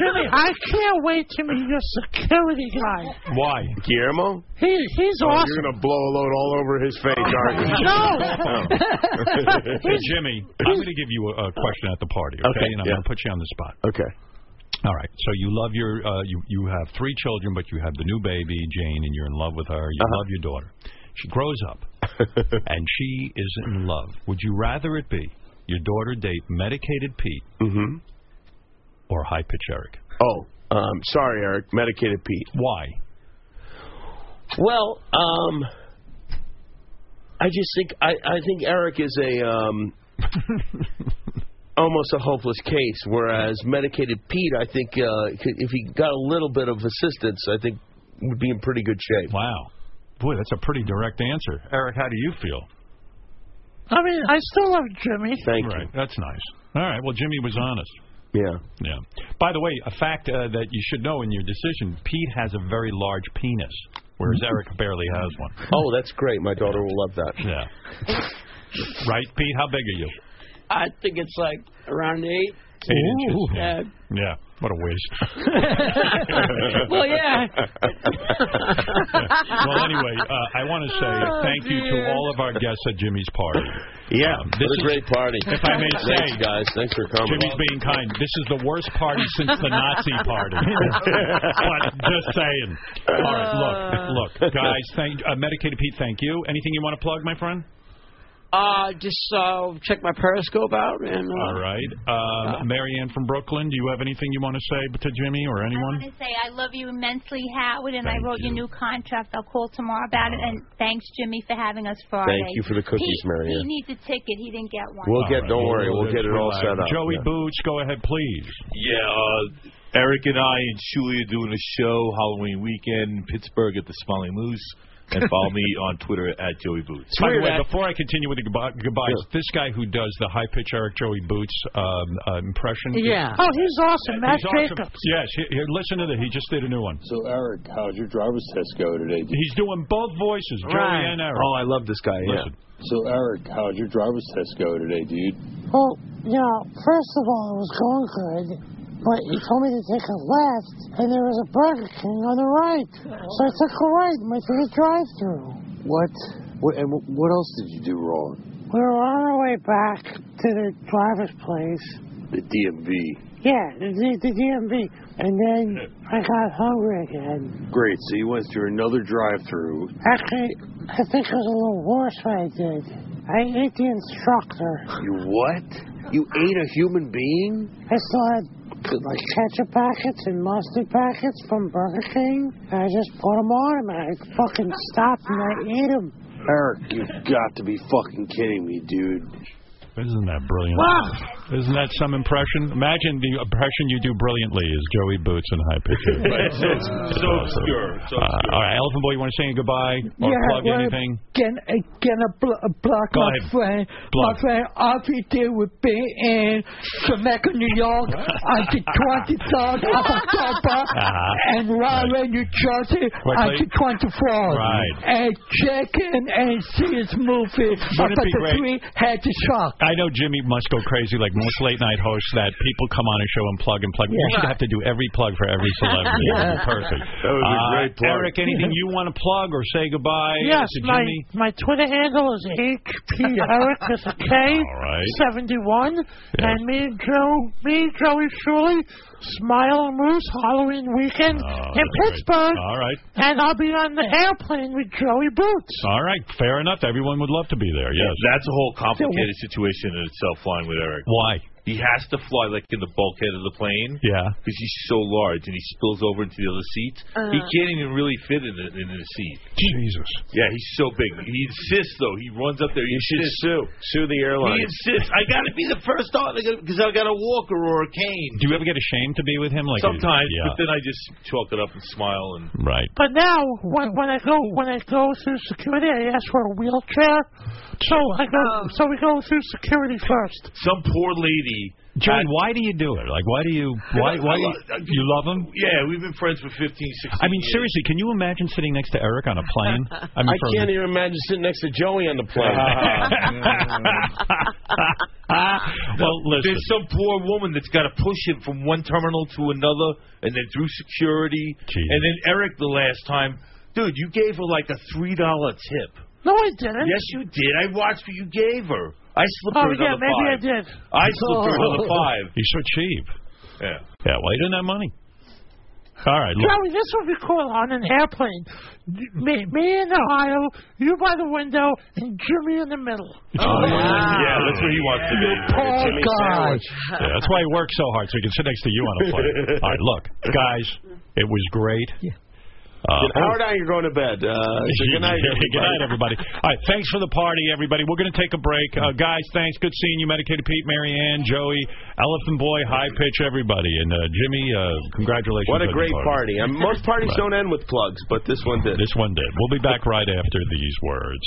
[SPEAKER 5] Jimmy, I can't wait to meet your security guy.
[SPEAKER 1] Why?
[SPEAKER 10] Guillermo?
[SPEAKER 5] He, he's awesome.
[SPEAKER 10] going to blow a load all over his face, aren't
[SPEAKER 5] you? No. *laughs* Oh.
[SPEAKER 1] Hey, Jimmy, I'm going to give you a, a question at the party, okay?
[SPEAKER 10] Okay,
[SPEAKER 1] and I'm
[SPEAKER 10] yeah.
[SPEAKER 1] going to put you on the spot.
[SPEAKER 10] *laughs* Okay.
[SPEAKER 1] All right. So you love your uh, you you have three children, but you have the new baby Jane, and you're in love with her. You love your daughter. She grows up, and she is in love. Would you rather it be your daughter date medicated Pete or high pitch Eric?
[SPEAKER 10] Mm-hmm. Oh, um, sorry, Eric. Medicated Pete.
[SPEAKER 1] Why?
[SPEAKER 10] Well, um, I just think I, I think Eric is a
[SPEAKER 1] *laughs*
[SPEAKER 10] um, almost a hopeless case, whereas medicated Pete, I think uh, could- if he got a little bit of assistance, I think would be in pretty good shape.
[SPEAKER 1] Wow, boy, that's a pretty direct answer, Eric. How do you feel?
[SPEAKER 5] I mean, I still love Jimmy.
[SPEAKER 1] right. That's nice. All right. Well, Jimmy was honest.
[SPEAKER 10] Yeah.
[SPEAKER 1] Yeah. By the way, a fact uh, that you should know in your decision: Pete has a very large penis, whereas Eric barely has one.
[SPEAKER 10] Oh, that's great. My daughter will love that.
[SPEAKER 1] Yeah. Right, Pete? How big are you?
[SPEAKER 12] I think it's like around eight.
[SPEAKER 1] Eight inches.
[SPEAKER 10] *laughs*
[SPEAKER 1] Yeah. yeah. What a waste.
[SPEAKER 12] Well, yeah.
[SPEAKER 1] well, anyway, uh, I want to say thank you to
[SPEAKER 12] Oh, dear.
[SPEAKER 1] all of our guests at Jimmy's party.
[SPEAKER 10] Yeah,
[SPEAKER 1] Um,
[SPEAKER 10] what a great party.
[SPEAKER 1] If I may say,
[SPEAKER 10] Thanks, guys. Thanks for coming.
[SPEAKER 1] Jimmy's being kind. This is the worst party since the Nazi
[SPEAKER 10] *laughs*
[SPEAKER 1] party. But just saying. All uh, right, look, look, guys. Thank uh, Medicated Pete. Thank you. Anything you want to plug, my friend?
[SPEAKER 12] *laughs* Uh, just uh, check my Periscope out and. Uh,
[SPEAKER 1] All right.
[SPEAKER 10] Uh.
[SPEAKER 1] Um, Mary Ann from Brooklyn, do you have anything you want to say to Jimmy or
[SPEAKER 17] I
[SPEAKER 1] anyone?
[SPEAKER 17] want to say I love you immensely, Howard, and
[SPEAKER 1] Thank
[SPEAKER 17] I wrote your new contract. I'll call tomorrow about it. And thanks, Jimmy, for having us Friday.
[SPEAKER 10] you for the cookies,
[SPEAKER 17] Pete,
[SPEAKER 10] Mary
[SPEAKER 17] He
[SPEAKER 10] Ann.
[SPEAKER 17] needs a ticket. He didn't get one.
[SPEAKER 10] We'll get-
[SPEAKER 1] All
[SPEAKER 10] don't worry, we'll get it all
[SPEAKER 1] relax.
[SPEAKER 10] set up,
[SPEAKER 1] Joey
[SPEAKER 10] yeah.
[SPEAKER 1] Boots, go ahead, please.
[SPEAKER 14] Yeah, uh, Eric and I and Shuli are doing a show Halloween weekend in Pittsburgh at the Smiling Moose. And
[SPEAKER 10] *laughs*
[SPEAKER 14] follow me on Twitter at Joey Boots.
[SPEAKER 1] By the way, before I continue with the goodbye, goodbyes, this guy who does the high pitch Eric Joey Boots um, uh, impression.
[SPEAKER 11] Oh, he's awesome. Matt
[SPEAKER 1] He's awesome.
[SPEAKER 11] Jacobs.
[SPEAKER 1] Yes, he, he- listen to that. He just did a new one.
[SPEAKER 16] So Eric, how'd your driver's test go today?
[SPEAKER 1] He's doing both voices, Joey and Eric.
[SPEAKER 10] Oh,
[SPEAKER 14] Oh,
[SPEAKER 16] I love this guy.
[SPEAKER 1] Listen.
[SPEAKER 16] So Eric, how'd your driver's test go today, dude?
[SPEAKER 5] Well, you know, first of all, it was going good, but you told me to take a left, and there was a Burger King on the right. So I took a right and went through the drive through
[SPEAKER 16] What? What? And wh- what else did you do wrong?
[SPEAKER 5] We were on our way back to the driver's place.
[SPEAKER 16] The DMV.
[SPEAKER 5] Yeah, the, D- the DMV. And then I got hungry again.
[SPEAKER 16] Great. So you went through another drive-through.
[SPEAKER 5] Actually, I think it was a little worse what I did. I ate the instructor.
[SPEAKER 16] You what? You ate a human being?
[SPEAKER 5] I still had like ketchup packets and mustard packets from Burger King. And I just put them on him and I fucking stopped and I ate them.
[SPEAKER 16] Eric, you've got to be fucking kidding me, dude.
[SPEAKER 1] Isn't that brilliant?
[SPEAKER 11] Ah!
[SPEAKER 5] Wow.
[SPEAKER 1] Isn't that some impression? Imagine the impression you do brilliantly is Joey Boots and high pitch. Eric.
[SPEAKER 14] *laughs* Right, so it's- so obscure, so
[SPEAKER 1] Uh, all right, Elephant Boy, you want to say goodbye or plug
[SPEAKER 11] well,
[SPEAKER 1] anything?
[SPEAKER 11] Can I can I bl- uh, block
[SPEAKER 1] Go
[SPEAKER 11] my
[SPEAKER 1] ahead.
[SPEAKER 11] friend?
[SPEAKER 1] Block.
[SPEAKER 11] My friend Avi there with me in Jamaica, New
[SPEAKER 1] *laughs*
[SPEAKER 11] York, on the twenty third of October,
[SPEAKER 1] Uh-huh.
[SPEAKER 11] and Raleigh, New Jersey, on
[SPEAKER 1] Quickly.
[SPEAKER 11] the twenty fourth.
[SPEAKER 1] Right.
[SPEAKER 11] And check in and see his movie about
[SPEAKER 1] it be
[SPEAKER 11] the
[SPEAKER 1] great?
[SPEAKER 11] three had to shock.
[SPEAKER 1] I know Jimmy must go crazy like most late night hosts that people come on a show and plug and plug. You
[SPEAKER 11] Yeah.
[SPEAKER 1] should have to do every plug for every celebrity. That would be
[SPEAKER 11] Yeah.
[SPEAKER 1] perfect.
[SPEAKER 16] That was a
[SPEAKER 1] Uh,
[SPEAKER 16] great plug.
[SPEAKER 1] Eric, anything you want to plug or say goodbye
[SPEAKER 5] Yes,
[SPEAKER 1] to
[SPEAKER 5] my,
[SPEAKER 1] Jimmy?
[SPEAKER 5] my Twitter handle is HP Eric with a
[SPEAKER 1] *laughs*
[SPEAKER 5] K
[SPEAKER 1] right.
[SPEAKER 5] seventy one, and me and Joe, me Joey Shuley, Smile Moose Halloween weekend
[SPEAKER 1] Oh,
[SPEAKER 5] in Pittsburgh,
[SPEAKER 1] All right.
[SPEAKER 5] and I'll be on the airplane with Joey Boots.
[SPEAKER 1] All right. Fair enough. Everyone would love to be there. Yes.
[SPEAKER 14] That's a whole complicated situation in itself flying with Eric.
[SPEAKER 1] Why?
[SPEAKER 14] He has to fly like in the bulkhead of the plane.
[SPEAKER 1] Yeah.
[SPEAKER 14] Because he's so large and he spills over into the other seat.
[SPEAKER 1] Uh.
[SPEAKER 14] He can't even really fit in the, in the seat.
[SPEAKER 1] Jesus.
[SPEAKER 14] Yeah, he's so big. He insists though. He runs up there. He you insists. should
[SPEAKER 16] sue sue the airline.
[SPEAKER 14] He insists. I got to be the first on because I got a walker or a cane.
[SPEAKER 1] Do you ever get ashamed to be with him? Like
[SPEAKER 14] Sometimes,
[SPEAKER 1] yeah.
[SPEAKER 14] but then I just chalk it up and smile and.
[SPEAKER 1] Right.
[SPEAKER 5] But now, when, when I go when I go through security, I ask for a wheelchair. So I go.
[SPEAKER 14] Oh.
[SPEAKER 5] so we go through security first.
[SPEAKER 14] Some poor lady.
[SPEAKER 1] John, why do you do it? Like, why do you? Why? Why do you, you love him?
[SPEAKER 14] Yeah, we've been friends for 15, 16
[SPEAKER 1] I mean,
[SPEAKER 14] years.
[SPEAKER 1] seriously, can you imagine sitting next to Eric on a Uh-huh. plane? I mean, for-
[SPEAKER 10] can't even imagine sitting next to Joey on the
[SPEAKER 1] *laughs*
[SPEAKER 10] plane.
[SPEAKER 1] Ah, well, listen.
[SPEAKER 14] There's some poor woman that's got to push him from one terminal to another, and then through security, and then Eric the last time, dude, you gave her like a three dollar tip.
[SPEAKER 5] No, I didn't.
[SPEAKER 14] Yes, you did. I watched what you gave her. I slipped
[SPEAKER 5] Oh
[SPEAKER 14] her
[SPEAKER 5] yeah,
[SPEAKER 14] another
[SPEAKER 5] maybe I
[SPEAKER 14] five.
[SPEAKER 5] did.
[SPEAKER 14] I slipped her
[SPEAKER 1] *laughs*
[SPEAKER 14] another
[SPEAKER 5] *laughs*
[SPEAKER 14] five.
[SPEAKER 1] He's so cheap.
[SPEAKER 14] Yeah.
[SPEAKER 1] Yeah. Why didn't have money? All right. Look.
[SPEAKER 5] Joey, this would be cool on an airplane. Me, me in the aisle, you by the window, and Jimmy in the middle.
[SPEAKER 1] Oh,
[SPEAKER 10] Oh,
[SPEAKER 14] Yeah, that's what he wants to be.
[SPEAKER 5] Jimmy
[SPEAKER 1] God. Yeah, that's why he works so hard, so he can sit next to you on a plane. All right, look, guys, it was great. Uh,
[SPEAKER 10] Howard, now you're going to bed.
[SPEAKER 1] *laughs*
[SPEAKER 10] Uh, so good night, everybody.
[SPEAKER 1] Good night, everybody. All right, thanks for the party, everybody. We're going to take a break. Uh, guys, thanks. Good seeing you, Medicated Pete, Mary Ann, Joey, Elephant Boy, High Pitch, everybody. And uh, Jimmy, uh, congratulations.
[SPEAKER 10] What a
[SPEAKER 1] on the
[SPEAKER 10] great party. And most parties
[SPEAKER 1] Right.
[SPEAKER 10] don't end with plugs, but this one did.
[SPEAKER 1] This one did. We'll be back right after these words.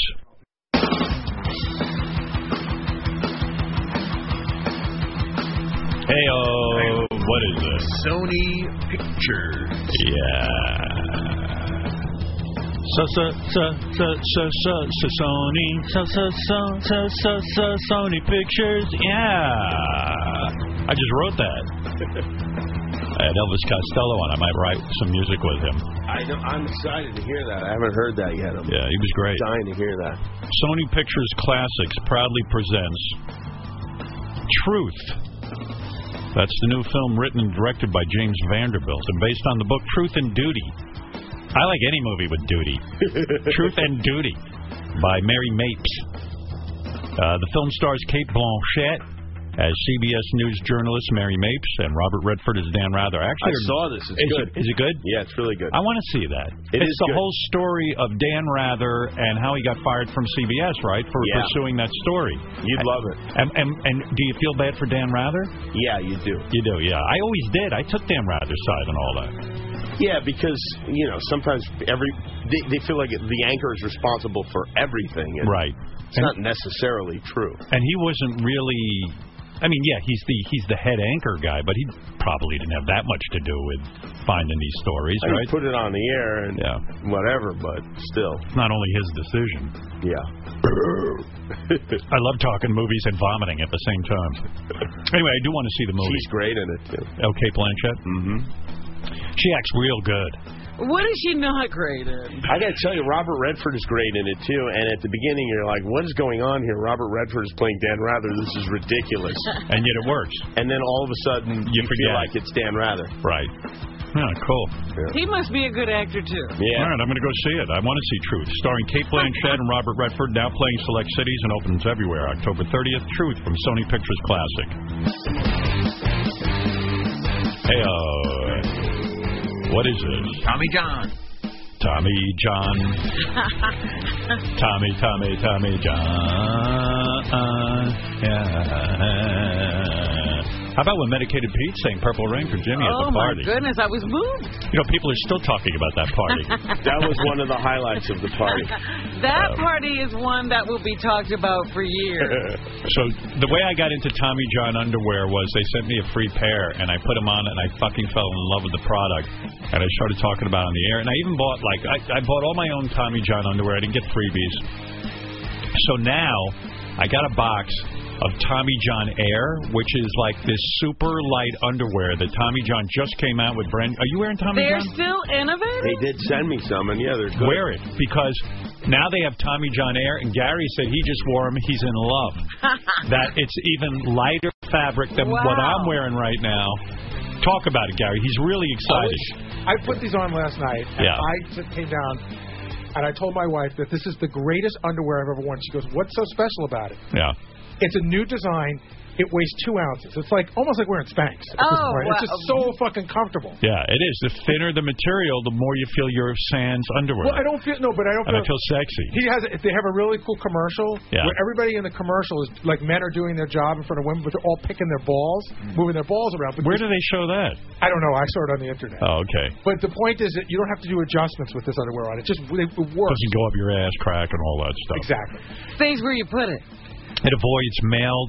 [SPEAKER 1] Hey, oh, what is this? Sony Pictures. Yeah. So, so, so, so, so, so, so, Sony. So, so, so, so, so, so, Sony Pictures. Yeah. I just wrote that. I had Elvis Costello on. I might write some music with him.
[SPEAKER 10] *laughs* I know, I'm excited to hear that. I haven't heard that yet. I'm
[SPEAKER 1] Yeah, he was great.
[SPEAKER 10] dying to hear
[SPEAKER 1] *laughs*
[SPEAKER 10] that.
[SPEAKER 1] Sony Pictures Classics proudly presents Truth. That's the new film written and directed by James Vanderbilt and based on the book Truth and Duty. I like any movie with duty. Truth and Duty by Mary Mapes. Uh, the film stars Kate Blanchett as CBS News journalist Mary Mapes and Robert Redford as Dan Rather. Actually,
[SPEAKER 14] I saw this. It's
[SPEAKER 1] is
[SPEAKER 14] good.
[SPEAKER 1] It, is it good?
[SPEAKER 10] Yeah, it's really good.
[SPEAKER 1] I want to see that.
[SPEAKER 14] It
[SPEAKER 1] it's
[SPEAKER 14] is
[SPEAKER 1] the
[SPEAKER 14] good.
[SPEAKER 1] whole story of Dan Rather and how he got fired from CBS, right, for
[SPEAKER 14] Yeah.
[SPEAKER 1] pursuing that story.
[SPEAKER 14] You'd love it.
[SPEAKER 1] And, and and do you feel bad for Dan Rather?
[SPEAKER 10] Yeah, you do.
[SPEAKER 1] You do, yeah. I always did. I took Dan Rather's side and all that.
[SPEAKER 10] Yeah, because you know sometimes every they, they feel like the anchor is responsible for everything. and
[SPEAKER 1] Right.
[SPEAKER 10] It's not necessarily true.
[SPEAKER 1] And he wasn't really. I mean, yeah, he's the he's the head anchor guy, but he probably didn't have that much to do with finding these stories,
[SPEAKER 10] I mean,
[SPEAKER 1] right?
[SPEAKER 10] Put it on the air and whatever, but still.
[SPEAKER 1] It's not only his decision.
[SPEAKER 10] Yeah.
[SPEAKER 1] *laughs* I love talking movies and vomiting at the same time. Anyway, I do want to see the movie. She's
[SPEAKER 10] great in it too.
[SPEAKER 1] Okay, Blanchett. Mm-hmm. She acts real good.
[SPEAKER 3] What is she not great in?
[SPEAKER 10] I got to tell you, Robert Redford is great in it too. And at the beginning, you're like, "What is going on here?" Robert Redford is playing Dan Rather. This is *laughs* ridiculous.
[SPEAKER 1] And yet it works.
[SPEAKER 10] And then all of a sudden, you, feel
[SPEAKER 1] forget.
[SPEAKER 10] like it's Dan Rather.
[SPEAKER 1] Right. Yeah, cool.
[SPEAKER 3] He must be a good actor too.
[SPEAKER 1] All right, I'm going to go see it. I want to see Truth, starring Kate Blanchett and Robert Redford, now playing select cities and opens everywhere October 30th. Truth from Sony Pictures Classic. Hey, uh, what is this?
[SPEAKER 11] Tommy John.
[SPEAKER 1] Tommy John. Tommy, Tommy, Tommy John. Yeah. How about when Medicated Pete sang Purple Rain for Jimmy at the
[SPEAKER 3] oh my
[SPEAKER 1] party?
[SPEAKER 3] goodness, I was moved.
[SPEAKER 1] You know, people are still talking about that
[SPEAKER 10] *laughs*
[SPEAKER 1] party.
[SPEAKER 3] That was
[SPEAKER 10] one of the highlights of the party.
[SPEAKER 3] *laughs*
[SPEAKER 1] Oh.
[SPEAKER 3] That party is one that will be talked about
[SPEAKER 1] *laughs*
[SPEAKER 3] for years.
[SPEAKER 1] So the way I got into Tommy John underwear was they sent me a free pair, and I put them on, and I fucking fell in love with the product, and I started talking about it on the air, and I even bought like I, I bought all my own Tommy John underwear. I didn't get freebies. So now I got a box of Tommy John Air, which is like this super light underwear that Tommy John just came out with. Brand, are you wearing Tommy
[SPEAKER 3] They're
[SPEAKER 1] John?
[SPEAKER 3] still innovating.
[SPEAKER 10] They did send me some, and yeah, they're good.
[SPEAKER 1] Wear it because now they have Tommy John Air, and Gary said he just wore them. He's
[SPEAKER 13] *laughs*
[SPEAKER 1] in love. that it's even lighter fabric than what
[SPEAKER 13] Wow.
[SPEAKER 1] I'm wearing right now. Talk about it, Gary. He's really excited.
[SPEAKER 13] I put these on last night, and
[SPEAKER 1] Yeah.
[SPEAKER 13] I just came down, and I told my wife that this is the greatest underwear I've ever worn. She goes, "What's so special about it?"
[SPEAKER 1] Yeah.
[SPEAKER 13] It's a new design. It weighs two ounces. It's like almost like wearing Spanx. At this
[SPEAKER 3] Oh,
[SPEAKER 13] point. It's
[SPEAKER 3] wow.
[SPEAKER 13] just so fucking comfortable.
[SPEAKER 1] Yeah, it is. The thinner the material, the more you feel your sans underwear.
[SPEAKER 13] Well, I don't feel no, but I don't
[SPEAKER 1] and
[SPEAKER 13] feel.
[SPEAKER 1] I feel sexy.
[SPEAKER 13] he has. A, they have a really cool commercial
[SPEAKER 1] Yeah.
[SPEAKER 13] where everybody in the commercial is like men are doing their job in front of women, but they're all picking their balls, moving their balls around. But
[SPEAKER 1] Mm. Where do they show that?
[SPEAKER 13] I don't know. I saw it on the internet.
[SPEAKER 1] Oh, okay.
[SPEAKER 13] But the point is that you don't have to do adjustments with this underwear on. It just it works.
[SPEAKER 1] Doesn't go up your ass crack and all that stuff.
[SPEAKER 13] Exactly.
[SPEAKER 3] Things where you put it.
[SPEAKER 1] It avoids male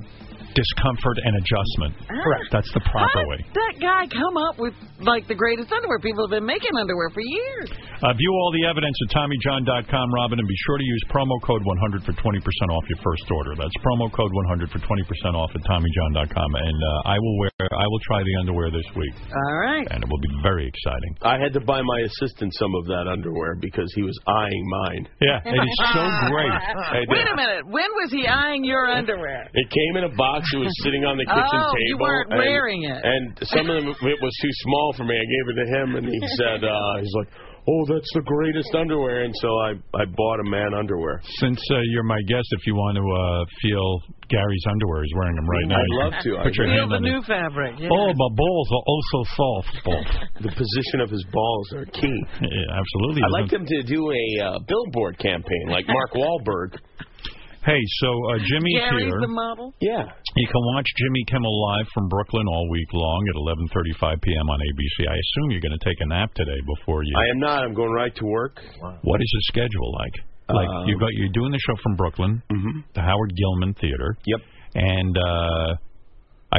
[SPEAKER 1] discomfort and adjustment.
[SPEAKER 13] Ah.
[SPEAKER 3] Correct.
[SPEAKER 1] That's the proper way.
[SPEAKER 3] That guy come up with like the greatest underwear. People have been making underwear for years.
[SPEAKER 1] Uh, view all the evidence at TommyJohn.com, Robin, and be sure to use promo code 100 for 20% off your first order. That's promo code 100 for 20% off at TommyJohn.com, and uh, I will wear, I will try the underwear this week,
[SPEAKER 3] All right.
[SPEAKER 1] and it will be very exciting.
[SPEAKER 10] I had to buy my assistant some of that underwear because he was eyeing mine.
[SPEAKER 1] Yeah,
[SPEAKER 10] it is so
[SPEAKER 3] *laughs*
[SPEAKER 10] great.
[SPEAKER 3] Wait a minute. When was he eyeing your underwear?
[SPEAKER 10] It came in a box. It was sitting on the kitchen
[SPEAKER 3] Oh,
[SPEAKER 10] table.
[SPEAKER 3] you weren't
[SPEAKER 10] and-
[SPEAKER 3] wearing it.
[SPEAKER 10] And some of them, it was too small for me. I gave it to him,
[SPEAKER 3] *laughs*
[SPEAKER 10] and he said, uh, he's like, oh, that's the greatest underwear. And so I, I bought a man underwear.
[SPEAKER 1] Since uh, you're my guest, if you want to uh, feel Gary's underwear, he's wearing them right now.
[SPEAKER 10] I'd
[SPEAKER 1] You
[SPEAKER 10] love
[SPEAKER 1] can
[SPEAKER 10] to.
[SPEAKER 1] Put your
[SPEAKER 10] Feel
[SPEAKER 1] hand
[SPEAKER 10] the
[SPEAKER 1] on it.
[SPEAKER 10] new
[SPEAKER 3] fabric. yeah.
[SPEAKER 1] Oh, my balls are also soft. Balls.
[SPEAKER 10] The position of his balls are key.
[SPEAKER 1] Yeah, absolutely.
[SPEAKER 10] I'd like them to do a uh, billboard campaign like Mark
[SPEAKER 1] *laughs*
[SPEAKER 10] Wahlberg.
[SPEAKER 1] Hey, so uh, Jimmy's
[SPEAKER 3] Gary's
[SPEAKER 1] here.
[SPEAKER 3] the model.
[SPEAKER 10] Yeah.
[SPEAKER 1] You can watch Jimmy Kimmel live from Brooklyn all week long at 11:35 p.m. on ABC. I assume you're going to take a nap today before you.
[SPEAKER 10] I am not. I'm going right to work.
[SPEAKER 1] What is the schedule like? Like
[SPEAKER 10] Um,
[SPEAKER 1] you got you're doing the show from Brooklyn, the Howard Gilman Theater.
[SPEAKER 10] Mm-hmm. Yep.
[SPEAKER 1] And uh,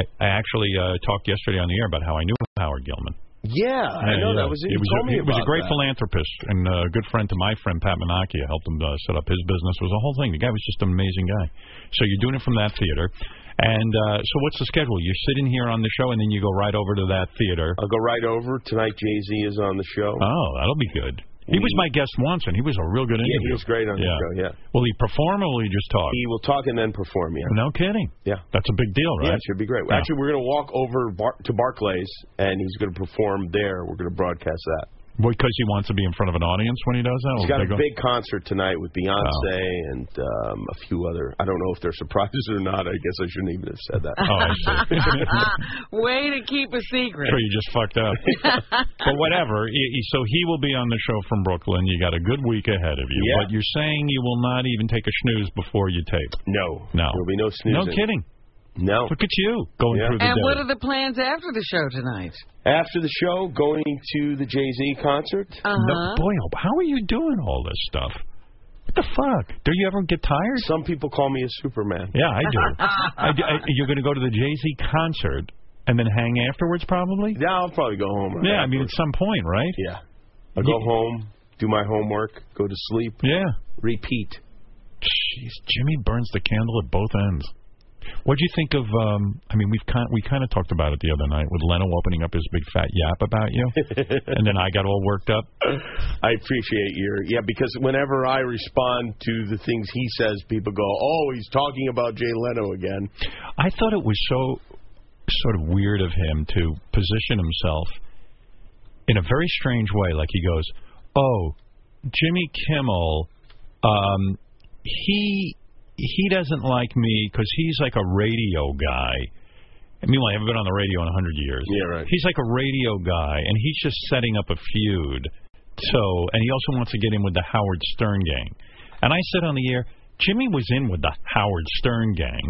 [SPEAKER 1] I I actually uh, talked yesterday on the air about how I knew Howard Gilman. *laughs*
[SPEAKER 10] Yeah, I know that was it.
[SPEAKER 1] He
[SPEAKER 10] You
[SPEAKER 1] was,
[SPEAKER 10] told
[SPEAKER 1] a,
[SPEAKER 10] me
[SPEAKER 1] he was a
[SPEAKER 10] about
[SPEAKER 1] great
[SPEAKER 10] that.
[SPEAKER 1] philanthropist and a good friend to my friend Pat Menachia. Helped him uh, set up his business. It was a whole thing. The guy was just an amazing guy. So you're doing it from that theater. And uh, so what's the schedule? You're sitting here on the show, and then you go right over to that theater.
[SPEAKER 10] I'll go right over tonight. Jay Z is on the show.
[SPEAKER 1] Oh, that'll be good. He was my guest once, and he was a real good
[SPEAKER 10] yeah, he
[SPEAKER 1] interview.
[SPEAKER 10] was great on
[SPEAKER 1] Yeah.
[SPEAKER 10] the show. Yeah,
[SPEAKER 1] Will he perform or will he just talk?
[SPEAKER 10] he will talk and then perform. Yeah,
[SPEAKER 1] No kidding.
[SPEAKER 10] Yeah.
[SPEAKER 1] That's a big deal, right?
[SPEAKER 10] yeah, it should be great.
[SPEAKER 1] Yeah.
[SPEAKER 10] Actually, we're going to walk over bar- to Barclays and he's going to perform there. We're going to broadcast that.
[SPEAKER 1] Because he wants to be in front of an audience when he does that.
[SPEAKER 10] He's
[SPEAKER 1] Or
[SPEAKER 10] got
[SPEAKER 1] they
[SPEAKER 10] a
[SPEAKER 1] Oh, go-
[SPEAKER 10] big concert tonight with Beyonce and um, a few other. I don't know if they're surprises or not. I guess I shouldn't even have said that. *laughs*
[SPEAKER 1] Oh, *laughs*
[SPEAKER 3] Way to keep a secret.
[SPEAKER 1] Sure, you just fucked up. but whatever. He- he- So he will be on the show from Brooklyn. You got a good week ahead of you.
[SPEAKER 10] Yeah.
[SPEAKER 1] But you're saying you will not even take a snooze before you tape.
[SPEAKER 10] No.
[SPEAKER 1] No.
[SPEAKER 10] There'll be no
[SPEAKER 1] No
[SPEAKER 10] snoozing.
[SPEAKER 1] kidding.
[SPEAKER 10] No.
[SPEAKER 1] Look at you going through the
[SPEAKER 3] And
[SPEAKER 1] day.
[SPEAKER 3] what are the plans after the show tonight?
[SPEAKER 10] After the show, going to the Jay Z concert.
[SPEAKER 3] Uh-huh.
[SPEAKER 1] Boy, oh, how are you doing all this stuff? What the fuck? Do you ever get tired?
[SPEAKER 10] Some people call me a Superman.
[SPEAKER 1] Yeah, I do. I do I, you're going to go to the Jay Z concert and then hang afterwards, probably.
[SPEAKER 10] Yeah, I'll probably go home.
[SPEAKER 1] yeah, I mean at some point, right?
[SPEAKER 10] Yeah. I'll go home, do my homework, go to sleep.
[SPEAKER 1] Yeah.
[SPEAKER 10] Repeat.
[SPEAKER 1] Jeez, Jimmy burns the candle at both ends. What do you think of? Um, I mean, we've kind we kind of talked about it the other night with Leno opening up his big fat yap about
[SPEAKER 10] *laughs*
[SPEAKER 1] you, and then I got all worked up.
[SPEAKER 10] I appreciate your yeah because whenever I respond to the things he says, people go, "Oh, he's talking about Jay Leno again."
[SPEAKER 1] I thought it was so sort of weird of him to position himself in a very strange way. Like he goes, "Oh, Jimmy Kimmel, um, he he doesn't like me because he's like a radio guy." And Meanwhile, I haven't been on the radio in a hundred years. Yeah, right. He's like a radio guy, and he's just setting up a feud. So, and he also wants to get in with the Howard Stern gang. And I said on the air, Jimmy was in with the Howard Stern gang.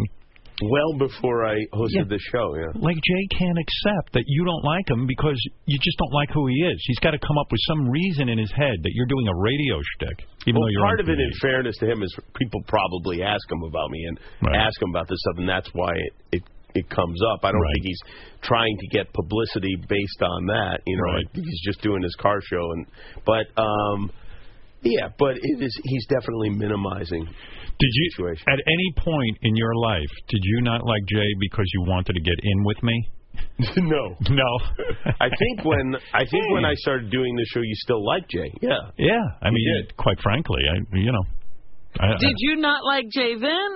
[SPEAKER 10] Well before I hosted the show, yeah.
[SPEAKER 1] Like Jay can't accept that you don't like him because you just don't like who he is. He's got to come up with some reason in his head that you're doing a radio shtick, even
[SPEAKER 10] well,
[SPEAKER 1] though you're
[SPEAKER 10] part
[SPEAKER 1] on
[SPEAKER 10] of it,
[SPEAKER 1] TV.
[SPEAKER 10] in fairness to him, is people probably ask him about me and ask him about this stuff, and that's why it it, it comes up. I don't think he's trying to get publicity based on that. You know, I think he's just doing his car show, and but um, yeah, but it is he's definitely minimizing.
[SPEAKER 1] Did you at any point in your life did you not like Jay because you wanted to get in with me?
[SPEAKER 10] *laughs* no,
[SPEAKER 1] no.
[SPEAKER 10] *laughs* I
[SPEAKER 1] *laughs*
[SPEAKER 10] think when I think when I started doing the show, you still liked Jay. Yeah,
[SPEAKER 1] Yeah, I mean, quite frankly, I you know, I, I-
[SPEAKER 3] Did you not like Jay then?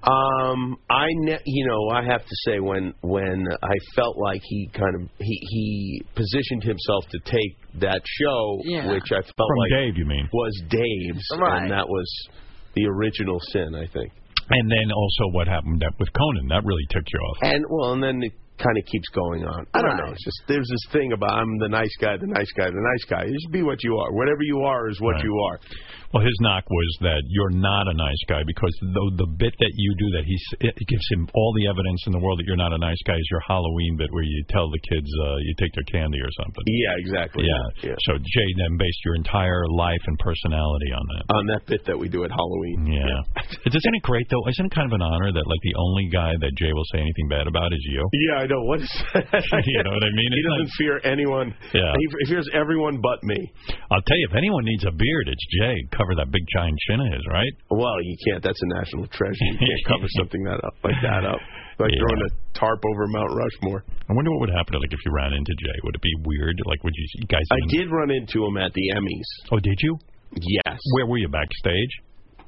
[SPEAKER 10] Um, I ne- you know I have to say when when I felt like he kind of he he positioned himself to take that show,
[SPEAKER 1] Yeah.
[SPEAKER 10] which I felt
[SPEAKER 1] From
[SPEAKER 10] like
[SPEAKER 1] Dave, you mean
[SPEAKER 10] was Dave's,
[SPEAKER 1] Right.
[SPEAKER 10] and that was the original sin, I think.
[SPEAKER 1] and then also what happened that- with Conan that really ticked you off.
[SPEAKER 10] And well, and then it kind of keeps going on. I don't know. It's just there's this thing about I'm the nice guy, the nice guy, the nice guy. Just be what you are. Whatever you are is what
[SPEAKER 1] Right.
[SPEAKER 10] you are.
[SPEAKER 1] Well, his knock was that you're not a nice guy because the, the bit that you do that he s- it gives him all the evidence in the world that you're not a nice guy is your Halloween bit where you tell the kids uh, you take their candy or something.
[SPEAKER 10] Yeah, exactly.
[SPEAKER 1] Yeah. So Jay then based your entire life and personality on that.
[SPEAKER 10] On that bit that we do at Halloween.
[SPEAKER 1] Yeah.
[SPEAKER 10] Uh,
[SPEAKER 1] Isn't it great though? Isn't it kind of an honor that like the only guy that Jay will say anything bad about is
[SPEAKER 10] *laughs*
[SPEAKER 1] you?
[SPEAKER 10] *laughs*
[SPEAKER 1] *laughs*
[SPEAKER 10] Yeah, I know. What is that? *laughs*
[SPEAKER 1] You know what I mean?
[SPEAKER 10] He
[SPEAKER 1] It's
[SPEAKER 10] doesn't
[SPEAKER 1] like-
[SPEAKER 10] fear anyone.
[SPEAKER 1] Yeah.
[SPEAKER 10] He, he fears everyone but me.
[SPEAKER 1] I'll tell you, if anyone needs a beard, it's Jay. Cover that big giant chin of his, right?
[SPEAKER 10] Well, you can't. That's a national treasure.
[SPEAKER 1] *laughs*
[SPEAKER 10] You can't cover something that up like that up. Like throwing a tarp over Mount Rushmore.
[SPEAKER 1] I wonder what would happen like if you ran into Jay. Would it be weird? Like, would you, you guys?
[SPEAKER 10] I
[SPEAKER 1] even-
[SPEAKER 10] did run into him at the Emmys.
[SPEAKER 1] Mm-hmm. Oh, did you?
[SPEAKER 10] Yes.
[SPEAKER 1] Where were you backstage?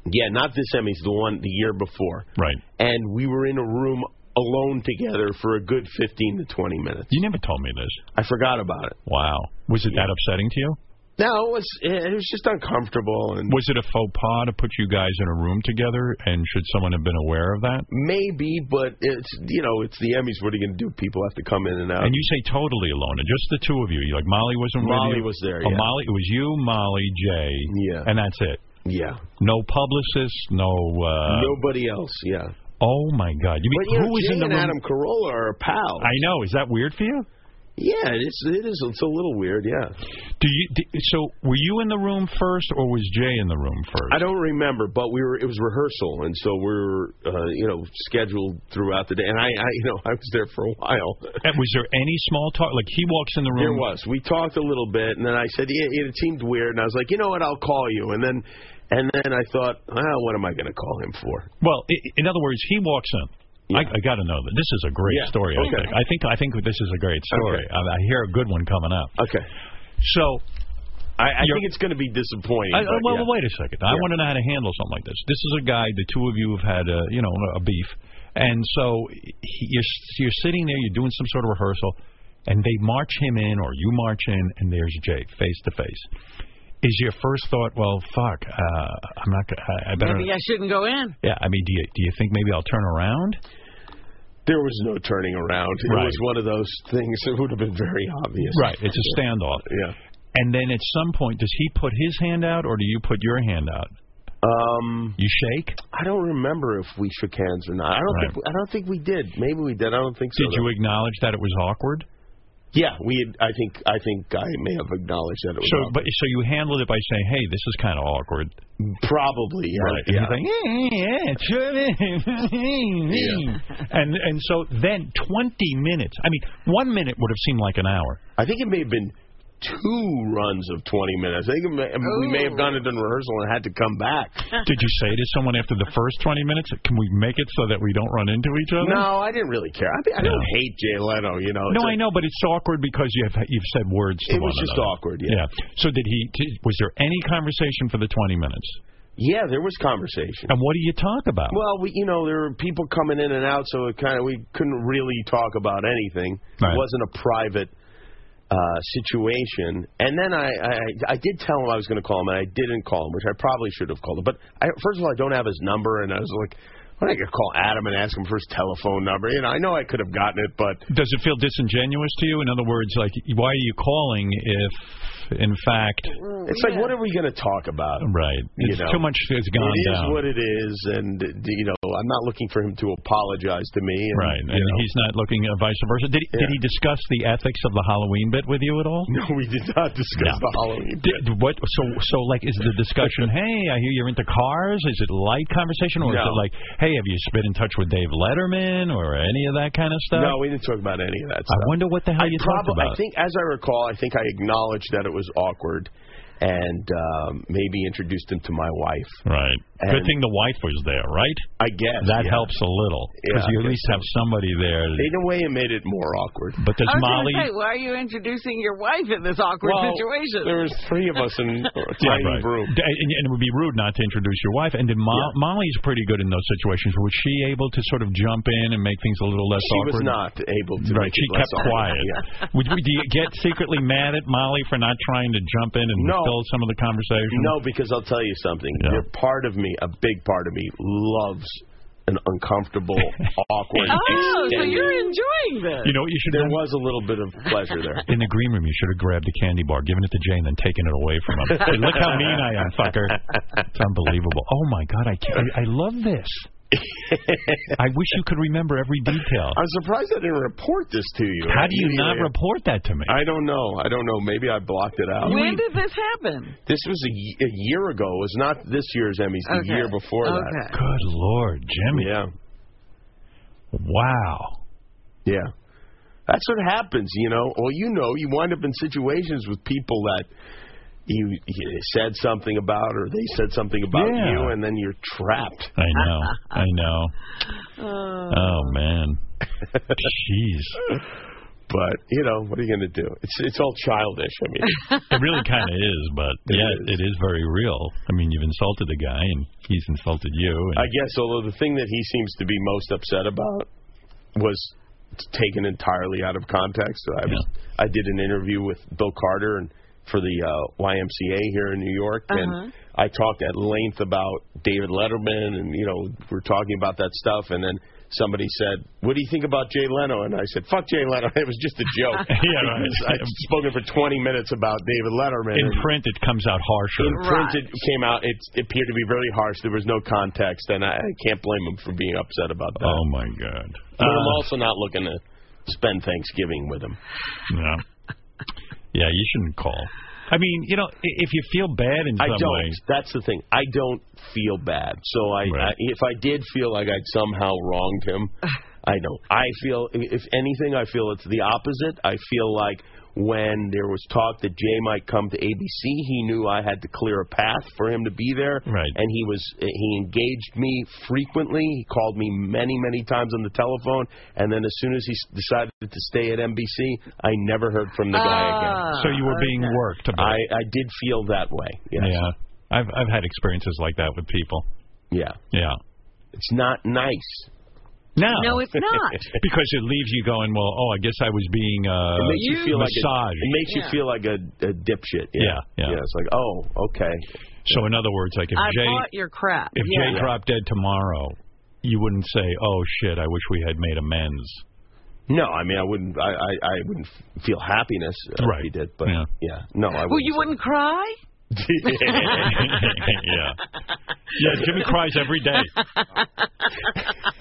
[SPEAKER 10] Yeah, not this Emmys, the one the year before.
[SPEAKER 1] Right.
[SPEAKER 10] And we were in a room alone together for a good 15 to 20 minutes.
[SPEAKER 1] You never told me this.
[SPEAKER 10] I forgot about it.
[SPEAKER 1] Wow. Was it that upsetting to you?
[SPEAKER 10] No, it was it was just uncomfortable and
[SPEAKER 1] Was it a faux pas to put you guys in a room together? And should someone have been aware of that?
[SPEAKER 10] maybe, but it's you know it's the Emmys. What are you going to do? People have to come in and out.
[SPEAKER 1] And you say totally alone, and just the two of you. You like Molly wasn't
[SPEAKER 10] Molly
[SPEAKER 1] with you.
[SPEAKER 10] was there,
[SPEAKER 1] Oh,
[SPEAKER 10] yeah.
[SPEAKER 1] Molly, it was you, Molly, Jay.
[SPEAKER 10] Yeah.
[SPEAKER 1] And that's it.
[SPEAKER 10] Yeah.
[SPEAKER 1] No publicist. No. Uh,
[SPEAKER 10] Nobody else. Yeah.
[SPEAKER 1] Oh my God! You mean
[SPEAKER 10] But you know,
[SPEAKER 1] who was
[SPEAKER 10] Jay
[SPEAKER 1] in the
[SPEAKER 10] and
[SPEAKER 1] room?
[SPEAKER 10] Adam Carolla are pals.
[SPEAKER 1] I know. Is that weird for you?
[SPEAKER 10] Yeah, it is. It is. It's a little weird. Yeah.
[SPEAKER 1] Do you? d so were you in the room first, or was Jay in the room
[SPEAKER 10] *laughs*
[SPEAKER 1] first?
[SPEAKER 10] I don't remember, but we were. It was rehearsal, and so we were, uh, you know, scheduled throughout the day. And I, I, you know, I was there for a while.
[SPEAKER 1] And Eh, was there any small talk? Like he walks in the room.
[SPEAKER 10] There was. We talked a little bit, and then I said, yeah, it seemed weird, and I was like, you know what, I'll call you. And then, and then I thought, well, what am I going to call him for?
[SPEAKER 1] Well, i in other words, he walks in. I, I got to know that this is a great
[SPEAKER 10] Yeah,
[SPEAKER 1] story.
[SPEAKER 10] okay.
[SPEAKER 1] I think. I think. I think this is a great story. I, I hear a good one coming up.
[SPEAKER 10] Okay.
[SPEAKER 1] So,
[SPEAKER 10] I, I
[SPEAKER 1] You're-
[SPEAKER 10] think it's going to be disappointing.
[SPEAKER 1] I,
[SPEAKER 10] but
[SPEAKER 1] well,
[SPEAKER 10] yeah.
[SPEAKER 1] wait a second. I
[SPEAKER 10] Yeah.
[SPEAKER 1] want to know how to handle something like this. This is a guy. The two of you have had a, you know, a beef, and so he, you're you're sitting there. You're doing some sort of rehearsal. and they march him in or you march in, and there's Jake face to face. Is your first thought, well, fuck, uh, I'm not. gonna- I, I better.
[SPEAKER 3] Maybe I shouldn't go in.
[SPEAKER 1] Yeah, I mean, do you do you think maybe I'll turn around?
[SPEAKER 10] There was no turning around. It
[SPEAKER 1] Right.
[SPEAKER 10] was one of those things that would have been very obvious.
[SPEAKER 1] Right, it's a standoff.
[SPEAKER 10] Yeah.
[SPEAKER 1] And then at some point, does he put his hand out or do you put your hand out?
[SPEAKER 10] Um,
[SPEAKER 1] you shake?
[SPEAKER 10] I don't remember if we shook hands or not. I don't think. I don't think we did. Maybe we did. I don't think so.
[SPEAKER 1] Did you acknowledge that it was awkward?
[SPEAKER 10] Yeah, we. Had, I think. I think I may have acknowledged that it was.
[SPEAKER 1] So, but so you handled it by saying, "Hey, this is kind of awkward."
[SPEAKER 10] Probably, yeah.
[SPEAKER 1] Right. And you
[SPEAKER 10] Yeah.
[SPEAKER 1] think, yeah, sure is." and and so then twenty minutes. I mean, one minute would have seemed like an hour.
[SPEAKER 10] I think it may have been two runs of twenty minutes. I think it may, we may have gone and done rehearsal and had to come back.
[SPEAKER 1] Did you say to someone after the first twenty minutes, "Can we make it so that we don't run into each other?"
[SPEAKER 10] No, I didn't really care. I, mean, I don't hate Jay Leno. You know.
[SPEAKER 1] No,
[SPEAKER 10] It's
[SPEAKER 1] I know, but it's awkward because you've you've said words. To
[SPEAKER 10] It
[SPEAKER 1] one
[SPEAKER 10] was just
[SPEAKER 1] another.
[SPEAKER 10] awkward, yeah.
[SPEAKER 1] So did he? Did, was there any conversation for the twenty minutes?
[SPEAKER 10] Yeah, there was conversation.
[SPEAKER 1] And what do you talk about?
[SPEAKER 10] Well, we, you know, there were people coming in and out, so it kind of we couldn't really talk about anything. It wasn't a private uh, situation. And then I, I, I did tell him I was going to call him, and I didn't call him, which I probably should have called him. But I, first of all, I don't have his number, and I was like, I'm not going to call Adam and ask him for his telephone number. You know, I know I could have gotten it, but
[SPEAKER 1] Does it feel disingenuous to you? In other words, like why are you calling if, in fact,
[SPEAKER 10] it's like, what are we going to talk about?
[SPEAKER 1] right?
[SPEAKER 10] You
[SPEAKER 1] It's
[SPEAKER 10] know,
[SPEAKER 1] too much has gone
[SPEAKER 10] It is
[SPEAKER 1] down.
[SPEAKER 10] what it is, and you know, I'm not looking for him to apologize to me. And,
[SPEAKER 1] Right,
[SPEAKER 10] you
[SPEAKER 1] and
[SPEAKER 10] know.
[SPEAKER 1] he's not looking uh, vice versa. Did he, did he discuss the ethics of the Halloween bit with you at all?
[SPEAKER 10] No, we did not discuss the Halloween.
[SPEAKER 1] Did, what? So, so like, is the
[SPEAKER 10] *laughs*
[SPEAKER 1] discussion? hey, I hear you're into cars. Is it light conversation, or is
[SPEAKER 10] No.
[SPEAKER 1] it like, hey, have you been in touch with Dave Letterman or any of that kind of stuff?
[SPEAKER 10] No, we didn't talk about any of that
[SPEAKER 1] I
[SPEAKER 10] stuff.
[SPEAKER 1] wonder what the hell
[SPEAKER 10] I
[SPEAKER 1] you talked
[SPEAKER 10] probably, I
[SPEAKER 1] about.
[SPEAKER 10] think, as I recall, I think I acknowledged that it was awkward, and um, maybe introduced him to my wife.
[SPEAKER 1] Right. Good
[SPEAKER 10] And-
[SPEAKER 1] thing the wife was there, right?
[SPEAKER 10] I guess
[SPEAKER 1] that
[SPEAKER 10] yeah.
[SPEAKER 1] helps a little because
[SPEAKER 10] Yeah,
[SPEAKER 1] you
[SPEAKER 10] I
[SPEAKER 1] at
[SPEAKER 10] guess
[SPEAKER 1] least have somebody there.
[SPEAKER 10] In a way, it made it more awkward.
[SPEAKER 1] But does
[SPEAKER 3] I was
[SPEAKER 1] Molly?
[SPEAKER 3] gonna say, why are you introducing your wife in this awkward
[SPEAKER 1] Well,
[SPEAKER 3] situation?
[SPEAKER 10] there was three of
[SPEAKER 3] *laughs*
[SPEAKER 10] us in
[SPEAKER 1] Yeah, right. D- And, and it would be rude not to introduce your wife. And did Mo Molly's pretty good in those situations. Was she able to sort of jump in and make things a little less
[SPEAKER 10] She was
[SPEAKER 1] awkward?
[SPEAKER 10] not able to
[SPEAKER 1] Right,
[SPEAKER 10] make
[SPEAKER 1] she
[SPEAKER 10] it less awkward,
[SPEAKER 1] kept quiet. Would, would you get secretly mad at Molly for not trying to jump in and
[SPEAKER 10] No.
[SPEAKER 1] fill some of the conversation?
[SPEAKER 10] No, because I'll tell you something. You're part of me, a big part of me, loves an uncomfortable,
[SPEAKER 1] *laughs*
[SPEAKER 10] awkward.
[SPEAKER 3] *laughs* Oh, so
[SPEAKER 10] extended-
[SPEAKER 3] you're enjoying this.
[SPEAKER 1] You know what you should
[SPEAKER 10] There
[SPEAKER 1] done?
[SPEAKER 10] was a little bit of pleasure
[SPEAKER 1] *laughs*
[SPEAKER 10] there.
[SPEAKER 1] In the green room, you should have grabbed a candy bar, given it to Jay, and then taken it away from him. Hey, look how mean I am, fucker. It's unbelievable. Oh, my God. I, can't, I, I love this.
[SPEAKER 10] *laughs*
[SPEAKER 1] I wish you could remember every detail.
[SPEAKER 10] I'm surprised I didn't report this to you.
[SPEAKER 1] How do you not
[SPEAKER 10] Anyway,
[SPEAKER 1] report that to me?
[SPEAKER 10] I don't know. I don't know. Maybe I blocked it
[SPEAKER 1] uh,
[SPEAKER 10] out.
[SPEAKER 3] When did this happen?
[SPEAKER 10] This was a, y- a year ago. It was not this year's Emmys. The
[SPEAKER 3] Okay.
[SPEAKER 10] year before
[SPEAKER 3] Okay.
[SPEAKER 10] that.
[SPEAKER 1] Good Lord, Jimmy.
[SPEAKER 10] Yeah.
[SPEAKER 1] Wow.
[SPEAKER 10] Yeah. That's what happens, you know. Or you know, you wind up in situations with people that you, you said something about, or they said something about
[SPEAKER 1] Yeah.
[SPEAKER 10] you, and then you're trapped.
[SPEAKER 1] I
[SPEAKER 10] *laughs*
[SPEAKER 1] know. I know. Oh, man.
[SPEAKER 10] *laughs*
[SPEAKER 1] Jeez.
[SPEAKER 10] But you know, what are you going to do? It's it's all childish. I mean,
[SPEAKER 1] It really kind of is, but yeah, it is very real. I mean, you've insulted the guy, and he's insulted you. And
[SPEAKER 10] I guess although the thing that he seems to be most upset about was taken entirely out of context. I was, I did an interview with Bill Carter and for the uh, YMCA here in New York,
[SPEAKER 1] Uh-huh.
[SPEAKER 10] and I talked at length about David Letterman, and you know we're talking about that stuff, and then. Somebody said, "What do you think about Jay Leno?" And I said, "Fuck Jay Leno." *laughs* It was just a joke.
[SPEAKER 1] *laughs* Yeah, right.
[SPEAKER 10] Because I'd spoken for 20 minutes about David Letterman.
[SPEAKER 1] in
[SPEAKER 10] and-
[SPEAKER 1] print, it comes out harsher.
[SPEAKER 10] in print, it came out. It appeared to be very harsh. There was no context, and I, I can't blame him for being upset about that.
[SPEAKER 1] Oh my God!
[SPEAKER 10] But I'm
[SPEAKER 1] Uh,
[SPEAKER 10] also not looking to spend Thanksgiving with him.
[SPEAKER 1] Yeah. Yeah, you shouldn't call. I mean, you know, i- if you feel bad in
[SPEAKER 10] I
[SPEAKER 1] some
[SPEAKER 10] don't.
[SPEAKER 1] way,
[SPEAKER 10] That's the thing. I don't feel bad. So I, I, if I did feel like I'd somehow wronged him, I know. I feel, if anything, I feel it's the opposite. I feel like when there was talk that Jay might come to ABC, he knew I had to clear a path for him to be there. Right. And he was, he engaged me frequently. He called me many, many times on the telephone. And then as soon as he s- decided to stay at NBC, I never heard from the guy again.
[SPEAKER 1] so you were being worked. About.
[SPEAKER 10] I, I did feel that way. Yes.
[SPEAKER 1] Yeah, I've I've had experiences like that with people.
[SPEAKER 10] Yeah.
[SPEAKER 1] Yeah.
[SPEAKER 10] It's not nice.
[SPEAKER 1] No.
[SPEAKER 3] No,
[SPEAKER 10] *laughs*
[SPEAKER 3] it's not.
[SPEAKER 1] because it leaves you going, well, oh, I guess I was being uh,
[SPEAKER 10] It makes you feel like a,
[SPEAKER 1] massaged.
[SPEAKER 10] it makes you feel like a, a dipshit.
[SPEAKER 1] Yeah,
[SPEAKER 10] yeah. It's like, oh, okay.
[SPEAKER 1] So in other words, like if
[SPEAKER 3] I
[SPEAKER 1] Jay
[SPEAKER 3] bought your crap.
[SPEAKER 1] if
[SPEAKER 3] yeah.
[SPEAKER 1] Jay dropped dead tomorrow, you wouldn't say, oh shit, I wish we had made amends.
[SPEAKER 10] No, I mean, I wouldn't. I I, I
[SPEAKER 1] *laughs*
[SPEAKER 10] wouldn't *laughs* feel happiness uh, if he did, but yeah, no, I
[SPEAKER 3] well,
[SPEAKER 10] wouldn't.
[SPEAKER 3] you wouldn't cry.
[SPEAKER 1] yeah. Yeah, Jimmy cries every day. *laughs*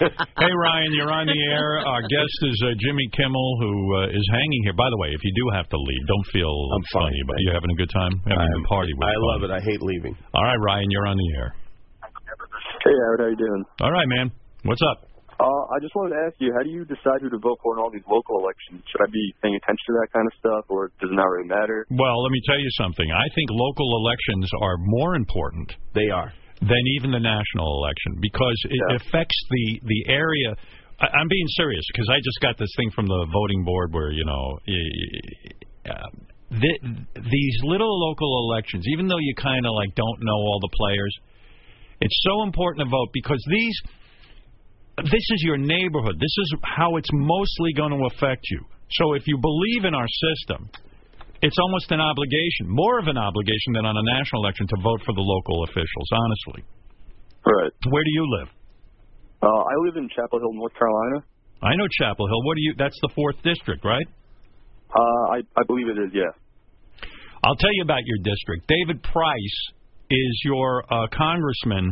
[SPEAKER 1] hey, Ryan, you're on the
[SPEAKER 3] *laughs*
[SPEAKER 1] air. Our guest is uh, Jimmy Kimmel, who uh, is hanging here. By the way, if you do have to leave, don't feel I'm funny about You're having a good time? Having a party with
[SPEAKER 10] I love
[SPEAKER 1] fun.
[SPEAKER 10] it. I hate leaving.
[SPEAKER 1] All right, Ryan, you're on the air.
[SPEAKER 11] Hey, Howard, how you doing?
[SPEAKER 1] All right, man. What's up?
[SPEAKER 11] Uh, I just wanted to ask you, how do you decide who to vote for in all these local elections? Should I be paying attention to that kind of stuff, or does it not really matter?
[SPEAKER 1] Well, let me tell you something. I think local elections are more important.
[SPEAKER 10] They are
[SPEAKER 1] than even the national election because it affects the the area. I, I'm being serious because I just got this thing from the voting board where you know. y- y- Uh, th these little local elections, even though you kind of like don't know all the players, it's so important to vote because these this is your neighborhood. This is how it's mostly going to affect you. So if you believe in our system, it's almost an obligation, more of an obligation than on a national election to vote for the local officials, honestly.
[SPEAKER 11] Right.
[SPEAKER 1] Where do you live?
[SPEAKER 11] Uh, I live in Chapel Hill, North Carolina.
[SPEAKER 1] I know Chapel Hill. What do you that's the 4th district, right?
[SPEAKER 11] Uh, I, I believe it is, yeah.
[SPEAKER 1] I'll tell you about your district. David Price is your uh, congressman.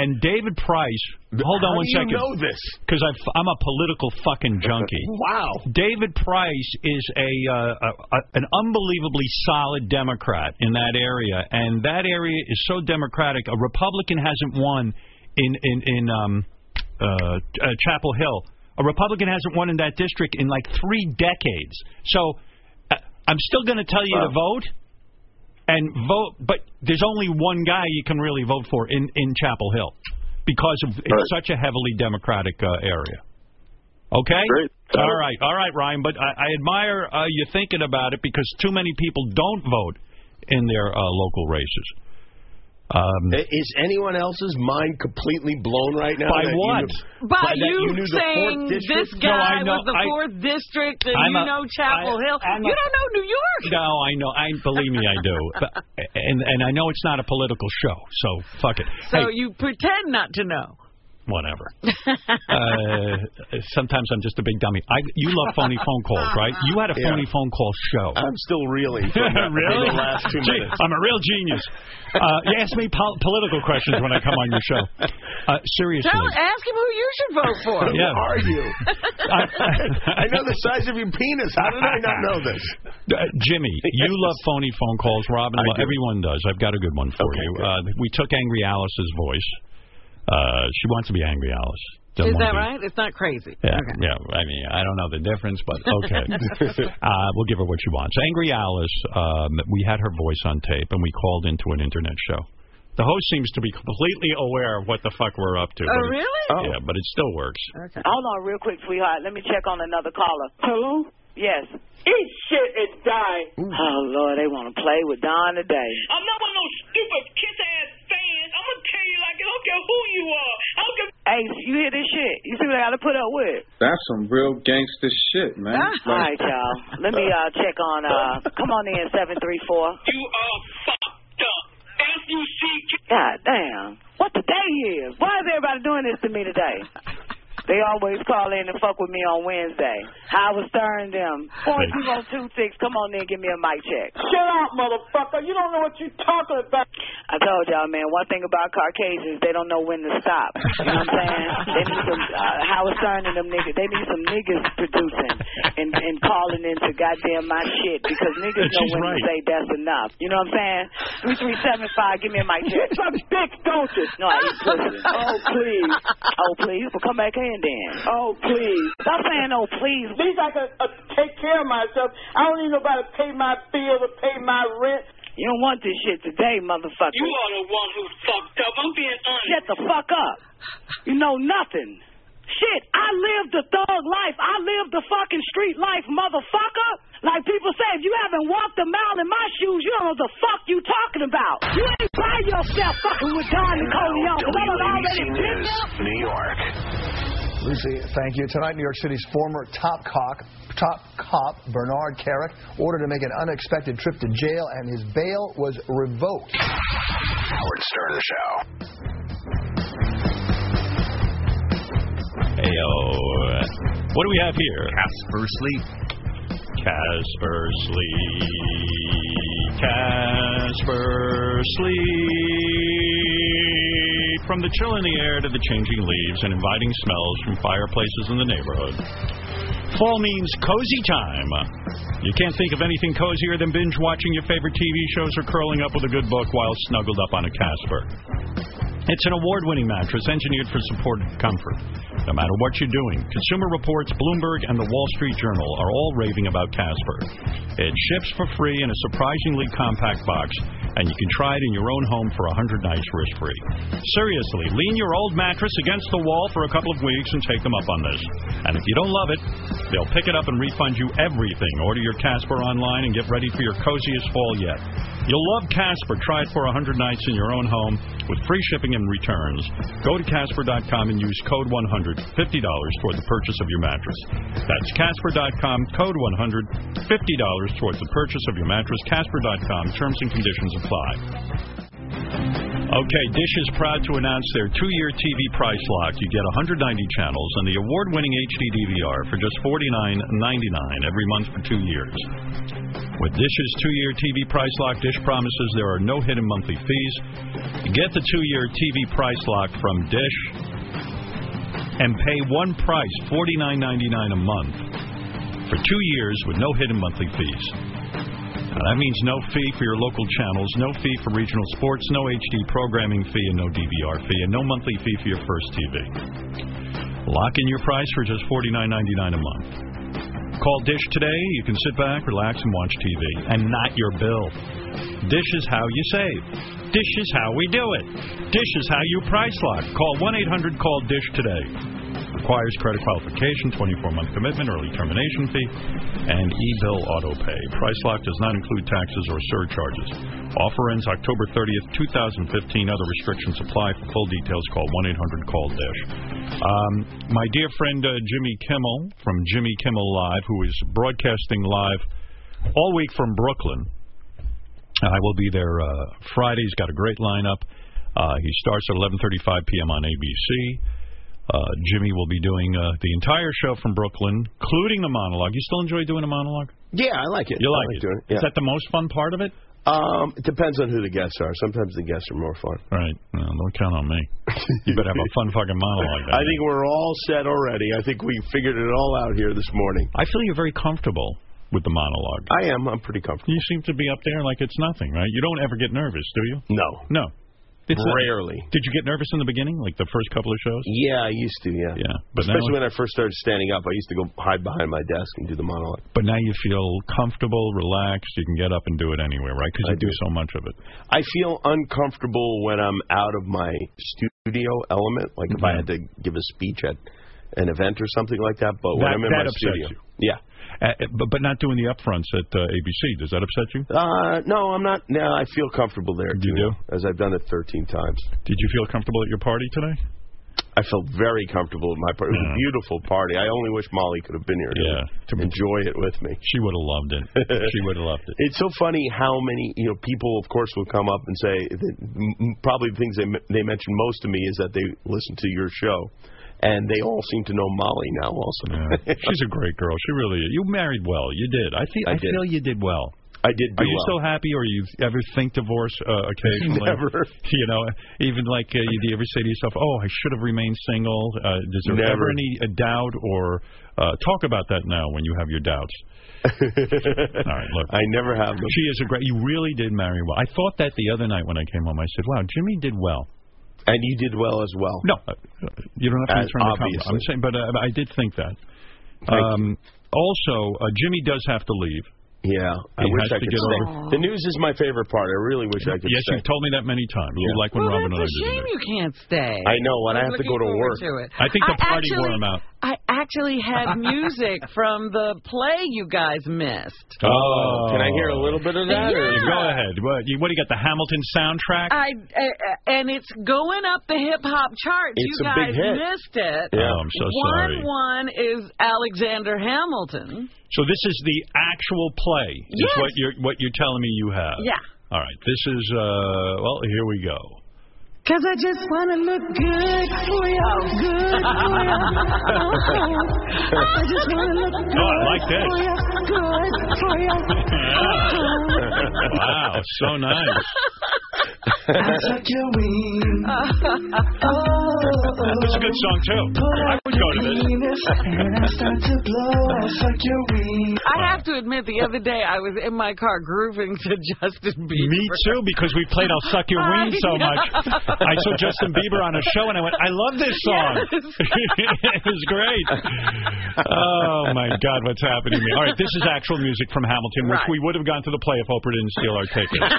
[SPEAKER 1] And David Price, hold on
[SPEAKER 10] How
[SPEAKER 1] one
[SPEAKER 10] do you
[SPEAKER 1] second.
[SPEAKER 10] know this?
[SPEAKER 1] because I'm a political
[SPEAKER 10] *laughs*
[SPEAKER 1] fucking junkie.
[SPEAKER 10] Wow.
[SPEAKER 1] David Price is a, uh, a, a an unbelievably solid Democrat in that area, and that area is so Democratic. A Republican hasn't won in in in um, uh, uh, Chapel Hill. A Republican hasn't won in that district in like three decades. So uh, I'm still going to tell you to vote and vote, but there's only one guy you can really vote for in in Chapel Hill because of it's such a heavily Democratic uh, area. Okay. All right. All right, Ryan. But I, I admire uh, you thinking about it because too many people don't vote in their uh, local races. Um,
[SPEAKER 10] I- Is anyone else's mind completely blown right now?
[SPEAKER 1] By
[SPEAKER 10] that you
[SPEAKER 1] what?
[SPEAKER 10] knew-
[SPEAKER 3] By
[SPEAKER 10] that
[SPEAKER 3] you,
[SPEAKER 10] knew the
[SPEAKER 3] saying
[SPEAKER 10] fourth
[SPEAKER 3] this
[SPEAKER 10] district?
[SPEAKER 3] guy
[SPEAKER 1] I know-
[SPEAKER 3] was the
[SPEAKER 1] I-
[SPEAKER 3] fourth district, and
[SPEAKER 1] I'm
[SPEAKER 3] you
[SPEAKER 1] a-
[SPEAKER 3] know Chapel Hill. you don't know New York.
[SPEAKER 1] No, I know. I believe me, I do. But, and and I know it's not a political show, so fuck it.
[SPEAKER 3] So
[SPEAKER 1] Hey,
[SPEAKER 3] you pretend not to know.
[SPEAKER 1] whatever. uh, sometimes I'm just a big dummy. I, you love
[SPEAKER 10] *laughs*
[SPEAKER 1] phony phone calls, right? You had a phony phone call show.
[SPEAKER 10] I'm still
[SPEAKER 1] *laughs*
[SPEAKER 10] reeling from that- from the
[SPEAKER 1] really?
[SPEAKER 10] last two
[SPEAKER 1] Gee,
[SPEAKER 10] minutes.
[SPEAKER 1] I'm a real genius. Uh, you ask me pol political questions when I come on your show. Uh, seriously.
[SPEAKER 3] Tell, ask him who you should vote for.
[SPEAKER 1] Who Yeah. are
[SPEAKER 10] you? *laughs*
[SPEAKER 1] *laughs*
[SPEAKER 10] I know the size of your penis. How did I not
[SPEAKER 26] *laughs*
[SPEAKER 10] know this?
[SPEAKER 1] Uh, Jimmy, you love phony phone calls.
[SPEAKER 10] I
[SPEAKER 1] Robin, lo-
[SPEAKER 10] do.
[SPEAKER 1] everyone does. I've got a good one for you. Uh, we took Angry Alice's voice. Uh, she wants to be Angry Alice. Doesn't want
[SPEAKER 3] Is
[SPEAKER 1] to
[SPEAKER 3] that
[SPEAKER 1] be-
[SPEAKER 3] right? It's not crazy.
[SPEAKER 1] Yeah, yeah. I mean, I don't know the difference, but
[SPEAKER 21] *laughs*
[SPEAKER 1] okay. uh, we'll give her what she wants. Angry Alice. Um, we had her voice on tape, and we called into an internet show. The host seems to be completely aware of what the fuck we're up to.
[SPEAKER 21] Oh,
[SPEAKER 1] but it-
[SPEAKER 21] really? Oh.
[SPEAKER 1] Yeah, but it still works.
[SPEAKER 21] Hold on, real quick, sweetheart. Let me check on another caller. Hello. Yes. Eat shit and die. Oh Lord, they want to play with Don today.
[SPEAKER 26] I'm not one of those stupid kiss ass fans. I'm gonna tell you like it. I don't care who you are. I don't care.
[SPEAKER 21] Hey, you hear this shit? You see what I got to put up with?
[SPEAKER 27] That's some real gangster shit,
[SPEAKER 21] *laughs*
[SPEAKER 27] man. Like-
[SPEAKER 21] All right, y'all. Let me uh check on. uh Come on in, seven three four.
[SPEAKER 26] You are fucked up. F U C K.
[SPEAKER 21] God damn. What the day is? Why is everybody doing this to me today? They always call in and fuck with me on Wednesday. Howard Stern them. 42026, come on in, give me a mic check.
[SPEAKER 26] Shut up, motherfucker. You don't know what you're talking about.
[SPEAKER 21] I told y'all, man, one thing about Caucasians, they don't know when to stop. You know what I'm saying? They need some, uh, Howard Stern and them niggas, they need some niggas producing and, and calling into goddamn my shit because niggas
[SPEAKER 26] And
[SPEAKER 21] know
[SPEAKER 26] she's
[SPEAKER 21] when
[SPEAKER 26] right.
[SPEAKER 21] to say that's enough. You know what I'm saying? 3375, give me a mic check. You suck dick, don't you? No, I eat pussy. Oh,
[SPEAKER 26] *laughs*
[SPEAKER 21] please. Oh, please. Well, come back in then. Oh, please. Stop saying, oh, please.
[SPEAKER 26] At least I can uh, take care of myself. I don't need nobody to pay my bills or pay my rent.
[SPEAKER 21] You don't want this shit today, motherfucker.
[SPEAKER 26] You are the one who fucked up. I'm being honest.
[SPEAKER 21] Shut the fuck up. You know nothing. Shit, I lived the thug life. I lived the fucking street life, motherfucker. Like people say, if you haven't walked a mile in my shoes, you don't know the fuck you talking about. You ain't by yourself fucking with Don and Cody on, 'cause I done already
[SPEAKER 16] WABC
[SPEAKER 21] been
[SPEAKER 16] News, New York.
[SPEAKER 19] Lucy, thank you. Tonight, New York City's former top cock, top cop Bernard Carrick ordered to make an unexpected trip to jail, and his bail was revoked.
[SPEAKER 16] Howard Stern Show.
[SPEAKER 1] Heyo. Uh, What do we have here? Casper Sleep. Casper Sleep. Casper Sleep. From the chill in the air to the changing leaves and inviting smells from fireplaces in the neighborhood. Fall means cozy time. You can't think of anything cozier than binge watching your favorite TV shows or curling up with a good book while snuggled up on a Casper. It's an award winning mattress engineered for support and comfort. No matter what you're doing, Consumer Reports, Bloomberg, and the Wall Street Journal are all raving about Casper. It ships for free in a surprisingly compact box, and you can try it in your own home for 100 nights risk free. Seriously, lean your old mattress against the wall for a couple of weeks and take them up on this. And if you don't love it, they'll pick it up and refund you everything. Order your Casper online and get ready for your coziest fall yet. You'll love Casper. Try it for 100 nights in your own home with free shipping and returns. Go to Casper.com and use code 100, $50 toward the purchase of your mattress. That's Casper.com, code 100, $50 towards the purchase of your mattress. Casper.com, terms and conditions apply. Okay, Dish is proud to announce their two-year TV price lock. You get 190 channels and the award-winning HD DVR for just $49.99 every month for two years. With Dish's two-year TV price lock, Dish promises there are no hidden monthly fees. Get the two-year TV price lock from Dish and pay one price, $49.99 a month, for two years with no hidden monthly fees. Now, Uh, that means no fee for your local channels, no fee for regional sports, no HD programming fee, and no DVR fee, and no monthly fee for your first TV. Lock in your price for just $49.99 a month. Call Dish today. You can sit back, relax, and watch TV, and not your bill. Dish is how you save. Dish is how we do it. Dish is how you price lock. Call 1 800 Call Dish today. Requires credit qualification, 24-month commitment, early termination fee, and e-bill auto pay. Price lock does not include taxes or surcharges. Offer ends October 30th, 2015. Other restrictions apply. For full details, call 1-800-CALL-DISH. Um, my dear friend uh, Jimmy Kimmel from Jimmy Kimmel Live, who is broadcasting live all week from Brooklyn, I will be there uh, Friday. He's got a great lineup. Uh, he starts at 11:35 p.m. on ABC. Uh, Jimmy will be doing uh, the entire show from Brooklyn, including the monologue. You still enjoy doing a monologue?
[SPEAKER 10] Yeah, I like it.
[SPEAKER 1] You
[SPEAKER 10] I
[SPEAKER 1] like it.
[SPEAKER 10] doing it. Yeah.
[SPEAKER 1] Is that the most fun part of it?
[SPEAKER 10] Um, it depends on who the guests are. Sometimes the guests are more fun.
[SPEAKER 1] Right. No, don't count on
[SPEAKER 10] *laughs*
[SPEAKER 1] me. You better have a fun fucking monologue.
[SPEAKER 10] I think we're all set already. I think we figured it all out here this morning.
[SPEAKER 1] I feel you're very comfortable with the monologue.
[SPEAKER 10] I am. I'm pretty comfortable.
[SPEAKER 1] You seem to be up there like it's nothing, right? You don't ever get nervous, do you?
[SPEAKER 10] No.
[SPEAKER 1] No. not-
[SPEAKER 10] Rarely.
[SPEAKER 1] did you get nervous in the beginning, like the first couple of shows?
[SPEAKER 10] Yeah, I used to. Yeah.
[SPEAKER 1] Yeah. But now-
[SPEAKER 10] Especially when I first started standing up, I used to go hide behind my desk and do the monologue.
[SPEAKER 1] But now you feel comfortable, relaxed. You can get up and do it anywhere, right? Because you do so much of it.
[SPEAKER 10] I feel uncomfortable when I'm out of my studio element. Like if I had to give a speech at an event or something like that. But when
[SPEAKER 1] That-
[SPEAKER 10] I'm in my
[SPEAKER 1] that upsets
[SPEAKER 10] studio,
[SPEAKER 1] you.
[SPEAKER 10] yeah.
[SPEAKER 1] Uh, but, but not doing the upfronts at uh, ABC. Does that upset you?
[SPEAKER 10] Uh, no, I'm not. No, I feel comfortable there. You do, as I've done it 13 times.
[SPEAKER 1] Did you feel comfortable at your party
[SPEAKER 10] *laughs*
[SPEAKER 1] today?
[SPEAKER 10] I felt very comfortable at my party. It was a beautiful party. I only wish Molly could have been here to, enjoy it with me.
[SPEAKER 1] She would have loved it. she would have loved it.
[SPEAKER 10] It's so funny how many you know people, of course, will come up and say that m- m- probably the things they m- they mention most to me is that they listen to your show, and they all seem to know Molly now. Also,
[SPEAKER 1] She's a great girl. She really is. You married well. You did. I, feel. I,
[SPEAKER 10] I did.
[SPEAKER 1] feel you did well.
[SPEAKER 10] I did. Do
[SPEAKER 1] Are you
[SPEAKER 10] well.
[SPEAKER 1] still happy, or you ever think divorce
[SPEAKER 10] *laughs*
[SPEAKER 1] uh, occasionally?
[SPEAKER 10] Never.
[SPEAKER 1] You know, even like uh, you, do you ever say to yourself, "Oh, I should have remained single." Uh, is there
[SPEAKER 10] Never.
[SPEAKER 1] ever any uh, doubt or uh, talk about that now when you have your
[SPEAKER 10] *laughs*
[SPEAKER 1] doubts? All right, look.
[SPEAKER 10] I never have them.
[SPEAKER 1] She is a great. You really did marry well. I thought that the other night when I came home. I said, "Wow, Jimmy did well."
[SPEAKER 10] And you did well as well.
[SPEAKER 1] No, uh, you don't have to
[SPEAKER 10] As-
[SPEAKER 1] answer my comment.
[SPEAKER 10] obviously.
[SPEAKER 1] I'm saying, but uh, I did think that.
[SPEAKER 10] Thank
[SPEAKER 1] Um, also, uh, Jimmy does have to leave.
[SPEAKER 10] Yeah, I
[SPEAKER 1] He
[SPEAKER 10] wish
[SPEAKER 1] has
[SPEAKER 10] I
[SPEAKER 1] to
[SPEAKER 10] could
[SPEAKER 1] get
[SPEAKER 10] stay.
[SPEAKER 1] over-
[SPEAKER 10] The news is my favorite part. I really wish I could
[SPEAKER 1] yes,
[SPEAKER 10] stay.
[SPEAKER 1] you've told me that many times. You like when
[SPEAKER 3] well,
[SPEAKER 1] Robin and I
[SPEAKER 3] that's a
[SPEAKER 1] do.
[SPEAKER 3] shame *laughs* you can't stay.
[SPEAKER 10] I know, and I
[SPEAKER 3] I'm
[SPEAKER 10] have to go
[SPEAKER 3] looking
[SPEAKER 10] to
[SPEAKER 3] forward
[SPEAKER 10] work.
[SPEAKER 3] To it.
[SPEAKER 1] I think the party
[SPEAKER 3] actually,
[SPEAKER 1] wore him out.
[SPEAKER 3] I actually
[SPEAKER 1] *laughs*
[SPEAKER 3] had music from the play you guys missed.
[SPEAKER 1] Oh,
[SPEAKER 10] Can I hear a little bit of that, or-
[SPEAKER 1] Yeah, Go ahead. What you, what do you got? The Hamilton soundtrack.
[SPEAKER 3] I, uh, and it's going up the hip hop charts.
[SPEAKER 1] It's a
[SPEAKER 3] you
[SPEAKER 1] big
[SPEAKER 3] guys
[SPEAKER 1] hit.
[SPEAKER 3] missed it.
[SPEAKER 1] Yeah. Oh, I'm so
[SPEAKER 3] one
[SPEAKER 1] sorry.
[SPEAKER 3] one is Alexander Hamilton.
[SPEAKER 1] So this is the actual play. is
[SPEAKER 3] Yes.
[SPEAKER 1] What you're what you're telling me you have.
[SPEAKER 3] Yeah.
[SPEAKER 1] All right. This is uh. Well, here we go.
[SPEAKER 3] *laughs*
[SPEAKER 8] Cause I just wanna look good for you, good for you.
[SPEAKER 26] *laughs*
[SPEAKER 8] I just wanna look good
[SPEAKER 1] Oh, I like this.
[SPEAKER 8] for you, good for
[SPEAKER 26] *laughs*
[SPEAKER 8] you.
[SPEAKER 1] wow. So nice.
[SPEAKER 3] *laughs*
[SPEAKER 1] That's a good song too. I would go to this.
[SPEAKER 3] I have to admit, the other day I was in my car grooving to Justin Bieber.
[SPEAKER 1] Me too, because we played "I'll Suck
[SPEAKER 3] *laughs*
[SPEAKER 1] Your Ween" so much. I saw Justin Bieber on a show, and I went, "I love this
[SPEAKER 3] *laughs*
[SPEAKER 1] song. *laughs* it was great." Oh my God, what's happening to me? All right, this is actual music from Hamilton, which
[SPEAKER 8] Right.
[SPEAKER 1] we would have gone to the play if Oprah didn't steal our
[SPEAKER 3] *laughs*
[SPEAKER 1] tickets.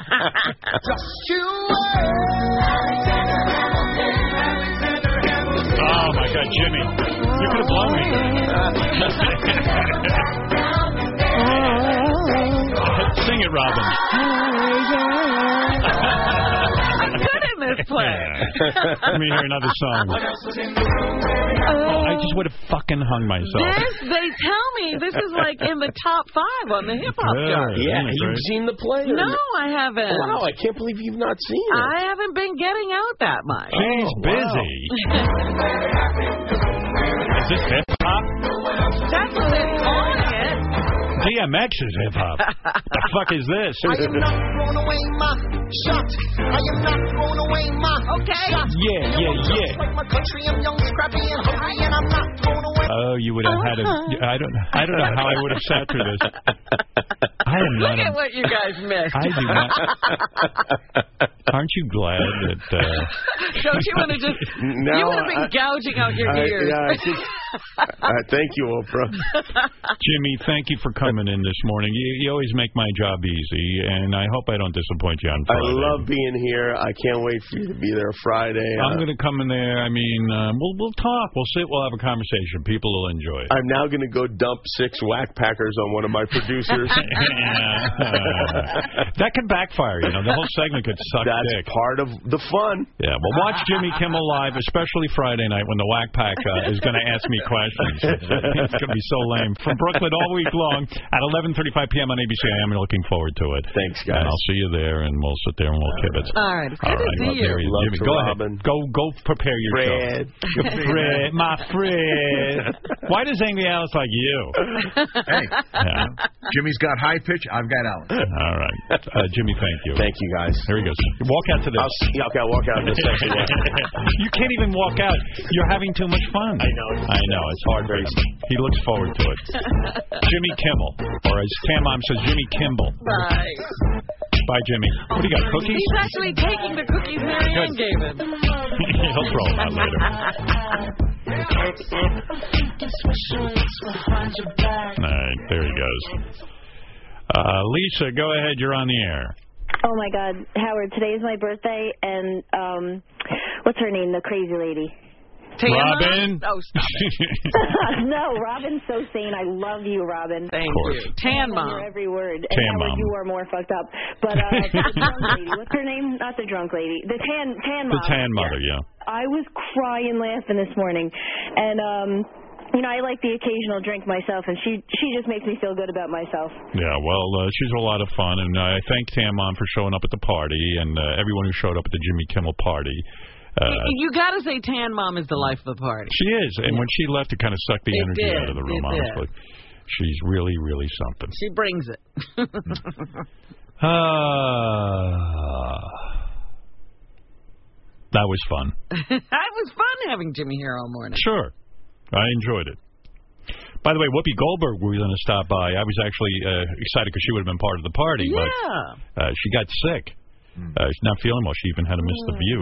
[SPEAKER 8] Just you Alexander Hamilton, Alexander Hamilton.
[SPEAKER 1] Oh my God, Jimmy, you could have blown me. Sing it, Robin.
[SPEAKER 8] I'm
[SPEAKER 3] good in this play.
[SPEAKER 1] Let me hear another song. I just would have fucking hung myself.
[SPEAKER 3] This, Uh, they tell me, this is like in the top five on the hip hop
[SPEAKER 1] Really?
[SPEAKER 3] chart.
[SPEAKER 1] Yeah,
[SPEAKER 10] Have you seen the play? or
[SPEAKER 3] No,
[SPEAKER 10] not?
[SPEAKER 3] I haven't.
[SPEAKER 10] Wow, I can't believe you've not seen it.
[SPEAKER 3] I haven't been getting out that much.
[SPEAKER 10] She's Oh, wow. busy.
[SPEAKER 1] Is this hip hop?
[SPEAKER 3] That's what they're calling it.
[SPEAKER 1] DMX is hip hop. the fuck is this?
[SPEAKER 8] throwing away my shot. I am not throwing away my okay. shot.
[SPEAKER 1] Yeah,
[SPEAKER 8] And I
[SPEAKER 1] yeah,
[SPEAKER 8] want just
[SPEAKER 1] yeah.
[SPEAKER 8] Like my country, I'm young, scrappy, and hungry, and I'm not throwing away.
[SPEAKER 1] Oh, you would have had a. I don't. I don't know how I would have sat through this. I am not.
[SPEAKER 3] Look
[SPEAKER 1] a-
[SPEAKER 3] at what you
[SPEAKER 1] *laughs*
[SPEAKER 3] guys missed.
[SPEAKER 1] I do not.
[SPEAKER 3] *laughs*
[SPEAKER 1] Aren't you glad that? Uh,
[SPEAKER 3] Don't you want to just?
[SPEAKER 10] No,
[SPEAKER 3] you would have been
[SPEAKER 10] I-
[SPEAKER 3] gouging out your
[SPEAKER 10] I-
[SPEAKER 3] ears.
[SPEAKER 10] yeah, I think-
[SPEAKER 3] *laughs*
[SPEAKER 10] Uh, thank you, Oprah.
[SPEAKER 1] Jimmy, thank you for coming in this morning. You, you always make my job easy, and I hope I don't disappoint you on
[SPEAKER 10] I
[SPEAKER 1] Friday.
[SPEAKER 10] love being here. I can't wait for you to be there Friday.
[SPEAKER 1] I'm going to come in there. I mean, uh, we'll we'll talk. We'll sit. We'll have a conversation. People will enjoy it.
[SPEAKER 10] Uh, I'm now going to go dump six whack packers on one of my producers.
[SPEAKER 1] *laughs* Yeah. that could backfire. You know, the whole segment could suck
[SPEAKER 10] That's
[SPEAKER 1] dick.
[SPEAKER 10] part of the fun.
[SPEAKER 1] Yeah, well, watch Jimmy Kimmel live, especially Friday night when the Whack Pack uh, is going to ask me questions. it's going to be so lame. From Brooklyn all week long at 11:35 p.m. on ABC. I am looking forward to it. Thanks, guys. And I'll see you there, and we'll sit there and we'll kibitz.
[SPEAKER 8] All right, it's good
[SPEAKER 1] All
[SPEAKER 8] to
[SPEAKER 1] right,
[SPEAKER 8] see
[SPEAKER 1] well,
[SPEAKER 8] you.
[SPEAKER 1] there he is.
[SPEAKER 10] Love
[SPEAKER 1] Jimmy,
[SPEAKER 10] to
[SPEAKER 1] go
[SPEAKER 10] Robin.
[SPEAKER 1] ahead. Go, go prepare yourself.
[SPEAKER 10] Fred.
[SPEAKER 1] Fred, my Fred. Why does Angry Alice like you?
[SPEAKER 3] *laughs*
[SPEAKER 15] Hey, Jimmy's got high pitch. I've got Alan.
[SPEAKER 1] All right. Uh, Jimmy, thank you. Thank
[SPEAKER 10] you, guys.
[SPEAKER 1] Here he goes. Walk out to this.
[SPEAKER 10] I'll see, okay, I'll walk out in a second.
[SPEAKER 1] *laughs* you can't even walk out. You're having too much fun. I know. I know. It's hard for him. He looks forward to it. Jimmy Kimmel, or as Tam Mom says, Jimmy Kimball.
[SPEAKER 3] Right.
[SPEAKER 1] Bye, Jimmy. What do you got? Cookies?
[SPEAKER 3] He's actually taking the cookies Marianne
[SPEAKER 1] Good.
[SPEAKER 3] gave him.
[SPEAKER 1] *laughs* He'll throw them out later. All right. There he goes. Uh, Lisa, go ahead. You're on the air.
[SPEAKER 22] Oh my God, Howard! Today is my birthday, and um, what's her name? The crazy lady.
[SPEAKER 5] *laughs*
[SPEAKER 1] Robin.
[SPEAKER 22] *laughs*
[SPEAKER 3] Oh,
[SPEAKER 22] no, Robin's so sane. I love you, Robin. Thank
[SPEAKER 1] course. you.
[SPEAKER 22] Tan
[SPEAKER 3] Mom.
[SPEAKER 22] Every word. And
[SPEAKER 1] Tan
[SPEAKER 22] Howard,
[SPEAKER 1] Mom.
[SPEAKER 22] You are more fucked up. But
[SPEAKER 1] *laughs*
[SPEAKER 22] uh, the drunk lady. What's her name? Not the drunk lady. The tan tan mom.
[SPEAKER 1] *laughs* The tan mother, yeah.
[SPEAKER 22] I was crying laughing this morning, and um, you know I like the occasional drink myself, and she she just makes me feel good about myself.
[SPEAKER 1] Yeah, well, uh, she's a lot of fun, and I thank Tam Mom for showing up at the party and uh, everyone who showed up at the Jimmy Kimmel party. Uh,
[SPEAKER 3] *laughs* You got to say Tan Mom is the life of the party.
[SPEAKER 1] she is, and when she left, it kind of sucked the
[SPEAKER 3] It
[SPEAKER 1] energy
[SPEAKER 3] did,
[SPEAKER 1] out of the room,
[SPEAKER 3] it did.
[SPEAKER 1] honestly. She's really, really something.
[SPEAKER 3] She brings it. *laughs*
[SPEAKER 1] Uh, that was fun.
[SPEAKER 3] it was fun having Jimmy here all morning.
[SPEAKER 1] Sure. I enjoyed it. By the way, Whoopi Goldberg was going to stop by. I was actually uh, excited because she would have been part of the party, but uh, she got sick. Uh, she's not feeling well. She even had to miss the view.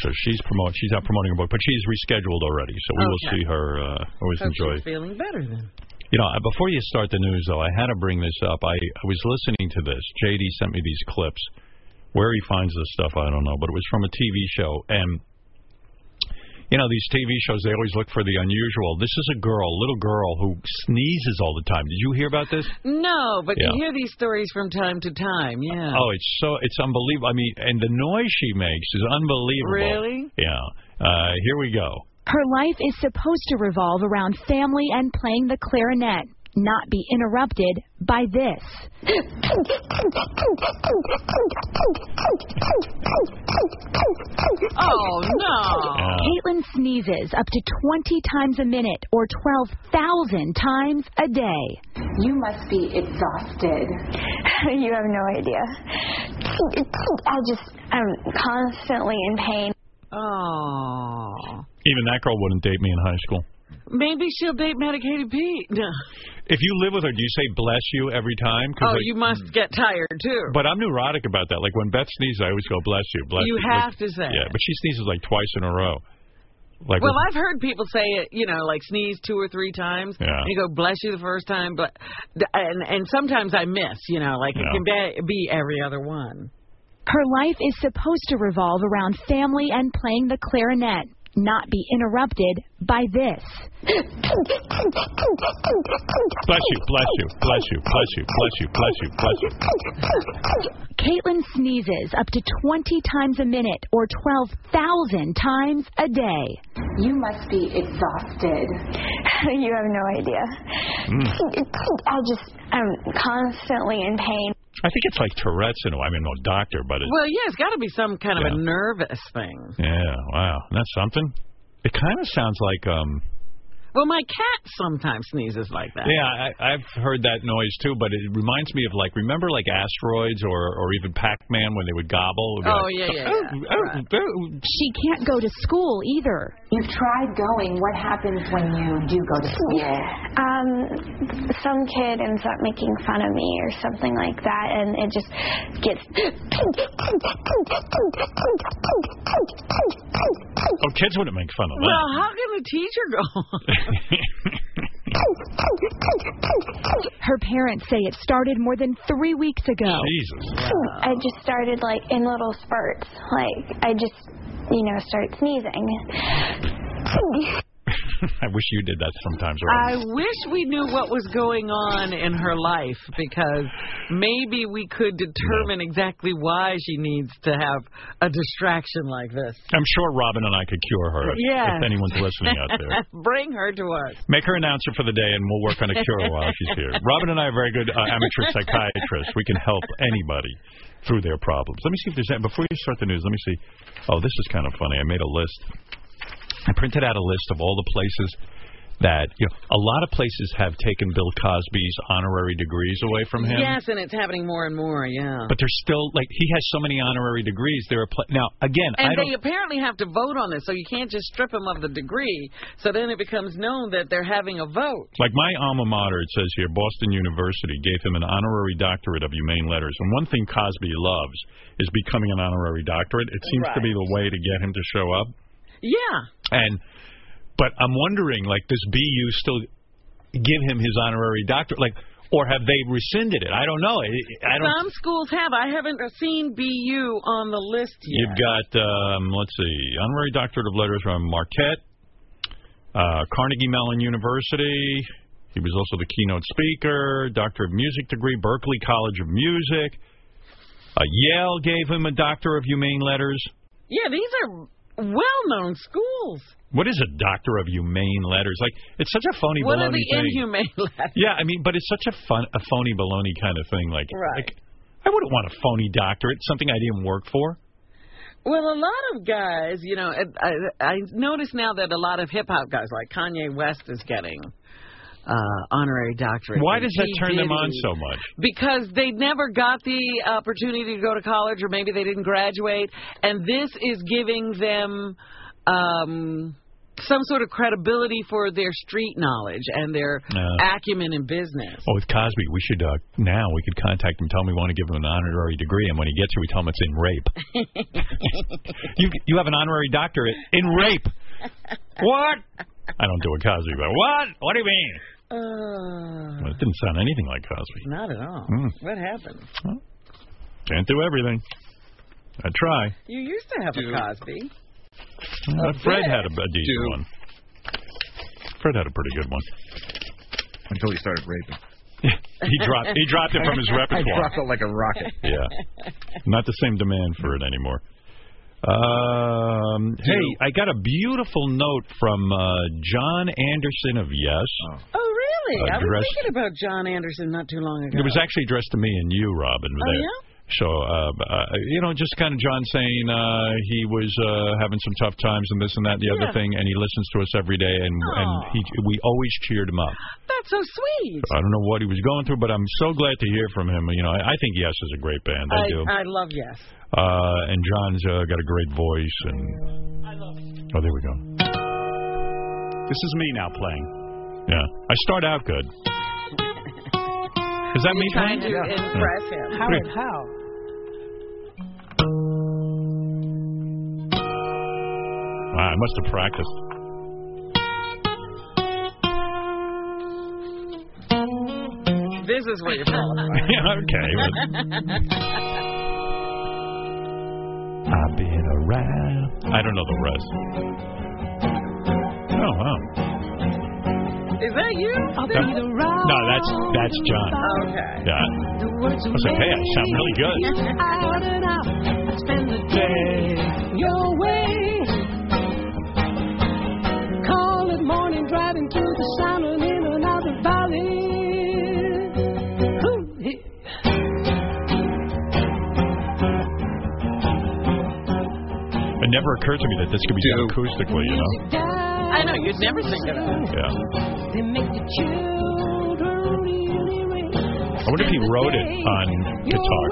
[SPEAKER 1] So she's promote. She's out promoting her book, but she's rescheduled already. So we will
[SPEAKER 3] Okay.
[SPEAKER 1] see her. Uh, always
[SPEAKER 3] Hope
[SPEAKER 1] enjoy.
[SPEAKER 3] she's feeling better then.
[SPEAKER 1] You know, uh, before you start the news, though, I had to bring this up. I, I was listening to this. JD sent me these clips. Where he finds this stuff, I don't know, but it was from a TV show, and you know, these TV shows, they always look for the unusual. This is a girl, little girl, who sneezes all the time. Did you hear about this?
[SPEAKER 3] No, but
[SPEAKER 1] Yeah.
[SPEAKER 3] you hear these stories from time to time. Yeah.
[SPEAKER 1] Oh, it's so it's unbelievable. I mean, and the noise she makes is unbelievable.
[SPEAKER 3] Really?
[SPEAKER 1] Yeah. Uh, here we go.
[SPEAKER 7] Her life is supposed to revolve around family and playing the clarinet, not be interrupted by this.
[SPEAKER 8] Oh, no. Yeah.
[SPEAKER 7] Caitlin sneezes up to 20 times a minute or 12,000 times a day. You must be exhausted.
[SPEAKER 25] *laughs* you have no idea. I just, I'm constantly in pain.
[SPEAKER 3] Oh.
[SPEAKER 1] Even that girl wouldn't date me in high school.
[SPEAKER 3] Maybe she'll date medicated Pete. *laughs* No.
[SPEAKER 1] If you live with her, do you say bless you every time? 'Cause,
[SPEAKER 3] Oh,
[SPEAKER 1] like-
[SPEAKER 3] you must get tired too.
[SPEAKER 1] But I'm neurotic about that. Like when Beth sneezes, I always go bless you, bless you.
[SPEAKER 3] You
[SPEAKER 1] bless-
[SPEAKER 3] have to say
[SPEAKER 1] Yeah,
[SPEAKER 3] it.
[SPEAKER 1] but she sneezes like twice in a row. Like
[SPEAKER 3] well, I've heard people say it, you know, like sneeze two or three times.
[SPEAKER 1] Yeah.
[SPEAKER 3] And you go, bless you the first time, but and and sometimes I miss, you know, like
[SPEAKER 7] Yeah.
[SPEAKER 3] it can be, be every other one.
[SPEAKER 7] Her life is supposed to revolve around family and playing the clarinet, not be interrupted by this.
[SPEAKER 1] bless you, bless you, bless you, bless you, bless you, bless you, bless you.
[SPEAKER 7] Caitlin sneezes up to 20 times a minute or 12,000 times a day. You must be exhausted.
[SPEAKER 25] *laughs* you have no idea. *laughs* I just, I'm constantly in pain.
[SPEAKER 1] I think it's like Tourette's. In a way. I mean, no doctor, but it's
[SPEAKER 3] Well, yeah, it's got to be some kind of
[SPEAKER 1] Yeah.
[SPEAKER 3] a nervous thing.
[SPEAKER 1] yeah. Wow, that's something. It kind of sounds like um.
[SPEAKER 3] Well, my cat sometimes sneezes like that.
[SPEAKER 1] Yeah, I, I've heard that noise too, but it reminds me of like remember like asteroids or or even Pac-Man when they would gobble. It would be
[SPEAKER 7] Oh,
[SPEAKER 1] like,
[SPEAKER 7] yeah, yeah, She can't go to school either. You've tried going. What happens when you do go to
[SPEAKER 25] Um, some kid ends up making fun of me or something like that, and it just gets.
[SPEAKER 1] Oh, kids wouldn't make fun of that.
[SPEAKER 3] Well, how can the teacher go?
[SPEAKER 7] Her parents say it started more than three weeks ago.
[SPEAKER 25] I just started like in little spurts. Like I just, you know, start sneezing.
[SPEAKER 1] *laughs* I wish you did that sometimes.
[SPEAKER 3] I wish we knew what was going on in her life because maybe we could determine exactly why she needs to have a distraction like this.
[SPEAKER 1] I'm sure Robin and I could cure her. if-
[SPEAKER 3] Yeah.
[SPEAKER 1] If anyone's listening out
[SPEAKER 3] *laughs*
[SPEAKER 1] there.
[SPEAKER 3] Bring her to us.
[SPEAKER 1] Make her announcer for the day, and we'll work on a cure while she's here. Robin and I are very good uh, amateur psychiatrists. We can help anybody through their problems. Let me see if there's any, before you start the news. Let me see. Oh, this is kind of funny. I made a list. I printed out a list of all the places that you know. A lot of places have taken Bill Cosby's honorary degrees away from him.
[SPEAKER 3] Yes, and it's happening more and more. Yeah.
[SPEAKER 1] But there's still like he has so many honorary degrees. There are pla now again. I
[SPEAKER 3] and
[SPEAKER 1] don't,
[SPEAKER 3] they apparently have to vote on this, so you can't just strip him of the degree. So then it becomes known that they're having a vote.
[SPEAKER 1] Like my alma mater, it says here, Boston University gave him an honorary doctorate of humane letters. And one thing Cosby loves is becoming an honorary doctorate. It seems to be the way to get him to show up.
[SPEAKER 3] Yeah.
[SPEAKER 1] And but I'm wondering, like, does BU still give him his honorary doctorate, like, or have they rescinded it? I don't know. I, I don't.
[SPEAKER 3] Some schools have. I haven't seen BU on the list yet.
[SPEAKER 1] You've got, um, let's see, honorary doctorate of letters from Marquette, uh, Carnegie Mellon University. He was also the keynote speaker, doctor of music degree, Berkeley College of Music. Uh, Yale gave him a doctor of humane letters.
[SPEAKER 3] Yeah, these are well-known schools.
[SPEAKER 1] What is a doctor of humane letters? Like, it's such a phony
[SPEAKER 3] What
[SPEAKER 1] baloney
[SPEAKER 3] are the
[SPEAKER 1] thing.
[SPEAKER 3] inhumane *laughs* letters?
[SPEAKER 1] yeah, I mean, but it's such a fun, a phony baloney kind of thing. Like,
[SPEAKER 3] Right.
[SPEAKER 1] like, I wouldn't want a phony doctorate, something I didn't work for.
[SPEAKER 3] Well, a lot of guys, you know, I, I, I notice now that a lot of hip hop guys, like Kanye West, is getting uh, honorary doctorate.
[SPEAKER 1] Why
[SPEAKER 3] And
[SPEAKER 1] does that
[SPEAKER 3] P.
[SPEAKER 1] turn them on
[SPEAKER 3] Diddy.
[SPEAKER 1] so much?
[SPEAKER 3] Because they never got the opportunity to go to college, or maybe they didn't graduate, and this is giving them um, some sort of credibility for their street knowledge and their
[SPEAKER 1] Yeah.
[SPEAKER 3] acumen in business.
[SPEAKER 1] Oh, with Cosby, we should uh, now we could contact him, tell him we want to give him an honorary degree, and when he gets here, we tell him it's in rape.
[SPEAKER 3] *laughs*
[SPEAKER 1] you you have an honorary doctorate in rape. what? I don't do a Cosby, but what? What do you mean?
[SPEAKER 3] Uh,
[SPEAKER 1] Well, it didn't sound anything like Cosby.
[SPEAKER 3] not at all.
[SPEAKER 1] Hmm.
[SPEAKER 3] What happened?
[SPEAKER 1] Can't do everything. I try.
[SPEAKER 3] You used to have a Cosby.
[SPEAKER 1] Uh, Fred had a, a decent one. Fred had a pretty good one.
[SPEAKER 28] Until he started raping.
[SPEAKER 1] *laughs* He dropped. He dropped it from *laughs* his repertoire.
[SPEAKER 28] I dropped it like a rocket.
[SPEAKER 1] Yeah. Not the same demand for it anymore. Um, hey, I got a beautiful note from uh, John Anderson of Yes.
[SPEAKER 3] Oh, really?
[SPEAKER 1] Uh,
[SPEAKER 3] I was
[SPEAKER 1] dress-
[SPEAKER 3] thinking about John Anderson not too long ago.
[SPEAKER 1] It was actually addressed to me and you, Robin.
[SPEAKER 3] Oh,
[SPEAKER 1] there.
[SPEAKER 3] yeah?
[SPEAKER 1] So, uh, uh, you know, just kind of John saying uh, he was uh, having some tough times and this and that and the
[SPEAKER 3] Yeah.
[SPEAKER 1] other thing, and he listens to us every day, and, and he, we always cheered him up.
[SPEAKER 3] *laughs* That's so sweet.
[SPEAKER 1] I don't know what he was going through, but I'm so glad to hear from him. You know, I, I think Yes is a great band. I, do.
[SPEAKER 3] I love Yes.
[SPEAKER 1] uh, and John's uh, got a great voice. And oh, there we go. This is me now playing. Yeah, I start out good. Is that me
[SPEAKER 3] You're trying to
[SPEAKER 1] playing? Yeah. Hmm.
[SPEAKER 3] impress him.
[SPEAKER 1] Howard, *laughs*
[SPEAKER 3] how?
[SPEAKER 1] Wow, Ah, I must have practiced.
[SPEAKER 3] This is where you're falling.
[SPEAKER 1] *laughs* yeah, okay.
[SPEAKER 3] *laughs*
[SPEAKER 1] I've been around. I don't know the rest. Oh wow.
[SPEAKER 3] Is that you? I've
[SPEAKER 1] been No. around No, that's- that's John.
[SPEAKER 3] Okay.
[SPEAKER 1] Yeah. I said, hey, I sound really
[SPEAKER 5] *laughs*
[SPEAKER 1] good.
[SPEAKER 5] Out and out, I spend the day your way. Call it morning, driving through the sound and in and out the valley. Ooh, he-
[SPEAKER 1] It never occurred to me that this could be done acoustically, you know.
[SPEAKER 3] I know, you'd never think of that.
[SPEAKER 1] Yeah.
[SPEAKER 5] They make the children really rich.
[SPEAKER 1] I wonder if he wrote it on guitar.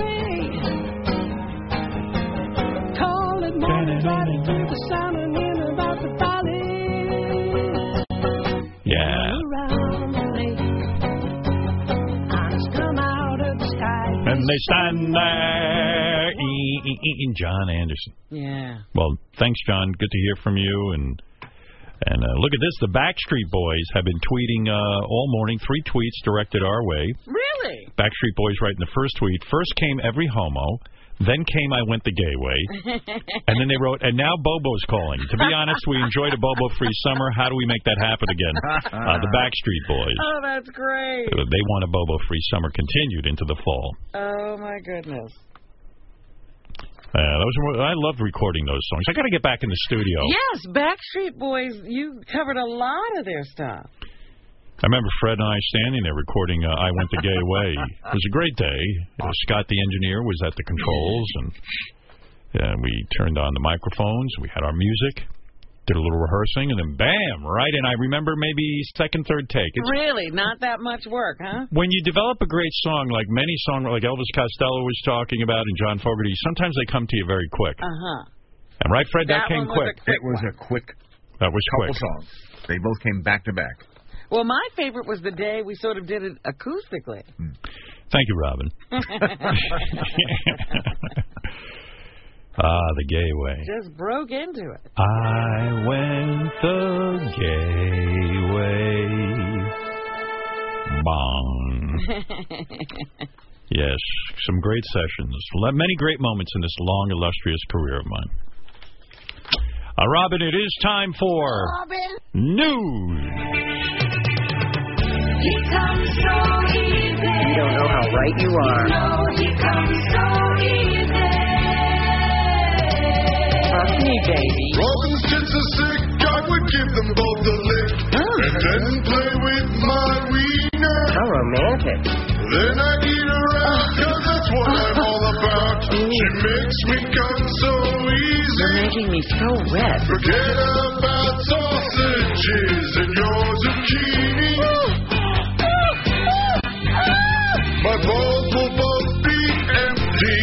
[SPEAKER 5] Call it morning, driving through the sound and in and out the valley.
[SPEAKER 1] Yeah.
[SPEAKER 5] Around the lake. Eyes come out of the sky.
[SPEAKER 1] And they stand there. E- e- e- e- John Anderson.
[SPEAKER 3] Yeah.
[SPEAKER 1] Well, thanks, John. Good to hear from you. And and uh, look at this. The Backstreet Boys have been tweeting uh, all morning. Three tweets directed our way.
[SPEAKER 3] Really?
[SPEAKER 1] Backstreet Boys writing the first tweet. First came every homo. Then came I went the gay way. And then they wrote, and now Bobo's calling. To be honest, we enjoyed a Bobo-free summer. How do we make that happen again? Uh, the Backstreet Boys.
[SPEAKER 3] Oh, that's great.
[SPEAKER 1] Uh, They want a Bobo-free summer continued into the fall.
[SPEAKER 3] Oh, my goodness.
[SPEAKER 1] Uh, those were, I loved recording those songs. I got to get back in the studio.
[SPEAKER 3] Yes, Backstreet Boys, you covered a lot of their stuff.
[SPEAKER 1] I remember Fred and I standing there recording uh, I Went the Gay Way. It was a great day. Uh, Scott the engineer was at the controls, and uh, we turned on the microphones. We had our music, did a little rehearsing, and then bam, right in. I remember maybe second, third take. It's
[SPEAKER 3] Really? Not that much work, huh?
[SPEAKER 1] when you develop a great song, like many song, like Elvis Costello was talking about and John Fogerty, sometimes they come to you very quick.
[SPEAKER 3] Uh huh.
[SPEAKER 1] And right, Fred, that,
[SPEAKER 3] That
[SPEAKER 1] came
[SPEAKER 3] one was a
[SPEAKER 1] quick.
[SPEAKER 3] quick
[SPEAKER 1] It was a quick. That was couple quick.
[SPEAKER 28] songs. They both came back to back.
[SPEAKER 3] Well, my favorite was the day we sort of did it acoustically.
[SPEAKER 1] Thank you,
[SPEAKER 3] *laughs*
[SPEAKER 1] Robin. *laughs* ah, the gay way.
[SPEAKER 3] Just broke into it.
[SPEAKER 1] I went the gay way. Bong. Yes, some great sessions. Le- Many great moments in this long, illustrious career of mine. Uh, Robin, it is time for
[SPEAKER 5] Robin.
[SPEAKER 1] news.
[SPEAKER 5] He comes so easy. You don't know Oh, how right you are. No, he comes so easy. Fuck me, baby.
[SPEAKER 19] Robin's kids are sick, I would give them both a lick. And then play with my wiener. How romantic. Then I'd eat her out, cause that's what I'm all about. She makes me come so easy. You're making me so wet. Forget about sausages and your zucchini. My balls will both be empty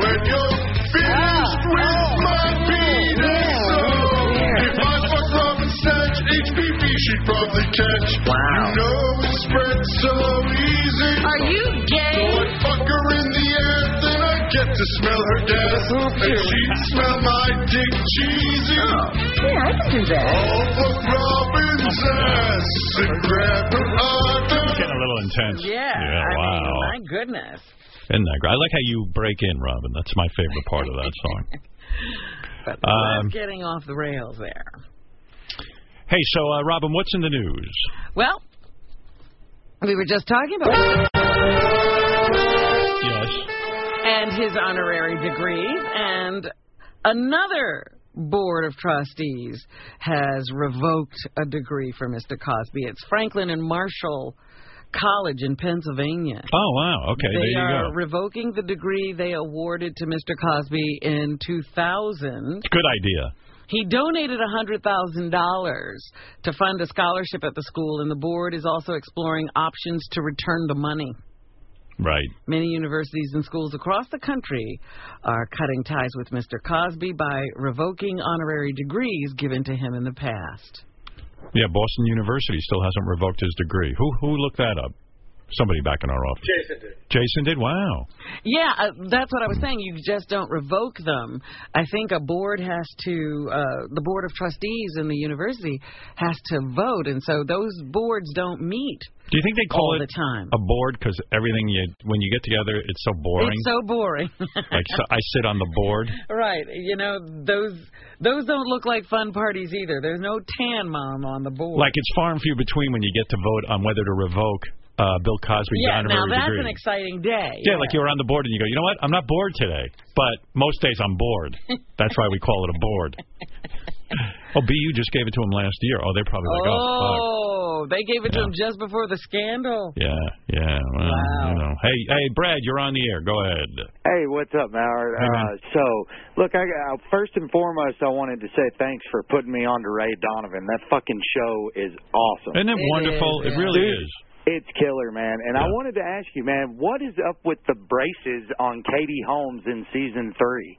[SPEAKER 19] when you're finished with my penis. Oh, So if I fuck Robin Satch, HPV she'd probably catch. Wow. You know it spreads so easy. Are you gay? So I fuck her in the ass, then I get to smell her gas. And she'd smell my dick cheesy. Oh, yeah, I can do that. All fuck Robin's ass and grab her arm.
[SPEAKER 1] Getting a little intense.
[SPEAKER 3] Yeah.
[SPEAKER 1] Yeah,
[SPEAKER 3] I
[SPEAKER 1] wow.
[SPEAKER 3] Mean, my goodness.
[SPEAKER 1] Isn't that great? I like how you break in, Robin. That's my favorite part of that song.
[SPEAKER 3] *laughs* But
[SPEAKER 1] Um,
[SPEAKER 3] that's getting off the rails there.
[SPEAKER 1] Hey, so uh, Robin, what's in the news?
[SPEAKER 3] Well, we were just talking about
[SPEAKER 1] Yes.
[SPEAKER 3] and his honorary degrees, and another board of trustees has revoked a degree for Mr. Cosby. It's Franklin and Marshall College in Pennsylvania.
[SPEAKER 1] Oh wow. Okay,
[SPEAKER 3] they
[SPEAKER 1] there you
[SPEAKER 3] are
[SPEAKER 1] go.
[SPEAKER 3] revoking the degree they awarded to Mr. Cosby in 2000.
[SPEAKER 1] Good idea.
[SPEAKER 3] He donated $100,000 to fund a scholarship at the school, and the board is also exploring options to return the money.
[SPEAKER 1] Right.
[SPEAKER 3] Many universities and schools across the country are cutting ties with Mr. Cosby by revoking honorary degrees given to him in the past.
[SPEAKER 1] Yeah, Boston University still hasn't revoked his degree. Who who looked that up? Somebody back in our office.
[SPEAKER 3] Jason did.
[SPEAKER 1] Jason did. Wow.
[SPEAKER 3] Yeah, uh, that's what I was saying. You just don't revoke them. I think a board has to, uh, the board of trustees in the university has to vote, and so those boards don't meet.
[SPEAKER 1] Do you think they call
[SPEAKER 3] All
[SPEAKER 1] it
[SPEAKER 3] the time.
[SPEAKER 1] a board because everything you when you get together it's so boring?
[SPEAKER 3] It's so boring. *laughs*
[SPEAKER 1] like so I sit on the board.
[SPEAKER 3] Right, you know those those don't look like fun parties either. There's no tan mom on the board.
[SPEAKER 1] Like it's far and few between when you get to vote on whether to revoke uh, Bill Cosby's
[SPEAKER 3] yeah, now
[SPEAKER 1] honorary
[SPEAKER 3] that's
[SPEAKER 1] degree.
[SPEAKER 3] an exciting day.
[SPEAKER 1] yeah, like you're on the board and you go, you know what? I'm not bored today, but most days I'm
[SPEAKER 3] *laughs*
[SPEAKER 1] bored. That's why we call it a board. oh, BU just gave it to him last year. Oh, they're probably like, oh, fuck.
[SPEAKER 3] oh, they gave it to
[SPEAKER 1] Yeah.
[SPEAKER 3] him just before the scandal.
[SPEAKER 1] Yeah, yeah. Well, You know. Hey, hey, Brad, you're on the air. Go ahead.
[SPEAKER 9] Hey, what's up, Howard? Uh, so, look, I, I first and foremost, I wanted to say thanks for putting me on to Ray Donovan. That fucking show is awesome.
[SPEAKER 1] Isn't it It wonderful? is, It yeah. really
[SPEAKER 9] Dude,
[SPEAKER 1] is.
[SPEAKER 9] It's killer, man. And I wanted to ask you, man, what is up with the braces on Katie Holmes in season three?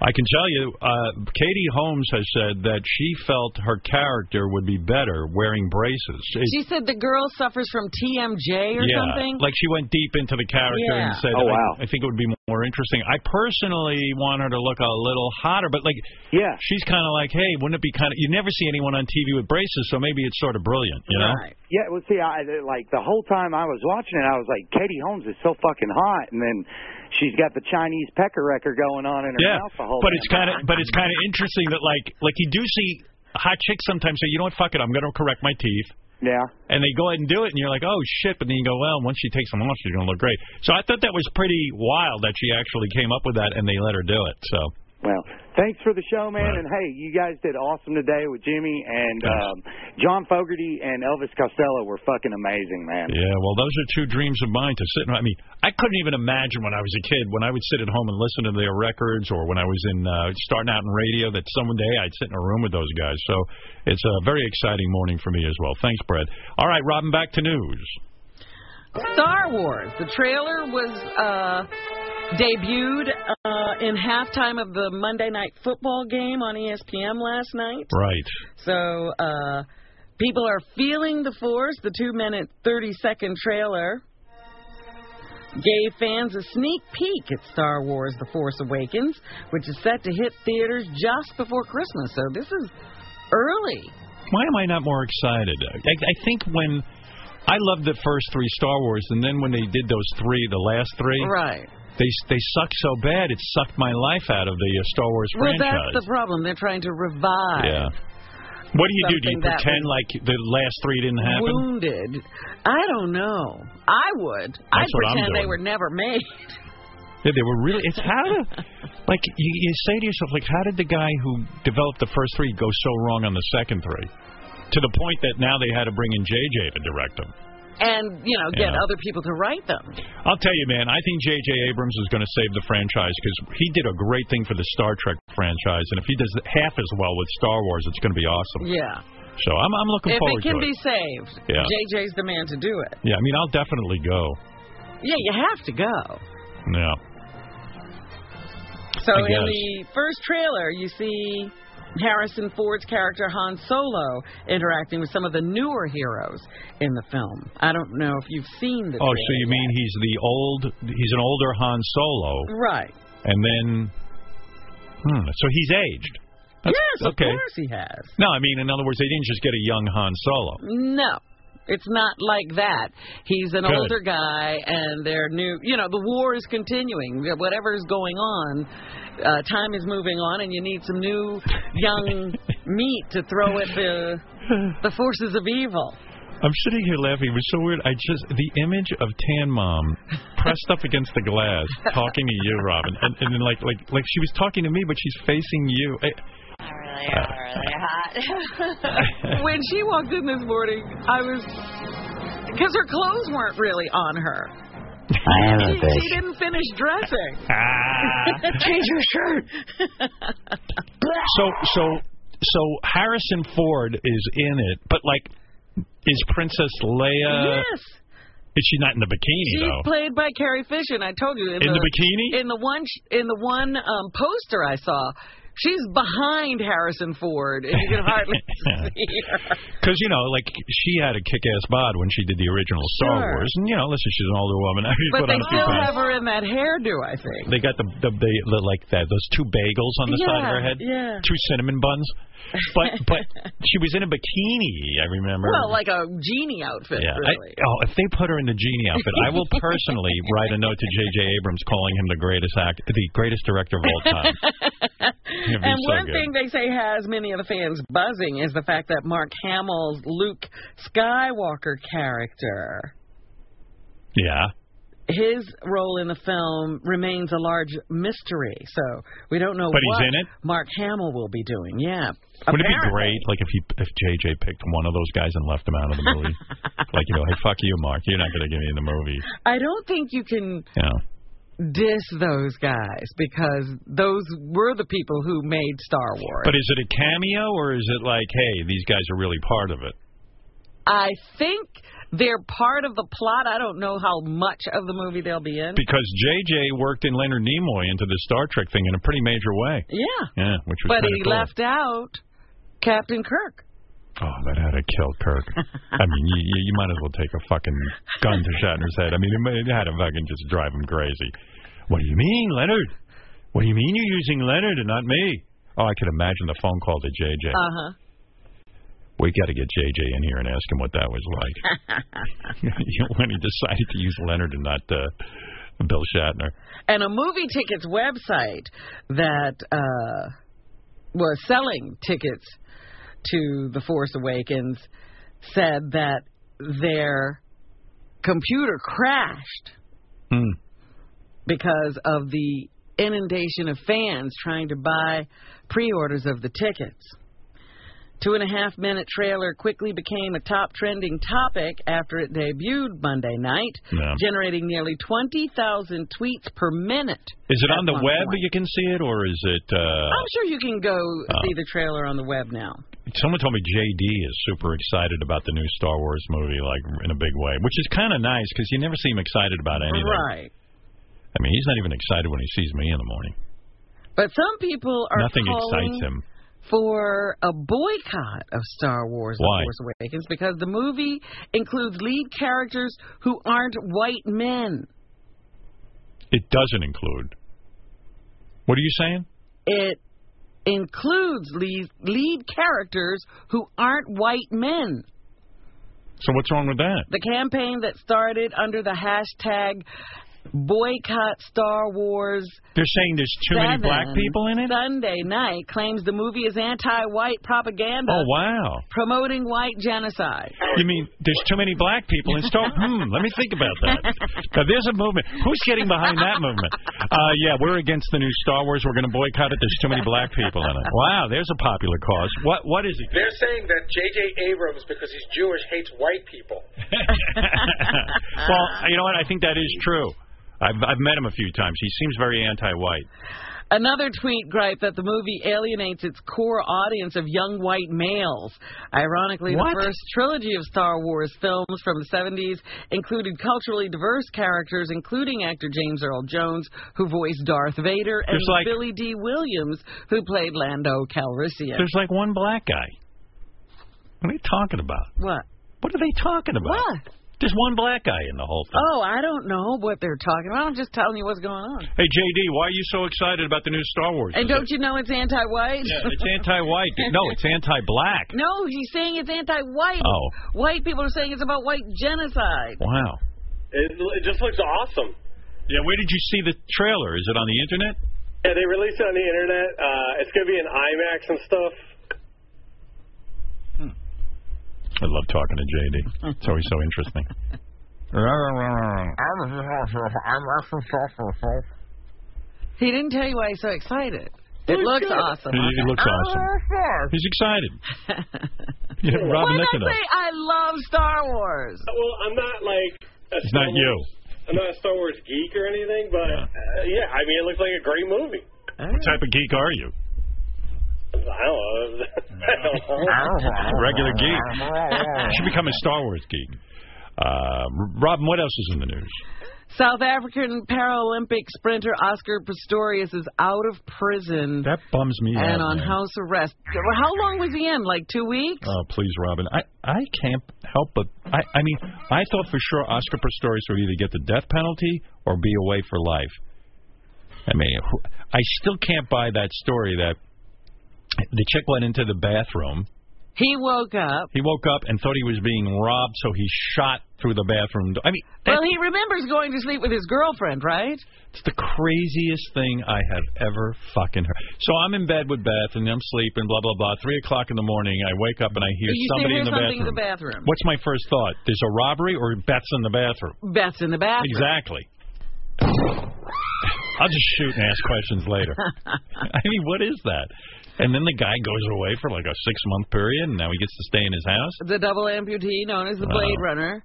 [SPEAKER 1] I can tell you, uh, Katie Holmes has said that she felt her character would be better wearing braces. It-
[SPEAKER 3] She said the girl suffers from TMJ or
[SPEAKER 1] yeah,
[SPEAKER 3] something.
[SPEAKER 1] like she went deep into the character and
[SPEAKER 3] Yeah.
[SPEAKER 1] said,
[SPEAKER 9] Oh,
[SPEAKER 1] I-
[SPEAKER 9] wow.
[SPEAKER 1] I, think it would be more interesting. I personally want her to look a little hotter, but like, yeah, she's kind of like, hey, wouldn't it be kind of? You never see anyone on TV with braces, so maybe it's sort of brilliant, you know?
[SPEAKER 9] Yeah, well, see, I like the whole time I was watching it, I was like, Katie Holmes is so fucking hot, and then she's got the Chinese pecker record going on in her
[SPEAKER 1] yeah,
[SPEAKER 9] mouth the whole
[SPEAKER 1] but
[SPEAKER 9] damn
[SPEAKER 1] it's kind of
[SPEAKER 9] time.
[SPEAKER 1] but it's kind of interesting that like like you do see hot chicks sometimes say you know what fuck it I'm going to correct my teeth.
[SPEAKER 9] Yeah.
[SPEAKER 1] And they go ahead and do it, and you're like, oh shit! But then you go, well, once she takes them off, she's going to look great. So I thought that was pretty wild that she actually came up with that, and they let her do it. So
[SPEAKER 9] Well, thanks for the show, man. And hey, you guys did awesome today with Jimmy and um, John Fogerty and Elvis Costello were fucking amazing, man.
[SPEAKER 1] yeah, well, those are two dreams of mine to sit. I mean, I couldn't even imagine when I was a kid when I would sit at home and listen to their records, or when I was in uh, starting out in radio, that someday I'd sit in a room with those guys. So it's a very exciting morning for me as well. Thanks, Brad. All right, Robin, back to news.
[SPEAKER 3] Star Wars. The trailer was uh, debuted uh, in halftime of the Monday Night Football game on E ESPN last night.
[SPEAKER 1] Right.
[SPEAKER 3] So uh, people are feeling the force. The two minute, 30 second trailer gave fans a sneak peek at Star Wars The Force Awakens, which is set to hit theaters just before Christmas. So this is early.
[SPEAKER 1] Why am I not more excited? I, I think when I loved the first three Star Wars, and then when they did those three, the last three,
[SPEAKER 3] Right.
[SPEAKER 1] They they sucked so bad it sucked my life out of the uh, Star Wars
[SPEAKER 3] Well,
[SPEAKER 1] franchise.
[SPEAKER 3] that's the problem. They're trying to revive.
[SPEAKER 1] yeah. What do you do? Do you
[SPEAKER 3] Something that
[SPEAKER 1] pretend
[SPEAKER 3] was
[SPEAKER 1] like the last three didn't happen?
[SPEAKER 3] Wounded. I don't know. I would. I'd
[SPEAKER 1] what I'm
[SPEAKER 3] pretend they
[SPEAKER 1] doing.
[SPEAKER 3] were never made. *laughs*
[SPEAKER 1] Yeah, they were really. It's how to, like you, you say to yourself, like how did the guy who developed the first three go so wrong on the second three, to the point that now they had to bring in JJ to direct them.
[SPEAKER 3] And, you know, get
[SPEAKER 1] Yeah.
[SPEAKER 3] other people to write them.
[SPEAKER 1] I'll tell you, man. I think J.J. Abrams is going to save the franchise because he did a great thing for the Star Trek franchise, and if he does half as well with Star Wars, it's going to be awesome.
[SPEAKER 3] Yeah.
[SPEAKER 1] So I'm, I'm looking
[SPEAKER 3] if
[SPEAKER 1] forward
[SPEAKER 3] it
[SPEAKER 1] to
[SPEAKER 3] can be
[SPEAKER 1] it.
[SPEAKER 3] saved,
[SPEAKER 1] Yeah.
[SPEAKER 3] JJ's the man to do it.
[SPEAKER 1] yeah, I mean, I'll definitely go.
[SPEAKER 3] Yeah, you have to go.
[SPEAKER 1] Yeah.
[SPEAKER 3] So
[SPEAKER 1] I
[SPEAKER 3] in
[SPEAKER 1] guess.
[SPEAKER 3] the first trailer, you see Harrison Ford's character Han Solo interacting with some of the newer heroes in the film. I don't know if you've seen
[SPEAKER 1] Oh, so
[SPEAKER 3] the. trailer.
[SPEAKER 1] you mean he's the old? He's an older Han Solo,
[SPEAKER 3] Right.
[SPEAKER 1] and then, hmm, so he's aged. That's-
[SPEAKER 3] yes,
[SPEAKER 1] okay. *laughs*
[SPEAKER 3] of course he has.
[SPEAKER 1] No, I mean, in other words, they didn't just get a young Han Solo.
[SPEAKER 3] No. It's not like that. He's an
[SPEAKER 8] Good.
[SPEAKER 3] older guy, and they're new. You know, the war is continuing. Whatever's going on, uh, time is moving on, and you need some new
[SPEAKER 1] *laughs*
[SPEAKER 3] young meat to throw at the the forces of evil.
[SPEAKER 1] I'm sitting here laughing. It was so weird. I just the image of Tan Mom pressed up against the glass, talking to you, Robin, and, and then like like like she was talking to me, but she's facing you. I, *laughs*
[SPEAKER 3] when she walked in this morning, I was because her clothes weren't really on her.
[SPEAKER 8] I am a
[SPEAKER 3] She, she
[SPEAKER 8] bitch.
[SPEAKER 3] didn't finish dressing.
[SPEAKER 8] *laughs*
[SPEAKER 1] ah.
[SPEAKER 8] Change your
[SPEAKER 3] shirt.
[SPEAKER 1] so so so Harrison Ford is in it, but like is Princess Leia?
[SPEAKER 3] Yes.
[SPEAKER 1] Is she not in the bikini
[SPEAKER 3] She's *laughs*
[SPEAKER 1] though?
[SPEAKER 3] played by Carrie Fisher, and I told you
[SPEAKER 1] In the bikini?
[SPEAKER 3] In the one sh- in the one um, poster I saw, she's behind Harrison Ford, and
[SPEAKER 1] *laughs*
[SPEAKER 3] you can hardly see her.
[SPEAKER 1] Because you know, like she had a kick-ass bod when she did the original Star
[SPEAKER 3] Sure.
[SPEAKER 1] Wars, and you know, listen, she's an older woman. *laughs* I mean,
[SPEAKER 3] But
[SPEAKER 1] put
[SPEAKER 3] they
[SPEAKER 1] on a few
[SPEAKER 3] still
[SPEAKER 1] pounds.
[SPEAKER 3] have her in that hairdo, I think.
[SPEAKER 1] They got the the, the, the like that those two bagels on the side of
[SPEAKER 3] Yeah,
[SPEAKER 1] her head,
[SPEAKER 3] yeah.
[SPEAKER 1] two cinnamon buns. But
[SPEAKER 3] *laughs*
[SPEAKER 1] but she was in a bikini. I remember.
[SPEAKER 3] Well, like a genie outfit,
[SPEAKER 1] yeah. I-
[SPEAKER 3] really.
[SPEAKER 1] oh, if they put her in the genie outfit, I will
[SPEAKER 3] *laughs*
[SPEAKER 1] personally write a note to J.J. Abrams calling him the greatest act, the greatest director of all
[SPEAKER 3] *laughs*
[SPEAKER 1] time. It'd be
[SPEAKER 3] And
[SPEAKER 1] so
[SPEAKER 3] one
[SPEAKER 1] good.
[SPEAKER 3] thing they say has many of the fans buzzing is the fact that Mark Hamill's Luke Skywalker character,
[SPEAKER 1] Yeah.
[SPEAKER 3] his role in the film remains a large mystery. So we don't know
[SPEAKER 1] But he's
[SPEAKER 3] what
[SPEAKER 1] in it?
[SPEAKER 3] Mark Hamill will be doing. Yeah.
[SPEAKER 1] Would it be
[SPEAKER 3] Apparently.
[SPEAKER 1] great, like if he if JJ picked one of those guys and left him out of the
[SPEAKER 3] *laughs*
[SPEAKER 1] movie, like you know, hey, fuck you, Mark, you're not going to get me in the movie,
[SPEAKER 3] I don't think you can
[SPEAKER 1] you know.
[SPEAKER 3] diss those guys because those were the people who made Star Wars.
[SPEAKER 1] But is it a cameo or is it like, hey, these guys are really part of it?
[SPEAKER 3] I think they're part of the plot. I don't know how much of the movie they'll be in.
[SPEAKER 1] Because JJ worked in Leonard Nimoy into the Star Trek thing in a pretty major way.
[SPEAKER 3] Yeah.
[SPEAKER 1] Yeah, which was
[SPEAKER 3] But
[SPEAKER 1] kinda
[SPEAKER 3] he
[SPEAKER 1] cool.
[SPEAKER 3] left out Captain Kirk.
[SPEAKER 1] Oh, that had to kill Kirk. I mean, you, you you might as well take a fucking gun to Shatner's head. I mean, it, might- it had to fucking just drive him crazy. What do you mean, Leonard? What do you mean you're using Leonard and not me? Oh, I could imagine the phone call to JJ.
[SPEAKER 3] Uh
[SPEAKER 1] We got to get JJ in here and ask him what that was like *laughs*
[SPEAKER 3] huh.
[SPEAKER 1] You know, when he decided to use Leonard and not uh, Bill Shatner.
[SPEAKER 3] and a movie tickets website that uh, was selling tickets to The Force Awakens said that their computer crashed
[SPEAKER 1] Hmm.
[SPEAKER 3] because of the inundation of fans trying to buy pre orders of the tickets. Two and a half minute trailer quickly became a top trending topic after it debuted Monday night,
[SPEAKER 1] Yeah.
[SPEAKER 3] generating nearly 20,000 tweets per minute.
[SPEAKER 1] Is it
[SPEAKER 3] at
[SPEAKER 1] on the
[SPEAKER 3] one
[SPEAKER 1] web
[SPEAKER 3] point.
[SPEAKER 1] you can see it, or is it? Uh,
[SPEAKER 3] I'm sure you can go
[SPEAKER 1] Oh.
[SPEAKER 3] see the trailer on the web now.
[SPEAKER 1] someone told me JD is super excited about the new Star Wars movie, like in a big way, which is kind of nice because you never see him excited about anything.
[SPEAKER 3] Right.
[SPEAKER 1] I mean, he's not even excited when he sees me in the morning.
[SPEAKER 3] But some people are
[SPEAKER 1] Nothing
[SPEAKER 3] calling
[SPEAKER 1] excites him.
[SPEAKER 3] for a boycott of Star Wars
[SPEAKER 1] Why?
[SPEAKER 3] The Force Awakens because the movie includes lead characters who aren't white men.
[SPEAKER 1] It doesn't include. What are you saying?
[SPEAKER 3] It includes lead, lead characters who aren't white men.
[SPEAKER 1] So what's wrong with that?
[SPEAKER 3] The campaign that started under the hashtag boycott Star Wars
[SPEAKER 1] They're saying there's too many black
[SPEAKER 3] Seven
[SPEAKER 1] people in it.
[SPEAKER 3] Sunday night claims the movie is anti-white propaganda.
[SPEAKER 1] Oh wow!
[SPEAKER 3] Promoting white genocide.
[SPEAKER 1] You mean there's too many black people in Star? hmm. Let me think about that. Now, there's a movement. Who's getting behind that movement? Uh, yeah, we're against the new Star Wars. We're going to boycott it. There's too many black people in it. Wow, there's a popular cause. What what is it?
[SPEAKER 17] They're saying that J.J. Abrams, because he's Jewish, hates white
[SPEAKER 3] *laughs*
[SPEAKER 17] people.
[SPEAKER 1] *laughs* well, you know what? I think that is true. I've I've met him a few times. He seems very anti-white.
[SPEAKER 3] Another tweet gripe that the movie alienates its core audience of young white males. Ironically,
[SPEAKER 8] What?
[SPEAKER 3] the first trilogy of Star Wars films from the 70s included culturally diverse characters, including actor James Earl Jones, who voiced Darth Vader, and
[SPEAKER 1] There's like-
[SPEAKER 3] Billy D. Williams, who played Lando Calrissian.
[SPEAKER 1] There's like one black guy. What are they talking about?
[SPEAKER 3] What?
[SPEAKER 1] What are they talking about?
[SPEAKER 3] What?
[SPEAKER 1] There's one black guy in the whole thing.
[SPEAKER 3] Oh, I don't know what they're talking about. I'm just telling you what's going on.
[SPEAKER 1] Hey, JD, why are you so excited about the new Star Wars?
[SPEAKER 3] And don't you know it's anti-white?
[SPEAKER 1] yeah,
[SPEAKER 3] *laughs*
[SPEAKER 1] it's anti-white. No, it's anti-black.
[SPEAKER 3] No, he's saying it's anti-white.
[SPEAKER 1] Oh.
[SPEAKER 3] White people are saying it's about white genocide.
[SPEAKER 1] Wow.
[SPEAKER 17] It, it just looks awesome.
[SPEAKER 1] Yeah, where did you see the trailer? Is it on the internet?
[SPEAKER 17] Yeah, they released it on the internet. Uh, it's going to be in IMAX and stuff.
[SPEAKER 1] I love talking to JD. It's always so
[SPEAKER 3] *laughs*
[SPEAKER 1] interesting.
[SPEAKER 3] He didn't tell you why he's so excited. It looks awesome.
[SPEAKER 1] It, it looks awesome. He's
[SPEAKER 3] *laughs*
[SPEAKER 1] excited. Yeah, Robin
[SPEAKER 3] Why did I
[SPEAKER 1] Nicodemus.
[SPEAKER 3] say I love Star Wars?
[SPEAKER 17] Uh, Well, I'm not like. A
[SPEAKER 1] It's
[SPEAKER 17] Star
[SPEAKER 1] not
[SPEAKER 17] Wars-
[SPEAKER 1] you.
[SPEAKER 17] I'm not a Star Wars geek or anything, but uh, yeah, I mean, it looks like a great movie.
[SPEAKER 1] What type of geek are you?
[SPEAKER 17] I don't know. *laughs* I don't know.
[SPEAKER 1] Regular geek. *laughs* Should
[SPEAKER 3] *laughs*
[SPEAKER 1] become a Star Wars geek. Uh, Robin, what else is in the news?
[SPEAKER 3] South African Paralympic sprinter Oscar Pistorius is out of prison
[SPEAKER 1] That bums me out.
[SPEAKER 3] and on
[SPEAKER 1] man.
[SPEAKER 3] house arrest. How long was he in? Like two weeks?
[SPEAKER 1] Oh, please, Robin. I, I can't help but I, I mean I thought for sure Oscar Pistorius would either get the death penalty or be away for life. I mean, who- I still can't buy that story that the chick went into the bathroom.
[SPEAKER 3] He woke up.
[SPEAKER 1] He woke up and thought he was being robbed, so he shot through the bathroom door. I mean,
[SPEAKER 3] Well, he remembers going to sleep with his girlfriend, right?
[SPEAKER 1] It's the craziest thing I have ever fucking heard. So I'm in bed with Beth and I'm sleeping, blah blah blah. Three o'clock in the morning, I wake up and I hear
[SPEAKER 3] you
[SPEAKER 1] somebody
[SPEAKER 3] say
[SPEAKER 1] in
[SPEAKER 3] there's
[SPEAKER 1] the
[SPEAKER 3] something
[SPEAKER 1] bathroom.
[SPEAKER 3] in the bathroom.
[SPEAKER 1] What's my first thought? There's a robbery or Beth's in the bathroom?
[SPEAKER 3] Beth's in the bathroom.
[SPEAKER 1] Exactly. I'll just shoot and ask questions
[SPEAKER 3] *laughs*
[SPEAKER 1] later. I mean, what is that? And then the guy goes away for like a six month period, and now he gets to stay in his house.
[SPEAKER 3] The double amputee known as the
[SPEAKER 1] Wow.
[SPEAKER 3] Blade Runner.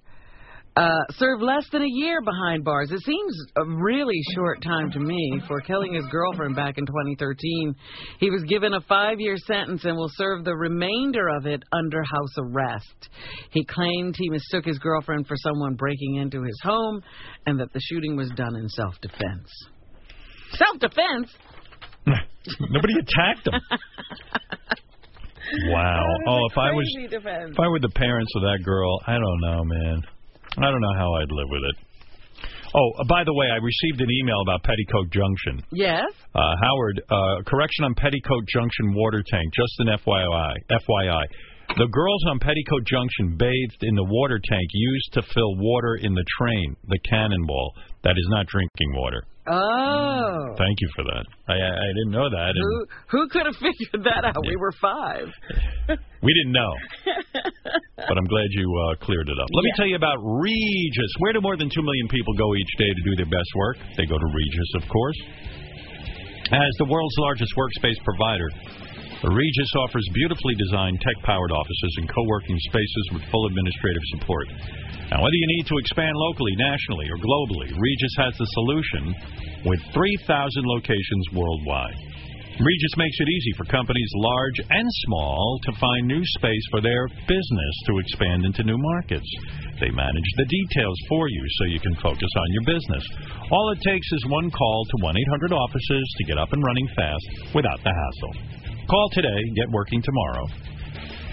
[SPEAKER 3] Uh, served less than a year behind bars. It seems a really short time to me for killing his girlfriend back in 2013. He was given a five year sentence and will serve the remainder of it under house arrest. He claimed he mistook his girlfriend for someone breaking into his home and that the shooting was done in self defense. Self defense?
[SPEAKER 1] Nobody *laughs* attacked him. wow. Oh, if I was
[SPEAKER 3] defense.
[SPEAKER 1] if I were the parents of that girl, I don't know, man. I don't know how I'd live with it. Oh, uh, by the way, I received an email about Petticoat Junction.
[SPEAKER 3] Yes.
[SPEAKER 1] Uh, Howard, uh, correction on Petticoat Junction water tank. Just an FYI. FYI. The girls on Petticoat Junction bathed in the water tank used to fill water in the train, the cannonball. That is not drinking water.
[SPEAKER 3] Oh.
[SPEAKER 1] Thank you for that. I, I I didn't know that. and
[SPEAKER 3] Who, who could have figured that out? We were five.
[SPEAKER 1] we didn't know. but I'm glad you uh, cleared it up. Let me tell you about Regis. Where do more than 2 million people go each day to do their best work? They go to Regis, of course. As the world's largest workspace provider, Regis offers beautifully designed, tech powered offices and co working spaces with full administrative support. Now, whether you need to expand locally, nationally, or globally, Regis has the solution with 3,000 locations worldwide. Regis makes it easy for companies large and small to find new space for their business to expand into new markets. They manage the details for you so you can focus on your business. All it takes is one call to 1 800 offices to get up and running fast without the hassle. Call today, get working tomorrow.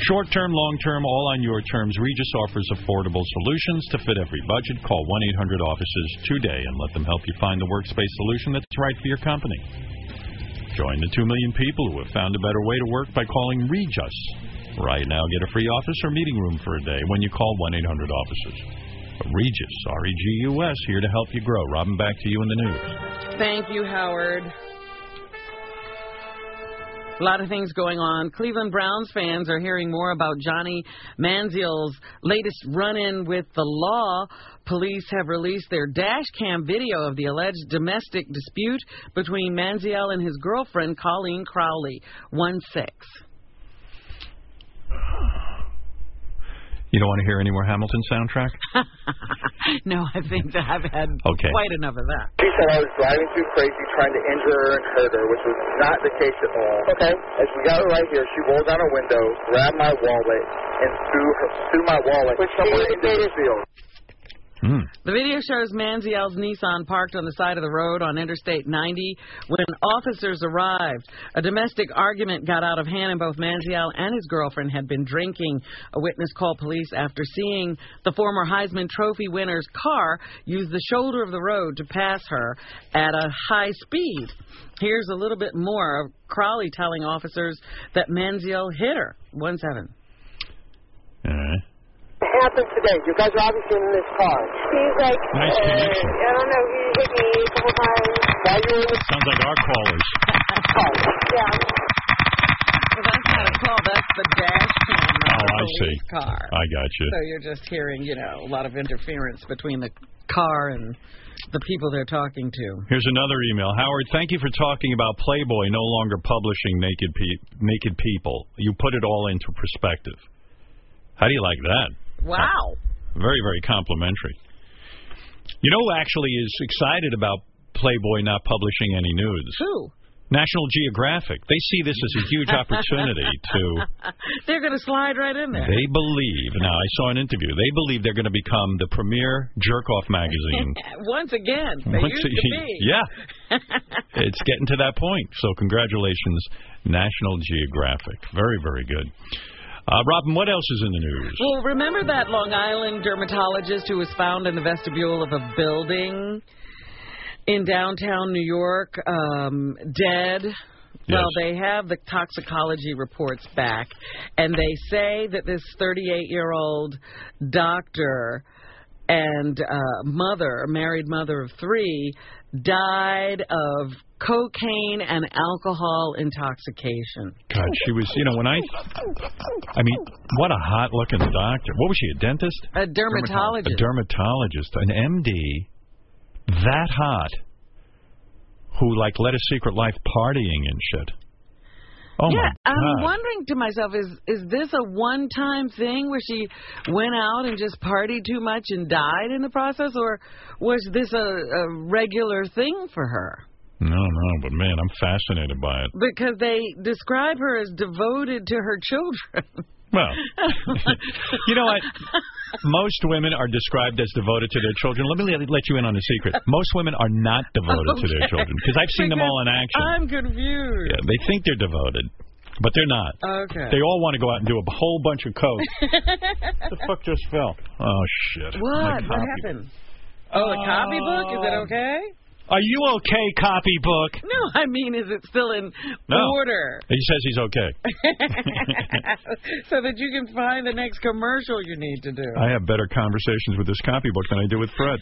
[SPEAKER 1] Short term, long term, all on your terms, Regis offers affordable solutions to fit every budget. Call 1 800 offices today and let them help you find the workspace solution that's right for your company. Join the 2 million people who have found a better way to work by calling Regis. Right now, get a free office or meeting room for a day when you call 1 800 offices. Regis, R E G U S, here to help you grow. Robin, back to you in the news.
[SPEAKER 3] Thank you, Howard. A lot of things going on. Cleveland Browns fans are hearing more about Johnny Manziel's latest run in with the law. Police have released their dash cam video of the alleged domestic dispute between Manziel and his girlfriend, Colleen Crowley, 1 6.
[SPEAKER 1] You don't want to hear any more Hamilton soundtrack?
[SPEAKER 3] *laughs* no, I think that I've had
[SPEAKER 1] Okay.
[SPEAKER 3] quite enough of that.
[SPEAKER 18] She said I was driving too crazy, trying to injure her and hurt her, which was not the case at all. Okay. As we got her right here, she rolled down her window, grabbed my wallet, and threw her, threw my wallet. Which somewhere into the field.
[SPEAKER 3] The video shows Manziel's Nissan parked on the side of the road on Interstate 90. When officers arrived, a domestic argument got out of hand, and both Manziel and his girlfriend had been drinking. A witness called police after seeing the former Heisman Trophy winner's car use the shoulder of the road to pass her at a high speed. Here's a little bit more of Crowley telling officers that Manziel hit her. One seven.
[SPEAKER 20] What happened today? You guys are obviously in this car. He's like,
[SPEAKER 1] Nice
[SPEAKER 20] uh,
[SPEAKER 1] connection.
[SPEAKER 20] I don't know, he hit me a couple times. While you were in the
[SPEAKER 1] Sounds like our callers.
[SPEAKER 20] car. Yeah.
[SPEAKER 3] Well, that's not a call. That's the dash cam of
[SPEAKER 1] Oh,
[SPEAKER 3] the
[SPEAKER 1] I see.
[SPEAKER 3] police car.
[SPEAKER 1] I got you.
[SPEAKER 3] So you're just hearing, you know, a lot of interference between the car and the people they're talking to.
[SPEAKER 1] Here's another email. Howard, thank you for talking about Playboy no longer publishing naked pe- naked people. You put it all into perspective. How do you like that?
[SPEAKER 3] Wow.
[SPEAKER 1] Very, very complimentary. You know who actually is excited about Playboy not publishing any nudes?
[SPEAKER 3] Who?
[SPEAKER 1] National Geographic. They see this as a
[SPEAKER 3] *laughs*
[SPEAKER 1] huge opportunity to
[SPEAKER 3] *laughs* They're going to slide right in there.
[SPEAKER 1] They believe. Now, I saw an interview. They believe they're going to become the premier jerk off magazine.
[SPEAKER 3] Once again, *laughs* they
[SPEAKER 1] Once
[SPEAKER 3] used to
[SPEAKER 1] a-
[SPEAKER 3] be.
[SPEAKER 1] Yeah.
[SPEAKER 3] *laughs*
[SPEAKER 1] it's getting to that point. So, congratulations, National Geographic. Very, very good. Uh, Robin, what else is in the news?
[SPEAKER 3] Well, remember that Long Island dermatologist who was found in the vestibule of a building in downtown New York, um, dead? Well, they have the toxicology reports back, and they say that this 38 year old doctor and uh, mother, married mother of three, died of cocaine and alcohol intoxication.
[SPEAKER 1] God, she was, you know, when I, I mean, what a hot looking doctor. What was she, a dentist?
[SPEAKER 3] A dermatologist.
[SPEAKER 1] A dermatologist, an MD, that hot, who like led a secret life partying and shit. Oh
[SPEAKER 3] yeah,
[SPEAKER 1] my
[SPEAKER 3] I'm
[SPEAKER 1] God.
[SPEAKER 3] wondering to myself, is is this a one time thing where she went out and just partied too much and died in the process, or was this a, a regular thing for her?
[SPEAKER 1] No, no, but man, I'm fascinated by it.
[SPEAKER 3] Because they describe her as devoted to her children. *laughs*
[SPEAKER 1] Well, you know what? Most women are described as devoted to their children. Let me let, let you in on a secret. Most women are not *laughs* devoted to their
[SPEAKER 3] Okay.
[SPEAKER 1] children because I've seen them all in action.
[SPEAKER 3] I'm confused.
[SPEAKER 1] Yeah, they think they're devoted, but they're not.
[SPEAKER 3] Okay.
[SPEAKER 1] They all want to go out and do a whole bunch of
[SPEAKER 5] *laughs*
[SPEAKER 3] *laughs*
[SPEAKER 1] coke. the fuck just fell? Oh shit! My
[SPEAKER 3] What? What
[SPEAKER 1] copy. Oh.
[SPEAKER 3] happened? Oh, the copybook? Is it okay?
[SPEAKER 1] Are you okay, copybook?
[SPEAKER 3] No, I mean, is it still in
[SPEAKER 1] No. *laughs*
[SPEAKER 3] order? *laughs*
[SPEAKER 1] He says he's okay.
[SPEAKER 3] so that you can find the next commercial you need to do.
[SPEAKER 1] I have better conversations with this copybook than I do with Fred.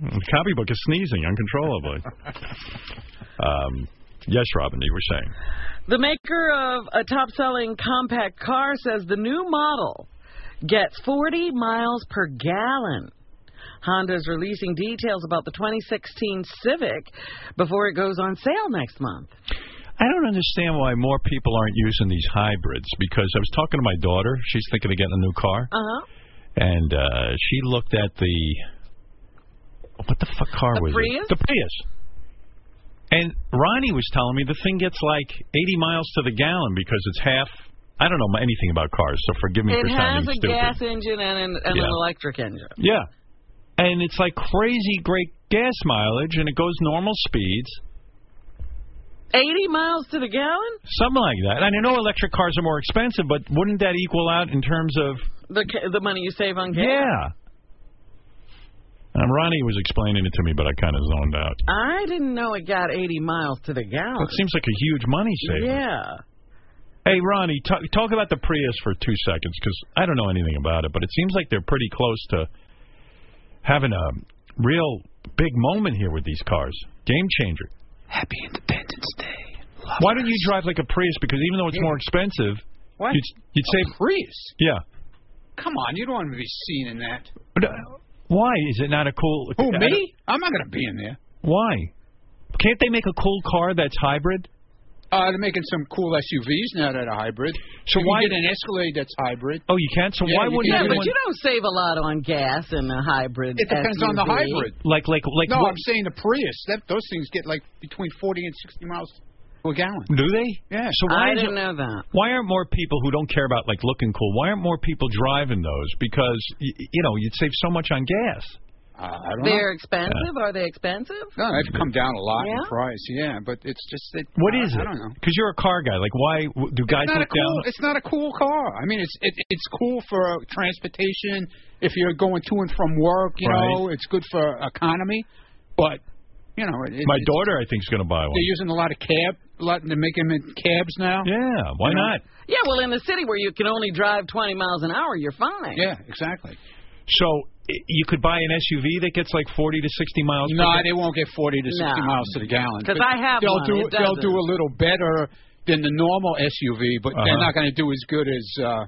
[SPEAKER 1] the copybook is sneezing uncontrollably. Um, yes, Robin, you were saying.
[SPEAKER 3] The maker of a top selling compact car says the new model gets 40 miles per gallon. Honda's releasing details about the 2016 Civic before it goes on sale next month.
[SPEAKER 1] I don't understand why more people aren't using these hybrids because I was talking to my daughter. She's thinking of getting a new car.
[SPEAKER 3] Uh huh.
[SPEAKER 1] and uh, she looked at the what the fuck car was
[SPEAKER 12] Prius?
[SPEAKER 1] it? The Prius. And Ronnie was telling me the thing gets like 80 miles to the gallon because it's half. I don't know anything about cars, so forgive me
[SPEAKER 3] It
[SPEAKER 1] for
[SPEAKER 3] has
[SPEAKER 1] sounding
[SPEAKER 3] a
[SPEAKER 1] stupid.
[SPEAKER 3] gas engine and an, and
[SPEAKER 1] Yeah.
[SPEAKER 3] an electric engine.
[SPEAKER 1] Yeah, and it's like crazy great gas mileage, and it goes normal speeds,
[SPEAKER 3] 80 miles to the gallon?
[SPEAKER 1] something like that. And I know electric cars are more expensive, but wouldn't that equal out in terms of
[SPEAKER 3] The ca- the money you save on gas.
[SPEAKER 1] yeah? Um, Ronnie was explaining it to me, but I kind of zoned out.
[SPEAKER 3] I didn't know it got 80 miles to the gallon.
[SPEAKER 1] That seems like a huge money saving.
[SPEAKER 3] Yeah.
[SPEAKER 1] Hey, Ronnie, talk, talk about the Prius for two seconds because I don't know anything about it, but it seems like they're pretty close to having a real big moment here with these cars. Game changer. Happy Independence Day. Why don't you drive like a Prius? Because even though it's more expensive,
[SPEAKER 27] What?
[SPEAKER 1] you'd, you'd save.
[SPEAKER 27] Prius?
[SPEAKER 1] Yeah.
[SPEAKER 27] Come on, you don't want to be seen in that.
[SPEAKER 1] But, uh, why is it not a cool?
[SPEAKER 27] Who,
[SPEAKER 1] I
[SPEAKER 27] me?
[SPEAKER 1] don't-
[SPEAKER 27] I'm not going to be in there.
[SPEAKER 1] Why? Can't they make a cool car that's hybrid?
[SPEAKER 27] Uh, they're making some cool SUVs now that are hybrid. So you
[SPEAKER 1] why-
[SPEAKER 27] can get an Escalade that's hybrid?
[SPEAKER 1] Oh, you can't. So
[SPEAKER 27] Yeah,
[SPEAKER 1] why
[SPEAKER 27] you can.
[SPEAKER 1] wouldn't
[SPEAKER 3] Yeah,
[SPEAKER 1] everyone?
[SPEAKER 3] but you don't save a lot on gas in a hybrid.
[SPEAKER 27] It depends on the
[SPEAKER 3] SUV.
[SPEAKER 27] hybrid.
[SPEAKER 1] Like, like, like.
[SPEAKER 27] no,
[SPEAKER 1] what-
[SPEAKER 27] I'm saying the Prius. That those things get like between 40 and 60 miles
[SPEAKER 13] a gallon.
[SPEAKER 1] Do they?
[SPEAKER 13] Yeah.
[SPEAKER 1] So why
[SPEAKER 13] I
[SPEAKER 1] is
[SPEAKER 13] didn't
[SPEAKER 1] it-
[SPEAKER 13] know that.
[SPEAKER 1] Why aren't more people who don't care about like looking cool? Why aren't more people driving those? Because y you know you'd save so much on gas.
[SPEAKER 13] Uh, I don't know.
[SPEAKER 3] They're expensive. Are they expensive?
[SPEAKER 13] No, they've come down a lot in
[SPEAKER 3] Yeah?
[SPEAKER 13] price. Yeah, but it's just that.
[SPEAKER 1] What
[SPEAKER 13] I-
[SPEAKER 1] is it?
[SPEAKER 13] I don't know.
[SPEAKER 1] Because you're a car guy. Like why w- do guys
[SPEAKER 13] it's not
[SPEAKER 1] look
[SPEAKER 13] a cool.
[SPEAKER 1] down?
[SPEAKER 13] It's not a cool car. I mean, it's it, it's cool for uh, transportation. If you're going to and from work, you
[SPEAKER 1] Right.
[SPEAKER 13] know, it's good for economy. But you know, it,
[SPEAKER 1] My
[SPEAKER 13] it's-
[SPEAKER 1] daughter, I think, is going to buy one.
[SPEAKER 13] They're using a lot of cab. A lot. They're making them in cabs now.
[SPEAKER 1] Yeah. Why not?
[SPEAKER 3] Yeah, well, in the city where you can only drive 20 miles an hour, you're fine.
[SPEAKER 13] Yeah, exactly.
[SPEAKER 1] So i- you could buy an SUV that gets like 40 to 60 miles.
[SPEAKER 13] No,
[SPEAKER 1] per
[SPEAKER 13] they won't get 40 to 60
[SPEAKER 1] No.
[SPEAKER 13] miles to the gallon.
[SPEAKER 1] 'Cause
[SPEAKER 13] But
[SPEAKER 1] I have
[SPEAKER 13] They'll
[SPEAKER 1] one.
[SPEAKER 13] do.
[SPEAKER 1] It
[SPEAKER 13] they'll do
[SPEAKER 1] doesn't.
[SPEAKER 13] a little better than the normal SUV, but they're
[SPEAKER 1] Uh-huh.
[SPEAKER 13] not going to do as good as, uh,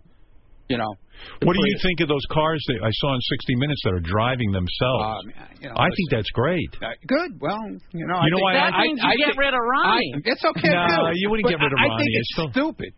[SPEAKER 13] you know. the
[SPEAKER 1] What do you
[SPEAKER 13] Prius.
[SPEAKER 1] think of those cars that I saw in 60 Minutes that are driving
[SPEAKER 13] Uh,
[SPEAKER 1] themselves?
[SPEAKER 13] you know,
[SPEAKER 1] I
[SPEAKER 13] listen.
[SPEAKER 1] think that's great.
[SPEAKER 13] Uh, good. Well, you know,
[SPEAKER 1] You know
[SPEAKER 13] I think
[SPEAKER 1] why I- That means you
[SPEAKER 13] I
[SPEAKER 1] get
[SPEAKER 13] think-
[SPEAKER 1] rid of Ronnie.
[SPEAKER 13] I, it's okay.
[SPEAKER 1] No,
[SPEAKER 13] too.
[SPEAKER 1] you wouldn't
[SPEAKER 13] But
[SPEAKER 1] get rid of
[SPEAKER 13] I- I
[SPEAKER 1] Ronnie.
[SPEAKER 13] think
[SPEAKER 1] It's
[SPEAKER 13] it's
[SPEAKER 1] still-
[SPEAKER 13] stupid.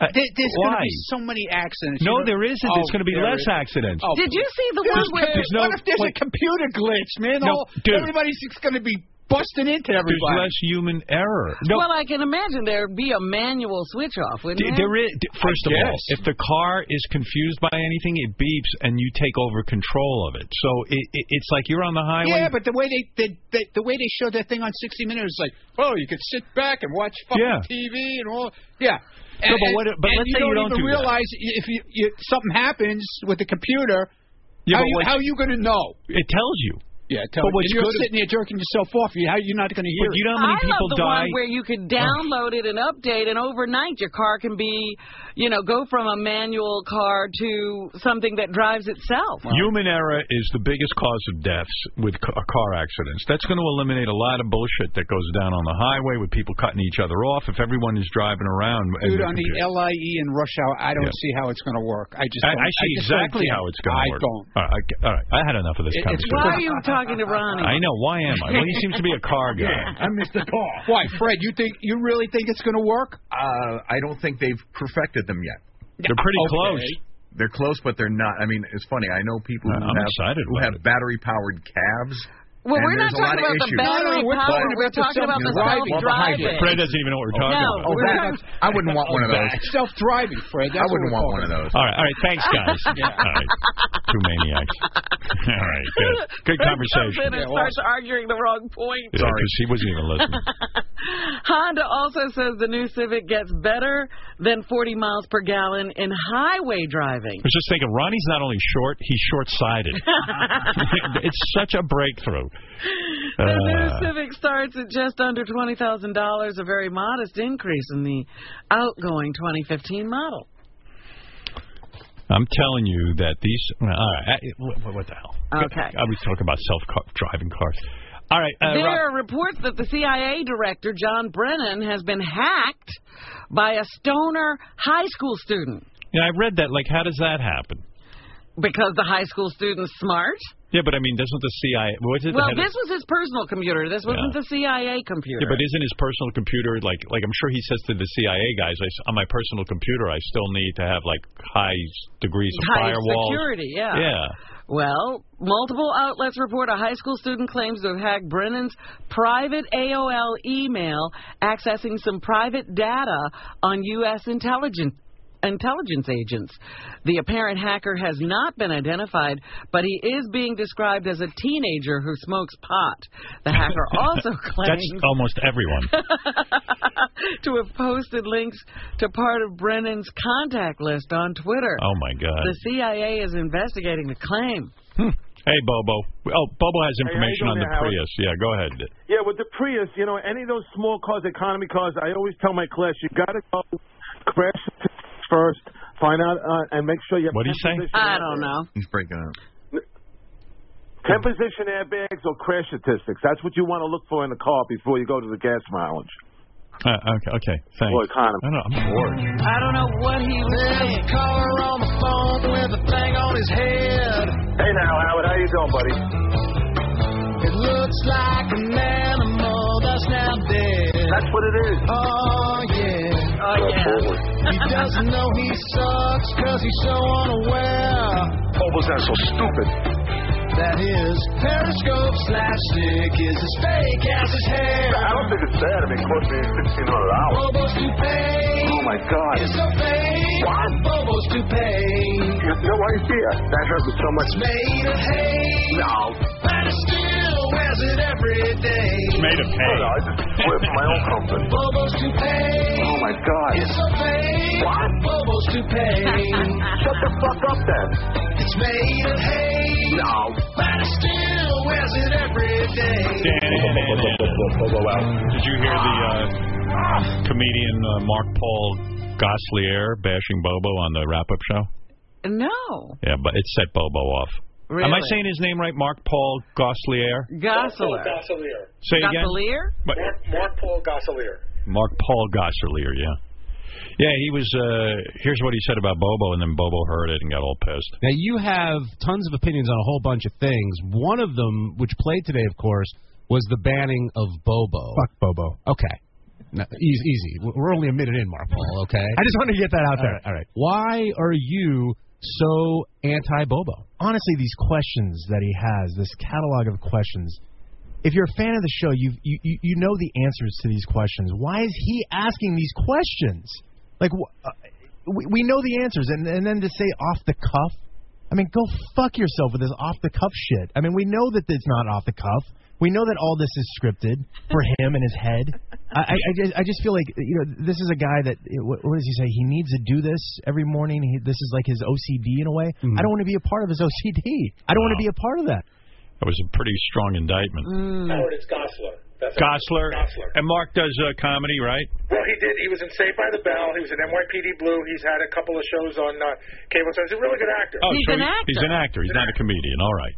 [SPEAKER 1] Uh,
[SPEAKER 13] There- there's going to
[SPEAKER 1] why?
[SPEAKER 13] be so many accidents.
[SPEAKER 1] No,
[SPEAKER 13] you know?
[SPEAKER 1] there isn't. There's
[SPEAKER 13] Oh,
[SPEAKER 1] gonna be
[SPEAKER 13] there
[SPEAKER 1] less
[SPEAKER 13] is.
[SPEAKER 1] accidents.
[SPEAKER 13] Oh,
[SPEAKER 3] Did you see the
[SPEAKER 13] there's
[SPEAKER 3] one where-
[SPEAKER 13] computers-
[SPEAKER 1] There's no-
[SPEAKER 13] what if there's
[SPEAKER 1] wait.
[SPEAKER 13] a computer glitch, man?
[SPEAKER 1] No,
[SPEAKER 13] All-
[SPEAKER 1] dude.
[SPEAKER 13] everybody's just going to be busting into
[SPEAKER 1] There's
[SPEAKER 13] everybody.
[SPEAKER 1] less human error. No,
[SPEAKER 3] Well, I can imagine there'd be a manual switch off, wouldn't
[SPEAKER 1] D-
[SPEAKER 3] there?
[SPEAKER 1] There is, d- first of all,
[SPEAKER 3] guess.
[SPEAKER 1] if the car is confused by anything, it beeps and you take over control of it. So it, it, it's like you're on the highway.
[SPEAKER 13] Yeah, but the way they, they, they the way they showed that thing on 60 Minutes is like, oh, you could sit back and watch fucking
[SPEAKER 1] Yeah.
[SPEAKER 13] TV and all. Yeah.
[SPEAKER 1] No,
[SPEAKER 13] And-
[SPEAKER 1] but what-
[SPEAKER 13] and-
[SPEAKER 1] but
[SPEAKER 13] and
[SPEAKER 1] let's
[SPEAKER 13] you
[SPEAKER 1] say you
[SPEAKER 13] don't
[SPEAKER 1] don't
[SPEAKER 13] even
[SPEAKER 1] do that.
[SPEAKER 13] realize if you, you something happens with the computer.
[SPEAKER 1] Yeah,
[SPEAKER 13] how,
[SPEAKER 1] but
[SPEAKER 13] you,
[SPEAKER 1] what-
[SPEAKER 13] how are you going to know?
[SPEAKER 1] it tells you.
[SPEAKER 13] Yeah, tell
[SPEAKER 1] But what's
[SPEAKER 13] and you're
[SPEAKER 1] good is-
[SPEAKER 13] sitting there jerking yourself off. You, how you're not going to hear?
[SPEAKER 1] But you
[SPEAKER 13] it.
[SPEAKER 1] know how many Oh.
[SPEAKER 3] I love the one where you could download it and update, and overnight your car can be, you know, go from a manual car to something that drives itself.
[SPEAKER 1] Human error is the biggest cause of deaths with ca- uh, car accidents. That's going to eliminate a lot of bullshit that goes down on the highway with people cutting each other off. If everyone is driving around, and
[SPEAKER 13] Dude,
[SPEAKER 1] they're
[SPEAKER 13] on the
[SPEAKER 1] confused.
[SPEAKER 13] LIE and rush hour, I don't
[SPEAKER 1] Yeah.
[SPEAKER 13] see how it's going to work. I just
[SPEAKER 1] I,
[SPEAKER 13] don't,
[SPEAKER 1] I see
[SPEAKER 13] just don't get
[SPEAKER 1] exactly
[SPEAKER 13] it.
[SPEAKER 1] how it's going
[SPEAKER 13] I
[SPEAKER 1] to work.
[SPEAKER 13] don't.
[SPEAKER 1] All right, I, all right, I had enough of this
[SPEAKER 13] It- it's-
[SPEAKER 1] conversation.
[SPEAKER 3] Why are you talking to Ronnie?
[SPEAKER 1] I know. Why am I? Well, he seems to be a car guy.
[SPEAKER 13] I missed the call. *laughs* Why, Fred? You think you really think it's going to work?
[SPEAKER 18] Uh, I don't think they've perfected them yet.
[SPEAKER 1] They're pretty
[SPEAKER 13] Okay. close.
[SPEAKER 18] They're close, but they're not. I mean, it's funny. I know people who
[SPEAKER 1] I'm
[SPEAKER 18] have,
[SPEAKER 1] excited
[SPEAKER 18] who
[SPEAKER 1] about
[SPEAKER 18] have battery powered cabs. and
[SPEAKER 3] Well, we're
[SPEAKER 18] there's
[SPEAKER 3] not
[SPEAKER 18] a lot
[SPEAKER 3] talking about
[SPEAKER 18] of
[SPEAKER 3] the
[SPEAKER 18] issues.
[SPEAKER 3] battery No, no, we're power, talking we're about the talking about the self-driving. self-driving.
[SPEAKER 1] Fred doesn't even know what we're
[SPEAKER 18] Oh,
[SPEAKER 1] talking
[SPEAKER 18] no,
[SPEAKER 1] about.
[SPEAKER 18] Oh, we're that- not- I wouldn't want one of those.
[SPEAKER 13] Self-driving, Fred. That's
[SPEAKER 18] I wouldn't
[SPEAKER 13] what
[SPEAKER 18] want
[SPEAKER 13] we're
[SPEAKER 18] one of those.
[SPEAKER 1] All right, all right. Thanks, guys.
[SPEAKER 3] *laughs*
[SPEAKER 13] Yeah.
[SPEAKER 1] All right, two maniacs. All right, good, good
[SPEAKER 3] Comes in
[SPEAKER 1] conversation.
[SPEAKER 3] and starts arguing the wrong point.
[SPEAKER 1] Yeah,
[SPEAKER 3] *laughs*
[SPEAKER 1] 'cause he wasn't even listening.
[SPEAKER 3] Honda also says the new Civic gets better than 40 miles per gallon in highway driving.
[SPEAKER 1] I was just thinking, Ronnie's not only short, he's
[SPEAKER 3] *laughs*
[SPEAKER 1] short-sighted. it's such a breakthrough.
[SPEAKER 3] The new
[SPEAKER 1] Uh,
[SPEAKER 3] Civic starts at just under $20,000, a very modest increase in the outgoing 2015 model.
[SPEAKER 1] I'm telling you that these. uh, All right, I- what, what the hell?
[SPEAKER 3] Okay.
[SPEAKER 1] I was talking about self-driving cars. All right, uh,
[SPEAKER 3] there
[SPEAKER 1] Rob-
[SPEAKER 3] are reports that the CIA director, John Brennan, has been hacked by a stoner high school student
[SPEAKER 1] yeah, I read that. Like, how does that happen?
[SPEAKER 3] because the high school student's smart.
[SPEAKER 1] Yeah, but I mean, doesn't the CIA? What is it? the
[SPEAKER 3] Well,
[SPEAKER 1] head of-
[SPEAKER 3] this was his personal computer. This wasn't the CIA computer.
[SPEAKER 1] Yeah, but isn't his personal computer like like I'm sure he says to the CIA guys, I s on my personal computer, I still need to have like high s- degrees of
[SPEAKER 3] High
[SPEAKER 1] firewall
[SPEAKER 3] security, yeah.
[SPEAKER 1] Yeah.
[SPEAKER 3] Well, multiple outlets report a high school student claims to have hacked Brennan's private AOL email, accessing some private data on U.S. intelligence. Intelligence agents. The apparent hacker has not been identified, but he is being described as a teenager who smokes pot.
[SPEAKER 1] *laughs*
[SPEAKER 3] The hacker also
[SPEAKER 1] That's
[SPEAKER 3] claims
[SPEAKER 1] almost everyone. Oh,
[SPEAKER 3] to have posted links to part of Brennan's contact list on Twitter.
[SPEAKER 1] Oh my
[SPEAKER 3] *laughs*
[SPEAKER 1] God.
[SPEAKER 3] The CIA is investigating the claim.
[SPEAKER 1] Hey Bobo. Oh, Bobo has
[SPEAKER 24] Hey, how you
[SPEAKER 1] information on
[SPEAKER 24] doing
[SPEAKER 1] the
[SPEAKER 24] there, Howard?
[SPEAKER 1] Prius. Yeah, go ahead.
[SPEAKER 24] Yeah, with the Prius, you know, any of those small cars, economy cars, I always tell my class, you got to go crash the test first, find out, uh, and make sure you have. What do you say?
[SPEAKER 3] I don't know.
[SPEAKER 18] He's breaking up.
[SPEAKER 24] Ten position airbags or crash statistics. That's what you want to look for in the car before you go to the gas mileage.
[SPEAKER 1] Uh, okay, okay, thanks.
[SPEAKER 24] Or economy.
[SPEAKER 1] I don't know, I'm bored.
[SPEAKER 3] I don't know what he was saying.
[SPEAKER 5] caller on the phone with a thing on his head.
[SPEAKER 24] Hey now, Howard, how you doing, buddy?
[SPEAKER 5] It looks like an animal that's now dead. That's
[SPEAKER 24] what it is.
[SPEAKER 5] Oh, yeah.
[SPEAKER 3] Oh,
[SPEAKER 24] yeah.
[SPEAKER 5] he doesn't know he sucks because he's so unaware.
[SPEAKER 24] Bobo's not so stupid.
[SPEAKER 5] That is Periscope slash Nick is as fake as his hair. I don't think it's bad. I mean, it cost me fifteen hundred dollars. Bobo's toupee. Oh my God. It's a fake. What? Bobo's toupee. You have no idea. That hurt me so much. It's made of hay. No. But it still wears it every day. It's
[SPEAKER 1] made of hay.
[SPEAKER 5] I just quit my *laughs* own company. Bobo's toupee. Oh my God. It's a fake. What? Bobo's toupee. *laughs* Shut the fuck up then. It's made of hay. No. But it still wears it every day.
[SPEAKER 1] Did you hear the uh, comedian uh, Mark Paul Gosselier bashing Bobo on the wrap up show?
[SPEAKER 3] No.
[SPEAKER 1] Yeah, but it set Bobo off. Am I
[SPEAKER 3] Really?
[SPEAKER 1] saying his name right? Mark Paul Gosselier?
[SPEAKER 3] Gosselier.
[SPEAKER 13] Gosselier.
[SPEAKER 1] Say again?
[SPEAKER 3] Gosselier?
[SPEAKER 1] But-
[SPEAKER 13] Mark, Mark Paul Gosselier.
[SPEAKER 1] Mark Paul Gosselier, yeah. Yeah, he was. Uh, here's what he said about Bobo, and then Bobo heard it and got all pissed.
[SPEAKER 10] Now you have tons of opinions on a whole bunch of things. One of them, which played today, of course, was the banning of Bobo. Fuck Bobo. Okay. No, easy, easy. We're only a minute in, Mark Paul. Okay.
[SPEAKER 23] I just wanted to get that out there.
[SPEAKER 10] All right. all right. Why are you so anti Bobo?
[SPEAKER 23] honestly, these questions that he has, this catalog of questions. If you're a fan of the show, you've, you you you know the answers to these questions. Why is he asking these questions? Like, wh- uh, we, we know the answers, and and then to say off the cuff. I mean, go fuck yourself with this off the cuff shit. I mean, we know that it's not off the cuff. We know that all this is scripted
[SPEAKER 3] *laughs*
[SPEAKER 23] for him in his head. I, I, I just I just feel like you know this is a guy that what, what does he say? He needs to do this every morning. He, this is like his OCD in a way.
[SPEAKER 3] Mm-hmm.
[SPEAKER 23] I don't want to be a part of his OCD. I don't want to be a part of that.
[SPEAKER 1] That was a pretty strong indictment.
[SPEAKER 3] Hmm.
[SPEAKER 13] Howard, it's Gossler. That's
[SPEAKER 1] Gossler,
[SPEAKER 13] Gossler.
[SPEAKER 1] and Mark does uh, comedy, right?
[SPEAKER 13] Well, he did. He was in Saved by the Bell. He was in NYPD Blue. He's had a couple of shows on uh, cable. So he's a really good actor.
[SPEAKER 1] Oh, so he- He's an actor. He's not a comedian. All right.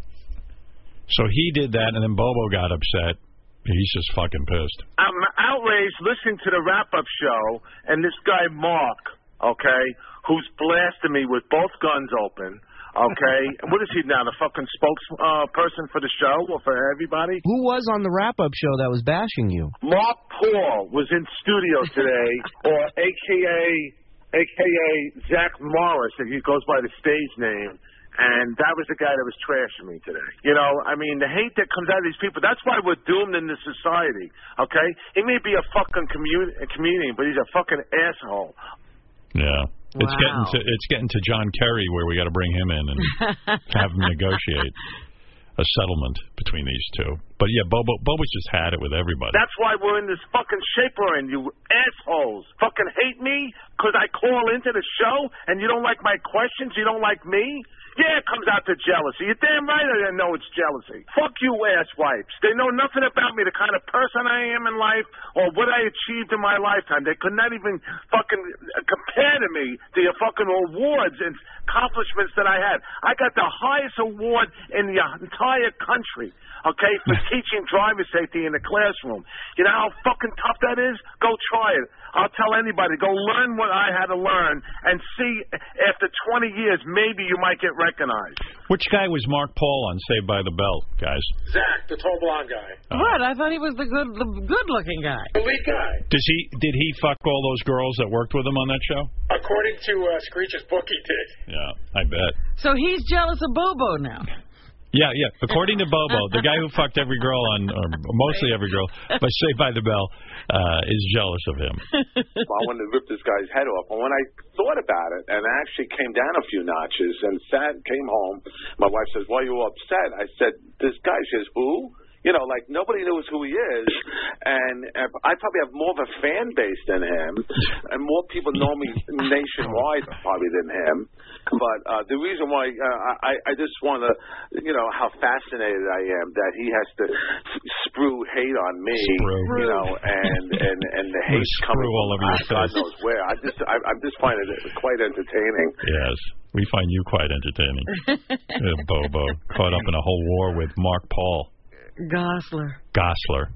[SPEAKER 1] So he did that, and then Bobo got upset. He's just fucking pissed.
[SPEAKER 24] I'm outraged listening to the wrap up show and this guy Mark, okay, who's blasting me with both guns open. Okay, what is he now? The fucking spokesperson uh, person for the show or for everybody?
[SPEAKER 9] Who was on the wrap up show that was bashing you?
[SPEAKER 24] Mark Paul was in studio today, or AKA AKA Zach Morris, if he goes by the stage name. And that was the guy that was trashing me today. You know, I mean, the hate that comes out of these people, that's why we're doomed in this society, okay? He may be a fucking commu- a comedian, but he's a fucking asshole.
[SPEAKER 1] Yeah. It's
[SPEAKER 24] Wow.
[SPEAKER 1] getting to it's getting to John Kerry where we got to bring him in and have him negotiate a settlement between these two. But yeah, Bobo Bobo's just had it with everybody.
[SPEAKER 24] That's why we're in this fucking shape we're in, you assholes. Fucking hate me 'cause I call into the show and you don't like my questions, you don't like me? Yeah, it comes out to jealousy. You're damn right I know it's jealousy. Fuck you ass wipes. They know nothing about me, the kind of person I am in life or what I achieved in my lifetime. They could not even fucking uh, compare to me the fucking awards and accomplishments that I had. I got the highest award in the entire country, okay, for teaching driver safety in the classroom. You know how fucking tough that is? Go try it. I'll tell anybody, go learn what I had to learn and see after 20 years, maybe you might get recognized.
[SPEAKER 1] Which guy was Mark Paul on Saved by the Bell, guys?
[SPEAKER 13] Zach, the tall blonde guy.
[SPEAKER 3] What? I thought he was the good, the good-looking guy.
[SPEAKER 13] The lead guy.
[SPEAKER 1] Does he did he fuck all those girls that worked with him on that show?
[SPEAKER 13] According to uh, Screech's book, he did.
[SPEAKER 1] Yeah, I bet.
[SPEAKER 3] So he's jealous of Bobo now.
[SPEAKER 1] Yeah, yeah. According to Bobo, the guy who fucked every girl on, or mostly every girl, but Saved by the Bell, uh, is jealous of him.
[SPEAKER 16] I wanted to rip this guy's head off. And when I thought about it, and I actually came down a few notches and sat, came home. My wife says, "Why are you all upset?" I said, "This guy." She says, "Who?" You know, like nobody knows who he is, and uh, I probably have more of a fan base than him, and more people know me nationwide probably than him. But uh, the reason why uh, I, I just want to, you know, how fascinated I am that he has to s- sprue hate on me, you know, and and and the
[SPEAKER 1] Put a
[SPEAKER 16] hate
[SPEAKER 1] screw
[SPEAKER 16] coming
[SPEAKER 1] all over your
[SPEAKER 16] *laughs* God
[SPEAKER 1] face.
[SPEAKER 16] knows where. I just, I, I just find it quite entertaining.
[SPEAKER 1] Yes, we find you quite entertaining. Uh, Bobo caught up in a whole war with Mark Paul
[SPEAKER 3] Gosler.
[SPEAKER 1] Gossler.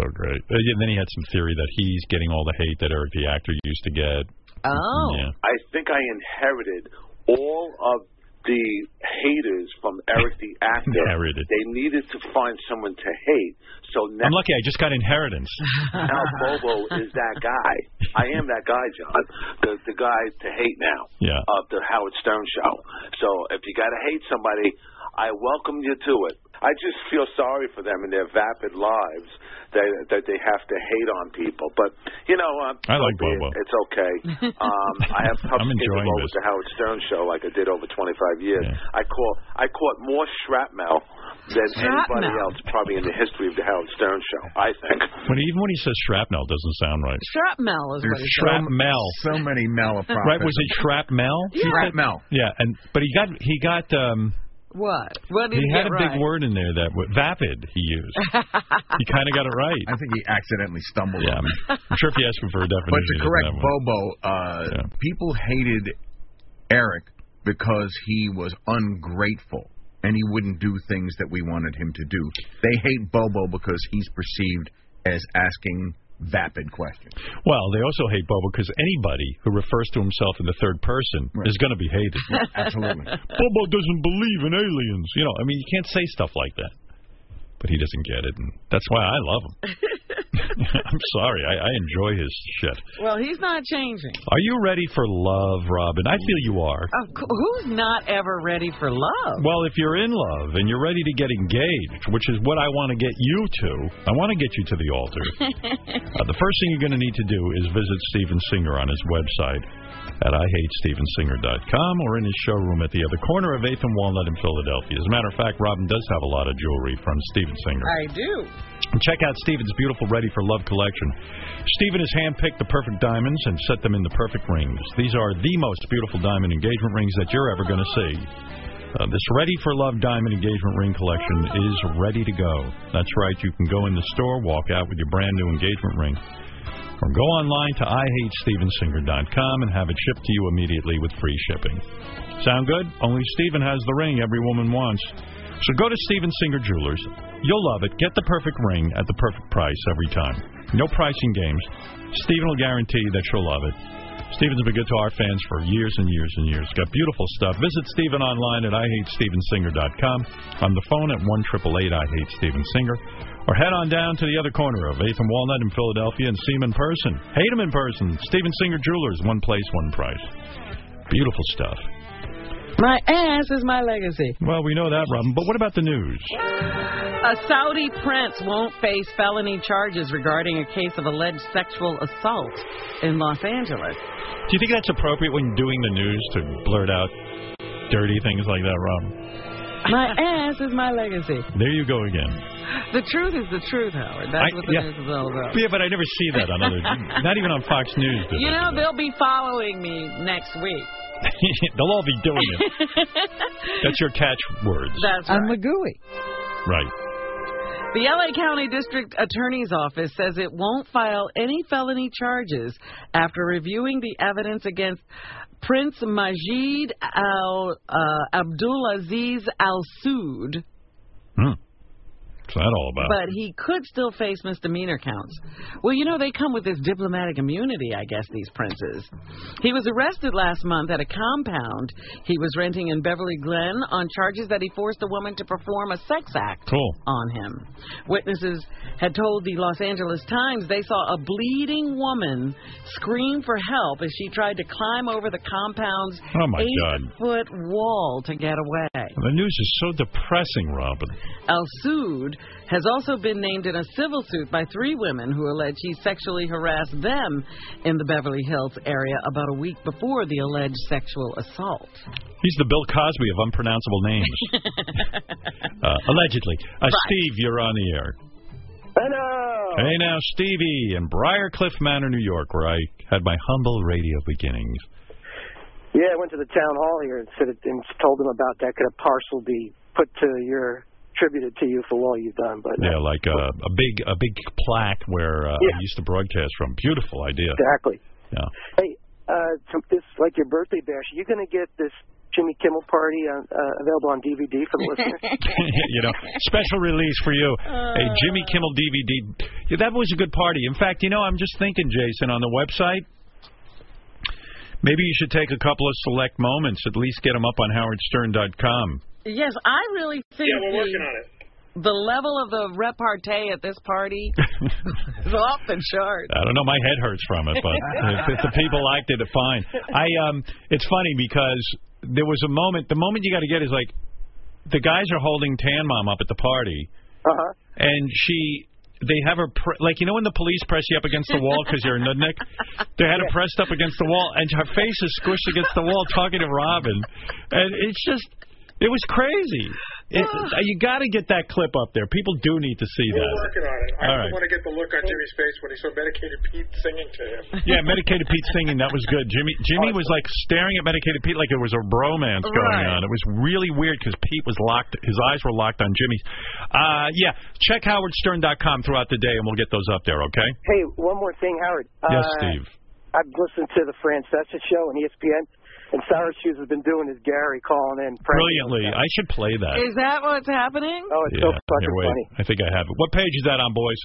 [SPEAKER 1] So great. Uh, yeah, then he had some theory that he's getting all the hate that Eric the actor used to get.
[SPEAKER 3] Oh.
[SPEAKER 1] Yeah.
[SPEAKER 16] I think I inherited all of the haters from Eric the actor.
[SPEAKER 1] Inherited.
[SPEAKER 16] They needed to find someone to hate. So now
[SPEAKER 1] I'm lucky I just got inheritance.
[SPEAKER 16] Al Bobo is that guy. I am that guy, John. The the guy to hate now.
[SPEAKER 1] Yeah.
[SPEAKER 16] Of the Howard Stern show. So if you gotta hate somebody,
[SPEAKER 29] I welcome you to it. I just feel sorry for them in their vapid lives that that they have to hate on people. But you know, um,
[SPEAKER 1] I like
[SPEAKER 29] so be it.
[SPEAKER 1] Bobo.
[SPEAKER 29] It's okay. Um, I have tough
[SPEAKER 1] *laughs* I'm
[SPEAKER 29] skin to
[SPEAKER 1] enjoying
[SPEAKER 29] roll
[SPEAKER 1] this.
[SPEAKER 29] with the Howard Stern show like I did over 25 years. I caught I caught more shrapnel than anybody
[SPEAKER 1] Shrapnel.
[SPEAKER 29] else probably in the history of the Howard Stern show. I think.
[SPEAKER 1] When even when he says shrapnel, it doesn't sound right.
[SPEAKER 3] Shrapnel is what it's
[SPEAKER 1] Shrapnel.
[SPEAKER 15] So many mel.
[SPEAKER 1] Right? Was it shrapnel?
[SPEAKER 3] Yeah. Shrapnel.
[SPEAKER 1] Yeah, and but he got he got um
[SPEAKER 3] What? What did
[SPEAKER 1] he had a
[SPEAKER 3] get right?
[SPEAKER 1] big word in there that w- vapid he used. he kind of got it right. I
[SPEAKER 15] think he accidentally stumbled.
[SPEAKER 1] Yeah, I'm, I'm sure if you ask him for a definition.
[SPEAKER 15] But to
[SPEAKER 1] he doesn't
[SPEAKER 15] correct
[SPEAKER 1] have one.
[SPEAKER 15] Bobo, uh, people hated Eric because he was ungrateful and he wouldn't do things that we wanted him to do. They hate Bobo because he's perceived as asking vapid questions.
[SPEAKER 1] Well, they also hate Bobo because anybody who refers to himself in the third person is going to be hated.
[SPEAKER 15] *laughs* Absolutely.
[SPEAKER 1] Bobo doesn't believe in aliens. You know, I mean, you can't say stuff like that. But he doesn't get it, and that's why I love him.
[SPEAKER 3] *laughs*
[SPEAKER 1] *laughs* I'm sorry, I, I enjoy his shit.
[SPEAKER 3] Well, he's not changing.
[SPEAKER 1] Are you ready for love, Robin? I feel you are.
[SPEAKER 3] Of cou- who's not ever ready for love?
[SPEAKER 1] Well, if you're in love and you're ready to get engaged, which is what I want to get you to, I want to get you to the altar. Uh, the first thing you're going to need to do is visit Steven Singer on his website at IHateStevenSinger.com or in his showroom at the other corner of 8th and Walnut in Philadelphia. As a matter of fact, Robin does have a lot of jewelry from Steven Singer.
[SPEAKER 3] I do.
[SPEAKER 1] Check out Steven's beautiful Ready for Love collection. Steven has handpicked the perfect diamonds and set them in the perfect rings. These are the most beautiful diamond engagement rings that you're ever going to see. Uh, this Ready for Love diamond engagement ring collection is ready to go. That's right, you can go in the store, walk out with your brand new engagement ring, or go online to IHateStevenSinger.com and have it shipped to you immediately with free shipping. Sound good? Only Steven has the ring every woman wants. So go to Steven Singer Jewelers. You'll love it. Get the perfect ring at the perfect price every time. No pricing games. Steven will guarantee that you'll love it. Steven's been good to our fans for years and years and years. Got beautiful stuff. Visit Steven online at IHateStevenSinger.com. On the phone at 1 I Hate Steven Singer. Or head on down to the other corner of 8th and Walnut in Philadelphia and see him in person. Hate him in person. Steven Singer Jewelers. One place, one price. Beautiful stuff.
[SPEAKER 3] My ass is my legacy.
[SPEAKER 1] Well, we know that, Robin. But what about the news?
[SPEAKER 3] A Saudi prince won't face felony charges regarding a case of alleged sexual assault in Los Angeles.
[SPEAKER 1] Do you think that's appropriate when doing the news to blurt out dirty things like that, Rob?
[SPEAKER 3] My *laughs* ass is my legacy.
[SPEAKER 1] There you go again.
[SPEAKER 3] The truth is the truth, Howard. That's
[SPEAKER 1] I-
[SPEAKER 3] what the
[SPEAKER 1] yeah.
[SPEAKER 3] news is all about.
[SPEAKER 1] Yeah, but I never see that on other, not even on Fox News. do
[SPEAKER 3] You
[SPEAKER 1] they?
[SPEAKER 3] know, they'll be following me next week.
[SPEAKER 1] *laughs* They'll all be doing it. That's your catchwords,
[SPEAKER 3] That's I'm the gooey.
[SPEAKER 1] right?
[SPEAKER 3] The LA County District Attorney's Office says it won't file any felony charges after reviewing the evidence against Prince Majid Al uh, Abdulaziz Al Sud,
[SPEAKER 1] Hmm. What's that all about?
[SPEAKER 3] but he could still face misdemeanor counts. Well, you know, they come with this diplomatic immunity, I guess, these princes. He was arrested last month at a compound he was renting in Beverly Glen on charges that he forced a woman to perform a sex
[SPEAKER 1] *laughs*
[SPEAKER 3] act
[SPEAKER 1] Cool.
[SPEAKER 3] on him. Witnesses had told the Los Angeles Times they saw a bleeding woman scream for help as she tried to climb over the compound's
[SPEAKER 1] Oh, my God.
[SPEAKER 3] eight-foot wall to get away.
[SPEAKER 1] The news is so depressing, Robin.
[SPEAKER 3] Al Sud has also been named in a civil suit by three women who allege he sexually harassed them in the Beverly Hills area about a week before the alleged sexual assault.
[SPEAKER 1] He's the Bill Cosby of unpronounceable
[SPEAKER 5] *laughs*
[SPEAKER 1] names, uh, allegedly. Uh, Steve, you're on the air.
[SPEAKER 5] uh,
[SPEAKER 1] Hello. Hey now, Stevie in Briarcliff Manor, New York, where I had my humble radio beginnings.
[SPEAKER 16] Yeah, I went to the town hall here and said it, and told them about that. Could a parcel be put to your attributed to you for all you've done? But uh,
[SPEAKER 1] Yeah, like a, a big a big plaque where uh, I used to broadcast from. Beautiful idea.
[SPEAKER 16] exactly.
[SPEAKER 1] Yeah.
[SPEAKER 16] Hey, uh, to this like your birthday bash. Are you going to get this Jimmy Kimmel party on, uh, available on DVD for the listeners?
[SPEAKER 1] *laughs* you know, special release for you, a Jimmy Kimmel DVD. Yeah, that was a good party. In fact, you know, I'm just thinking, Jason, on the website, maybe you should take a couple of select moments, at least get them up on howardstern.com.
[SPEAKER 3] Yes, I really think
[SPEAKER 17] Yeah, we're
[SPEAKER 3] the,
[SPEAKER 17] working on it.
[SPEAKER 3] the level of the repartee at this *laughs* party is off the charts.
[SPEAKER 1] I don't know. My head hurts from it,
[SPEAKER 13] *laughs*
[SPEAKER 1] but if, if the people liked it, fine. I um, it's funny because there was a moment. The moment you got to get is like, the guys are holding Tan Mom up at the party,
[SPEAKER 16] uh-huh.
[SPEAKER 1] and she. They have her pr like you know when the police press you up against the wall because you're a nudnik. They had her pressed up against the wall, and her face is squished against the wall talking to Robin, and it's just it was crazy.
[SPEAKER 13] *sighs*
[SPEAKER 1] It, you got to get that clip up there. People do need to see
[SPEAKER 13] We're
[SPEAKER 1] that.
[SPEAKER 13] working on it. I
[SPEAKER 1] All
[SPEAKER 13] don't
[SPEAKER 1] right.
[SPEAKER 13] want to get the look on Jimmy's face when he saw Medicated Pete singing to him.
[SPEAKER 1] *laughs* Yeah, Medicated Pete singing that was good. Jimmy Jimmy was like staring at Medicated Pete like there was a bromance going
[SPEAKER 30] Right.
[SPEAKER 1] on. It was really weird because Pete was locked. His eyes were locked on Jimmy's. Uh, yeah, check howardstern.com throughout the day, and we'll get those up there. Okay?
[SPEAKER 16] Hey, one more thing, Howard.
[SPEAKER 1] Yes,
[SPEAKER 16] Uh,
[SPEAKER 1] Steve.
[SPEAKER 16] I've listened to the Francesa show on E ESPN, and Sour Shoes has been doing his Gary calling in. pranking
[SPEAKER 1] Brilliantly, I should play that.
[SPEAKER 3] Is that what's happening?
[SPEAKER 16] Oh, it's
[SPEAKER 1] yeah,
[SPEAKER 16] so
[SPEAKER 1] here,
[SPEAKER 16] fucking
[SPEAKER 1] wait.
[SPEAKER 16] funny.
[SPEAKER 1] I think I have it. What page is that on, boys?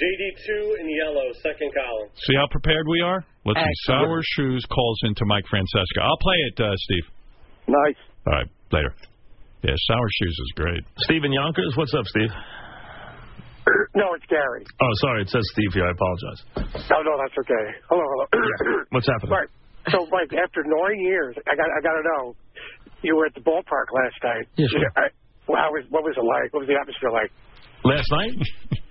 [SPEAKER 10] JD2 in yellow, second column.
[SPEAKER 1] See how prepared we are? Let's see.
[SPEAKER 10] Excellent.
[SPEAKER 1] Sour Shoes calls into Mike Francesca. I'll play it, uh, Steve.
[SPEAKER 16] Nice.
[SPEAKER 1] All right, later. Yeah, Sour Shoes is great.
[SPEAKER 11] Steven Yonkers, what's up, Steve?
[SPEAKER 16] *laughs* No, it's Gary.
[SPEAKER 11] Oh, sorry, it says Steve here. I apologize.
[SPEAKER 16] Oh, No, no, that's okay. Hello, hello. *clears throat*
[SPEAKER 11] What's happening?
[SPEAKER 16] Right. So, Mike, after nine years, I got I got to know, you were at the ballpark last night.
[SPEAKER 11] Yes, sir.
[SPEAKER 16] I, well, how was what was it like? What was the atmosphere like?
[SPEAKER 11] Last night?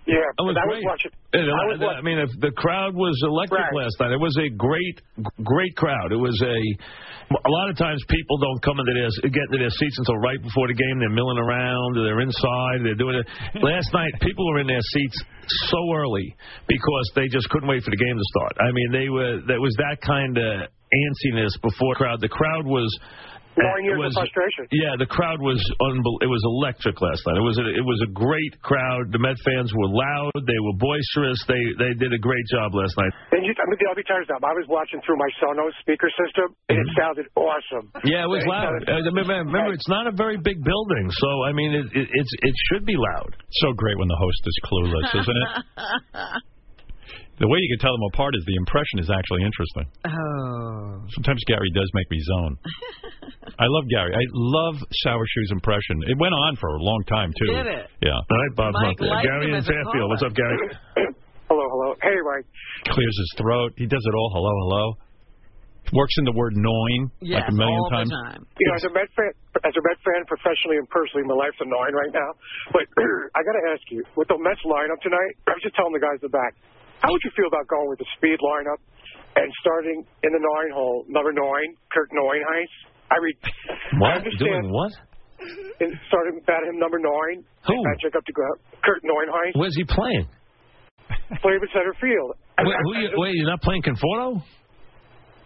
[SPEAKER 16] Yeah,
[SPEAKER 11] That was
[SPEAKER 16] 'cause I was
[SPEAKER 11] great.
[SPEAKER 16] watching.
[SPEAKER 11] Yeah,
[SPEAKER 16] I was
[SPEAKER 11] the- uh, I mean, if the crowd was electric last night. It was a great, great crowd. It was a. A lot of times people don't come into their get into their seats until right before the game. They're milling around. They're inside. They're doing
[SPEAKER 16] *laughs*
[SPEAKER 11] it. Last night, people were in their seats so early because they just couldn't wait for the game to start. I mean, they were. That was that kind of antsiness before crowd. The crowd was.
[SPEAKER 16] Nine years
[SPEAKER 11] it
[SPEAKER 16] of
[SPEAKER 11] was,
[SPEAKER 16] frustration.
[SPEAKER 11] yeah, the crowd was unbel- it was electric last night. It was a, it was a great crowd. The Met fans were loud. They were boisterous. They they did a great job last night.
[SPEAKER 16] And you, I mean, I'll be tired of that. I was watching through my Sonos speaker system, and
[SPEAKER 11] Mm-hmm.
[SPEAKER 16] it sounded awesome.
[SPEAKER 11] Yeah, it was
[SPEAKER 16] It
[SPEAKER 11] loud.
[SPEAKER 16] sounded-
[SPEAKER 11] Uh, remember, remember, it's not a very big building, so I mean, it, it it's it should be loud.
[SPEAKER 1] So great when the host is clueless, isn't
[SPEAKER 16] *laughs*
[SPEAKER 1] it? The way you can tell them apart is the impression is actually interesting.
[SPEAKER 3] *laughs* Oh.
[SPEAKER 1] Sometimes Gary does make me
[SPEAKER 16] *laughs*
[SPEAKER 1] zone. I love Gary. I love Sour Shoes impression. It went on for a long time too.
[SPEAKER 16] Did it?
[SPEAKER 1] Yeah. All
[SPEAKER 11] right, Bob's
[SPEAKER 16] Mike there. likes Gary him in as a Fairfield. caller. What's
[SPEAKER 11] up, Gary?
[SPEAKER 16] *clears throat* hello, hello. Hey, Mike.
[SPEAKER 1] Clears his throat. He does it all. Hello, hello. Works in the word "noin" like a million times.
[SPEAKER 16] You know, as a Met fan, as a Met fan, professionally and personally, my life's annoying right now. But *clears throat* I got to ask you, with the Mets lineup tonight, I was just telling the guys in the back, how would you feel about going with the speed lineup and starting in the nine hole, number nine, Kirk Neuenheis? I read, I
[SPEAKER 11] What
[SPEAKER 16] understand,
[SPEAKER 11] doing what?
[SPEAKER 16] and starting bat him number nine,
[SPEAKER 11] Who?
[SPEAKER 16] Magic up to go, Kirk Neuenheis,
[SPEAKER 11] Where's he playing?
[SPEAKER 16] play him in center field.
[SPEAKER 11] Wait, who you, wait, you're not playing Conforto?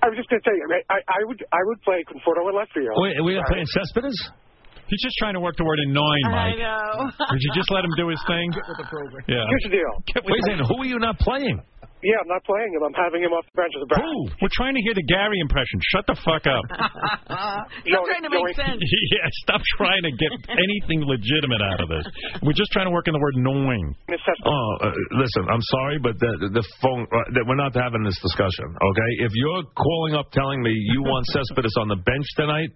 [SPEAKER 16] I was just going to tell you, I, mean, I, I would I would play Conforto in left field.
[SPEAKER 11] Wait, we are playing Cespedes?
[SPEAKER 1] He's just trying to work the word "annoying," Mike. *laughs*
[SPEAKER 16] know.
[SPEAKER 1] Would you just let him do his
[SPEAKER 3] *laughs*
[SPEAKER 1] thing? Yeah.
[SPEAKER 16] Here's the deal.
[SPEAKER 11] Wait a second, who are you not playing?
[SPEAKER 16] Yeah, I'm not playing him. I'm having him off the bench as a back.
[SPEAKER 1] We're trying to hear the Gary impression. Shut the
[SPEAKER 16] *laughs*
[SPEAKER 1] fuck up.
[SPEAKER 16] Stop trying to make sense.
[SPEAKER 1] *laughs* yeah, stop trying to
[SPEAKER 3] *laughs*
[SPEAKER 1] get anything legitimate out of this. We're just trying to work in the word "annoying."
[SPEAKER 11] Oh, uh, listen, I'm sorry, but the the phone uh, that we're not having this discussion, okay? If you're calling up telling me you
[SPEAKER 1] *laughs*
[SPEAKER 11] want Cespedes on the bench tonight,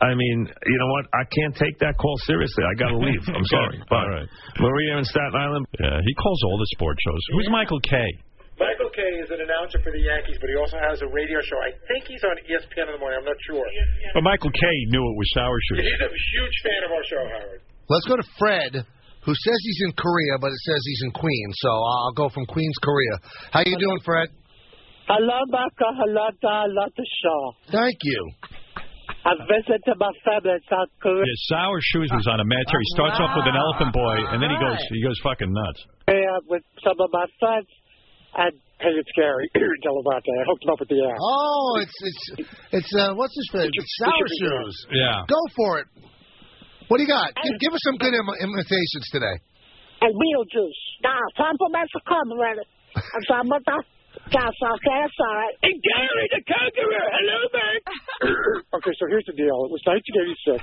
[SPEAKER 11] I mean, you know what? I can't take that call seriously. I got to leave.
[SPEAKER 1] *laughs*
[SPEAKER 11] I'm sorry. Bye.
[SPEAKER 1] All right.
[SPEAKER 11] Maria in Staten Island.
[SPEAKER 1] Yeah, he calls all the sports shows. Who's Michael K?
[SPEAKER 13] *laughs* Michael Kay is an announcer for the Yankees, but he also has a radio show. I think he's on E ESPN in the morning. I'm not sure.
[SPEAKER 1] But Michael K knew it was Sour Shoes.
[SPEAKER 13] He's a huge fan of our show, Howard.
[SPEAKER 5] Let's go to Fred, who says he's in Korea, but it says he's in Queens. So I'll go from Queens, Korea. How you doing, Fred?
[SPEAKER 15] Hello, Baka Halata Lata Shaw.
[SPEAKER 5] Thank you.
[SPEAKER 15] I visited my family in South Korea.
[SPEAKER 1] Yeah, Sour Shoes was on a match here. He starts off with an elephant boy, and then he goes he goes fucking nuts.
[SPEAKER 15] with some of my friends. And hey, it's Gary. *clears throat* Tell about that. I hooked him up with the ass.
[SPEAKER 5] Oh, it's it's it's uh, what's his face? It's Sour Shoes.
[SPEAKER 1] Yeah.
[SPEAKER 5] Go for it. What do you got? Give, give us some good Im- imitations today.
[SPEAKER 15] And Beetlejuice. Now, time for
[SPEAKER 3] *laughs*
[SPEAKER 15] Master Carmen. I'm sorry, mother. That's okay, that's all right. And Gary the Conqueror. Hello, man.
[SPEAKER 5] *laughs*
[SPEAKER 16] okay, so here's the deal. It was 1986.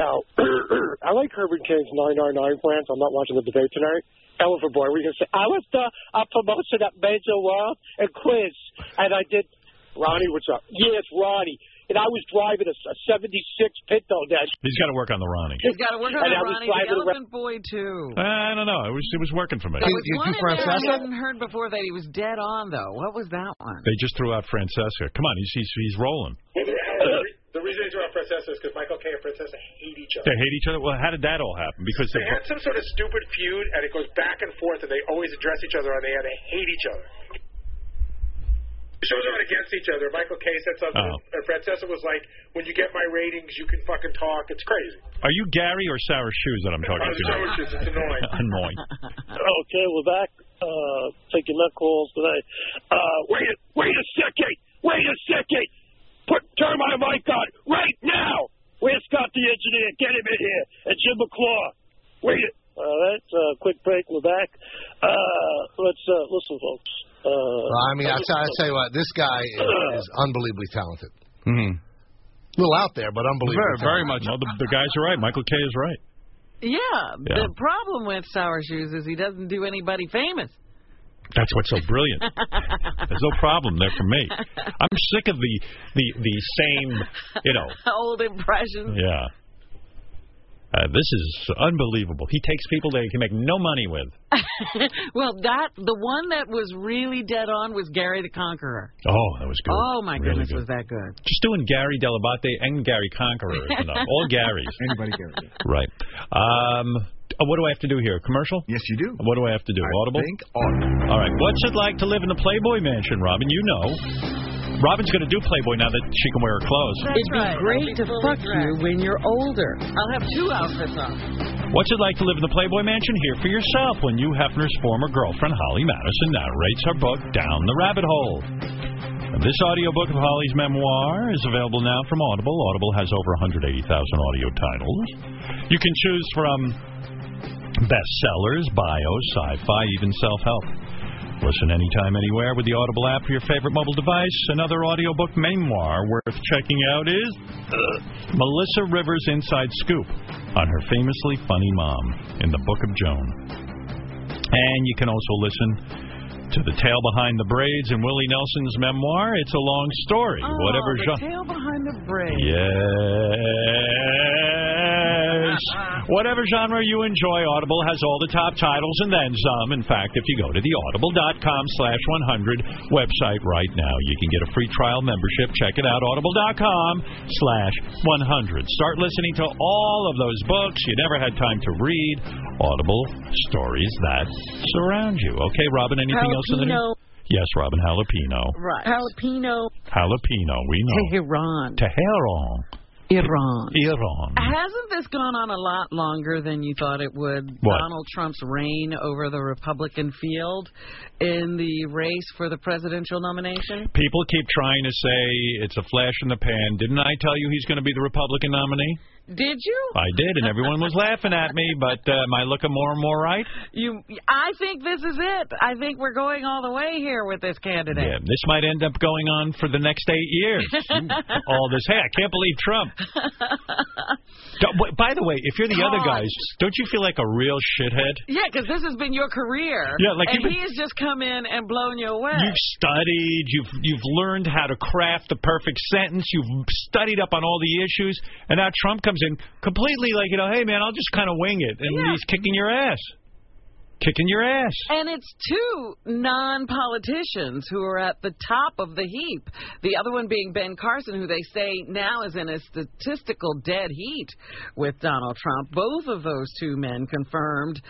[SPEAKER 16] now, *clears throat* I like Herbert Kane's 999 plan, so I'm not watching the debate tonight. Elephant Boy, we can say,
[SPEAKER 15] I was the a promotion at Major World and Quiz, and I did. Ronnie, what's up? Yes, Ronnie. And I was driving a, a 76 pit dog dash.
[SPEAKER 1] He's got to work on the Ronnie.
[SPEAKER 3] He's got to work on
[SPEAKER 15] And
[SPEAKER 3] the
[SPEAKER 15] I was
[SPEAKER 3] Ronnie the
[SPEAKER 15] driving around-
[SPEAKER 3] Elephant Boy too.
[SPEAKER 1] I don't know. It was it was working for me.
[SPEAKER 3] There was one in there I hadn't heard before that he was dead on though. What was that one?
[SPEAKER 1] They just threw out Francesca. Come on, he's he's, he's rolling.
[SPEAKER 17] The reason he's around Francesca is because Michael K and Francesca hate each other.
[SPEAKER 1] They hate each other. Well, how did that all happen? Because
[SPEAKER 17] They had some sort of stupid feud, and it goes back and forth, and they always address each other on the air. They hate each other. The shows are against each other. Michael K said something,
[SPEAKER 1] Oh.
[SPEAKER 17] and Francesca was like, "When you get my ratings, you can fucking talk. It's crazy."
[SPEAKER 1] are you Gary or Sarah Shoes that I'm talking to?
[SPEAKER 17] It's just- it's annoying.
[SPEAKER 1] *laughs* Annoying.
[SPEAKER 7] Okay, we're back. Uh, taking that calls tonight. Uh, wait, a, wait a second. Wait a second. Put turn my mic on right now. Where's Scott the engineer? Get him in here. And Jim McClaw. Wait. a- All right. Uh, quick break. We're back. Uh, let's uh, listen, folks. Uh,
[SPEAKER 11] Well, I mean, I tell, I tell you what, this guy is, is unbelievably talented.
[SPEAKER 1] Mm-hmm.
[SPEAKER 11] little out there, but unbelievable.
[SPEAKER 1] Very, very much. No, the, the guy's right. Michael K is right.
[SPEAKER 3] Yeah,
[SPEAKER 1] Yeah.
[SPEAKER 3] the problem with Sour Shoes is he doesn't do anybody famous. *laughs*
[SPEAKER 1] That's what's so *laughs* brilliant. There's no problem there for me. I'm sick of the the the same, you know.
[SPEAKER 3] Old impressions. *laughs*
[SPEAKER 1] Yeah. Uh, this is unbelievable. He takes people that he can make no money with.
[SPEAKER 3] well, that the one that was really dead on was Gary the Conqueror.
[SPEAKER 1] Oh, that was good.
[SPEAKER 3] Oh, my
[SPEAKER 1] Really
[SPEAKER 3] goodness,
[SPEAKER 1] good.
[SPEAKER 3] was that good?
[SPEAKER 1] Just doing Gary Delabate and Gary Conqueror is enough. All Garys.
[SPEAKER 3] *laughs* Anybody
[SPEAKER 1] Gary. Right. Um, uh, what do I have to do here? Commercial? Yes, you do. What do I have to do? audible?
[SPEAKER 15] think
[SPEAKER 1] All right. What's it like to live in the Playboy Mansion, Robin? You know. Robin's going to do Playboy now that she can wear her clothes.
[SPEAKER 3] It'd be great to fuck you when you're older. I'll have two outfits on.
[SPEAKER 1] What's it like to live in the Playboy Mansion? Hear for yourself when Hugh Hefner's former girlfriend, Holly Madison, narrates her book, Down the Rabbit Hole. This audiobook of Holly's memoir is available now from Audible. Audible has over 180,000 audio titles. You can choose from bestsellers, bios, sci-fi, even self-help. Listen anytime, anywhere with the Audible app for your favorite mobile device. Another audiobook memoir worth checking out is uh, Melissa Rivers' Inside Scoop on her famously funny mom in the Book of Joan. And you can also listen to The Tale Behind the Braids in Willie Nelson's memoir. It's a long story. Whatever
[SPEAKER 3] the
[SPEAKER 1] genre.
[SPEAKER 3] tail behind the braid.
[SPEAKER 1] Yes. Whatever genre you enjoy, Audible has all the top titles and then some. In fact, if you go to the audible.com slash 100 website right now, you can get a free trial membership. Check it out, audible.com slash 100. Start listening to all of those books you never had time to read. Audible stories that surround you. Okay, Robin, anything else in the news?
[SPEAKER 3] Jalapeno.
[SPEAKER 1] Yes, Robin, jalapeno.
[SPEAKER 3] Right. Jalapeno.
[SPEAKER 1] Jalapeno, we know.
[SPEAKER 3] Tehran.
[SPEAKER 1] Tehran.
[SPEAKER 3] Iran.
[SPEAKER 1] Iran.
[SPEAKER 3] Hasn't this gone on a lot longer than you thought it would?
[SPEAKER 1] What?
[SPEAKER 3] Donald Trump's reign over the Republican field in the race for the presidential nomination?
[SPEAKER 1] People keep trying to say it's a flash in the pan. Didn't I tell you he's going to be the Republican nominee?
[SPEAKER 3] Did you?
[SPEAKER 1] I did, and everyone was laughing at me, but uh, am I looking more and more right?
[SPEAKER 3] You I think this is it. I think we're going all the way here with this candidate.
[SPEAKER 1] Yeah, this might end up going on for the next eight
[SPEAKER 3] *laughs*
[SPEAKER 1] years. All this, hey, I can't believe Trump. Don't- wait, By the way, if you're the other
[SPEAKER 3] God.
[SPEAKER 1] guys, don't you feel like a real shithead?
[SPEAKER 3] Yeah, because this has been your career.
[SPEAKER 1] Yeah, like
[SPEAKER 3] and
[SPEAKER 1] you've been-
[SPEAKER 3] he has just come in and blown you away.
[SPEAKER 1] You've studied. You've you've learned how to craft the perfect sentence. You've studied up on all the issues, and now Trump comes in completely like you know, hey man, I'll just kind of wing it, and he's kicking your ass, kicking your ass.
[SPEAKER 3] And it's two non-politicians who are at the top of the heap. The other one being Ben Carson, who they say now is in a statistical dead heat with Donald Trump. Both of those two men confirmed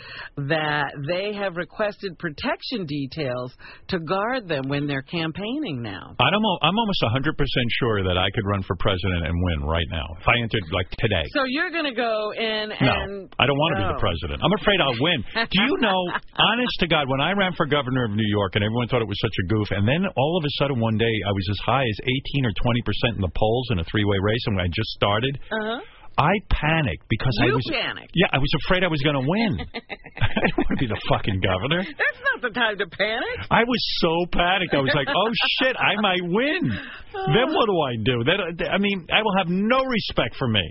[SPEAKER 3] that they have requested protection details to guard them when they're campaigning now.
[SPEAKER 1] I don't know, I'm almost 100% sure that I could run for president and win right now if I entered like today.
[SPEAKER 3] So you're going to go in
[SPEAKER 1] No,
[SPEAKER 3] and
[SPEAKER 1] I don't want to be the
[SPEAKER 3] Oh.
[SPEAKER 1] president. I'm afraid I'll win. Do you
[SPEAKER 3] *laughs*
[SPEAKER 1] know, honest to God, when I ran for governor of New York and everyone thought it was such a goof, and then all of a sudden one day I was as high as 18 or 20 percent in the polls in a three-way race, and I just started.
[SPEAKER 3] Uh-huh.
[SPEAKER 1] I panicked because I
[SPEAKER 3] You
[SPEAKER 1] was
[SPEAKER 3] panicked.
[SPEAKER 1] Yeah, I was afraid I was going to win.
[SPEAKER 3] *laughs*
[SPEAKER 1] I didn't want to be the fucking governor.
[SPEAKER 3] That's not the time to panic.
[SPEAKER 1] I was so panicked. I was like, "Oh shit, I might win." then what do I do? Then I mean, I will have no respect for me.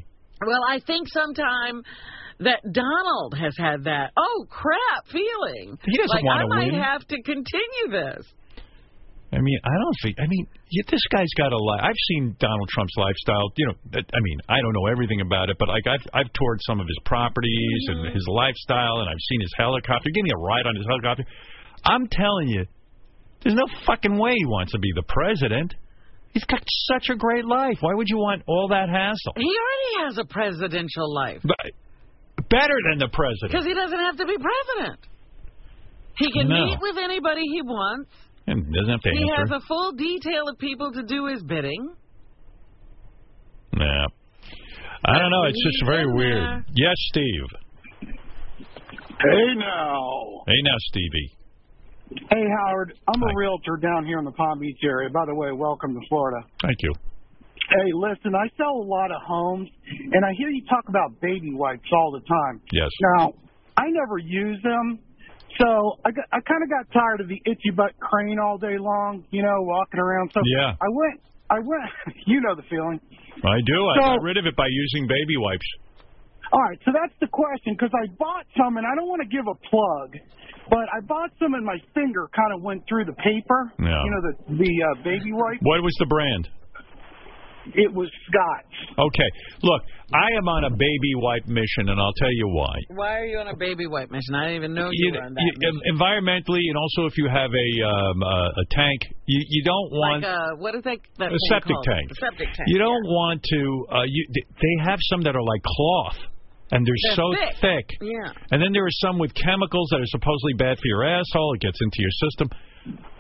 [SPEAKER 3] Well, I think sometime that Donald has had that oh crap feeling.
[SPEAKER 1] He doesn't
[SPEAKER 3] like,
[SPEAKER 1] wanna
[SPEAKER 3] I might
[SPEAKER 1] win.
[SPEAKER 3] have to continue this.
[SPEAKER 1] I mean, I don't think. I mean, you, this guy's got a lot. I've seen Donald Trump's lifestyle. You know, that- I mean, I don't know everything about it, but like I've I've toured some of his properties
[SPEAKER 3] Mm-hmm.
[SPEAKER 1] and his lifestyle, and I've seen his helicopter. Give me a ride on his helicopter. I'm telling you, there's no fucking way he wants to be the president. He's got such a great life. Why would you want all that hassle?
[SPEAKER 3] He already has a presidential life
[SPEAKER 1] But better than the president.
[SPEAKER 3] because he doesn't have to be president. He can
[SPEAKER 1] No.
[SPEAKER 3] meet with anybody he wants.
[SPEAKER 1] And doesn't have to
[SPEAKER 3] He
[SPEAKER 1] answer.
[SPEAKER 3] has a full detail of people to do his bidding.
[SPEAKER 1] yeah. I don't know. It's just very weird. Yes, Steve.
[SPEAKER 25] Hey now.
[SPEAKER 1] Hey, now, Stevie.
[SPEAKER 25] Hey Howard, I'm a realtor down here in the Palm Beach area. By the way, welcome to Florida.
[SPEAKER 1] Thank you.
[SPEAKER 25] Hey, listen, I sell a lot of homes, and I hear you talk about baby wipes all the time.
[SPEAKER 1] Yes.
[SPEAKER 25] Now, I never use them, so I, got- I kind of got tired of the itchy butt crane all day long, you know, walking around. So
[SPEAKER 1] Yeah.
[SPEAKER 25] I went, I went, *laughs* you know the feeling.
[SPEAKER 1] I do. I
[SPEAKER 25] So-
[SPEAKER 1] got rid of it by using baby wipes.
[SPEAKER 25] All right, so that's the question because I bought some, and I don't want to give a plug, but I bought some, and my finger kind of went through the paper.
[SPEAKER 1] Yeah.
[SPEAKER 25] You know the the uh, baby wipe.
[SPEAKER 1] What was the brand?
[SPEAKER 25] It was Scott.
[SPEAKER 1] Okay. Look, I am on a baby wipe mission, and I'll tell you why.
[SPEAKER 3] Why are you on a baby wipe mission? I didn't even know you,
[SPEAKER 1] You-
[SPEAKER 3] were on that.
[SPEAKER 1] you- en- environmentally, and also if you have a um, uh, a tank, you, you don't want
[SPEAKER 3] like a, what is that?
[SPEAKER 1] a
[SPEAKER 3] that thing
[SPEAKER 1] septic
[SPEAKER 3] called?
[SPEAKER 1] tank.
[SPEAKER 3] A septic tank.
[SPEAKER 1] You don't want to. Uh, you, th- they have some that are like cloth, and they're, so
[SPEAKER 3] They're thick.
[SPEAKER 1] Yeah. And then there are some with chemicals that are supposedly bad for your asshole. It gets into your system.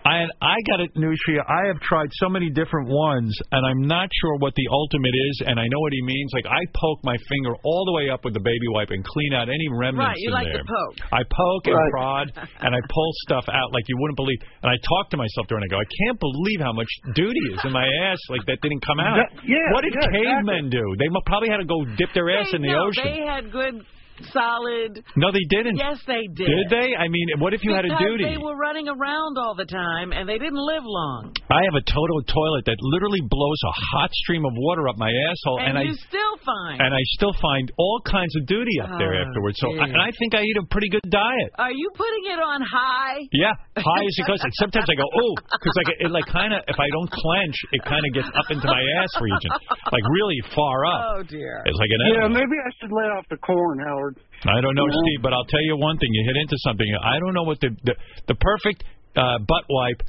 [SPEAKER 1] I I got it, Nushia. I have tried so many different ones, and I'm not sure what the ultimate is. And I know what he means. Like I poke my finger all the way up with the baby wipe and clean out any remnants
[SPEAKER 3] Right, you
[SPEAKER 1] in
[SPEAKER 3] like
[SPEAKER 1] there.
[SPEAKER 3] to poke.
[SPEAKER 1] I poke and
[SPEAKER 3] Right.
[SPEAKER 1] prod, and I pull stuff out like you wouldn't believe. And I talk to myself during. I go, I can't believe how much duty is in my ass. Like that didn't come out.
[SPEAKER 25] That- yeah,
[SPEAKER 1] what did
[SPEAKER 25] yeah,
[SPEAKER 1] cavemen do? They mu- probably had to go dip their ass in the
[SPEAKER 3] no,
[SPEAKER 1] ocean.
[SPEAKER 3] they had good, solid.
[SPEAKER 1] no, they didn't.
[SPEAKER 3] Yes, they did.
[SPEAKER 1] Did they? I mean, what if you had a
[SPEAKER 3] Because
[SPEAKER 1] duty?
[SPEAKER 3] They were running around all the time, and they didn't live long.
[SPEAKER 1] I have a total toilet that literally blows a hot stream of water up my asshole, and,
[SPEAKER 3] and you
[SPEAKER 1] I
[SPEAKER 3] still find.
[SPEAKER 1] and I still find all kinds of duty up there
[SPEAKER 3] Oh,
[SPEAKER 1] afterwards. So, I,
[SPEAKER 3] geez.
[SPEAKER 1] and I think I eat a pretty good diet.
[SPEAKER 3] Are you putting it on high?
[SPEAKER 1] Yeah, high as it goes. And sometimes I go, oh, because like it like kind of if I don't clench, it kind of gets up into my ass region, like really far up.
[SPEAKER 25] Oh dear.
[SPEAKER 1] It's like an
[SPEAKER 25] Yeah,
[SPEAKER 1] enema.
[SPEAKER 25] maybe I should let off the corn, Howard.
[SPEAKER 1] I don't know,
[SPEAKER 25] Yeah.
[SPEAKER 1] Steve, but I'll tell you one thing. You hit into something. I don't know what the the, the perfect uh, butt wipe,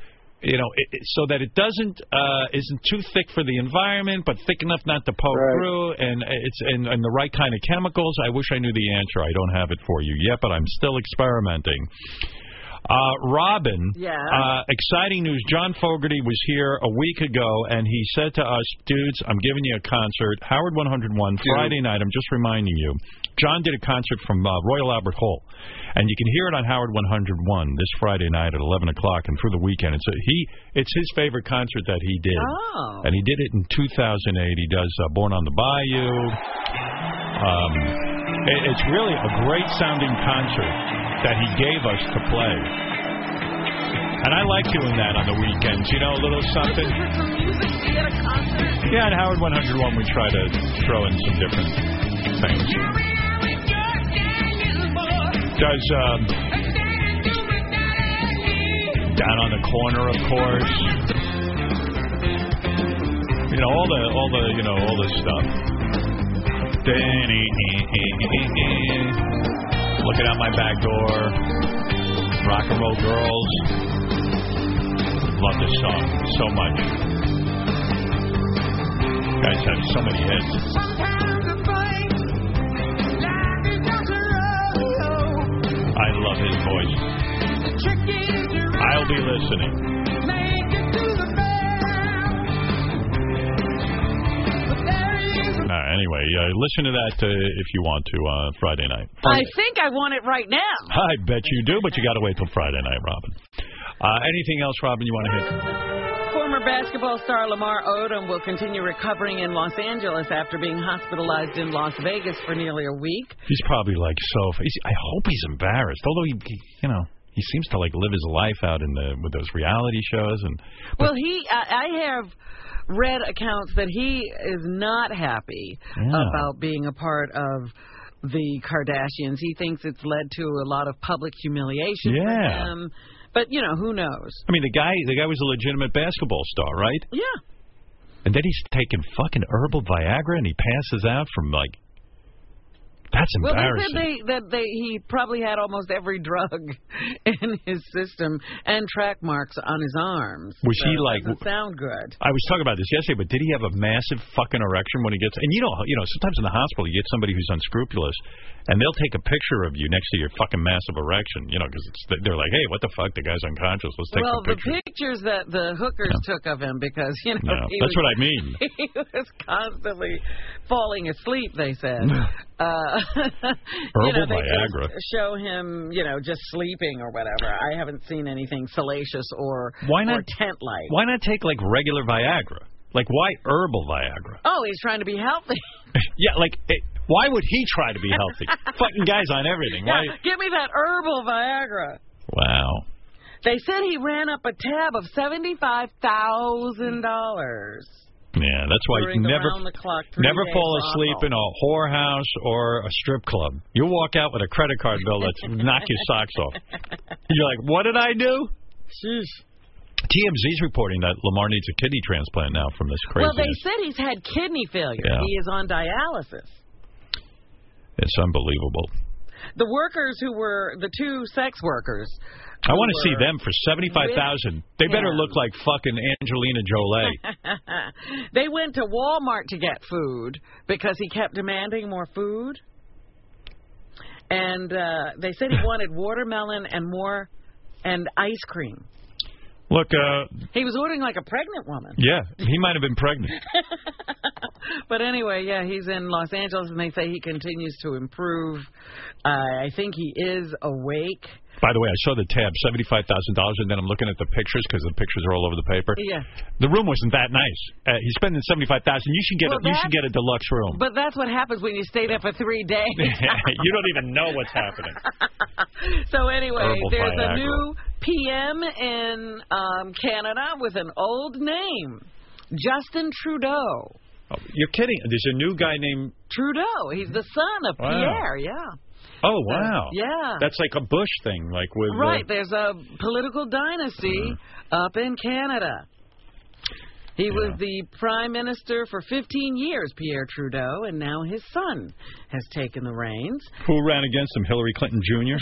[SPEAKER 1] you know, it, it- so that it doesn't uh, isn't too thick for the environment, but thick enough not to poke through, and it's and, and the right kind of chemicals. I wish I knew the answer. I don't have it for you yet, but I'm still experimenting. Uh, Robin,
[SPEAKER 12] Yeah.
[SPEAKER 1] uh, exciting news. John Fogerty was here a week ago, and he said to us, dudes, I'm giving you a concert. Howard 101, Friday night. I'm just reminding you. John did a concert from uh, Royal Albert Hall, and you can hear it on Howard 101 this Friday night at 11 o'clock and through the weekend. It's, a, he, it's his favorite concert that he did.
[SPEAKER 12] Oh.
[SPEAKER 1] And he did it in 2008. He does uh, Born on the Bayou. Um, it, it's really a great sounding concert that he gave us to play. And I like doing that on the weekends, you know, a little something. Yeah, at Howard 101, we try to throw in some different things. Does um, Down on the Corner, of course. You know, all the, all the, you know, all this stuff. Looking out my back door. Rock and roll girls. Love this song so much. Guys have so many hits. I love his voice. I'll be listening. Uh, anyway, uh, listen to that uh, if you want to uh, Friday night.
[SPEAKER 3] I think I want it right now.
[SPEAKER 1] I bet you do, but you got to wait till Friday night, Robin. Uh, anything else, Robin? You want to hit?
[SPEAKER 3] Former basketball star Lamar Odom will continue recovering in Los Angeles after being hospitalized in Las Vegas for nearly a week.
[SPEAKER 1] He's probably like so. He's, I hope he's embarrassed. Although he, he, you know, he seems to like live his life out in the with those reality shows and
[SPEAKER 3] Well, he, I, I have read accounts that he is not happy
[SPEAKER 1] Yeah.
[SPEAKER 3] about being a part of the Kardashians. He thinks it's led to a lot of public humiliation
[SPEAKER 1] Yeah.
[SPEAKER 3] for him. But you know, who knows?
[SPEAKER 1] I mean the guy the guy was a legitimate basketball star, right?
[SPEAKER 3] Yeah.
[SPEAKER 1] And then he's taking fucking herbal Viagra and he passes out from like That's
[SPEAKER 3] Well, they
[SPEAKER 1] embarrassing.
[SPEAKER 3] said they, that they he probably had almost every drug *laughs* in his system and track marks on his arms.
[SPEAKER 1] Was
[SPEAKER 3] so
[SPEAKER 1] he
[SPEAKER 3] it
[SPEAKER 1] like-
[SPEAKER 3] Doesn't sound good.
[SPEAKER 1] I was talking about this yesterday, but did he have a massive fucking erection when he gets? And you know, you know, sometimes in the hospital you get somebody who's unscrupulous, and they'll take a picture of you next to your fucking massive erection, you know, because they're like, hey, what the fuck? The guy's unconscious. Let's take
[SPEAKER 3] well,
[SPEAKER 1] some pictures.
[SPEAKER 3] the pictures that the hookers took of him because you know
[SPEAKER 1] Yeah,
[SPEAKER 3] he
[SPEAKER 1] that's
[SPEAKER 3] was,
[SPEAKER 1] what I mean.
[SPEAKER 3] *laughs* He was constantly falling asleep. They
[SPEAKER 1] *laughs*
[SPEAKER 3] said. uh, *laughs* you
[SPEAKER 1] Herbal
[SPEAKER 3] know, they just
[SPEAKER 1] Viagra.
[SPEAKER 3] Show him, you know, just sleeping or whatever. I haven't seen anything salacious or
[SPEAKER 1] Why not-
[SPEAKER 3] or tent like.
[SPEAKER 1] Why not take like regular Viagra? Like why herbal Viagra?
[SPEAKER 3] Oh, he's trying to be healthy. *laughs*
[SPEAKER 1] yeah, like eh, why would he try to be healthy? fucking guys on everything. Why?
[SPEAKER 3] Give me that herbal Viagra.
[SPEAKER 1] Wow.
[SPEAKER 3] They said he ran up a tab of seventy-five thousand dollars.
[SPEAKER 1] Yeah, that's why you
[SPEAKER 3] During the
[SPEAKER 1] never
[SPEAKER 3] round-the-clock, three
[SPEAKER 1] never
[SPEAKER 3] days
[SPEAKER 1] fall
[SPEAKER 3] awful.
[SPEAKER 1] asleep in a whorehouse or a strip club. You'll walk out with a credit card bill
[SPEAKER 3] *laughs*
[SPEAKER 1] that knock your socks off. You're like, what did I do? TMZ's reporting that Lamar needs a kidney transplant now from this crazy.
[SPEAKER 3] Well, they said he's had kidney failure.
[SPEAKER 1] Yeah.
[SPEAKER 3] He is on dialysis.
[SPEAKER 1] It's unbelievable.
[SPEAKER 3] The workers who were the two sex workers.
[SPEAKER 1] I want to
[SPEAKER 3] who
[SPEAKER 1] see
[SPEAKER 3] were-
[SPEAKER 1] them for seventy-five thousand. They better
[SPEAKER 3] Yeah.
[SPEAKER 1] look like fucking Angelina Jolie.
[SPEAKER 3] *laughs* they went to Walmart to get food because he kept demanding more food. And uh, they said he wanted watermelon and more and ice cream.
[SPEAKER 1] Look, uh,
[SPEAKER 3] He was ordering like a pregnant woman.
[SPEAKER 1] yeah, he might have been pregnant.
[SPEAKER 3] But anyway, yeah, he's in Los Angeles, and they say he continues to improve. Uh, I think he is awake.
[SPEAKER 1] By the way, I saw the tab seventy-five thousand dollars, and then I'm looking at the pictures because the pictures are all over the paper.
[SPEAKER 3] Yeah.
[SPEAKER 1] The room wasn't that nice. Uh, he's spending seventy-five thousand. You should get
[SPEAKER 3] Well,
[SPEAKER 1] a, you should
[SPEAKER 3] that's-
[SPEAKER 1] get a deluxe
[SPEAKER 3] *laughs*
[SPEAKER 1] room.
[SPEAKER 3] But that's what happens when you stay there for three days.
[SPEAKER 1] *laughs* you don't even know what's happening.
[SPEAKER 3] *laughs* so anyway,
[SPEAKER 1] Herbal
[SPEAKER 3] there's
[SPEAKER 1] Viagra.
[SPEAKER 3] a new PM in um, Canada with an old name, Justin Trudeau.
[SPEAKER 1] Oh, you're kidding. There's a new guy named.
[SPEAKER 3] Trudeau, he's the son of
[SPEAKER 1] Wow.
[SPEAKER 3] Pierre. Yeah.
[SPEAKER 1] Oh wow.
[SPEAKER 3] Uh, yeah.
[SPEAKER 1] That's like a Bush thing, like with. uh,
[SPEAKER 3] Right, there's a political dynasty up in Canada. He was the prime minister for 15 years, Pierre Trudeau, and now his son has taken the reins.
[SPEAKER 1] who ran against him? Hillary Clinton
[SPEAKER 3] *laughs*
[SPEAKER 1] Jr.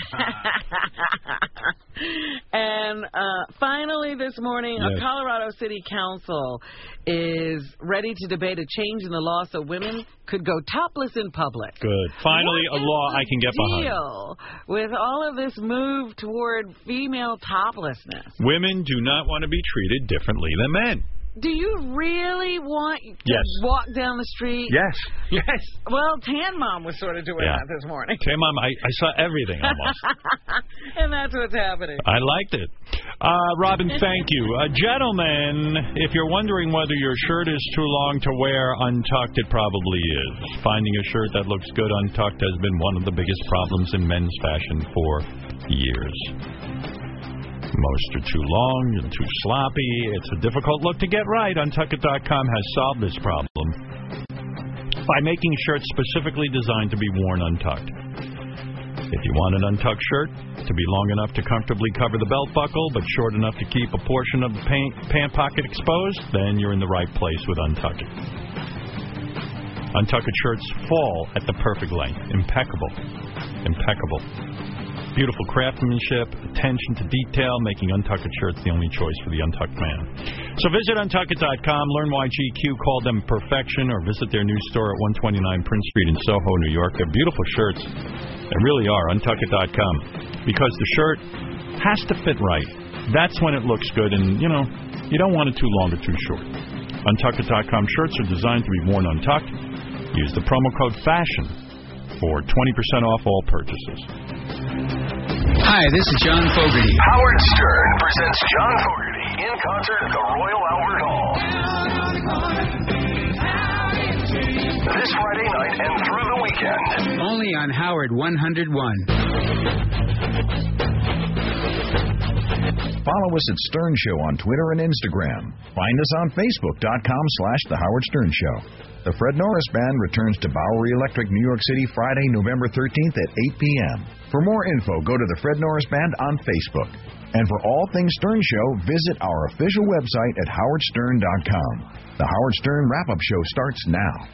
[SPEAKER 3] And uh, finally, this morning,
[SPEAKER 1] Yes.
[SPEAKER 3] a Colorado City Council is ready to debate a change in the law so women could go topless in public.
[SPEAKER 1] Good. Finally, a law I can get behind.
[SPEAKER 3] Deal with all of this move toward female toplessness.
[SPEAKER 1] Women do not want to be treated differently than men.
[SPEAKER 3] Do you really want to
[SPEAKER 1] Yes.
[SPEAKER 3] walk down the street?
[SPEAKER 1] Yes. Yes.
[SPEAKER 3] Well, Tan Mom was sort of doing
[SPEAKER 1] Yeah.
[SPEAKER 3] that this morning.
[SPEAKER 1] Okay, Mom, I, I saw
[SPEAKER 3] *laughs*
[SPEAKER 1] everything almost.
[SPEAKER 3] and that's what's happening.
[SPEAKER 1] I liked it. Uh, Robin, thank you. Uh, gentlemen, if you're wondering whether your shirt is too long to wear untucked, it probably is. Finding a shirt that looks good untucked has been one of the biggest problems in men's fashion for years. Most are too long and too sloppy. It's a difficult look to get right. Untuckit.com has solved this problem by making shirts specifically designed to be worn untucked. If you want an untucked shirt to be long enough to comfortably cover the belt buckle but short enough to keep a portion of the pant, pant pocket exposed, then you're in the right place with Untuckit. Untucked shirts fall at the perfect length. Impeccable. Impeccable. Beautiful craftsmanship, attention to detail, making Untuckit shirts the only choice for the untucked man. So visit Untuckit.com, learn why GQ called them perfection, or visit their new store at 129 Prince Street in Soho, New York. They're beautiful shirts. They really are. Untuckit.com. Because the shirt has to fit right. That's when it looks good, and, you know, you don't want it too long or too short. Untuckit.com shirts are designed to be worn untucked. Use the promo code FASHION for 20% off all purchases.
[SPEAKER 9] Hi, this is John Fogerty.
[SPEAKER 12] Howard Stern presents John Fogerty in concert at the Royal Albert Hall. This Friday night and through the weekend.
[SPEAKER 9] *laughs* Only on Howard 101.
[SPEAKER 8] Follow us at Stern Show on Twitter and Instagram. Find us on Facebook.com slash The Howard Stern Show. The Fred Norris Band returns to Bowery Electric, New York City, Friday, November 13th at 8 p.m. For more info, go to The Fred Norris Band on Facebook. And for all things Stern Show, visit our official website at howardstern.com. The Howard Stern Wrap-Up Show starts now.